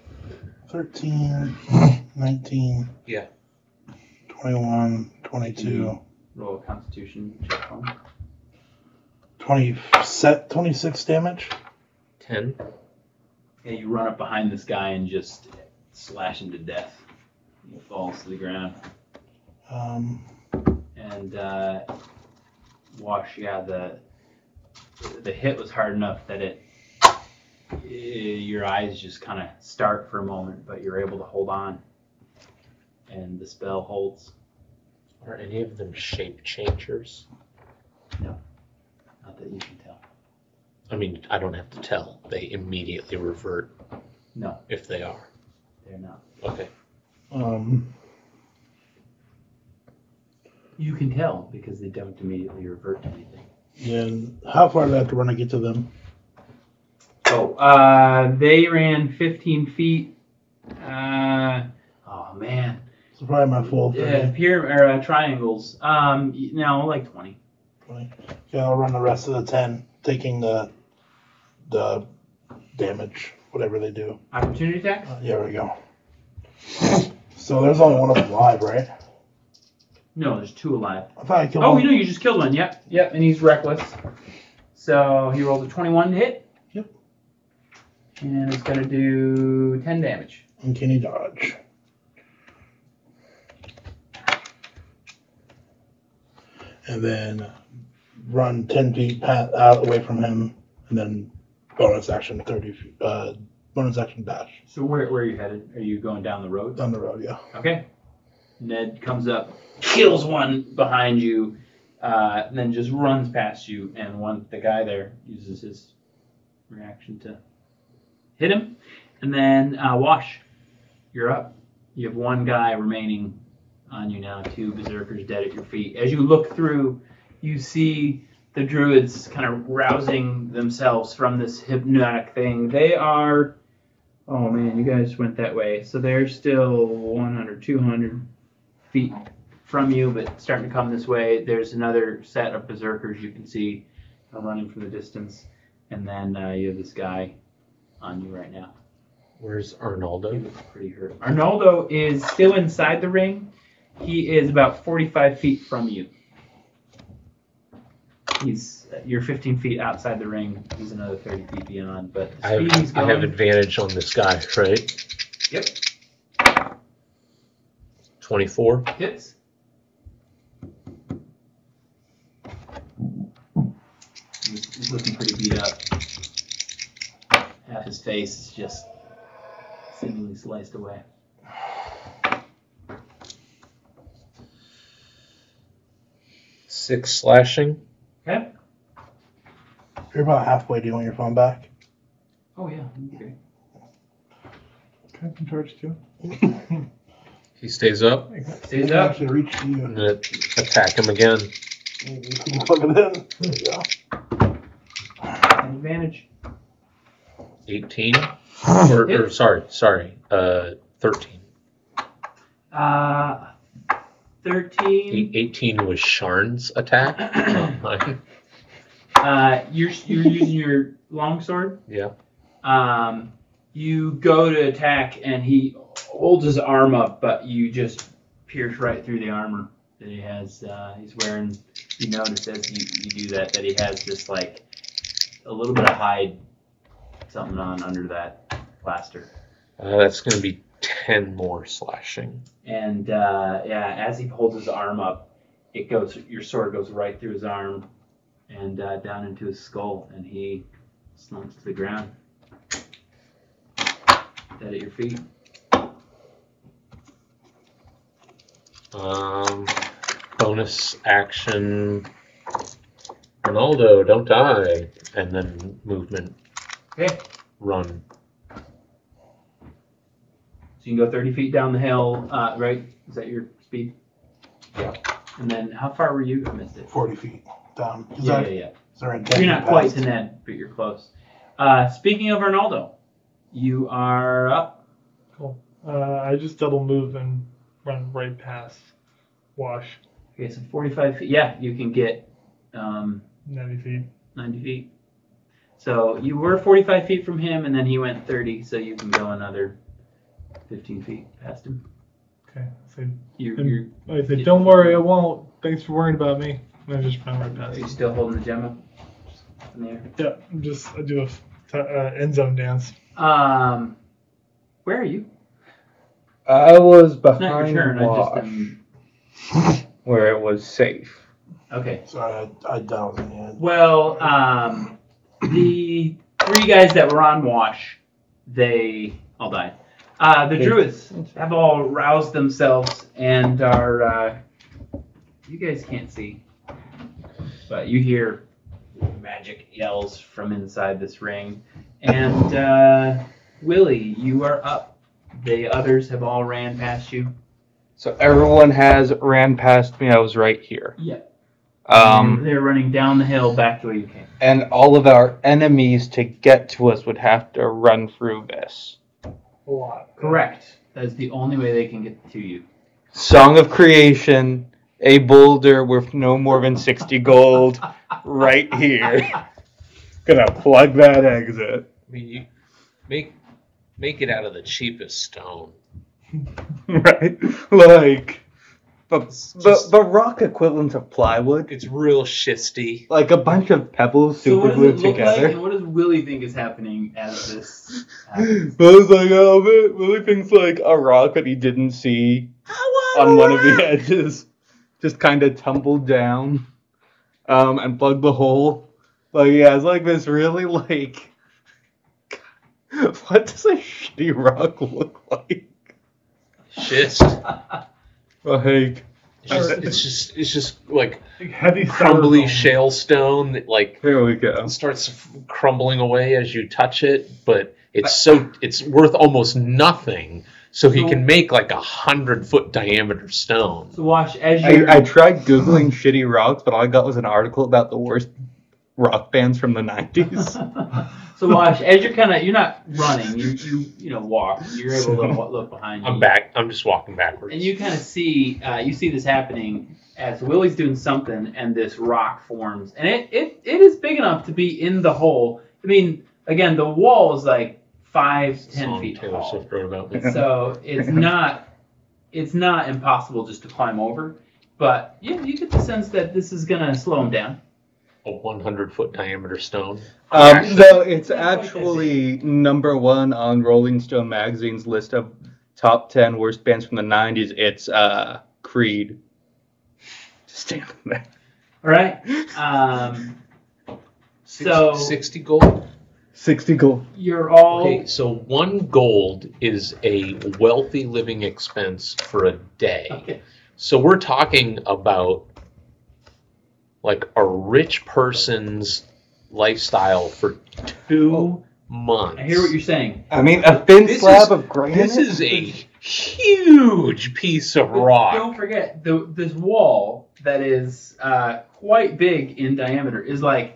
[SPEAKER 6] 13, 19,
[SPEAKER 1] Yeah.
[SPEAKER 6] 21, 22,
[SPEAKER 17] Roll a constitution check one.
[SPEAKER 6] 20, 26 damage.
[SPEAKER 1] 10.
[SPEAKER 17] Yeah, you run up behind this guy and just slash him to death. He falls to the ground.
[SPEAKER 6] Um,
[SPEAKER 17] And uh, Wash, yeah, the the hit was hard enough that it eh, your eyes just kind of start for a moment, but you're able to hold on, and the spell holds.
[SPEAKER 1] Are any of them shape changers?
[SPEAKER 17] Not that you can tell.
[SPEAKER 1] I mean, I don't have to tell. They immediately revert
[SPEAKER 17] No,
[SPEAKER 1] if they are.
[SPEAKER 17] they're not.
[SPEAKER 1] Okay.
[SPEAKER 6] Um,
[SPEAKER 17] You can tell because they don't immediately revert to anything.
[SPEAKER 6] and how far do I have to run to get to them?
[SPEAKER 17] Oh, uh, they ran 15 feet. Uh, oh man,
[SPEAKER 6] It's probably my full
[SPEAKER 17] yeah,
[SPEAKER 6] thing.
[SPEAKER 17] pyram- or, uh, triangles. Um, y- no, like 20.
[SPEAKER 6] Yeah, I'll run the rest of the 10, taking the the damage, whatever they do.
[SPEAKER 17] Opportunity attacks.
[SPEAKER 6] Uh, There we go. So there's only one of them live, right?
[SPEAKER 17] No, there's two alive.
[SPEAKER 6] I thought I killed
[SPEAKER 17] Oh,
[SPEAKER 6] one.
[SPEAKER 17] you know, you just killed one. Yep, yep, and he's reckless. So he rolled a 21 to hit.
[SPEAKER 6] Yep.
[SPEAKER 17] And it's gonna do 10 damage.
[SPEAKER 6] And can he dodge? And then run 10 feet pa- out away from him, and then bonus action 30 feet, uh, bonus action dash
[SPEAKER 17] So where, where are you headed? Are you going down the road?
[SPEAKER 6] down the road, yeah.
[SPEAKER 17] Okay. Ned comes up, kills one behind you, uh, and then just runs past you. And one, the guy there uses his reaction to hit him. And then uh, Wash, you're up. You have one guy remaining on you now. Two berserkers dead at your feet. As you look through, you see the druids kind of rousing themselves from this hypnotic thing. They are Oh man, you guys went that way. So they're still 100, 200 feet from you, but starting to come this way. There's another set of berserkers you can see uh, running from the distance. And then uh, you have this guy on you right now.
[SPEAKER 1] Where's Arnaldo?
[SPEAKER 17] Pretty hurt. Arnaldo is still inside the ring. He is about 45 feet from you. He's uh, you're 15 feet outside the ring. He's another 30 feet beyond, but the
[SPEAKER 1] I
[SPEAKER 17] speed he's
[SPEAKER 1] have, I
[SPEAKER 17] going.
[SPEAKER 1] have advantage on this guy, right?
[SPEAKER 17] Yep.
[SPEAKER 1] 24.
[SPEAKER 17] Hits. He's, he's looking pretty beat up. Half his face is just seemingly sliced away.
[SPEAKER 1] Six slashing.
[SPEAKER 17] Okay.
[SPEAKER 6] You're about halfway. Do you want your phone back?
[SPEAKER 17] Oh yeah. Okay.
[SPEAKER 9] Can I charge too?
[SPEAKER 1] He stays up.
[SPEAKER 17] Stays
[SPEAKER 6] I
[SPEAKER 17] up.
[SPEAKER 6] actually reached you.
[SPEAKER 1] I'm gonna attack him again.
[SPEAKER 6] You can plug it in. There you go.
[SPEAKER 17] An advantage.
[SPEAKER 1] 18. or, or sorry, sorry. Uh, 13.
[SPEAKER 17] Uh, 13.
[SPEAKER 1] The 18 was Sharn's
[SPEAKER 17] <clears throat>
[SPEAKER 1] attack. Not mine.
[SPEAKER 17] Uh, you're you're using your longsword.
[SPEAKER 1] yeah.
[SPEAKER 17] Um, you go to attack, and he holds his arm up, but you just pierce right through the armor that he has. Uh, he's wearing. You notice as you, you do that that he has this like a little bit of hide something on under that plaster.
[SPEAKER 1] Uh, that's going to be 10 more slashing.
[SPEAKER 17] And uh, yeah, as he holds his arm up, it goes. Your sword goes right through his arm and uh, down into his skull, and he slumps to the ground. Dead at your feet.
[SPEAKER 1] Um, bonus action. Ronaldo, don't die. And then movement,
[SPEAKER 17] Okay,
[SPEAKER 1] run.
[SPEAKER 17] so you can go 30 feet down the hill, uh, right? Is that your speed?
[SPEAKER 6] Yeah.
[SPEAKER 17] And then how far were you? I missed it.
[SPEAKER 6] 40 feet down. Is
[SPEAKER 17] Yeah,
[SPEAKER 6] that-
[SPEAKER 17] yeah,
[SPEAKER 6] Is there a
[SPEAKER 17] yeah.
[SPEAKER 6] dead
[SPEAKER 17] You're not
[SPEAKER 6] past?
[SPEAKER 17] quite to Ned, but you're close. Uh, speaking of Arnaldo, you are up.
[SPEAKER 2] Cool. Uh, I just double move and run right past Wash
[SPEAKER 17] Okay, so 45 feet. Yeah, you can get. Um,
[SPEAKER 2] 90 feet.
[SPEAKER 17] 90 feet. So you were 45 feet from him, and then he went 30, so you can go another 15 feet past him.
[SPEAKER 2] Okay. So
[SPEAKER 17] You,
[SPEAKER 2] And-
[SPEAKER 17] you're,
[SPEAKER 2] I said, don't worry, I won't. Thanks for worrying about me. And I just run right
[SPEAKER 17] are
[SPEAKER 2] past.
[SPEAKER 17] you
[SPEAKER 2] him.
[SPEAKER 17] still holding the gem in the air?
[SPEAKER 2] Yeah, I'm just I do a f- t- uh, end zone dance.
[SPEAKER 17] Um, where are you?
[SPEAKER 3] I was
[SPEAKER 17] It's not your
[SPEAKER 3] behind
[SPEAKER 17] turn. I just um,
[SPEAKER 3] Wash,
[SPEAKER 17] am,
[SPEAKER 3] where it was safe.
[SPEAKER 17] okay.
[SPEAKER 6] Sorry, I, I dialed in. Yeah.
[SPEAKER 17] Well, um, the three guys that were on watch, they all died. Uh, the
[SPEAKER 3] They-
[SPEAKER 17] druids have all roused themselves and are. Uh, you guys can't see, but you hear magic yells from inside this ring. And uh, Willie, you are up. The others have all ran past you.
[SPEAKER 3] So everyone has ran past me. I was right here.
[SPEAKER 17] Yeah.
[SPEAKER 3] Um,
[SPEAKER 17] they're running down the hill back the way you came.
[SPEAKER 3] and all of our enemies to get to us would have to run through this.
[SPEAKER 2] A lot.
[SPEAKER 17] Correct. That is the only way they can get to you.
[SPEAKER 3] Song of Creation, a boulder with no more than 60 gold right here. <laughs> Gonna plug that exit. <laughs>
[SPEAKER 1] I mean, you make make it out of the cheapest stone.
[SPEAKER 3] Right? Like, the, the, the rock equivalent of plywood.
[SPEAKER 1] It's real schisty.
[SPEAKER 3] Like a bunch of pebbles
[SPEAKER 17] So
[SPEAKER 3] super
[SPEAKER 17] what does
[SPEAKER 3] glued
[SPEAKER 17] it look like,
[SPEAKER 3] together.
[SPEAKER 17] and what does Willie think is happening as this? <laughs>
[SPEAKER 3] But I was like, oh, man, Willie thinks like a rock that he didn't see on one of the edges just kind of tumbled down um, and plugged the hole. Like, yeah, it's like this really, like, <laughs> what does a shitty rock look like?
[SPEAKER 1] Schist.
[SPEAKER 3] Like,
[SPEAKER 1] It's just, it's just it's just like
[SPEAKER 2] Like heavy
[SPEAKER 1] crumbly
[SPEAKER 2] styrofoam.
[SPEAKER 1] shale stone that like
[SPEAKER 3] here we go.
[SPEAKER 1] starts crumbling away as you touch it, but it's so it's worth almost nothing. So he can make like a hundred foot diameter stone.
[SPEAKER 17] So Wash, as you
[SPEAKER 3] I, I tried Googling shitty rocks, but all I got was an article about the worst rock bands from the 90s.
[SPEAKER 17] <laughs> so Wash, as you're kind of you're not running, you you you know walk. You're
[SPEAKER 1] <laughs>
[SPEAKER 17] able to
[SPEAKER 3] So-
[SPEAKER 17] wa- look behind you.
[SPEAKER 1] I'm back. I'm just walking backwards.
[SPEAKER 17] And you kind of see uh, you see this happening as Willie's doing something, and this rock forms, and it it, it is big enough to be in the hole. I mean, again, the wall is like five ten
[SPEAKER 1] Song
[SPEAKER 17] feet
[SPEAKER 1] Taylor
[SPEAKER 17] tall.
[SPEAKER 1] Swift wrote about me.
[SPEAKER 17] <laughs> so
[SPEAKER 1] <laughs>
[SPEAKER 17] it's not it's not impossible just to climb over but you, you get the sense that this is going to slow him down
[SPEAKER 1] a 100 foot diameter stone.
[SPEAKER 3] Um, so it's actually number one on Rolling Stone magazine's list of top ten worst bands from the '90s. It's uh, Creed. Stand there.
[SPEAKER 17] All right. Um, so
[SPEAKER 1] 60 gold.
[SPEAKER 3] Sixty gold.
[SPEAKER 17] You're all
[SPEAKER 1] Okay, so one gold is a wealthy living expense for a day. So we're talking about like a rich person's lifestyle for two months.
[SPEAKER 17] I Oh, hear what you're saying.
[SPEAKER 3] I mean, a thin
[SPEAKER 1] This
[SPEAKER 3] slab
[SPEAKER 1] is-
[SPEAKER 3] of granite.
[SPEAKER 1] This is a huge piece of
[SPEAKER 17] But
[SPEAKER 1] rock.
[SPEAKER 17] Don't forget the this wall that is uh, quite big in diameter is like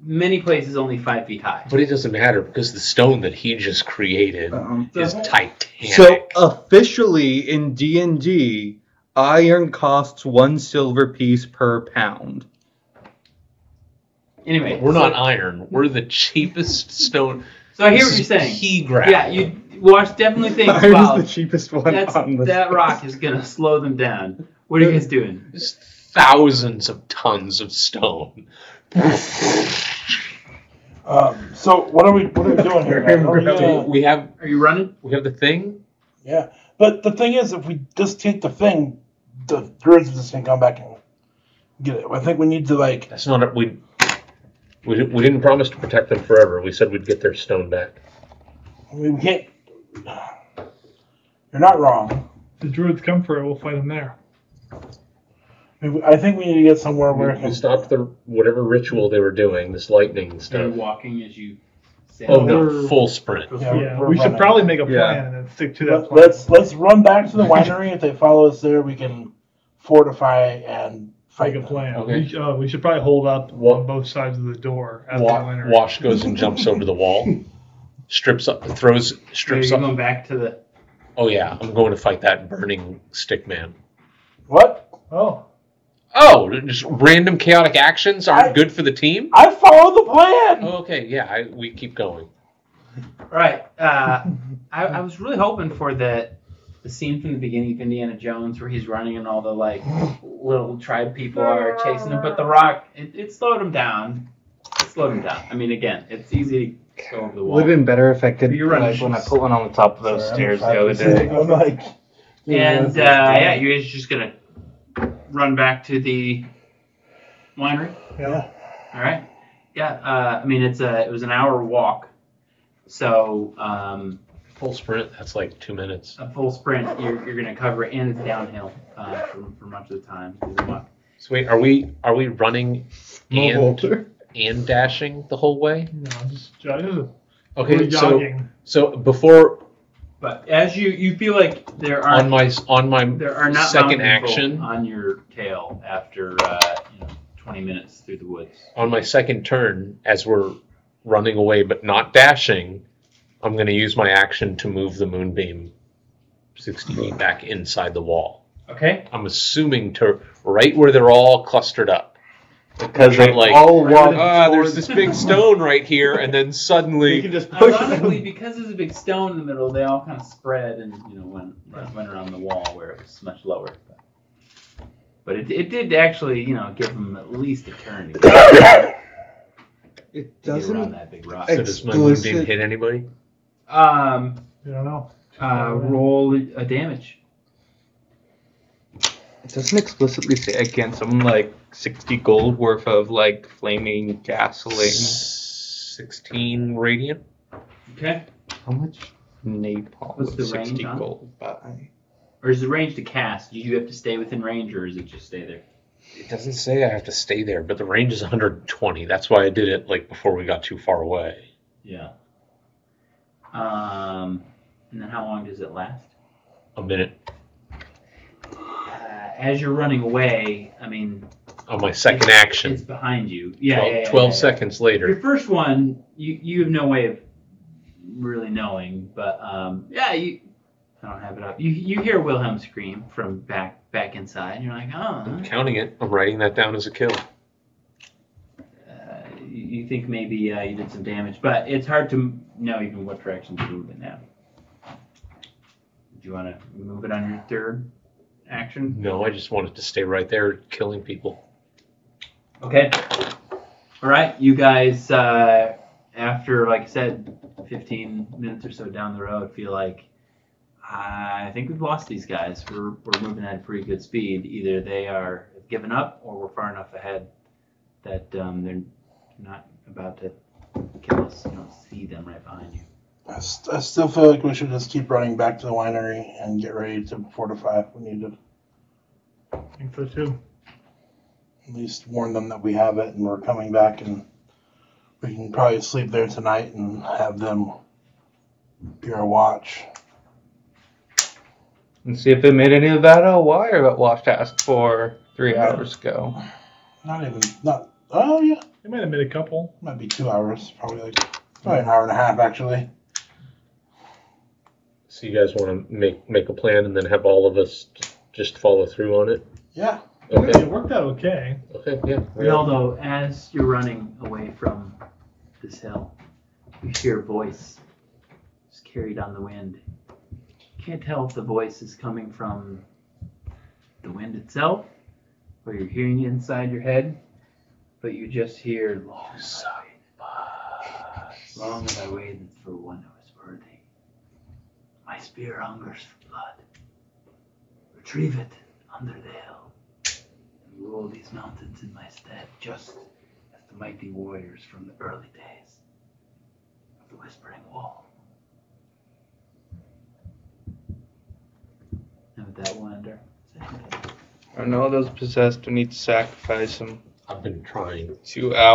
[SPEAKER 17] many places only five feet high.
[SPEAKER 1] But it doesn't matter because the stone that he just created
[SPEAKER 3] Um,
[SPEAKER 1] is titanic.
[SPEAKER 3] So officially in D and D, iron costs one silver piece per pound.
[SPEAKER 17] Anyway,
[SPEAKER 1] we're
[SPEAKER 17] so-
[SPEAKER 1] not iron. We're the cheapest stone.
[SPEAKER 17] So I hear
[SPEAKER 1] This
[SPEAKER 17] what
[SPEAKER 1] is
[SPEAKER 17] you're
[SPEAKER 1] <laughs>
[SPEAKER 17] saying.
[SPEAKER 1] Pea gravel.
[SPEAKER 17] Yeah, you watch
[SPEAKER 1] <laughs>
[SPEAKER 17] definitely think
[SPEAKER 3] Iron
[SPEAKER 17] wow,
[SPEAKER 3] is the cheapest one
[SPEAKER 17] that's-
[SPEAKER 3] on this.
[SPEAKER 17] that rock is gonna slow them down. What are you guys doing?
[SPEAKER 1] Thousands of tons of stone.
[SPEAKER 17] <laughs>
[SPEAKER 6] Um, so what are we what are we doing here? man? Are we,
[SPEAKER 17] <laughs>
[SPEAKER 6] uh,
[SPEAKER 1] We have.
[SPEAKER 17] Are you running?
[SPEAKER 1] We have the thing.
[SPEAKER 6] yeah, but the thing is, if we just take the thing, the druids just can come back and get it. I think we need to like.
[SPEAKER 1] That's not. A, we, we di- we didn't promise to protect them forever. We said we'd get their stone back.
[SPEAKER 6] I mean, we can't. You're not wrong.
[SPEAKER 2] The druids come for it. We'll fight them there.
[SPEAKER 6] I, mean, I think we need to get somewhere
[SPEAKER 1] We,
[SPEAKER 6] where it
[SPEAKER 1] we
[SPEAKER 6] can
[SPEAKER 1] stopped the whatever ritual they were doing. This lightning
[SPEAKER 17] You're
[SPEAKER 1] stuff.
[SPEAKER 17] walking as you say
[SPEAKER 1] Oh,
[SPEAKER 17] that.
[SPEAKER 1] no, full sprint.
[SPEAKER 6] Yeah,
[SPEAKER 2] Yeah,
[SPEAKER 6] we're
[SPEAKER 2] we should
[SPEAKER 6] running.
[SPEAKER 2] probably make a
[SPEAKER 1] Yeah.
[SPEAKER 2] plan and stick to that
[SPEAKER 6] Let-
[SPEAKER 2] plan.
[SPEAKER 6] Let's let's run back to the winery. If they follow us there, we can fortify and
[SPEAKER 2] Make
[SPEAKER 6] fight.
[SPEAKER 2] a
[SPEAKER 6] them.
[SPEAKER 2] plan.
[SPEAKER 1] Oh, Okay.
[SPEAKER 2] We, sh- uh, we should probably hold up
[SPEAKER 1] Wa-
[SPEAKER 2] on both sides of the door at the
[SPEAKER 1] Wa-
[SPEAKER 2] winery.
[SPEAKER 1] Wash goes and jumps over the wall. Strips up. Throws.
[SPEAKER 17] Are
[SPEAKER 1] Strips
[SPEAKER 17] you
[SPEAKER 1] up.
[SPEAKER 17] going back to the
[SPEAKER 1] Oh yeah, I'm going to fight that burning stick man.
[SPEAKER 6] What?
[SPEAKER 2] Oh,
[SPEAKER 1] Oh, just random chaotic actions aren't
[SPEAKER 6] I-
[SPEAKER 1] good for the team.
[SPEAKER 6] I followed the plan.
[SPEAKER 1] Oh, okay, yeah, I, we keep going.
[SPEAKER 17] Right. Uh, I, I was really hoping for the the scene from the beginning of Indiana Jones where he's running and all the like little tribe people are chasing him, but the rock it, it slowed him down. It slowed him down. I mean, again, it's easy to go over the
[SPEAKER 3] Would
[SPEAKER 17] wall.
[SPEAKER 3] have been better if I could.
[SPEAKER 17] You're running.
[SPEAKER 3] Like when I put one on the top of those stairs the other day.
[SPEAKER 6] I'm like,
[SPEAKER 17] <laughs> And uh, yeah, you guys are just gonna run back to the winery.
[SPEAKER 6] yeah.
[SPEAKER 17] All right. Yeah. Uh, I mean, it's a it was an hour walk, so um,
[SPEAKER 1] Full sprint. That's like two minutes.
[SPEAKER 17] a full sprint you're, you're gonna cover it, and it's downhill uh, for, for much of the time. 'cause of luck.
[SPEAKER 1] So wait, are we are we running
[SPEAKER 3] No
[SPEAKER 1] and
[SPEAKER 3] Walter.
[SPEAKER 1] and dashing the whole way?
[SPEAKER 2] no, just, jo-
[SPEAKER 1] Okay,
[SPEAKER 2] we're
[SPEAKER 1] so
[SPEAKER 2] jogging.
[SPEAKER 1] so before
[SPEAKER 17] But as you you feel like there are
[SPEAKER 1] on my on my
[SPEAKER 17] there are not
[SPEAKER 1] second
[SPEAKER 17] mountain people
[SPEAKER 1] action
[SPEAKER 17] on your tail after uh, you know 20 minutes through the woods.
[SPEAKER 1] on my second turn as we're running away but not dashing, I'm going to use my action to move the moonbeam sixty feet back inside the wall.
[SPEAKER 17] Okay.
[SPEAKER 1] I'm assuming to right where they're all clustered up.
[SPEAKER 3] Because they
[SPEAKER 1] Not like-
[SPEAKER 3] all walk.
[SPEAKER 1] Ah, there's this
[SPEAKER 17] <laughs>
[SPEAKER 1] big stone right here, and then
[SPEAKER 3] You
[SPEAKER 1] suddenly
[SPEAKER 3] can just push
[SPEAKER 2] <laughs>
[SPEAKER 17] Ironically, because there's a big stone in the middle, they all kind of spread and you know went went around the wall where it was much lower. But, but it, it did actually you know give them at least a turn to get,
[SPEAKER 3] It
[SPEAKER 17] to get around
[SPEAKER 3] doesn't.
[SPEAKER 17] that big rock.
[SPEAKER 1] so does my moonbeam
[SPEAKER 3] Explicit.
[SPEAKER 1] hit anybody?
[SPEAKER 17] Um,
[SPEAKER 2] I don't know.
[SPEAKER 17] uh, roll a damage.
[SPEAKER 3] It doesn't explicitly say against. I'm like sixty gold worth of like flaming gasoline.
[SPEAKER 1] Sixteen radiant.
[SPEAKER 17] Okay.
[SPEAKER 3] How much napalm?
[SPEAKER 17] What's
[SPEAKER 3] would
[SPEAKER 17] the range
[SPEAKER 3] sixty
[SPEAKER 17] on it?
[SPEAKER 3] gold. Buy?
[SPEAKER 17] Or is the range to cast? Do you have to stay within range, or is it just stay there?
[SPEAKER 1] It doesn't say I have to stay there, but the range is 120. That's why I did it like before we got too far away.
[SPEAKER 17] Yeah. Um, and then how long does it last?
[SPEAKER 1] A minute
[SPEAKER 17] Uh, as you're running away, I mean,
[SPEAKER 1] on uh, my second
[SPEAKER 17] it's-
[SPEAKER 1] action.
[SPEAKER 17] It's behind you. Yeah.
[SPEAKER 1] Twelve-
[SPEAKER 17] yeah, yeah,
[SPEAKER 1] 12
[SPEAKER 17] yeah, yeah.
[SPEAKER 1] seconds later.
[SPEAKER 17] Your first one, you you have no way of really knowing, but um, yeah, you. I don't have it up. You you hear Wilhelm scream from back back inside, and you're like, oh.
[SPEAKER 1] I'm counting it. I'm writing that down as a kill.
[SPEAKER 17] Uh, you you think maybe uh, you did some damage, but it's hard to m- know even what direction to move it now. Do you want to move it on your third action?
[SPEAKER 1] No, I just wanted to stay right there, killing people.
[SPEAKER 17] Okay. All right, you guys, uh, after, like I said, 15 minutes or so down the road, feel like I think we've lost these guys. We're, we're moving at a pretty good speed. Either they are have given up or we're far enough ahead that um, they're not about to kill us. You don't see them right behind you.
[SPEAKER 6] I, st- I still feel like we should just keep running back to the winery and get ready to fortify if we need to.
[SPEAKER 2] I think so too.
[SPEAKER 6] At least warn them that we have it and we're coming back, and we can probably sleep there tonight and have them be our watch.
[SPEAKER 3] And see if it made any of that uh, wire that Wash asked for three hours ago.
[SPEAKER 6] Not even not. Oh yeah,
[SPEAKER 2] it might have been a couple.
[SPEAKER 6] Might be two hours, probably like probably an hour and a half actually.
[SPEAKER 7] So you guys want to make make a plan and then have all of us j- just follow through on it?
[SPEAKER 6] Yeah.
[SPEAKER 7] Okay.
[SPEAKER 2] It worked out okay.
[SPEAKER 7] Okay. Yeah.
[SPEAKER 17] We all know as you're running away from this hill, you hear a voice just carried on the wind. Can't tell if the voice is coming from the wind itself or you're hearing it inside your head, but you just hear long as I waited, long as I waited for one who is worthy. My spear hungers for blood. Retrieve it under the hill and rule these mountains in my stead, just as the mighty warriors from the early days of the Whispering Wall. And with that, we'll end our session.
[SPEAKER 3] I know those possessed. We need to sacrifice them.
[SPEAKER 7] I've been trying.
[SPEAKER 3] Two hours.